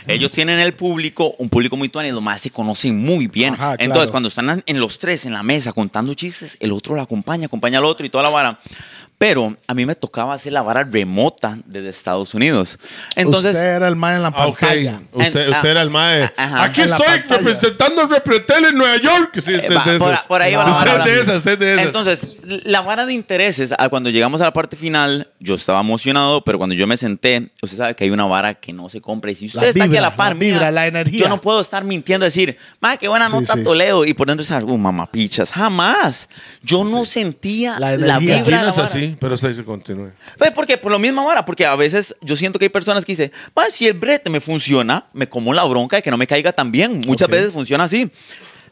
[SPEAKER 3] ellos tienen el público, un público muy tuani, lo más se conocen muy bien.
[SPEAKER 1] Ajá, claro.
[SPEAKER 3] Entonces, cuando están en los tres en la mesa contando chistes, el otro la acompaña, acompaña al otro y toda la vara. Pero a mí me tocaba hacer la vara remota desde Estados Unidos. Entonces,
[SPEAKER 1] Usted era el mae en la
[SPEAKER 2] Ah, ok.
[SPEAKER 1] pantalla.
[SPEAKER 2] Usted,
[SPEAKER 3] En-
[SPEAKER 2] usted
[SPEAKER 3] ah,
[SPEAKER 2] era el mae.
[SPEAKER 3] ajá.
[SPEAKER 2] Aquí
[SPEAKER 1] En la
[SPEAKER 2] estoy
[SPEAKER 1] pantalla.
[SPEAKER 2] representando el Repretel en Nueva York. Sí,
[SPEAKER 3] Eh,
[SPEAKER 2] usted
[SPEAKER 3] va,
[SPEAKER 2] es de
[SPEAKER 3] por,
[SPEAKER 2] esas.
[SPEAKER 3] por ahí va la
[SPEAKER 2] Usted
[SPEAKER 3] vara.
[SPEAKER 2] es de esas, usted es de esas.
[SPEAKER 3] Entonces, la vara de intereses, ah, cuando llegamos a la parte final, yo estaba emocionado, pero cuando yo me senté, usted sabe que hay una vara que no se compra. Y si usted
[SPEAKER 1] La
[SPEAKER 3] está aquí a
[SPEAKER 1] vibra,
[SPEAKER 3] la par,
[SPEAKER 1] la
[SPEAKER 3] mía,
[SPEAKER 1] vibra, la energía.
[SPEAKER 3] Yo no puedo estar mintiendo, decir, ma, qué buena
[SPEAKER 1] Sí,
[SPEAKER 3] nota
[SPEAKER 1] sí.
[SPEAKER 3] Toledo. Y por dentro estar, uh, mamapichas. Jamás. Yo no sentía
[SPEAKER 1] La
[SPEAKER 3] la, vibra.
[SPEAKER 1] energía.
[SPEAKER 3] de la
[SPEAKER 2] Gallina es
[SPEAKER 3] vara.
[SPEAKER 2] así, pero usted se continúe.
[SPEAKER 3] Pues porque por lo mismo ahora, porque a veces yo siento que hay personas que dicen, "Ma, si el brete me funciona, me como la bronca de que no me caiga tan bien. Muchas
[SPEAKER 1] Ok.
[SPEAKER 3] veces funciona así.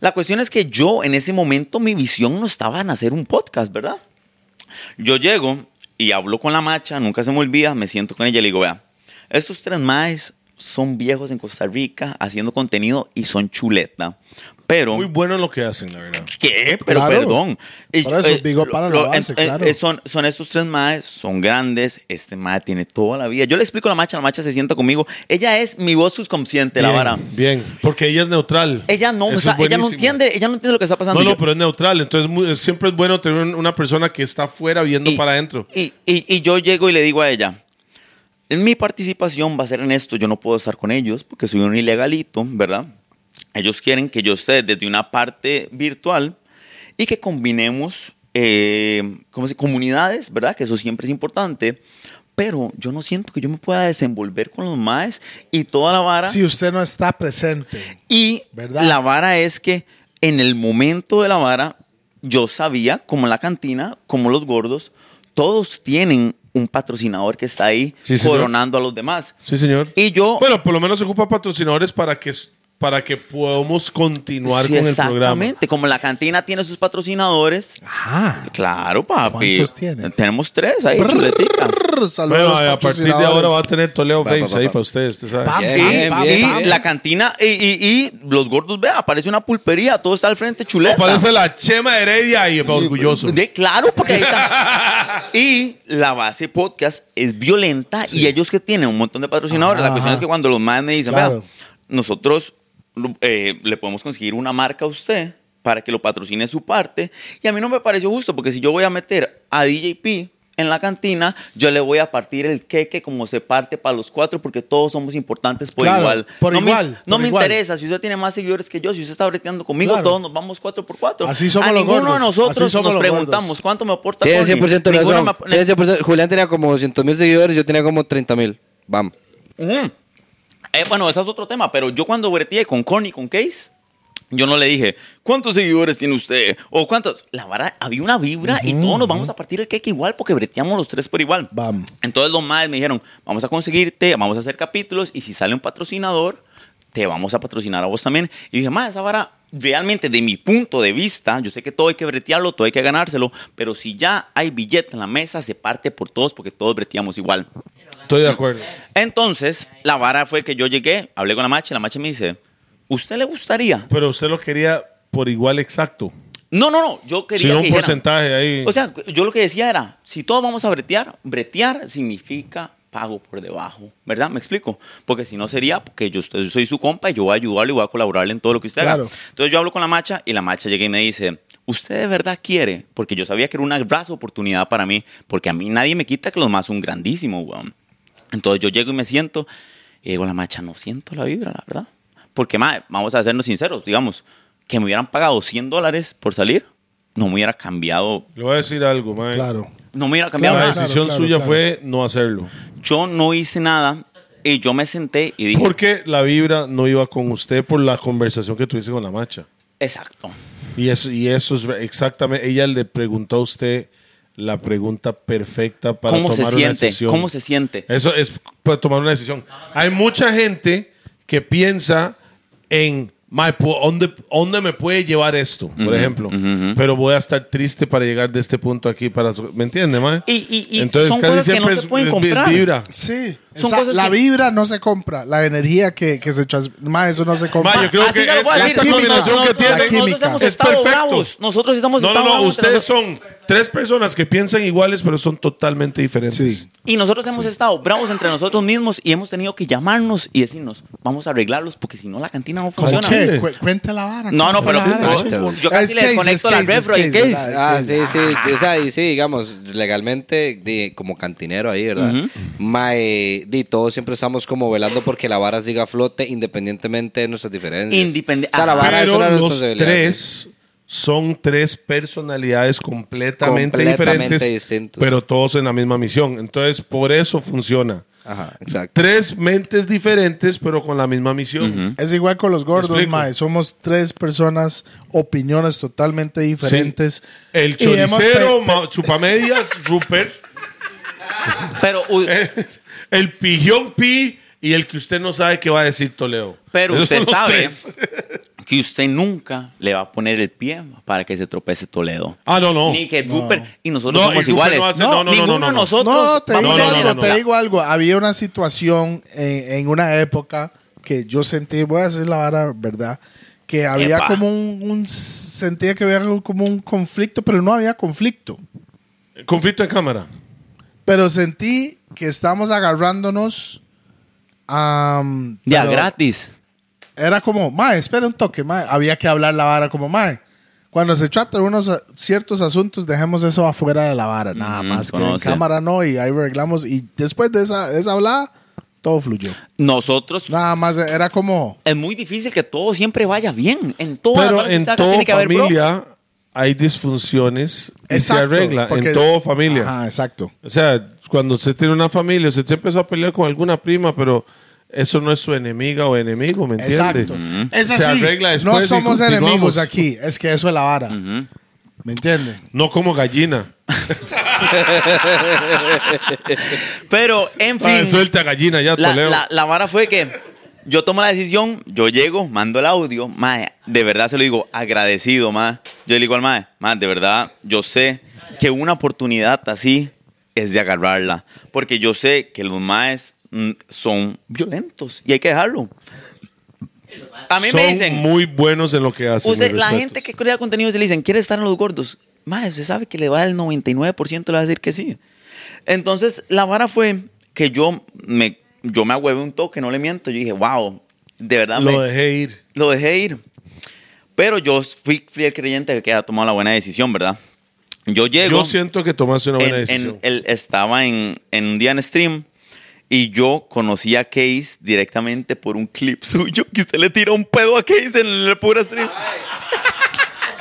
[SPEAKER 3] La cuestión es que yo en ese momento mi visión no estaba en hacer un podcast, ¿verdad? Yo llego y hablo con la macha, nunca se me olvida, me siento con ella y le digo, vea, estos tres maes son viejos en Costa Rica haciendo contenido y son chuleta. Pero...
[SPEAKER 2] Muy bueno en lo que hacen, la verdad.
[SPEAKER 3] ¿Qué? Pero
[SPEAKER 1] Claro.
[SPEAKER 3] perdón. Y
[SPEAKER 1] Por
[SPEAKER 3] yo- eh,
[SPEAKER 1] eso digo,
[SPEAKER 3] lo-
[SPEAKER 1] para la
[SPEAKER 3] lo-
[SPEAKER 1] base,
[SPEAKER 3] en- en-
[SPEAKER 1] claro.
[SPEAKER 3] eh, Son, son estos tres maes, son grandes. Este mae tiene toda la vida. Yo le explico a la macha, la macha se sienta conmigo. Ella es mi voz subconsciente, la
[SPEAKER 2] Bien,
[SPEAKER 3] vara.
[SPEAKER 2] Bien, porque ella es neutral.
[SPEAKER 3] Ella no,
[SPEAKER 2] Eso
[SPEAKER 3] o sea,
[SPEAKER 2] es
[SPEAKER 3] ella no
[SPEAKER 2] buenísimo.
[SPEAKER 3] entiende, ella no entiende lo que está pasando.
[SPEAKER 2] No, no,
[SPEAKER 3] Yo-
[SPEAKER 2] pero es neutral. Entonces, mu- eh, siempre es bueno tener un- una persona que está afuera viendo
[SPEAKER 3] y-
[SPEAKER 2] para adentro.
[SPEAKER 3] Y, y- y yo llego y le digo a ella, mi participación va a ser en esto, yo no puedo estar con ellos porque soy un ilegalito, ¿verdad? Ellos quieren que yo esté desde una parte virtual y que combinemos eh, ¿cómo se dice? comunidades, ¿verdad? Que eso siempre es importante. Pero yo no siento que yo me pueda desenvolver con los maes y toda la vara.
[SPEAKER 1] Si usted no está presente.
[SPEAKER 3] Y
[SPEAKER 1] ¿Verdad?
[SPEAKER 3] la vara es que en el momento de la vara, yo sabía, como la cantina, como los gordos, todos tienen un patrocinador que está ahí
[SPEAKER 2] Sí, señor.
[SPEAKER 3] coronando a los demás.
[SPEAKER 2] Sí, señor.
[SPEAKER 3] Y yo...
[SPEAKER 2] Bueno, por lo menos ocupa patrocinadores para que, para que podamos continuar
[SPEAKER 3] Sí,
[SPEAKER 2] con el programa.
[SPEAKER 3] exactamente. Como la cantina tiene sus patrocinadores.
[SPEAKER 1] Ah.
[SPEAKER 3] Claro, papi.
[SPEAKER 1] ¿Cuántos tiene?
[SPEAKER 3] Tenemos tres ahí, chuleticas.
[SPEAKER 1] Saludos
[SPEAKER 2] Bueno,
[SPEAKER 1] a los
[SPEAKER 2] a partir de
[SPEAKER 1] patrocinadores.
[SPEAKER 2] ahora va a tener Toledo
[SPEAKER 5] Pa,
[SPEAKER 2] Babes
[SPEAKER 5] pa,
[SPEAKER 2] ahí
[SPEAKER 5] pa.
[SPEAKER 2] para ustedes. usted sabe.
[SPEAKER 1] Pam,
[SPEAKER 5] Bien,
[SPEAKER 1] pam,
[SPEAKER 5] bien,
[SPEAKER 1] pam,
[SPEAKER 5] bien.
[SPEAKER 1] pam.
[SPEAKER 3] Y la cantina, y, y- y los gordos, vea, aparece una pulpería, todo está al frente, chuleta.
[SPEAKER 2] Parece la chema heredia y orgulloso.
[SPEAKER 3] De- claro, porque ahí está. y la base podcast es violenta y ellos que tienen un montón de patrocinadores.
[SPEAKER 1] Ajá,
[SPEAKER 3] la cuestión
[SPEAKER 1] ajá.
[SPEAKER 3] es que cuando los más me dicen,
[SPEAKER 1] Claro.
[SPEAKER 3] "Vea, nosotros lo- eh, le podemos conseguir una marca a usted para que lo patrocine su parte. Y a mí no me pareció justo, porque si yo voy a meter a DJP en la cantina, yo le voy a partir el queque como se parte para los cuatro, porque todos somos importantes por
[SPEAKER 1] Claro,
[SPEAKER 3] igual.
[SPEAKER 1] por
[SPEAKER 3] no Me,
[SPEAKER 1] igual,
[SPEAKER 3] no
[SPEAKER 1] por
[SPEAKER 3] me
[SPEAKER 1] igual.
[SPEAKER 3] interesa, si usted tiene más seguidores que yo, si usted está breteando conmigo,
[SPEAKER 1] Claro.
[SPEAKER 3] todos nos vamos cuatro por cuatro.
[SPEAKER 1] Así somos
[SPEAKER 3] a
[SPEAKER 1] los
[SPEAKER 3] ninguno
[SPEAKER 1] gordos,
[SPEAKER 3] de
[SPEAKER 1] así
[SPEAKER 3] nosotros
[SPEAKER 1] somos
[SPEAKER 3] nos
[SPEAKER 1] los
[SPEAKER 3] preguntamos
[SPEAKER 1] gordos.
[SPEAKER 3] cuánto me aporta
[SPEAKER 5] Tiene
[SPEAKER 3] Tony?
[SPEAKER 5] 100%
[SPEAKER 3] Ninguno
[SPEAKER 5] razón.
[SPEAKER 3] me ap-
[SPEAKER 5] Tiene 100%. Julián tenía como 200 mil seguidores, yo tenía como 30 mil. Vamos.
[SPEAKER 3] Ujú. Eh, bueno, ese es otro tema, pero yo cuando breteé con Corny, con Case, yo no le dije, ¿cuántos seguidores tiene usted? O cuántos. La vara, había una vibra y todos nos vamos a partir el cake igual porque breteamos los tres por igual.
[SPEAKER 1] Bam.
[SPEAKER 3] Entonces los madres me dijeron, vamos a conseguirte, vamos a hacer capítulos y si sale un patrocinador, te vamos a patrocinar a vos también. Y dije, madre, esa vara, realmente de mi punto de vista, yo sé que todo hay que bretearlo, todo hay que ganárselo, pero si ya hay billete en la mesa, se parte por todos porque todos breteamos igual.
[SPEAKER 2] Estoy de acuerdo.
[SPEAKER 3] Entonces, la vara fue que yo llegué, hablé con la macha, y la macha me dice, ¿usted le gustaría?
[SPEAKER 2] Pero usted lo quería por igual exacto.
[SPEAKER 3] No, no, no, yo quería
[SPEAKER 2] Sin un
[SPEAKER 3] que dijeran-
[SPEAKER 2] porcentaje ahí.
[SPEAKER 3] O sea, yo lo que decía era, si todos vamos a bretear, bretear significa pago por debajo, ¿verdad? ¿Me explico? Porque si no sería porque yo, usted- yo soy su compa y yo voy a ayudarle y voy a colaborarle en todo lo que usted
[SPEAKER 1] Claro.
[SPEAKER 3] haga. Entonces yo hablo con la macha y la macha llega y me dice, ¿usted de verdad quiere? Porque yo sabía que era una gran oportunidad para mí, porque a mí nadie me quita que los más son grandísimos, weón. Entonces yo llego y me siento y digo, la macha, no siento la vibra, la verdad. Porque, mae, vamos a sernos sinceros, digamos, que me hubieran pagado 100 dólares por salir, no me hubiera cambiado,
[SPEAKER 2] Le voy a decir algo, mae.
[SPEAKER 1] Claro.
[SPEAKER 3] no me hubiera cambiado
[SPEAKER 2] la
[SPEAKER 1] Claro,
[SPEAKER 3] nada.
[SPEAKER 2] decisión
[SPEAKER 1] claro,
[SPEAKER 2] suya
[SPEAKER 1] claro.
[SPEAKER 2] fue no hacerlo.
[SPEAKER 3] Yo no hice nada y yo me senté y dije,
[SPEAKER 2] Porque la vibra no iba con usted por la conversación que tuviste con la macha.
[SPEAKER 3] exacto.
[SPEAKER 2] Y eso, y eso es re- exactamente. Ella le preguntó a usted la pregunta perfecta para
[SPEAKER 3] ¿Cómo
[SPEAKER 2] tomar
[SPEAKER 3] se
[SPEAKER 2] una
[SPEAKER 3] siente?
[SPEAKER 2] decisión. Eh,
[SPEAKER 3] ¿Cómo se siente?
[SPEAKER 2] Eso es para tomar una decisión. Hay mucha gente que piensa en "Mae, pu- ¿dónde, dónde me puede llevar esto, por ejemplo. Pero voy a estar triste para llegar de este punto aquí para su- ¿me entiende, mae?
[SPEAKER 3] Y- y- y son cosas que no se pueden
[SPEAKER 2] vi-
[SPEAKER 3] comprar.
[SPEAKER 2] eh, vibra.
[SPEAKER 1] Sí.
[SPEAKER 3] Son
[SPEAKER 1] Esa-
[SPEAKER 3] cosas
[SPEAKER 1] la
[SPEAKER 3] que-
[SPEAKER 1] vibra no se compra. La energía que, que se transmite. Más, eso no se compra.
[SPEAKER 2] Mae, yo creo
[SPEAKER 3] Ah, Así
[SPEAKER 2] que
[SPEAKER 3] se lo
[SPEAKER 2] es-
[SPEAKER 3] voy a
[SPEAKER 2] esta
[SPEAKER 3] decir.
[SPEAKER 2] combinación
[SPEAKER 1] Nosotros-
[SPEAKER 2] que tiene
[SPEAKER 1] la
[SPEAKER 3] Nosotros
[SPEAKER 1] química.
[SPEAKER 3] hemos
[SPEAKER 2] Es
[SPEAKER 3] estado
[SPEAKER 2] perfecto.
[SPEAKER 3] bravos. Nosotros estamos
[SPEAKER 2] No, no, no, ustedes
[SPEAKER 3] son
[SPEAKER 2] son tres personas que piensan iguales, pero son totalmente diferentes.
[SPEAKER 1] Sí.
[SPEAKER 3] Y nosotros hemos estado bravos entre nosotros mismos y hemos tenido que llamarnos y decirnos, vamos a arreglarlos porque si no la cantina no
[SPEAKER 1] ¿Con
[SPEAKER 3] funciona.
[SPEAKER 1] qué?
[SPEAKER 2] Sí.
[SPEAKER 1] Cu- Cuenta la vara.
[SPEAKER 3] No, no,
[SPEAKER 1] cuenta
[SPEAKER 3] pero
[SPEAKER 1] la vara,
[SPEAKER 5] no,
[SPEAKER 1] chico.
[SPEAKER 3] yo casi
[SPEAKER 1] Es
[SPEAKER 3] le
[SPEAKER 1] case, es
[SPEAKER 3] desconecto la
[SPEAKER 1] case, es
[SPEAKER 3] refro, es case.
[SPEAKER 1] ¿verdad? Es
[SPEAKER 5] Ah,
[SPEAKER 1] case.
[SPEAKER 5] sí, sí. O sea, y sí, digamos, legalmente, de- como cantinero ahí, ¿verdad?
[SPEAKER 3] Ujú.
[SPEAKER 5] Mae, di, todos siempre estamos como velando porque la vara siga a flote independientemente de nuestras diferencias.
[SPEAKER 3] Independe-
[SPEAKER 5] O sea, la
[SPEAKER 3] Ajá.
[SPEAKER 5] vara es
[SPEAKER 2] Pero
[SPEAKER 5] una
[SPEAKER 2] los
[SPEAKER 5] responsabilidad. sí.
[SPEAKER 2] tres son tres personalidades completamente,
[SPEAKER 5] Completamente
[SPEAKER 2] diferentes,
[SPEAKER 5] distintos.
[SPEAKER 2] pero todos en la misma misión. Entonces, por eso funciona.
[SPEAKER 5] Ajá, exacto.
[SPEAKER 2] Tres mentes diferentes, pero con la misma misión.
[SPEAKER 1] Es igual con los gordos,
[SPEAKER 2] explico.
[SPEAKER 1] mae. Somos tres personas, opiniones totalmente diferentes.
[SPEAKER 2] El
[SPEAKER 1] Y hemos
[SPEAKER 2] choricero,
[SPEAKER 1] pe-
[SPEAKER 2] ma- chupamedias, Rupert,
[SPEAKER 3] Pero, u-
[SPEAKER 2] Eh. el pijón pi y el que usted no sabe qué va a decir Toledo.
[SPEAKER 3] Pero
[SPEAKER 2] Esos
[SPEAKER 3] usted
[SPEAKER 2] son los
[SPEAKER 3] sabe.
[SPEAKER 2] tres.
[SPEAKER 3] que usted nunca le va a poner el pie para que se tropece Toledo.
[SPEAKER 2] Ah, no, no.
[SPEAKER 3] Ni que Rupert y nosotros
[SPEAKER 2] No, y
[SPEAKER 3] somos
[SPEAKER 2] Rupert
[SPEAKER 3] iguales.
[SPEAKER 2] no hace- no, no, no,
[SPEAKER 3] ninguno
[SPEAKER 2] no, no,
[SPEAKER 3] de
[SPEAKER 2] no.
[SPEAKER 3] nosotros.
[SPEAKER 1] No, te
[SPEAKER 2] Vamos
[SPEAKER 1] digo
[SPEAKER 2] a la
[SPEAKER 1] algo,
[SPEAKER 2] mierda.
[SPEAKER 1] te digo algo. Había una situación en, en una época que yo sentí, voy a decir la vara, ¿verdad? Que había
[SPEAKER 3] Epa.
[SPEAKER 1] como un, un- Sentía que había algo como un conflicto, pero no había conflicto.
[SPEAKER 2] Conflicto en cámara.
[SPEAKER 1] Pero sentí que estamos agarrándonos. am,
[SPEAKER 3] Ya,
[SPEAKER 1] pero
[SPEAKER 3] gratis.
[SPEAKER 1] Era como, mae, espera un toque, mae. Había que hablar la vara como, mae. Cuando se trata de unos a- ciertos asuntos, dejemos eso afuera de la vara. Nada
[SPEAKER 3] Ujú,
[SPEAKER 1] más que en
[SPEAKER 3] conoce.
[SPEAKER 1] cámara no, y ahí arreglamos. Y después de esa, de esa hablada, todo fluyó.
[SPEAKER 3] Nosotros.
[SPEAKER 1] Nada más eh, era como.
[SPEAKER 3] Es muy difícil que todo siempre vaya bien. En todas
[SPEAKER 2] Pero
[SPEAKER 3] las
[SPEAKER 2] en
[SPEAKER 3] amistades
[SPEAKER 2] toda
[SPEAKER 3] tiene que haber bro.
[SPEAKER 2] familia hay disfunciones y se
[SPEAKER 1] Exacto,
[SPEAKER 2] arregla.
[SPEAKER 1] porque-
[SPEAKER 2] En toda familia.
[SPEAKER 1] Ajá, exacto.
[SPEAKER 2] O sea, cuando usted tiene una familia, usted se empezó a pelear con alguna prima, pero eso no es su enemiga o enemigo, ¿me entiende?
[SPEAKER 1] Exacto. Es
[SPEAKER 2] Se
[SPEAKER 1] así.
[SPEAKER 2] arregla
[SPEAKER 1] no
[SPEAKER 2] después y
[SPEAKER 1] somos
[SPEAKER 2] continuamos.
[SPEAKER 1] enemigos aquí. Es que eso es la vara. ¿Me entiende?
[SPEAKER 2] No como gallina.
[SPEAKER 3] Pero, en fin.
[SPEAKER 2] Ah, suelta gallina ya,
[SPEAKER 3] La,
[SPEAKER 2] Toledo.
[SPEAKER 3] la, la vara fue que yo tomo la decisión, yo llego, mando el audio, mae, de verdad se lo digo, agradecido, mae. Yo le digo al mae, mae, de verdad, yo sé que una oportunidad así es de agarrarla, porque yo sé que los maes mm, son violentos y hay que dejarlo. A mí
[SPEAKER 2] Son
[SPEAKER 3] me dicen,
[SPEAKER 2] muy buenos en lo que hacen.
[SPEAKER 3] usted-
[SPEAKER 2] mis
[SPEAKER 3] la
[SPEAKER 2] respetos.
[SPEAKER 3] gente que crea contenido se le dicen, ¿quiere estar en los gordos? Mae, usted sabe que le va el 99% le va a decir que sí. Entonces, la vara fue que yo me, yo me agüevé un toque, no le miento. Yo dije, wow, de verdad me-
[SPEAKER 2] Lo dejé ir.
[SPEAKER 3] lo dejé ir. Pero yo fui fiel creyente de que había tomado la buena decisión, ¿verdad? Yo llego.
[SPEAKER 2] Yo siento que tomaste una buena
[SPEAKER 3] en- en-
[SPEAKER 2] decisión.
[SPEAKER 3] él estaba en, en un día en stream y yo conocí a Case directamente por un clip suyo que usted le tira un pedo a Case en el pura stream.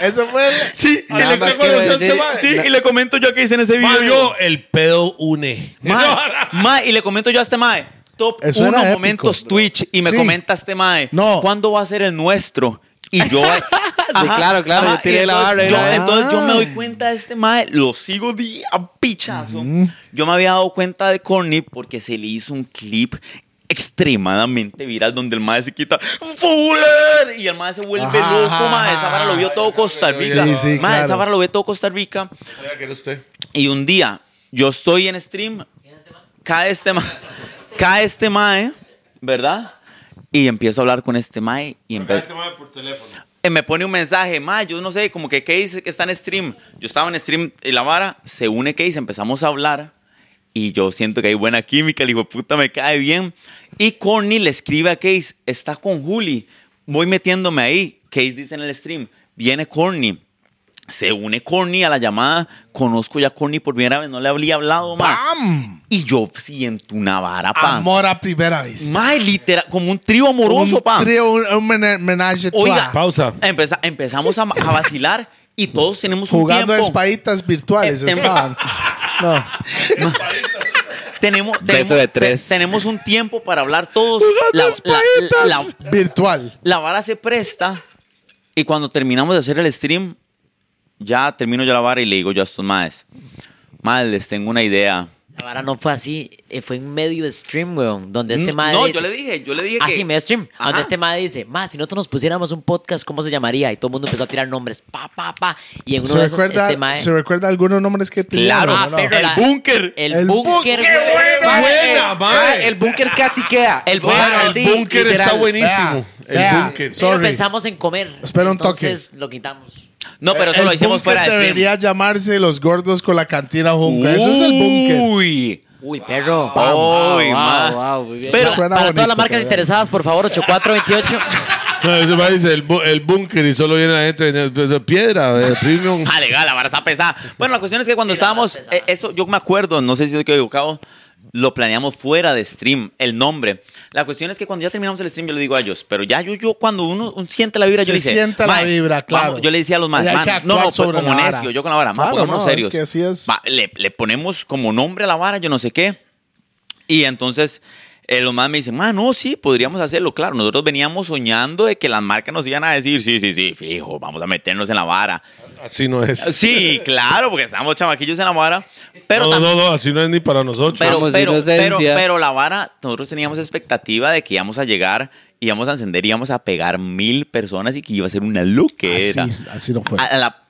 [SPEAKER 1] Eso fue el-
[SPEAKER 3] Sí,
[SPEAKER 5] Nada
[SPEAKER 3] y le,
[SPEAKER 5] más
[SPEAKER 3] usted conoció
[SPEAKER 5] quiero
[SPEAKER 3] a este
[SPEAKER 5] decir-
[SPEAKER 3] mae. Sí,
[SPEAKER 5] na-
[SPEAKER 3] y le comento yo a Case en ese este video.
[SPEAKER 2] Ma, yo, el pedo une.
[SPEAKER 3] Mae, mae, y le comento yo a este mae. Top
[SPEAKER 1] Eso
[SPEAKER 3] uno
[SPEAKER 1] era épico.
[SPEAKER 3] momentos Twitch. Y me
[SPEAKER 1] Sí.
[SPEAKER 3] comenta este mae.
[SPEAKER 1] No.
[SPEAKER 3] ¿Cuándo va a ser el nuestro? Y yo. eh, Ajá,
[SPEAKER 5] claro, claro, yo
[SPEAKER 3] y
[SPEAKER 5] tiré la
[SPEAKER 3] entonces
[SPEAKER 5] barra,
[SPEAKER 3] yo-
[SPEAKER 5] era-
[SPEAKER 3] entonces yo
[SPEAKER 1] Ah.
[SPEAKER 3] me doy cuenta de este mae. Lo sigo de a pichazo. Yo me había dado cuenta de Corny porque se le hizo un clip extremadamente viral donde el mae se quita Fuller y el mae se vuelve
[SPEAKER 1] Ajá,
[SPEAKER 3] loco
[SPEAKER 1] ajá,
[SPEAKER 3] mae esa vara lo vio todo Costa Rica
[SPEAKER 1] Sí, sí,
[SPEAKER 3] mae esa
[SPEAKER 1] claro.
[SPEAKER 3] vara lo vio todo Costa Rica y un día yo estoy en stream, cae este mae, cae este mae, ¿verdad? Y empiezo a hablar con este mae y empe- eh, me pone un mensaje, mae, yo no sé, como que Case que está en stream. Yo estaba en stream y la vara se une Case, empezamos a hablar y yo siento que hay buena química, el hijo de puta me cae bien. Y Corny le escribe a Case, está con Juli, voy metiéndome ahí. Case dice en el stream, viene Corny. Se une Corny a la llamada. Conozco ya a Corny por primera vez. No le había hablado, ma.
[SPEAKER 1] ¡Pam!
[SPEAKER 3] Y yo siento una vara, pa.
[SPEAKER 1] Amor a primera vista.
[SPEAKER 3] Ma, literal, como un trío amoroso,
[SPEAKER 1] un
[SPEAKER 3] pa.
[SPEAKER 1] trío, un, un mena- menaje
[SPEAKER 3] Oiga,
[SPEAKER 1] trois.
[SPEAKER 2] Pausa.
[SPEAKER 3] Empeza- empezamos a, a vacilar y todos tenemos
[SPEAKER 1] Jugando
[SPEAKER 3] un
[SPEAKER 1] a
[SPEAKER 3] tiempo.
[SPEAKER 1] espaditas virtuales.
[SPEAKER 3] Eh, tem-
[SPEAKER 1] estaban. No.
[SPEAKER 3] Tenemos, tenemos,
[SPEAKER 5] de
[SPEAKER 3] te-
[SPEAKER 5] tres.
[SPEAKER 3] tenemos un tiempo para hablar todos. La, la- la-
[SPEAKER 1] Virtual.
[SPEAKER 3] la vara se presta y cuando terminamos de hacer el stream, ya termino yo la vara y le digo yo a estos maes, maes, les tengo una idea.
[SPEAKER 4] La vara no fue así, eh, fue en medio stream, weón, donde este madre
[SPEAKER 3] Mm, No,
[SPEAKER 4] dice-
[SPEAKER 3] yo le dije, yo le dije
[SPEAKER 4] Ah,
[SPEAKER 3] que...
[SPEAKER 4] sí, medio stream.
[SPEAKER 3] Ajá.
[SPEAKER 4] Donde este madre dice, ma, si nosotros nos pusiéramos un podcast, ¿cómo se llamaría? Y todo el mundo empezó a tirar nombres, pa, pa, pa. Y en uno
[SPEAKER 1] ¿Se
[SPEAKER 4] de esos,
[SPEAKER 1] recuerda,
[SPEAKER 4] este madre...
[SPEAKER 1] ¿Se recuerda algunos nombres que tenían?
[SPEAKER 4] Ah,
[SPEAKER 1] o no?
[SPEAKER 4] perro,
[SPEAKER 3] El
[SPEAKER 4] la-
[SPEAKER 3] búnker.
[SPEAKER 4] El
[SPEAKER 1] El
[SPEAKER 4] búnker,
[SPEAKER 1] búnker,
[SPEAKER 4] weón.
[SPEAKER 2] buena, buena,
[SPEAKER 5] Ah,
[SPEAKER 2] mae.
[SPEAKER 5] El búnker casi queda.
[SPEAKER 3] El
[SPEAKER 5] Bueno,
[SPEAKER 3] búnker,
[SPEAKER 5] sí,
[SPEAKER 2] El búnker está
[SPEAKER 5] literal.
[SPEAKER 2] buenísimo.
[SPEAKER 1] vea.
[SPEAKER 2] El búnker.
[SPEAKER 4] Pero
[SPEAKER 1] Sorry.
[SPEAKER 4] pensamos en comer.
[SPEAKER 1] Espera un toque.
[SPEAKER 4] Entonces lo quitamos.
[SPEAKER 3] No, pero eso
[SPEAKER 1] El
[SPEAKER 3] lo hicimos
[SPEAKER 1] búnker
[SPEAKER 3] fuera de stream.
[SPEAKER 1] debería llamarse Los Gordos con la Cantina Junca. Eso es el
[SPEAKER 3] Uh,
[SPEAKER 1] búnker.
[SPEAKER 3] Uy.
[SPEAKER 4] Uy, perro.
[SPEAKER 3] Uy, ma. Pero-
[SPEAKER 4] Para-
[SPEAKER 1] Suena
[SPEAKER 4] para todas las
[SPEAKER 1] bonito,
[SPEAKER 4] marcas
[SPEAKER 1] pero-
[SPEAKER 4] interesadas, por favor, 8428.
[SPEAKER 2] No, ese mae dice el, bu- el búnker y solo viene la gente de- de de piedra, de premium.
[SPEAKER 3] Ah, legal, la vara está pesada. Bueno, la cuestión es que cuando estábamos,
[SPEAKER 4] pesada.
[SPEAKER 3] eh, eso yo me acuerdo, no sé si estoy equivocado, lo planeamos fuera de stream, el nombre. La cuestión es que cuando ya terminamos el stream, yo le digo a ellos, pero ya yo, yo cuando uno, un- siente la vibra, yo
[SPEAKER 1] Se
[SPEAKER 3] le dije,
[SPEAKER 1] sienta la
[SPEAKER 3] "Mae,
[SPEAKER 1] vibra, claro.
[SPEAKER 3] vamos", yo le decía a los más,
[SPEAKER 1] Y hay que
[SPEAKER 3] no,
[SPEAKER 1] actuar
[SPEAKER 3] no, pues,
[SPEAKER 1] sobre
[SPEAKER 3] como
[SPEAKER 1] la vara".
[SPEAKER 3] necio, yo con la vara, más
[SPEAKER 1] Claro,
[SPEAKER 3] pongámonos
[SPEAKER 1] no, es
[SPEAKER 3] serios.
[SPEAKER 1] que así es.
[SPEAKER 3] Va, le, le ponemos como nombre a la vara, yo no sé qué. Y entonces eh, los más me dicen, ah, no, sí, podríamos hacerlo, claro. Nosotros veníamos soñando de que las marcas nos iban a decir, sí, sí, sí, fijo, vamos a meternos en la vara.
[SPEAKER 2] Así no es.
[SPEAKER 3] Ah, Sí, claro, porque estábamos chamaquillos en la vara. Pero,
[SPEAKER 2] no,
[SPEAKER 3] tam-
[SPEAKER 2] no, no, así no es ni para nosotros.
[SPEAKER 3] pero,
[SPEAKER 5] Vamos,
[SPEAKER 3] pero, pero,
[SPEAKER 5] inocencia.
[SPEAKER 3] pero la vara, nosotros teníamos expectativa de que íbamos a llegar, íbamos a encender, íbamos a pegar mil personas y que iba a ser una loquera.
[SPEAKER 1] Así, así no fue.
[SPEAKER 3] A- a la,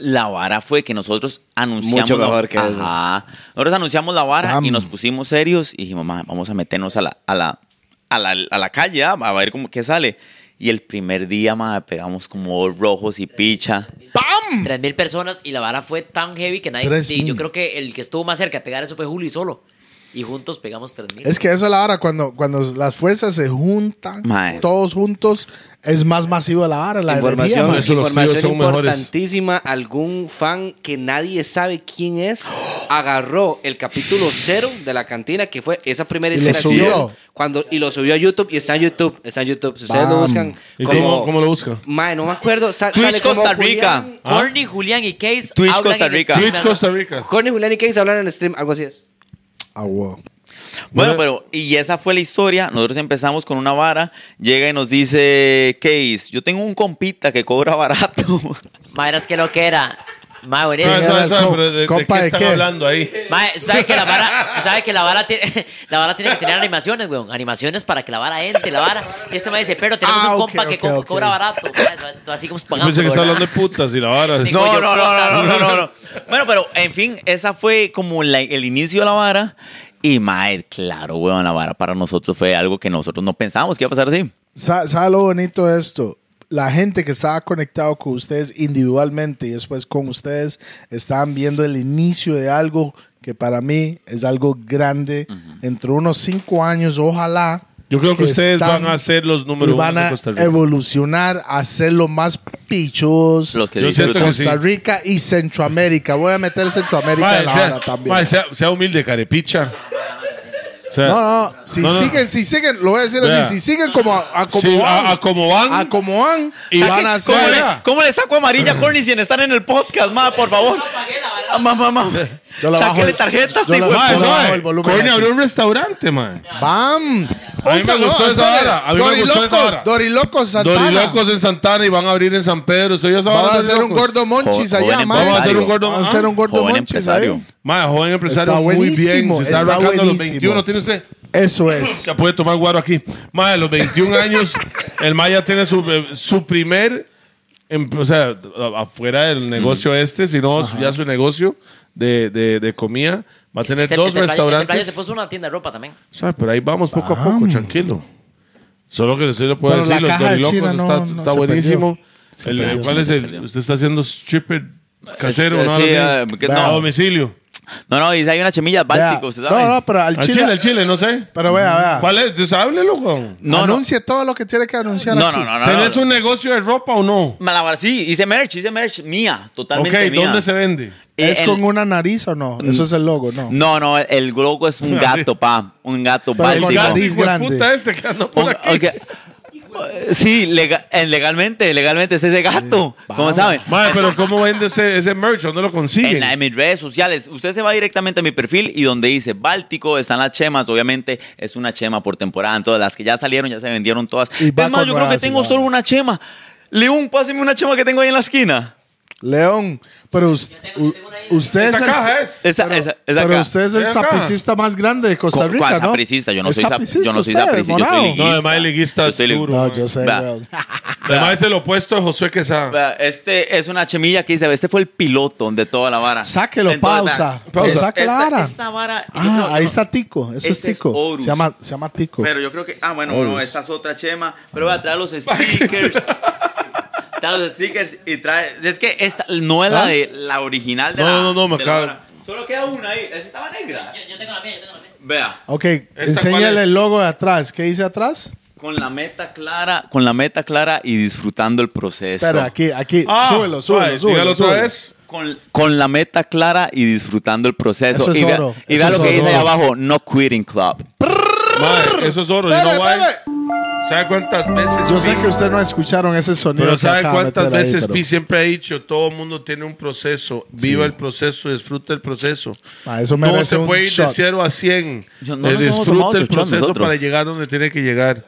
[SPEAKER 3] la vara fue que nosotros anunciamos.
[SPEAKER 5] Mucho
[SPEAKER 3] la-
[SPEAKER 5] mejor que eso.
[SPEAKER 3] Ajá. Nosotros anunciamos la vara
[SPEAKER 1] Damn.
[SPEAKER 3] y nos pusimos serios y dijimos, "Ma, vamos a meternos a la, a la, a la, a la calle, ah, a ver cómo, qué sale. Y el primer día, ma, pegamos como rojos y picha.
[SPEAKER 1] ¡Pam!
[SPEAKER 4] 3000 personas y la vara fue tan heavy que nadie.
[SPEAKER 1] Tres
[SPEAKER 4] sí, yo
[SPEAKER 1] mil.
[SPEAKER 4] creo que el que estuvo más cerca de pegar eso fue Juli solo. Y juntos pegamos 3000.
[SPEAKER 1] Es que eso es la vara. Cuando, cuando las fuerzas se juntan,
[SPEAKER 3] Mae.
[SPEAKER 1] todos juntos, es más masivo la vara. La
[SPEAKER 5] Información,
[SPEAKER 1] energía, mae.
[SPEAKER 2] Eso los
[SPEAKER 5] información
[SPEAKER 2] tuyos son mejores.
[SPEAKER 5] importantísima. Algún fan que nadie sabe quién es agarró el capítulo cero de la cantina, que fue esa primera
[SPEAKER 1] Y lo
[SPEAKER 5] interacción.
[SPEAKER 1] subió.
[SPEAKER 5] Cuando, y lo subió a YouTube y está en YouTube. Está en YouTube. Si ustedes lo
[SPEAKER 1] Bam.
[SPEAKER 5] buscan.
[SPEAKER 2] ¿Y cómo, cómo lo busca?
[SPEAKER 5] Mae, no me acuerdo. sa-
[SPEAKER 3] Twitch
[SPEAKER 5] sale como
[SPEAKER 3] Costa
[SPEAKER 5] Julián-
[SPEAKER 3] Rica.
[SPEAKER 4] Ah. Corny, Julián y Case.
[SPEAKER 3] Twitch
[SPEAKER 4] hablan
[SPEAKER 3] Costa
[SPEAKER 4] en
[SPEAKER 3] Rica.
[SPEAKER 4] stream,
[SPEAKER 2] Twitch
[SPEAKER 4] ¿verdad?
[SPEAKER 2] Costa Rica.
[SPEAKER 5] Corny, Julián y Case hablan en stream, algo así es.
[SPEAKER 1] Ah, wow.
[SPEAKER 3] Bueno, pero, y esa fue la historia. Nosotros empezamos con una vara. Llega y nos dice, Case, yo tengo un compita que cobra barato.
[SPEAKER 4] Madre, es que lo que era. Madre, buenísimo.
[SPEAKER 2] Suave, suave, suave,
[SPEAKER 1] Co-
[SPEAKER 2] Ah, pero ¿de, de
[SPEAKER 1] compa,
[SPEAKER 2] qué
[SPEAKER 1] ¿de
[SPEAKER 2] están
[SPEAKER 1] qué?
[SPEAKER 2] hablando ahí?
[SPEAKER 4] Mae, ¿sabe que la vara, sabe que la vara tiene, la vara tiene que tener animaciones, weón? Animaciones para que la vara entre, la vara. Y este mae dice, pero tenemos
[SPEAKER 1] Ah,
[SPEAKER 4] un
[SPEAKER 1] ok,
[SPEAKER 4] compa que
[SPEAKER 1] ok,
[SPEAKER 4] co-
[SPEAKER 1] ok.
[SPEAKER 4] cobra barato. Mae, así como
[SPEAKER 2] Yo pensé que está
[SPEAKER 4] pagándolo,
[SPEAKER 2] hablando de putas y la vara.
[SPEAKER 4] Sí,
[SPEAKER 3] No,
[SPEAKER 4] Coño,
[SPEAKER 3] no, no,
[SPEAKER 4] puta.
[SPEAKER 3] no, no, no, no. Bueno, pero en fin, esa fue como la- el inicio de la vara. Y mae, claro, weón, la vara para nosotros fue algo que nosotros no pensábamos que iba a pasar así.
[SPEAKER 1] Sa- ¿Sabe lo bonito de esto? La gente que estaba conectado con ustedes individualmente y después con ustedes estaban viendo el inicio de algo que para mí es algo grande. Entre unos cinco años, ojalá.
[SPEAKER 2] Yo creo que ustedes
[SPEAKER 1] están-
[SPEAKER 2] van a ser los número
[SPEAKER 1] y
[SPEAKER 2] uno
[SPEAKER 1] van
[SPEAKER 2] de
[SPEAKER 1] a
[SPEAKER 2] Costa Rica.
[SPEAKER 1] evolucionar, a ser los más pichos.
[SPEAKER 3] Los que
[SPEAKER 2] Yo siento
[SPEAKER 3] disfrutan.
[SPEAKER 2] que sí.
[SPEAKER 1] Costa Rica y Centroamérica. Voy a meter Centroamérica
[SPEAKER 2] Mae,
[SPEAKER 1] en la
[SPEAKER 2] sea,
[SPEAKER 1] vara también.
[SPEAKER 2] mae, sea- sea humilde, carepicha. O sea,
[SPEAKER 1] No, no, si
[SPEAKER 2] No, no.
[SPEAKER 1] siguen, si siguen, lo voy a decir
[SPEAKER 2] Vea.
[SPEAKER 1] así, si siguen como a, a como
[SPEAKER 2] Sí,
[SPEAKER 1] van,
[SPEAKER 2] a- a como van.
[SPEAKER 1] a Ah, como van,
[SPEAKER 2] Y
[SPEAKER 1] van a
[SPEAKER 2] van-
[SPEAKER 1] hacer
[SPEAKER 2] ¿cómo
[SPEAKER 3] ¿Cómo le- ¿Cómo le saco amarilla, Corny, sin estar en el podcast, mae, por favor? Mamá, mamá.
[SPEAKER 1] Yo la bajo
[SPEAKER 3] Sáquele
[SPEAKER 1] el-
[SPEAKER 3] tarjetas,
[SPEAKER 1] yo la
[SPEAKER 3] hijo de
[SPEAKER 1] bajo
[SPEAKER 2] Mae,
[SPEAKER 1] Yo
[SPEAKER 3] puta.
[SPEAKER 1] le bajo
[SPEAKER 2] suave.
[SPEAKER 1] el volumen
[SPEAKER 2] Corny
[SPEAKER 1] aquí.
[SPEAKER 2] abrió un restaurante, mae.
[SPEAKER 1] ¡Bam!
[SPEAKER 2] A mí me gustó esa vara, a mí me gustó esa
[SPEAKER 1] Dorilocos,
[SPEAKER 2] vara.
[SPEAKER 1] Dorilocos Santana.
[SPEAKER 2] Dorilocos en Santana y van a abrir en San Pedro. Soy yo esa
[SPEAKER 1] Vamos
[SPEAKER 2] vara
[SPEAKER 1] a
[SPEAKER 2] de
[SPEAKER 1] hacer un
[SPEAKER 2] locos.
[SPEAKER 1] gordo monchis
[SPEAKER 3] Jo-
[SPEAKER 1] allá,
[SPEAKER 3] joven
[SPEAKER 1] mae.
[SPEAKER 2] Vamos a hacer un gordo-
[SPEAKER 1] Vamos a hacer un gordo
[SPEAKER 3] Joven
[SPEAKER 1] monchis
[SPEAKER 3] empresario.
[SPEAKER 1] ahí.
[SPEAKER 2] Mae, joven empresario,
[SPEAKER 1] Está
[SPEAKER 2] muy bien.
[SPEAKER 1] buenísimo,
[SPEAKER 2] Se está,
[SPEAKER 1] está
[SPEAKER 2] arrancando a los
[SPEAKER 1] buenísimo.
[SPEAKER 2] 21, tiene usted.
[SPEAKER 1] Eso es.
[SPEAKER 2] Ya puede tomar guaro aquí. Mae, a los 21 años, el Mae ya tiene su, eh, su primer, em- o sea, a- afuera del negocio este, sino su- ya su negocio de, de, de comida. Va a tener
[SPEAKER 4] Este-
[SPEAKER 2] dos
[SPEAKER 4] este playo- Este playo
[SPEAKER 2] restaurantes.
[SPEAKER 4] se puso una tienda de ropa también.
[SPEAKER 2] O sea, pero ahí vamos poco a poco, tranquilo. Solo que sí le puedo
[SPEAKER 1] Pero
[SPEAKER 2] decir,
[SPEAKER 1] la
[SPEAKER 2] los
[SPEAKER 1] caja de
[SPEAKER 2] dorilocos
[SPEAKER 1] China
[SPEAKER 2] está,
[SPEAKER 1] no- no
[SPEAKER 2] está
[SPEAKER 1] se
[SPEAKER 2] buenísimo. El-
[SPEAKER 3] perdió,
[SPEAKER 2] ¿Cuál
[SPEAKER 3] se
[SPEAKER 2] es el?
[SPEAKER 3] perdió.
[SPEAKER 2] Usted está haciendo stripper casero,
[SPEAKER 3] Sí,
[SPEAKER 2] ¿no?
[SPEAKER 3] sí,
[SPEAKER 2] Algo así.
[SPEAKER 3] eh, que
[SPEAKER 2] A
[SPEAKER 3] no.
[SPEAKER 2] domicilio.
[SPEAKER 3] No, no, dice, hay una chemilla báltica,
[SPEAKER 1] Vea.
[SPEAKER 3] ¿usted sabe?
[SPEAKER 1] No, no, pero al
[SPEAKER 2] Al Chile, al
[SPEAKER 1] Chile.
[SPEAKER 2] Chile, no sé.
[SPEAKER 1] Pero vea, vea.
[SPEAKER 2] ¿Cuál es? Entonces, háblelo, weón.
[SPEAKER 3] No, no.
[SPEAKER 1] Anuncie todo lo que tiene que anunciar
[SPEAKER 3] No,
[SPEAKER 1] aquí.
[SPEAKER 3] no, no, no,
[SPEAKER 2] ¿Tenés
[SPEAKER 3] no.
[SPEAKER 2] un negocio de ropa o no?
[SPEAKER 3] Malabar, sí, hice merch, hice merch mía,
[SPEAKER 2] Ok,
[SPEAKER 3] totalmente mía.
[SPEAKER 2] ¿dónde se vende?
[SPEAKER 3] Eh,
[SPEAKER 1] ¿Es
[SPEAKER 3] el- Mm.
[SPEAKER 1] con una nariz o no? Eso es el logo, ¿no?
[SPEAKER 3] No, no, el globo es
[SPEAKER 2] Ah,
[SPEAKER 3] un gato, pa. Un gato
[SPEAKER 1] Pero con
[SPEAKER 3] báltico.
[SPEAKER 1] nariz
[SPEAKER 2] Hijo de
[SPEAKER 1] grande.
[SPEAKER 2] puta este que anda por
[SPEAKER 3] Un-
[SPEAKER 2] aquí.
[SPEAKER 3] ok. Sí, lega- eh, legalmente, legalmente es ese gato. ¿Cómo saben?
[SPEAKER 2] Madre, pero ¿cómo vende ese, ese merch? ¿Dónde lo
[SPEAKER 3] En,
[SPEAKER 2] consiguen?
[SPEAKER 3] la- en mis redes sociales, usted se va directamente a mi perfil y donde dice Báltico están las chemas. Obviamente es una chema por temporada. Entonces las que ya salieron ya se vendieron todas.
[SPEAKER 1] Y
[SPEAKER 3] Es
[SPEAKER 1] va
[SPEAKER 3] más,
[SPEAKER 1] con
[SPEAKER 3] yo creo que
[SPEAKER 1] nuevas,
[SPEAKER 3] tengo
[SPEAKER 1] igual.
[SPEAKER 3] solo una chema. León, páseme una chema que tengo ahí en la esquina.
[SPEAKER 1] León, pero us- u- usted es
[SPEAKER 2] Esa
[SPEAKER 1] el,
[SPEAKER 2] caja es.
[SPEAKER 3] Esa, esa, esa
[SPEAKER 1] pero
[SPEAKER 3] acá.
[SPEAKER 1] usted es el
[SPEAKER 2] Esa caja.
[SPEAKER 1] sapricista más grande de Costa
[SPEAKER 3] ¿Cuál
[SPEAKER 1] Rica, ¿no?
[SPEAKER 3] sapricista? Yo no
[SPEAKER 1] ¿Es
[SPEAKER 3] soy sap- yo no soy
[SPEAKER 1] usted,
[SPEAKER 3] sapricista, yo soy
[SPEAKER 1] morado?
[SPEAKER 3] liguista.
[SPEAKER 2] No, el mae liguista
[SPEAKER 3] Yo soy li-
[SPEAKER 2] duro.
[SPEAKER 1] No, yo sé,
[SPEAKER 3] Va.
[SPEAKER 1] weón.
[SPEAKER 2] Además es el opuesto de Josué Quesada.
[SPEAKER 3] Vea, Este es una chemilla que dice, este fue el piloto de toda la vara.
[SPEAKER 1] Sáquelo, pausa.
[SPEAKER 3] vea,
[SPEAKER 1] Pausa.
[SPEAKER 3] esta-
[SPEAKER 1] Saque la vara.
[SPEAKER 3] Esta vara. yo
[SPEAKER 1] Ah,
[SPEAKER 3] creo-
[SPEAKER 1] ahí
[SPEAKER 3] no,
[SPEAKER 1] está Tico, eso es
[SPEAKER 3] Este es
[SPEAKER 1] Tico.
[SPEAKER 3] Horus.
[SPEAKER 1] se, llama, se llama Tico.
[SPEAKER 3] Pero yo creo que. Ah, bueno, no, esta es otra chema. Pero va a traer los stickers. trae los stickers y trae. Es que esta no es
[SPEAKER 1] ¿Ah?
[SPEAKER 3] la de la original de
[SPEAKER 2] No,
[SPEAKER 3] la.
[SPEAKER 2] no, no, me
[SPEAKER 3] de la
[SPEAKER 2] acabo-
[SPEAKER 3] vara. Solo queda una ahí. Esa estaba negra.
[SPEAKER 4] Yo tengo la mía, yo tengo la mía.
[SPEAKER 3] Vea.
[SPEAKER 1] ok,
[SPEAKER 2] cuál
[SPEAKER 1] enséñale
[SPEAKER 2] es?
[SPEAKER 1] el logo de atrás. ¿Qué dice atrás?
[SPEAKER 3] Con la meta clara. Con la meta clara y disfrutando el proceso.
[SPEAKER 1] Espera, aquí, aquí.
[SPEAKER 2] Ah,
[SPEAKER 1] súbelo,
[SPEAKER 2] suave,
[SPEAKER 1] súbelo, súbelo.
[SPEAKER 2] dígalo otra
[SPEAKER 1] súbelo.
[SPEAKER 2] vez.
[SPEAKER 3] Con, con la meta clara y disfrutando el proceso.
[SPEAKER 1] Eso es
[SPEAKER 3] y vea,
[SPEAKER 1] oro,
[SPEAKER 3] y
[SPEAKER 1] eso
[SPEAKER 3] vea
[SPEAKER 1] es
[SPEAKER 3] lo que dice ahí
[SPEAKER 1] oro.
[SPEAKER 3] abajo: No Quitting Club.
[SPEAKER 2] Madre, eso es oro.
[SPEAKER 1] Espere,
[SPEAKER 2] yo no voy.
[SPEAKER 1] espere.
[SPEAKER 2] ¿Sabe cuántas veces?
[SPEAKER 1] Yo sé
[SPEAKER 2] Pi-
[SPEAKER 1] que ustedes no escucharon ese sonido.
[SPEAKER 2] Pero
[SPEAKER 1] que
[SPEAKER 2] ¿sabe
[SPEAKER 1] acaba de
[SPEAKER 2] cuántas
[SPEAKER 1] meter ahí,
[SPEAKER 2] veces
[SPEAKER 1] pero-
[SPEAKER 2] Pi siempre ha dicho? Todo mundo tiene un proceso. Viva el proceso, disfruta el proceso.
[SPEAKER 1] Ah, eso
[SPEAKER 2] no
[SPEAKER 1] merece
[SPEAKER 2] se
[SPEAKER 1] un
[SPEAKER 2] puede ir
[SPEAKER 1] shot.
[SPEAKER 2] de 0 a 100.
[SPEAKER 3] Yo- no
[SPEAKER 2] Eh,
[SPEAKER 3] nos hemos tomado
[SPEAKER 2] disfruta
[SPEAKER 3] otro
[SPEAKER 2] el
[SPEAKER 3] shot
[SPEAKER 2] proceso
[SPEAKER 3] nosotros.
[SPEAKER 2] para llegar donde tiene que llegar.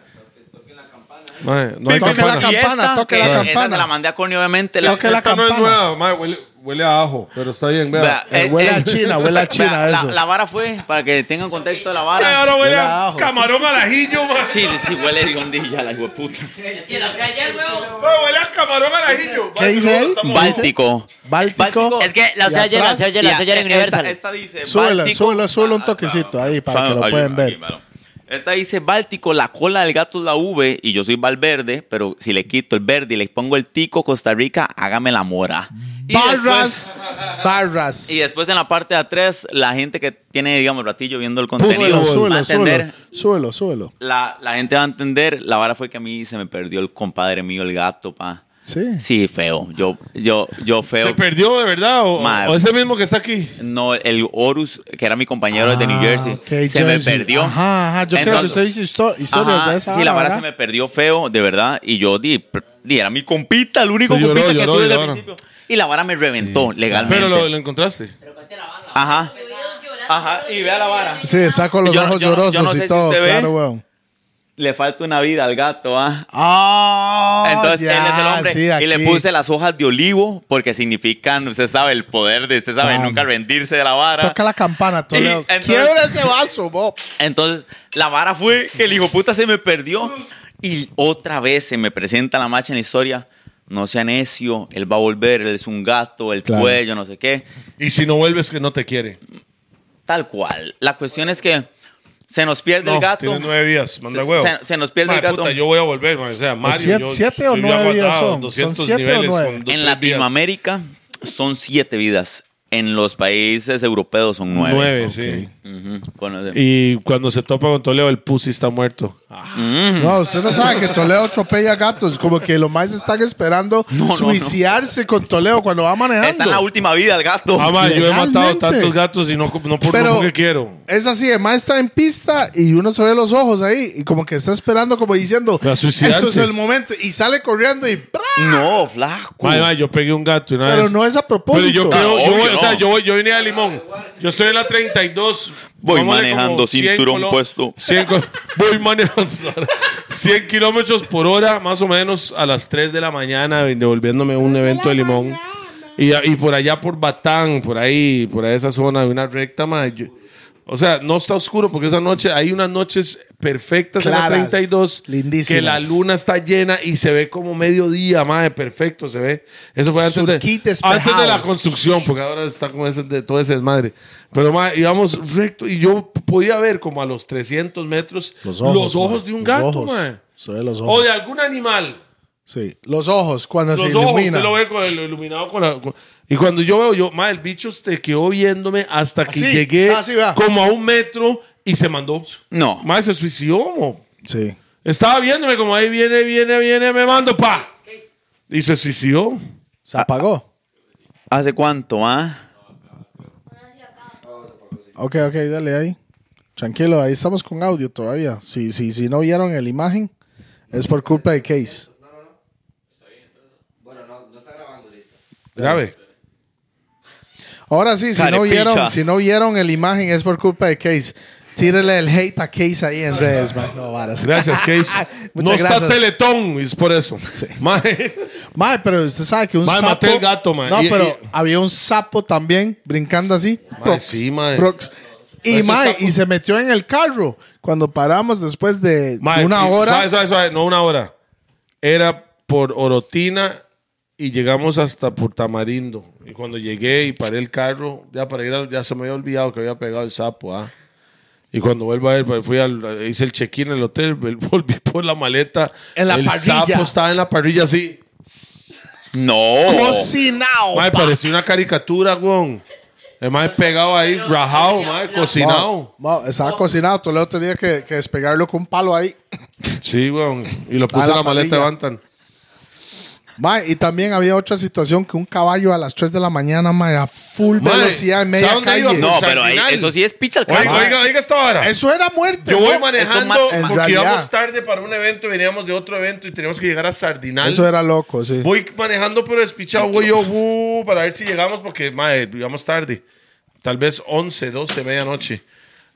[SPEAKER 2] Madre, no hay
[SPEAKER 1] Toque la
[SPEAKER 2] campana.
[SPEAKER 1] campana, toque
[SPEAKER 3] que
[SPEAKER 1] la
[SPEAKER 3] esta
[SPEAKER 1] campana.
[SPEAKER 3] se eh, la mandé a Connie, obviamente.
[SPEAKER 1] Sí,
[SPEAKER 3] la-
[SPEAKER 1] ok, la
[SPEAKER 2] Esta no es
[SPEAKER 1] campana.
[SPEAKER 2] nueva, madre, huele, huele a ajo, pero está bien, vea.
[SPEAKER 3] Vea,
[SPEAKER 1] Eh,
[SPEAKER 3] eh,
[SPEAKER 1] huele a
[SPEAKER 3] eh,
[SPEAKER 1] China, huele a China
[SPEAKER 3] vea, la-
[SPEAKER 1] eso.
[SPEAKER 3] La, vara fue, para que tengan contexto de la
[SPEAKER 2] Ay,
[SPEAKER 3] vara.
[SPEAKER 2] ahora huele
[SPEAKER 1] Huele
[SPEAKER 2] a
[SPEAKER 1] a ajo.
[SPEAKER 2] camarón al ajillo, madre.
[SPEAKER 3] Sí, sí, huele de hondilla la hueputa.
[SPEAKER 4] Es que la hacía ayer, weón.
[SPEAKER 2] Madre, Huele a camarón al ajillo.
[SPEAKER 1] ¿Qué
[SPEAKER 2] madre,
[SPEAKER 1] dice
[SPEAKER 2] no,
[SPEAKER 1] ahí?
[SPEAKER 2] estamos-
[SPEAKER 3] Báltico.
[SPEAKER 1] Báltico.
[SPEAKER 3] Báltico.
[SPEAKER 4] Es que la
[SPEAKER 1] Y
[SPEAKER 4] hacía ayer, la hacía
[SPEAKER 1] atrás.
[SPEAKER 4] ayer, la hacía ayer en
[SPEAKER 3] esta,
[SPEAKER 4] Universal.
[SPEAKER 3] e- esta dice
[SPEAKER 1] Súbela,
[SPEAKER 3] Báltico. Ah,
[SPEAKER 1] súbela, súbela un toquecito ahí para que lo
[SPEAKER 3] Ayuda,
[SPEAKER 1] puedan ver.
[SPEAKER 3] aquí, mano. Esta dice Báltico, la cola del gato es la V y yo soy Valverde, pero si le quito el verde y le pongo el tico Costa Rica, hágame la mora. Y después-
[SPEAKER 1] Barras, barras.
[SPEAKER 3] Y después en la parte de atrás, la gente que tiene, digamos, ratillo viendo el contenido,
[SPEAKER 1] Súbelo,
[SPEAKER 3] va a
[SPEAKER 1] súbelo,
[SPEAKER 3] entender.
[SPEAKER 1] súbelo, súbelo, súbelo.
[SPEAKER 3] La, la gente va a entender. La vara fue que a mí se me perdió el compadre mío, el gato, pa.
[SPEAKER 1] Sí.
[SPEAKER 3] Sí, feo. Yo, yo, yo feo.
[SPEAKER 2] ¿Se perdió de verdad? O,
[SPEAKER 3] Madre.
[SPEAKER 2] o ese mismo que está aquí?
[SPEAKER 3] No, el Horus, que era mi compañero desde New Jersey,
[SPEAKER 1] Ah, ok,
[SPEAKER 3] se
[SPEAKER 1] Jersey.
[SPEAKER 3] me perdió.
[SPEAKER 1] Ajá, ajá. Yo creo que
[SPEAKER 3] Entonces-
[SPEAKER 1] usted dice histo- historias
[SPEAKER 3] Ajá,
[SPEAKER 1] de esa.
[SPEAKER 3] Sí, la vara
[SPEAKER 1] ¿verdad?
[SPEAKER 3] se me perdió feo, de verdad. Y yo di, pr- di, era mi compita, el único
[SPEAKER 2] Sí, lloró,
[SPEAKER 3] compita que
[SPEAKER 2] lloró,
[SPEAKER 3] tuve desde el
[SPEAKER 2] lloró.
[SPEAKER 3] principio. Y la vara me reventó legalmente.
[SPEAKER 2] Pero lo, lo encontraste.
[SPEAKER 3] Ajá.
[SPEAKER 7] Yo he ido llorando
[SPEAKER 3] Ajá, y vea la vara.
[SPEAKER 1] Sí, está con los
[SPEAKER 3] Yo no-
[SPEAKER 1] ojos
[SPEAKER 3] yo no- yo no
[SPEAKER 1] llorosos
[SPEAKER 3] sé
[SPEAKER 1] y
[SPEAKER 3] si
[SPEAKER 1] todo,
[SPEAKER 3] usted ve.
[SPEAKER 1] claro, weón.
[SPEAKER 3] Le falta una vida al gato, ¿ah?
[SPEAKER 2] Oh,
[SPEAKER 1] Ah,
[SPEAKER 3] Entonces
[SPEAKER 1] ya,
[SPEAKER 3] él es el hombre.
[SPEAKER 1] sí,
[SPEAKER 3] y le
[SPEAKER 1] aquí.
[SPEAKER 3] puse las hojas de olivo porque significan, usted sabe, el poder de, usted sabe,
[SPEAKER 1] Claro.
[SPEAKER 3] nunca rendirse de la vara.
[SPEAKER 1] Toca la campana, Toledo.
[SPEAKER 3] entonces-
[SPEAKER 1] Quiebra ese vaso, Bob.
[SPEAKER 3] Entonces, la vara fue que el hijo puta se me perdió. Y otra vez se me presenta la macha en la historia. No sea necio, él va a volver, él es un gato, el
[SPEAKER 1] Claro.
[SPEAKER 3] cuello, no sé qué.
[SPEAKER 2] Y si no vuelves, que no te quiere.
[SPEAKER 3] Tal cual. La cuestión es que se nos pierde
[SPEAKER 2] No,
[SPEAKER 3] el gato.
[SPEAKER 2] Tiene nueve días, manda huevo.
[SPEAKER 3] Se, se nos pierde
[SPEAKER 2] Ma,
[SPEAKER 3] el gato.
[SPEAKER 2] puta, yo voy a volver, ma, o sea, Mario.
[SPEAKER 1] Pues siete-
[SPEAKER 2] yo-
[SPEAKER 1] siete o
[SPEAKER 2] yo ya
[SPEAKER 1] nueve días
[SPEAKER 2] aguantaba
[SPEAKER 1] son.
[SPEAKER 2] 200
[SPEAKER 1] Son siete o
[SPEAKER 2] niveles
[SPEAKER 1] nueve.
[SPEAKER 2] con dos,
[SPEAKER 3] En
[SPEAKER 2] tres días.
[SPEAKER 3] Latinoamérica son siete vidas. En los países europeos son nueve.
[SPEAKER 2] Nueve, sí.
[SPEAKER 3] Ujú, con los de-
[SPEAKER 2] Y cuando se topa con Toledo, el pussy está muerto.
[SPEAKER 3] Mm.
[SPEAKER 1] No, usted no sabe que Toledo atropella gatos. Como que los más están esperando
[SPEAKER 3] no, no.
[SPEAKER 1] suicidarse con Toledo cuando va manejando.
[SPEAKER 3] Está en la última vida el gato.
[SPEAKER 2] Ah, ma, yo he matado
[SPEAKER 1] Oh, Legalmente.
[SPEAKER 2] tantos gatos y no, no por
[SPEAKER 1] Pero-
[SPEAKER 2] lo que quiero.
[SPEAKER 1] Es así, además está en pista y uno se ve los ojos ahí y como que está esperando, como diciendo,
[SPEAKER 2] Va a
[SPEAKER 1] esto
[SPEAKER 2] suicidarse.
[SPEAKER 1] es el momento. Y sale corriendo y ¡pra!
[SPEAKER 3] No, flaco.
[SPEAKER 2] Ma, ma, yo pegué un gato y una
[SPEAKER 1] Pero
[SPEAKER 2] vez-
[SPEAKER 1] no es a
[SPEAKER 2] Pero yo
[SPEAKER 1] propósito.
[SPEAKER 2] creo, yo,
[SPEAKER 3] Ah,
[SPEAKER 2] voy-
[SPEAKER 3] obvio,
[SPEAKER 2] o sea,
[SPEAKER 3] no.
[SPEAKER 2] yo, voy- yo vine a Limón. Yo estoy en la 32.
[SPEAKER 3] Voy
[SPEAKER 2] Vámonos
[SPEAKER 3] manejando,
[SPEAKER 2] como 100
[SPEAKER 3] cinturón
[SPEAKER 2] kilo-
[SPEAKER 3] puesto.
[SPEAKER 2] 100 co- voy manejando 100 kilómetros por hora, más o menos a las 3 de la mañana, devolviéndome a un evento de Limón. Y, y por allá, por Batán, por ahí, por esa zona de una recta, ma, yo- o sea, no está oscuro porque esa noche hay unas noches perfectas
[SPEAKER 1] Claras,
[SPEAKER 2] en la 32
[SPEAKER 1] lindísimas.
[SPEAKER 2] que la luna está llena y se ve como mediodía, madre, perfecto, se ve. Eso fue antes de,
[SPEAKER 1] Surquí despejado.
[SPEAKER 2] antes de la construcción, porque ahora está con ese, de todo ese desmadre. Pero ma, íbamos recto y yo podía ver como a los 300 metros los ojos,
[SPEAKER 1] ma,
[SPEAKER 2] de un
[SPEAKER 1] los
[SPEAKER 2] gato,
[SPEAKER 1] ojos.
[SPEAKER 2] ma.
[SPEAKER 1] Se ve los
[SPEAKER 2] O
[SPEAKER 1] ojos.
[SPEAKER 2] de algún animal.
[SPEAKER 1] Sí, los ojos cuando
[SPEAKER 2] Los
[SPEAKER 1] se
[SPEAKER 2] ojos,
[SPEAKER 1] ilumina.
[SPEAKER 2] usted lo ve con el iluminado con la- con- y cuando yo veo, yo, ma, el bicho se quedó viéndome hasta que
[SPEAKER 1] Así,
[SPEAKER 2] llegué
[SPEAKER 1] así, vea.
[SPEAKER 2] como a un metro y se mandó.
[SPEAKER 3] No.
[SPEAKER 2] Ma, se suicidó, mo.
[SPEAKER 1] Sí.
[SPEAKER 2] Estaba viéndome como ahí viene, viene, viene, me mando, pa. Y se suicidó.
[SPEAKER 1] Se apagó.
[SPEAKER 3] ¿Hace cuánto, ah?
[SPEAKER 1] Ok, ok, dale ahí. Tranquilo, ahí estamos con audio todavía. Si, si, si no vieron la imagen, es por culpa de Case.
[SPEAKER 2] Grave.
[SPEAKER 1] Ahora sí, si no
[SPEAKER 3] Carepicha.
[SPEAKER 1] vieron, si no vieron la imagen, es por culpa de Case. Tírele el hate a Case ahí en redes, man. No, varas.
[SPEAKER 2] Gracias, Case. no
[SPEAKER 1] Muchas
[SPEAKER 2] está
[SPEAKER 1] gracias.
[SPEAKER 2] Teletón, es por eso. Mae,
[SPEAKER 1] Mae, pero usted sabe que un
[SPEAKER 2] Mae,
[SPEAKER 1] sapo.
[SPEAKER 2] maté el gato, mae.
[SPEAKER 1] No,
[SPEAKER 2] Y-
[SPEAKER 1] pero
[SPEAKER 2] y-
[SPEAKER 1] había un sapo también brincando así. Prox,
[SPEAKER 2] sí, mae.
[SPEAKER 1] prox. Y,
[SPEAKER 2] Esos
[SPEAKER 1] mae,
[SPEAKER 2] sapos-
[SPEAKER 1] y se metió en el carro cuando paramos después de
[SPEAKER 2] mae,
[SPEAKER 1] una
[SPEAKER 2] y-
[SPEAKER 1] hora.
[SPEAKER 2] suave, suave, suave, no una hora. Era por Orotina y llegamos hasta por Tamarindo. Y cuando llegué y paré el carro, ya para ir al- ya se me había olvidado que había pegado el sapo, ah. Y cuando vuelvo a ver, pues, fui al, hice el check-in en el hotel, vol- volví por la maleta.
[SPEAKER 1] En la
[SPEAKER 2] el
[SPEAKER 1] parrilla.
[SPEAKER 2] sapo estaba en la parrilla así.
[SPEAKER 3] No.
[SPEAKER 1] Cocinado.
[SPEAKER 2] Mae, parecía una caricatura, weón. El mae pegado ahí, rajado, mae, cocinado.
[SPEAKER 1] No, no, estaba cocinado. Toledo tenía que, que despegarlo con un palo ahí.
[SPEAKER 2] Sí, weón. Y lo
[SPEAKER 1] Ah,
[SPEAKER 2] puse en
[SPEAKER 1] la
[SPEAKER 2] la maleta
[SPEAKER 1] parrilla.
[SPEAKER 2] de Bantan.
[SPEAKER 1] Mae, y también había otra situación que un caballo a las 3 de la mañana, mae, a full
[SPEAKER 2] Mae,
[SPEAKER 1] velocidad en
[SPEAKER 2] ¿sabe
[SPEAKER 1] media
[SPEAKER 2] dónde
[SPEAKER 1] calle.
[SPEAKER 2] iba?
[SPEAKER 3] No,
[SPEAKER 2] Pues al
[SPEAKER 3] pero ahí-
[SPEAKER 2] final.
[SPEAKER 3] eso sí es picha al
[SPEAKER 2] Oiga,
[SPEAKER 3] carro.
[SPEAKER 2] oiga, oiga esta vara.
[SPEAKER 1] Eso era muerte.
[SPEAKER 2] Yo voy
[SPEAKER 1] ¿no?
[SPEAKER 2] manejando
[SPEAKER 3] eso ma-
[SPEAKER 1] en
[SPEAKER 2] porque
[SPEAKER 1] realidad.
[SPEAKER 2] íbamos tarde para un evento, veníamos de otro evento y teníamos que llegar a Sardinal.
[SPEAKER 1] Eso era loco, sí.
[SPEAKER 2] Voy manejando pero despichado, voy yo uh, para ver si llegamos porque, madre, llegamos tarde. Tal vez 11, 12, medianoche.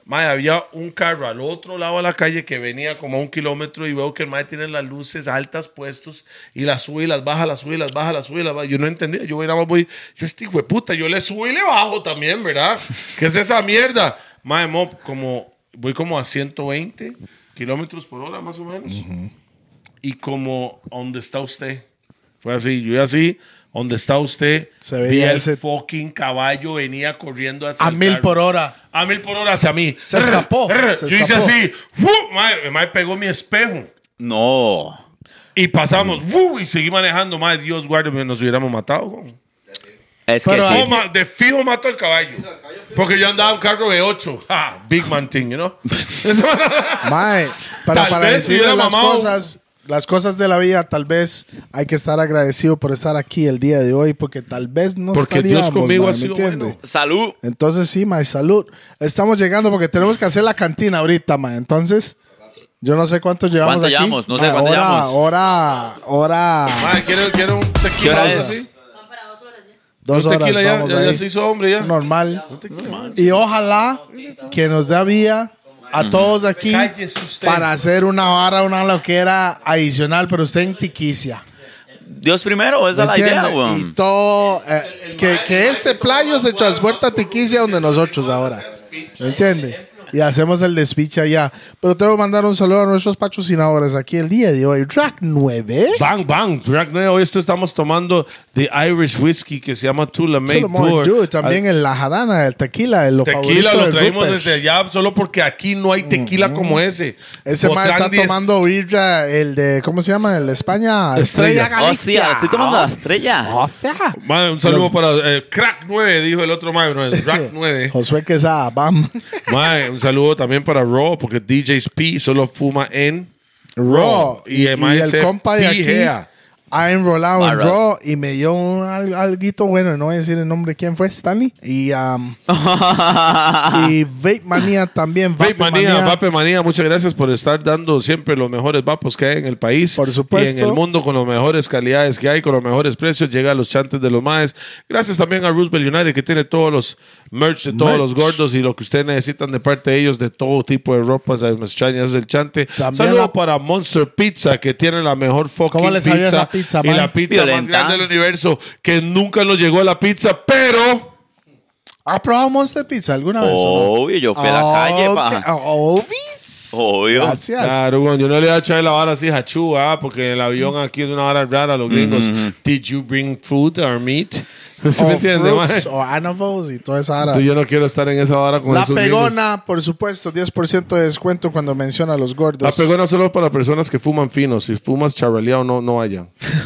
[SPEAKER 2] Madre, había un carro al otro lado de la calle que venía como a un kilómetro y veo que el madre tiene las luces altas puestos y las sube y las baja, las sube y las baja, las sube y las baja. Yo no entendía, yo nada más voy, yo este hijo de puta, yo le subo y le bajo también, ¿verdad? ¿Qué es esa mierda? Madre, mo, como, voy como a 120 kilómetros por hora más o menos y como donde está usted. Fue así, yo iba así, donde está usted,
[SPEAKER 1] Se veía
[SPEAKER 2] vi el
[SPEAKER 1] ese-
[SPEAKER 2] fucking caballo venía corriendo hacia
[SPEAKER 1] A
[SPEAKER 2] el
[SPEAKER 1] mil
[SPEAKER 2] carro.
[SPEAKER 1] por hora.
[SPEAKER 2] A mil por hora hacia mí.
[SPEAKER 1] Se escapó, se
[SPEAKER 2] yo hice
[SPEAKER 1] escapó.
[SPEAKER 2] así, ¡fu! Madre, el madre pegó mi espejo.
[SPEAKER 3] No.
[SPEAKER 2] Y pasamos, ¡fu! y seguí manejando. Madre, Dios guarde, pues, nos hubiéramos matado. güey.
[SPEAKER 3] Es que
[SPEAKER 1] Pero
[SPEAKER 3] sí.
[SPEAKER 2] No, ma- de fijo mato el caballo. Porque yo andaba en un carro de 8. big man thing, you know?
[SPEAKER 1] Mae, para,
[SPEAKER 2] Tal
[SPEAKER 1] eh, para
[SPEAKER 2] vez
[SPEAKER 1] decirle
[SPEAKER 2] hubiera
[SPEAKER 1] las
[SPEAKER 2] mamado.
[SPEAKER 1] cosas, las cosas de la vida, tal vez hay que estar agradecido por estar aquí el día de hoy, porque tal vez no
[SPEAKER 2] Porque Dios
[SPEAKER 1] estaríamos,
[SPEAKER 2] conmigo
[SPEAKER 1] mae,
[SPEAKER 2] ha
[SPEAKER 1] ¿me
[SPEAKER 2] sido
[SPEAKER 1] entiende?
[SPEAKER 2] bueno.
[SPEAKER 3] Salud.
[SPEAKER 1] Entonces sí, mae, salud. Estamos llegando porque tenemos que hacer la cantina ahorita, mae. Entonces, yo no sé cuánto llevamos
[SPEAKER 3] ¿Cuánto
[SPEAKER 1] aquí.
[SPEAKER 3] llevamos? No sé
[SPEAKER 1] Mae,
[SPEAKER 3] cuánto
[SPEAKER 1] hora,
[SPEAKER 3] llevamos.
[SPEAKER 1] Hora, hora,
[SPEAKER 2] Madre, ¿quiero, quiero un
[SPEAKER 3] ¿Qué
[SPEAKER 2] tequila?
[SPEAKER 3] hora
[SPEAKER 2] o algo
[SPEAKER 3] es?
[SPEAKER 2] así?
[SPEAKER 1] Dos Dos
[SPEAKER 2] No,
[SPEAKER 1] horas
[SPEAKER 2] tequila ya,
[SPEAKER 1] vamos
[SPEAKER 2] ya- ya
[SPEAKER 1] ahí.
[SPEAKER 2] se hizo hombre ya.
[SPEAKER 1] Normal.
[SPEAKER 2] No manches.
[SPEAKER 1] Y ojalá que nos dé vía a todos aquí
[SPEAKER 2] Cállese usted.
[SPEAKER 1] para hacer una vara, una loquera adicional, pero usted en Tiquicia.
[SPEAKER 3] Dios primero, esa
[SPEAKER 1] ¿Me
[SPEAKER 3] es la idea,
[SPEAKER 1] entiende? Y
[SPEAKER 3] weón.
[SPEAKER 1] todo. eh, que, que este playo se transporta a Tiquicia donde nosotros ahora. ¿Me entiende? Y hacemos el despiche allá. Pero tengo que mandar un saludo a nuestros patrocinadores aquí el día de hoy. Rack 9.
[SPEAKER 2] Bang, bang. Drag Night. Hoy esto estamos tomando de Irish Whiskey que se llama Tula May
[SPEAKER 1] Solomon
[SPEAKER 2] Tour.
[SPEAKER 1] Drew, también el la jarana, el tequila, el lo
[SPEAKER 2] Tequila
[SPEAKER 1] favorito
[SPEAKER 2] lo
[SPEAKER 1] del
[SPEAKER 2] traímos
[SPEAKER 1] Rupert.
[SPEAKER 2] desde allá solo porque aquí no hay tequila como ese.
[SPEAKER 1] Ese man
[SPEAKER 2] Botlán
[SPEAKER 1] está
[SPEAKER 2] 10.
[SPEAKER 1] tomando birra, el de, ¿cómo se llama? El de España, Estrella,
[SPEAKER 3] Hostia,
[SPEAKER 1] Galicia.
[SPEAKER 3] estoy tomando la estrella.
[SPEAKER 1] Hostia.
[SPEAKER 2] Man, un saludo para eh, Crack 9, dijo el otro man, no, es Crack 9.
[SPEAKER 1] Josué Quesada, bam.
[SPEAKER 2] Man, un saludo también para Raw, porque DJs P solo fuma en
[SPEAKER 1] Raw.
[SPEAKER 2] Y,
[SPEAKER 1] Y,
[SPEAKER 2] el
[SPEAKER 1] y
[SPEAKER 2] man se
[SPEAKER 1] el compa de aquí
[SPEAKER 2] pijea.
[SPEAKER 1] ha enrolado en
[SPEAKER 3] Barra.
[SPEAKER 1] Raw y me dio un al- alguito bueno, no voy a decir el nombre de quién fue, Stanley. Y, um, y Vape Manía también.
[SPEAKER 2] Vape Manía, Vape Manía, muchas gracias por estar dando siempre los mejores vapos que hay en el país.
[SPEAKER 1] Por supuesto.
[SPEAKER 2] Y en el mundo con las mejores calidades que hay, con los mejores precios. Llega a los chantes de los maes. Gracias también a Roosevelt United que tiene todos los merch de todos
[SPEAKER 1] Merch.
[SPEAKER 2] los gordos y lo que ustedes necesitan de parte de ellos, de todo tipo de ropas. Ahí Me extraña, es el chante.
[SPEAKER 1] También
[SPEAKER 2] Saludo
[SPEAKER 1] la-
[SPEAKER 2] para Monster Pizza que tiene la mejor fucking
[SPEAKER 1] ¿Cómo les salió
[SPEAKER 2] pizza.
[SPEAKER 1] esa pizza,
[SPEAKER 2] y
[SPEAKER 1] man?
[SPEAKER 2] la pizza más
[SPEAKER 3] Violenta.
[SPEAKER 2] grande del universo que nunca nos llegó la pizza, pero...
[SPEAKER 1] ¿Has probado Monster Pizza alguna vez? o no?
[SPEAKER 3] Obvio, yo fui a la calle,
[SPEAKER 1] Ok,
[SPEAKER 3] pa.
[SPEAKER 1] Obvis.
[SPEAKER 3] Obvio.
[SPEAKER 1] Gracias.
[SPEAKER 2] Claro, bueno, yo no le voy a echar la vara así hachú, ah, porque el avión aquí es una vara rara a los gringos. Did you bring food or meat? ¿Usted me
[SPEAKER 1] o
[SPEAKER 2] entiende,
[SPEAKER 1] Oh, fruits,
[SPEAKER 2] mae?
[SPEAKER 1] o anavos y toda esa vara.
[SPEAKER 2] Tú, Yo no quiero estar en esa vara con
[SPEAKER 1] La
[SPEAKER 2] esos gringos.
[SPEAKER 1] pegona, por supuesto, 10% de descuento cuando menciona a los gordos.
[SPEAKER 2] La pegona solo para personas que fuman fino. Si fumas charraleado, no, no vayan.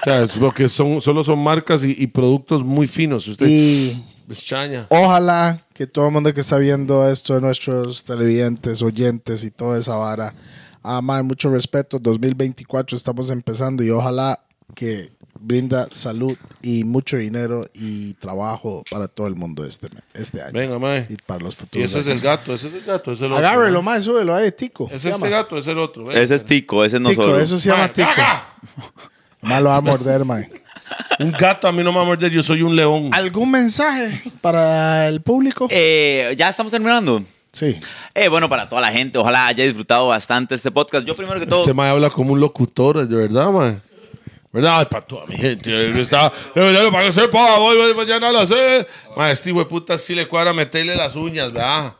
[SPEAKER 2] o sea, es porque son, solo son marcas y, y productos muy finos. Usted
[SPEAKER 1] Y Oh.
[SPEAKER 2] es chaña.
[SPEAKER 1] ojalá que todo el mundo que está viendo esto, de nuestros televidentes, oyentes y toda esa vara, aman mucho respeto. 2024 estamos empezando y ojalá que brinda salud y mucho dinero y trabajo para todo el mundo este, me- este año.
[SPEAKER 2] Venga, mae.
[SPEAKER 1] Y para los futuros.
[SPEAKER 2] Y ese es el
[SPEAKER 1] años.
[SPEAKER 2] gato, ese es el gato, ese es el otro.
[SPEAKER 1] Agárrelo, más, súbelo ahí, tico.
[SPEAKER 2] Es
[SPEAKER 1] Se
[SPEAKER 2] este
[SPEAKER 1] llama.
[SPEAKER 2] gato, es el otro. venga.
[SPEAKER 3] Ese es Tico, ese es
[SPEAKER 1] Tico,
[SPEAKER 3] nosotros.
[SPEAKER 1] eso se llama
[SPEAKER 2] Mae,
[SPEAKER 1] tico. Más lo va a morder, man.
[SPEAKER 2] Un gato a mí no me va a morder, yo soy un león.
[SPEAKER 1] ¿Algún mensaje para el público?
[SPEAKER 3] Eh, ya estamos terminando.
[SPEAKER 1] Sí.
[SPEAKER 3] Eh, bueno, para toda la gente, ojalá haya disfrutado bastante este podcast. Yo primero que todo,
[SPEAKER 2] Este mae habla como un locutor, de verdad, mae. ¿Verdad? Ay, Para toda mi gente. eh, Está, eh, ya lo pagué, sepa, voy, voy, mañana lo sé. Mae, este hijo de puta sí le cuadra meterle las uñas, ¿verdad?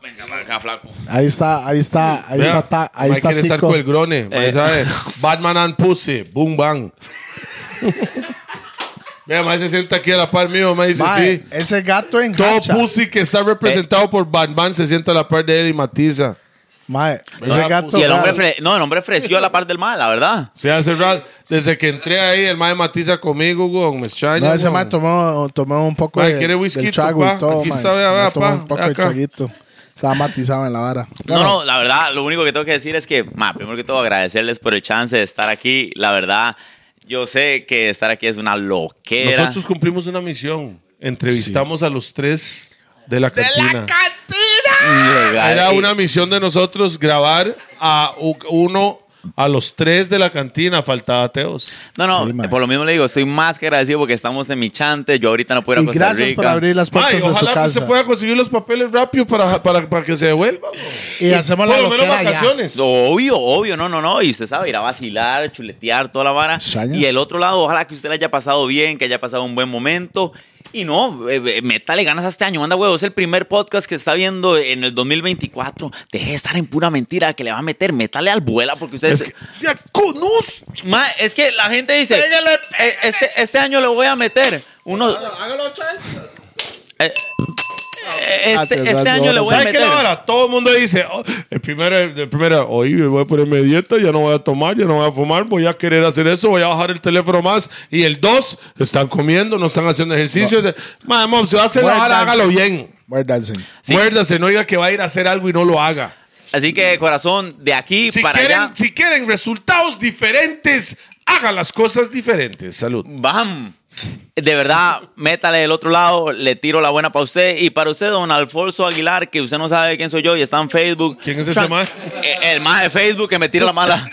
[SPEAKER 1] Ahí está, ahí está, ahí
[SPEAKER 2] Vea,
[SPEAKER 1] está, ta- ahí
[SPEAKER 2] mae
[SPEAKER 1] está
[SPEAKER 2] quiere estar
[SPEAKER 1] Tico.
[SPEAKER 2] con el grone. mae,
[SPEAKER 3] Eh.
[SPEAKER 2] ¿sabe? Batman and Pussy, boom, bang. Vea, mae se sienta aquí a la par mío, me dice,
[SPEAKER 1] Mae, Eh.
[SPEAKER 2] sí.
[SPEAKER 1] Ese gato en
[SPEAKER 2] Todo
[SPEAKER 1] cancha.
[SPEAKER 2] pussy que está representado por Batman se sienta a la par de él y matiza.
[SPEAKER 1] Mae, ese
[SPEAKER 2] Todo
[SPEAKER 1] gato.
[SPEAKER 3] y el hombre,
[SPEAKER 1] mae,
[SPEAKER 3] fre- no, el hombre freció a la par del mal, la verdad.
[SPEAKER 2] Se hace rato. Desde que entré ahí, el mae matiza conmigo, weón. Me extraña.
[SPEAKER 1] No, ese
[SPEAKER 2] weón.
[SPEAKER 1] mae tomó, tomó un poco
[SPEAKER 2] Mae,
[SPEAKER 1] de,
[SPEAKER 2] ¿quiere whisky,
[SPEAKER 1] del trago
[SPEAKER 2] pa?
[SPEAKER 1] y todo,
[SPEAKER 2] Aquí
[SPEAKER 1] mae.
[SPEAKER 2] está, vea, vea,
[SPEAKER 1] Mae tomó
[SPEAKER 2] pa,
[SPEAKER 1] un poco
[SPEAKER 2] vea
[SPEAKER 1] de
[SPEAKER 2] acá.
[SPEAKER 1] traguito. Estaba matizado en la vara.
[SPEAKER 3] No, no, la verdad, lo único que tengo que decir es que, ma, primero que todo, agradecerles por el chance de estar aquí. La verdad, yo sé que estar aquí es una loquera.
[SPEAKER 2] Nosotros cumplimos una misión. Entrevistamos a los tres de la cantina.
[SPEAKER 3] Legal.
[SPEAKER 2] Era
[SPEAKER 3] Y-
[SPEAKER 2] una misión de nosotros grabar a u- uno, a los tres de la cantina. Faltaba Teos.
[SPEAKER 3] No, no,
[SPEAKER 1] Sí, ma.
[SPEAKER 3] por lo mismo le digo, estoy más que agradecido porque estamos en mi chante. Yo ahorita no puedo ir
[SPEAKER 1] Y
[SPEAKER 3] a Costa
[SPEAKER 1] gracias
[SPEAKER 3] Rica.
[SPEAKER 1] por abrir las puertas
[SPEAKER 2] Ay,
[SPEAKER 1] de su
[SPEAKER 2] ojalá que se
[SPEAKER 1] casa.
[SPEAKER 2] pueda conseguir los papeles rápido para, para, para que se devuelva. weón.
[SPEAKER 1] Y hacemos
[SPEAKER 2] Por
[SPEAKER 1] la
[SPEAKER 2] lo menos
[SPEAKER 1] loquera allá.
[SPEAKER 2] vacaciones.
[SPEAKER 3] Obvio, obvio, no, no, no. Y usted sabe, ir a vacilar, chuletear, toda la vara.
[SPEAKER 1] Saña.
[SPEAKER 3] Y el otro lado, ojalá que usted la haya pasado bien, que haya pasado un buen momento. Y no, eh, eh, métale ganas a este año, anda huevo. Es el primer podcast que está viendo en el 2024. Deje de estar en pura mentira que le va a meter. Métale al vuela porque usted.
[SPEAKER 2] Es que- Ya, conos.
[SPEAKER 3] Ma, es que la gente dice: "Eh, este, este año le voy a meter. Uno. Eh, eh, este,
[SPEAKER 1] Gracias,
[SPEAKER 3] este
[SPEAKER 1] gracias,
[SPEAKER 3] año le voy a
[SPEAKER 2] ¿Sabes qué
[SPEAKER 3] meter.
[SPEAKER 2] la vara? Todo el mundo dice, oh, el primero, el primero, hoy voy a ponerme dieta, ya no voy a tomar, ya no voy a fumar, voy a querer hacer eso, voy a bajar el teléfono más. Y el dos, están comiendo, no están haciendo ejercicio. Madre, mom, si va a hacer la vara,
[SPEAKER 1] Muérdanse.
[SPEAKER 2] hágalo bien.
[SPEAKER 1] Muérdanse.
[SPEAKER 3] Sí.
[SPEAKER 2] Muérdase, no diga que va a ir a hacer algo y no lo haga.
[SPEAKER 3] Así que, corazón, de aquí
[SPEAKER 2] Si
[SPEAKER 3] para
[SPEAKER 2] quieren,
[SPEAKER 3] allá.
[SPEAKER 2] si quieren resultados diferentes, hagan las cosas diferentes. Salud.
[SPEAKER 3] ¡Bam! De verdad, métale del otro lado, le tiro la buena para usted. Y para usted, don Alfonso Aguilar, que usted no sabe quién soy yo y está en Facebook.
[SPEAKER 2] ¿Quién es ese
[SPEAKER 3] Tra-
[SPEAKER 2] más?
[SPEAKER 3] Eh, El más de Facebook que me tira la mala.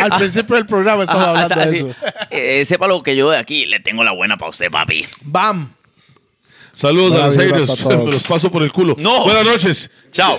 [SPEAKER 1] Al principio del programa estaba
[SPEAKER 3] Ajá,
[SPEAKER 1] hablando
[SPEAKER 3] hasta
[SPEAKER 1] de
[SPEAKER 3] así.
[SPEAKER 1] eso.
[SPEAKER 3] Eh, sepa lo que yo de aquí le tengo la buena para usted, papi.
[SPEAKER 1] ¡Bam!
[SPEAKER 2] Saludos
[SPEAKER 1] Buena
[SPEAKER 2] a los
[SPEAKER 1] vibra
[SPEAKER 2] haters.
[SPEAKER 1] para todos.
[SPEAKER 2] Me los paso por el culo.
[SPEAKER 3] No.
[SPEAKER 2] Buenas noches.
[SPEAKER 3] Chao.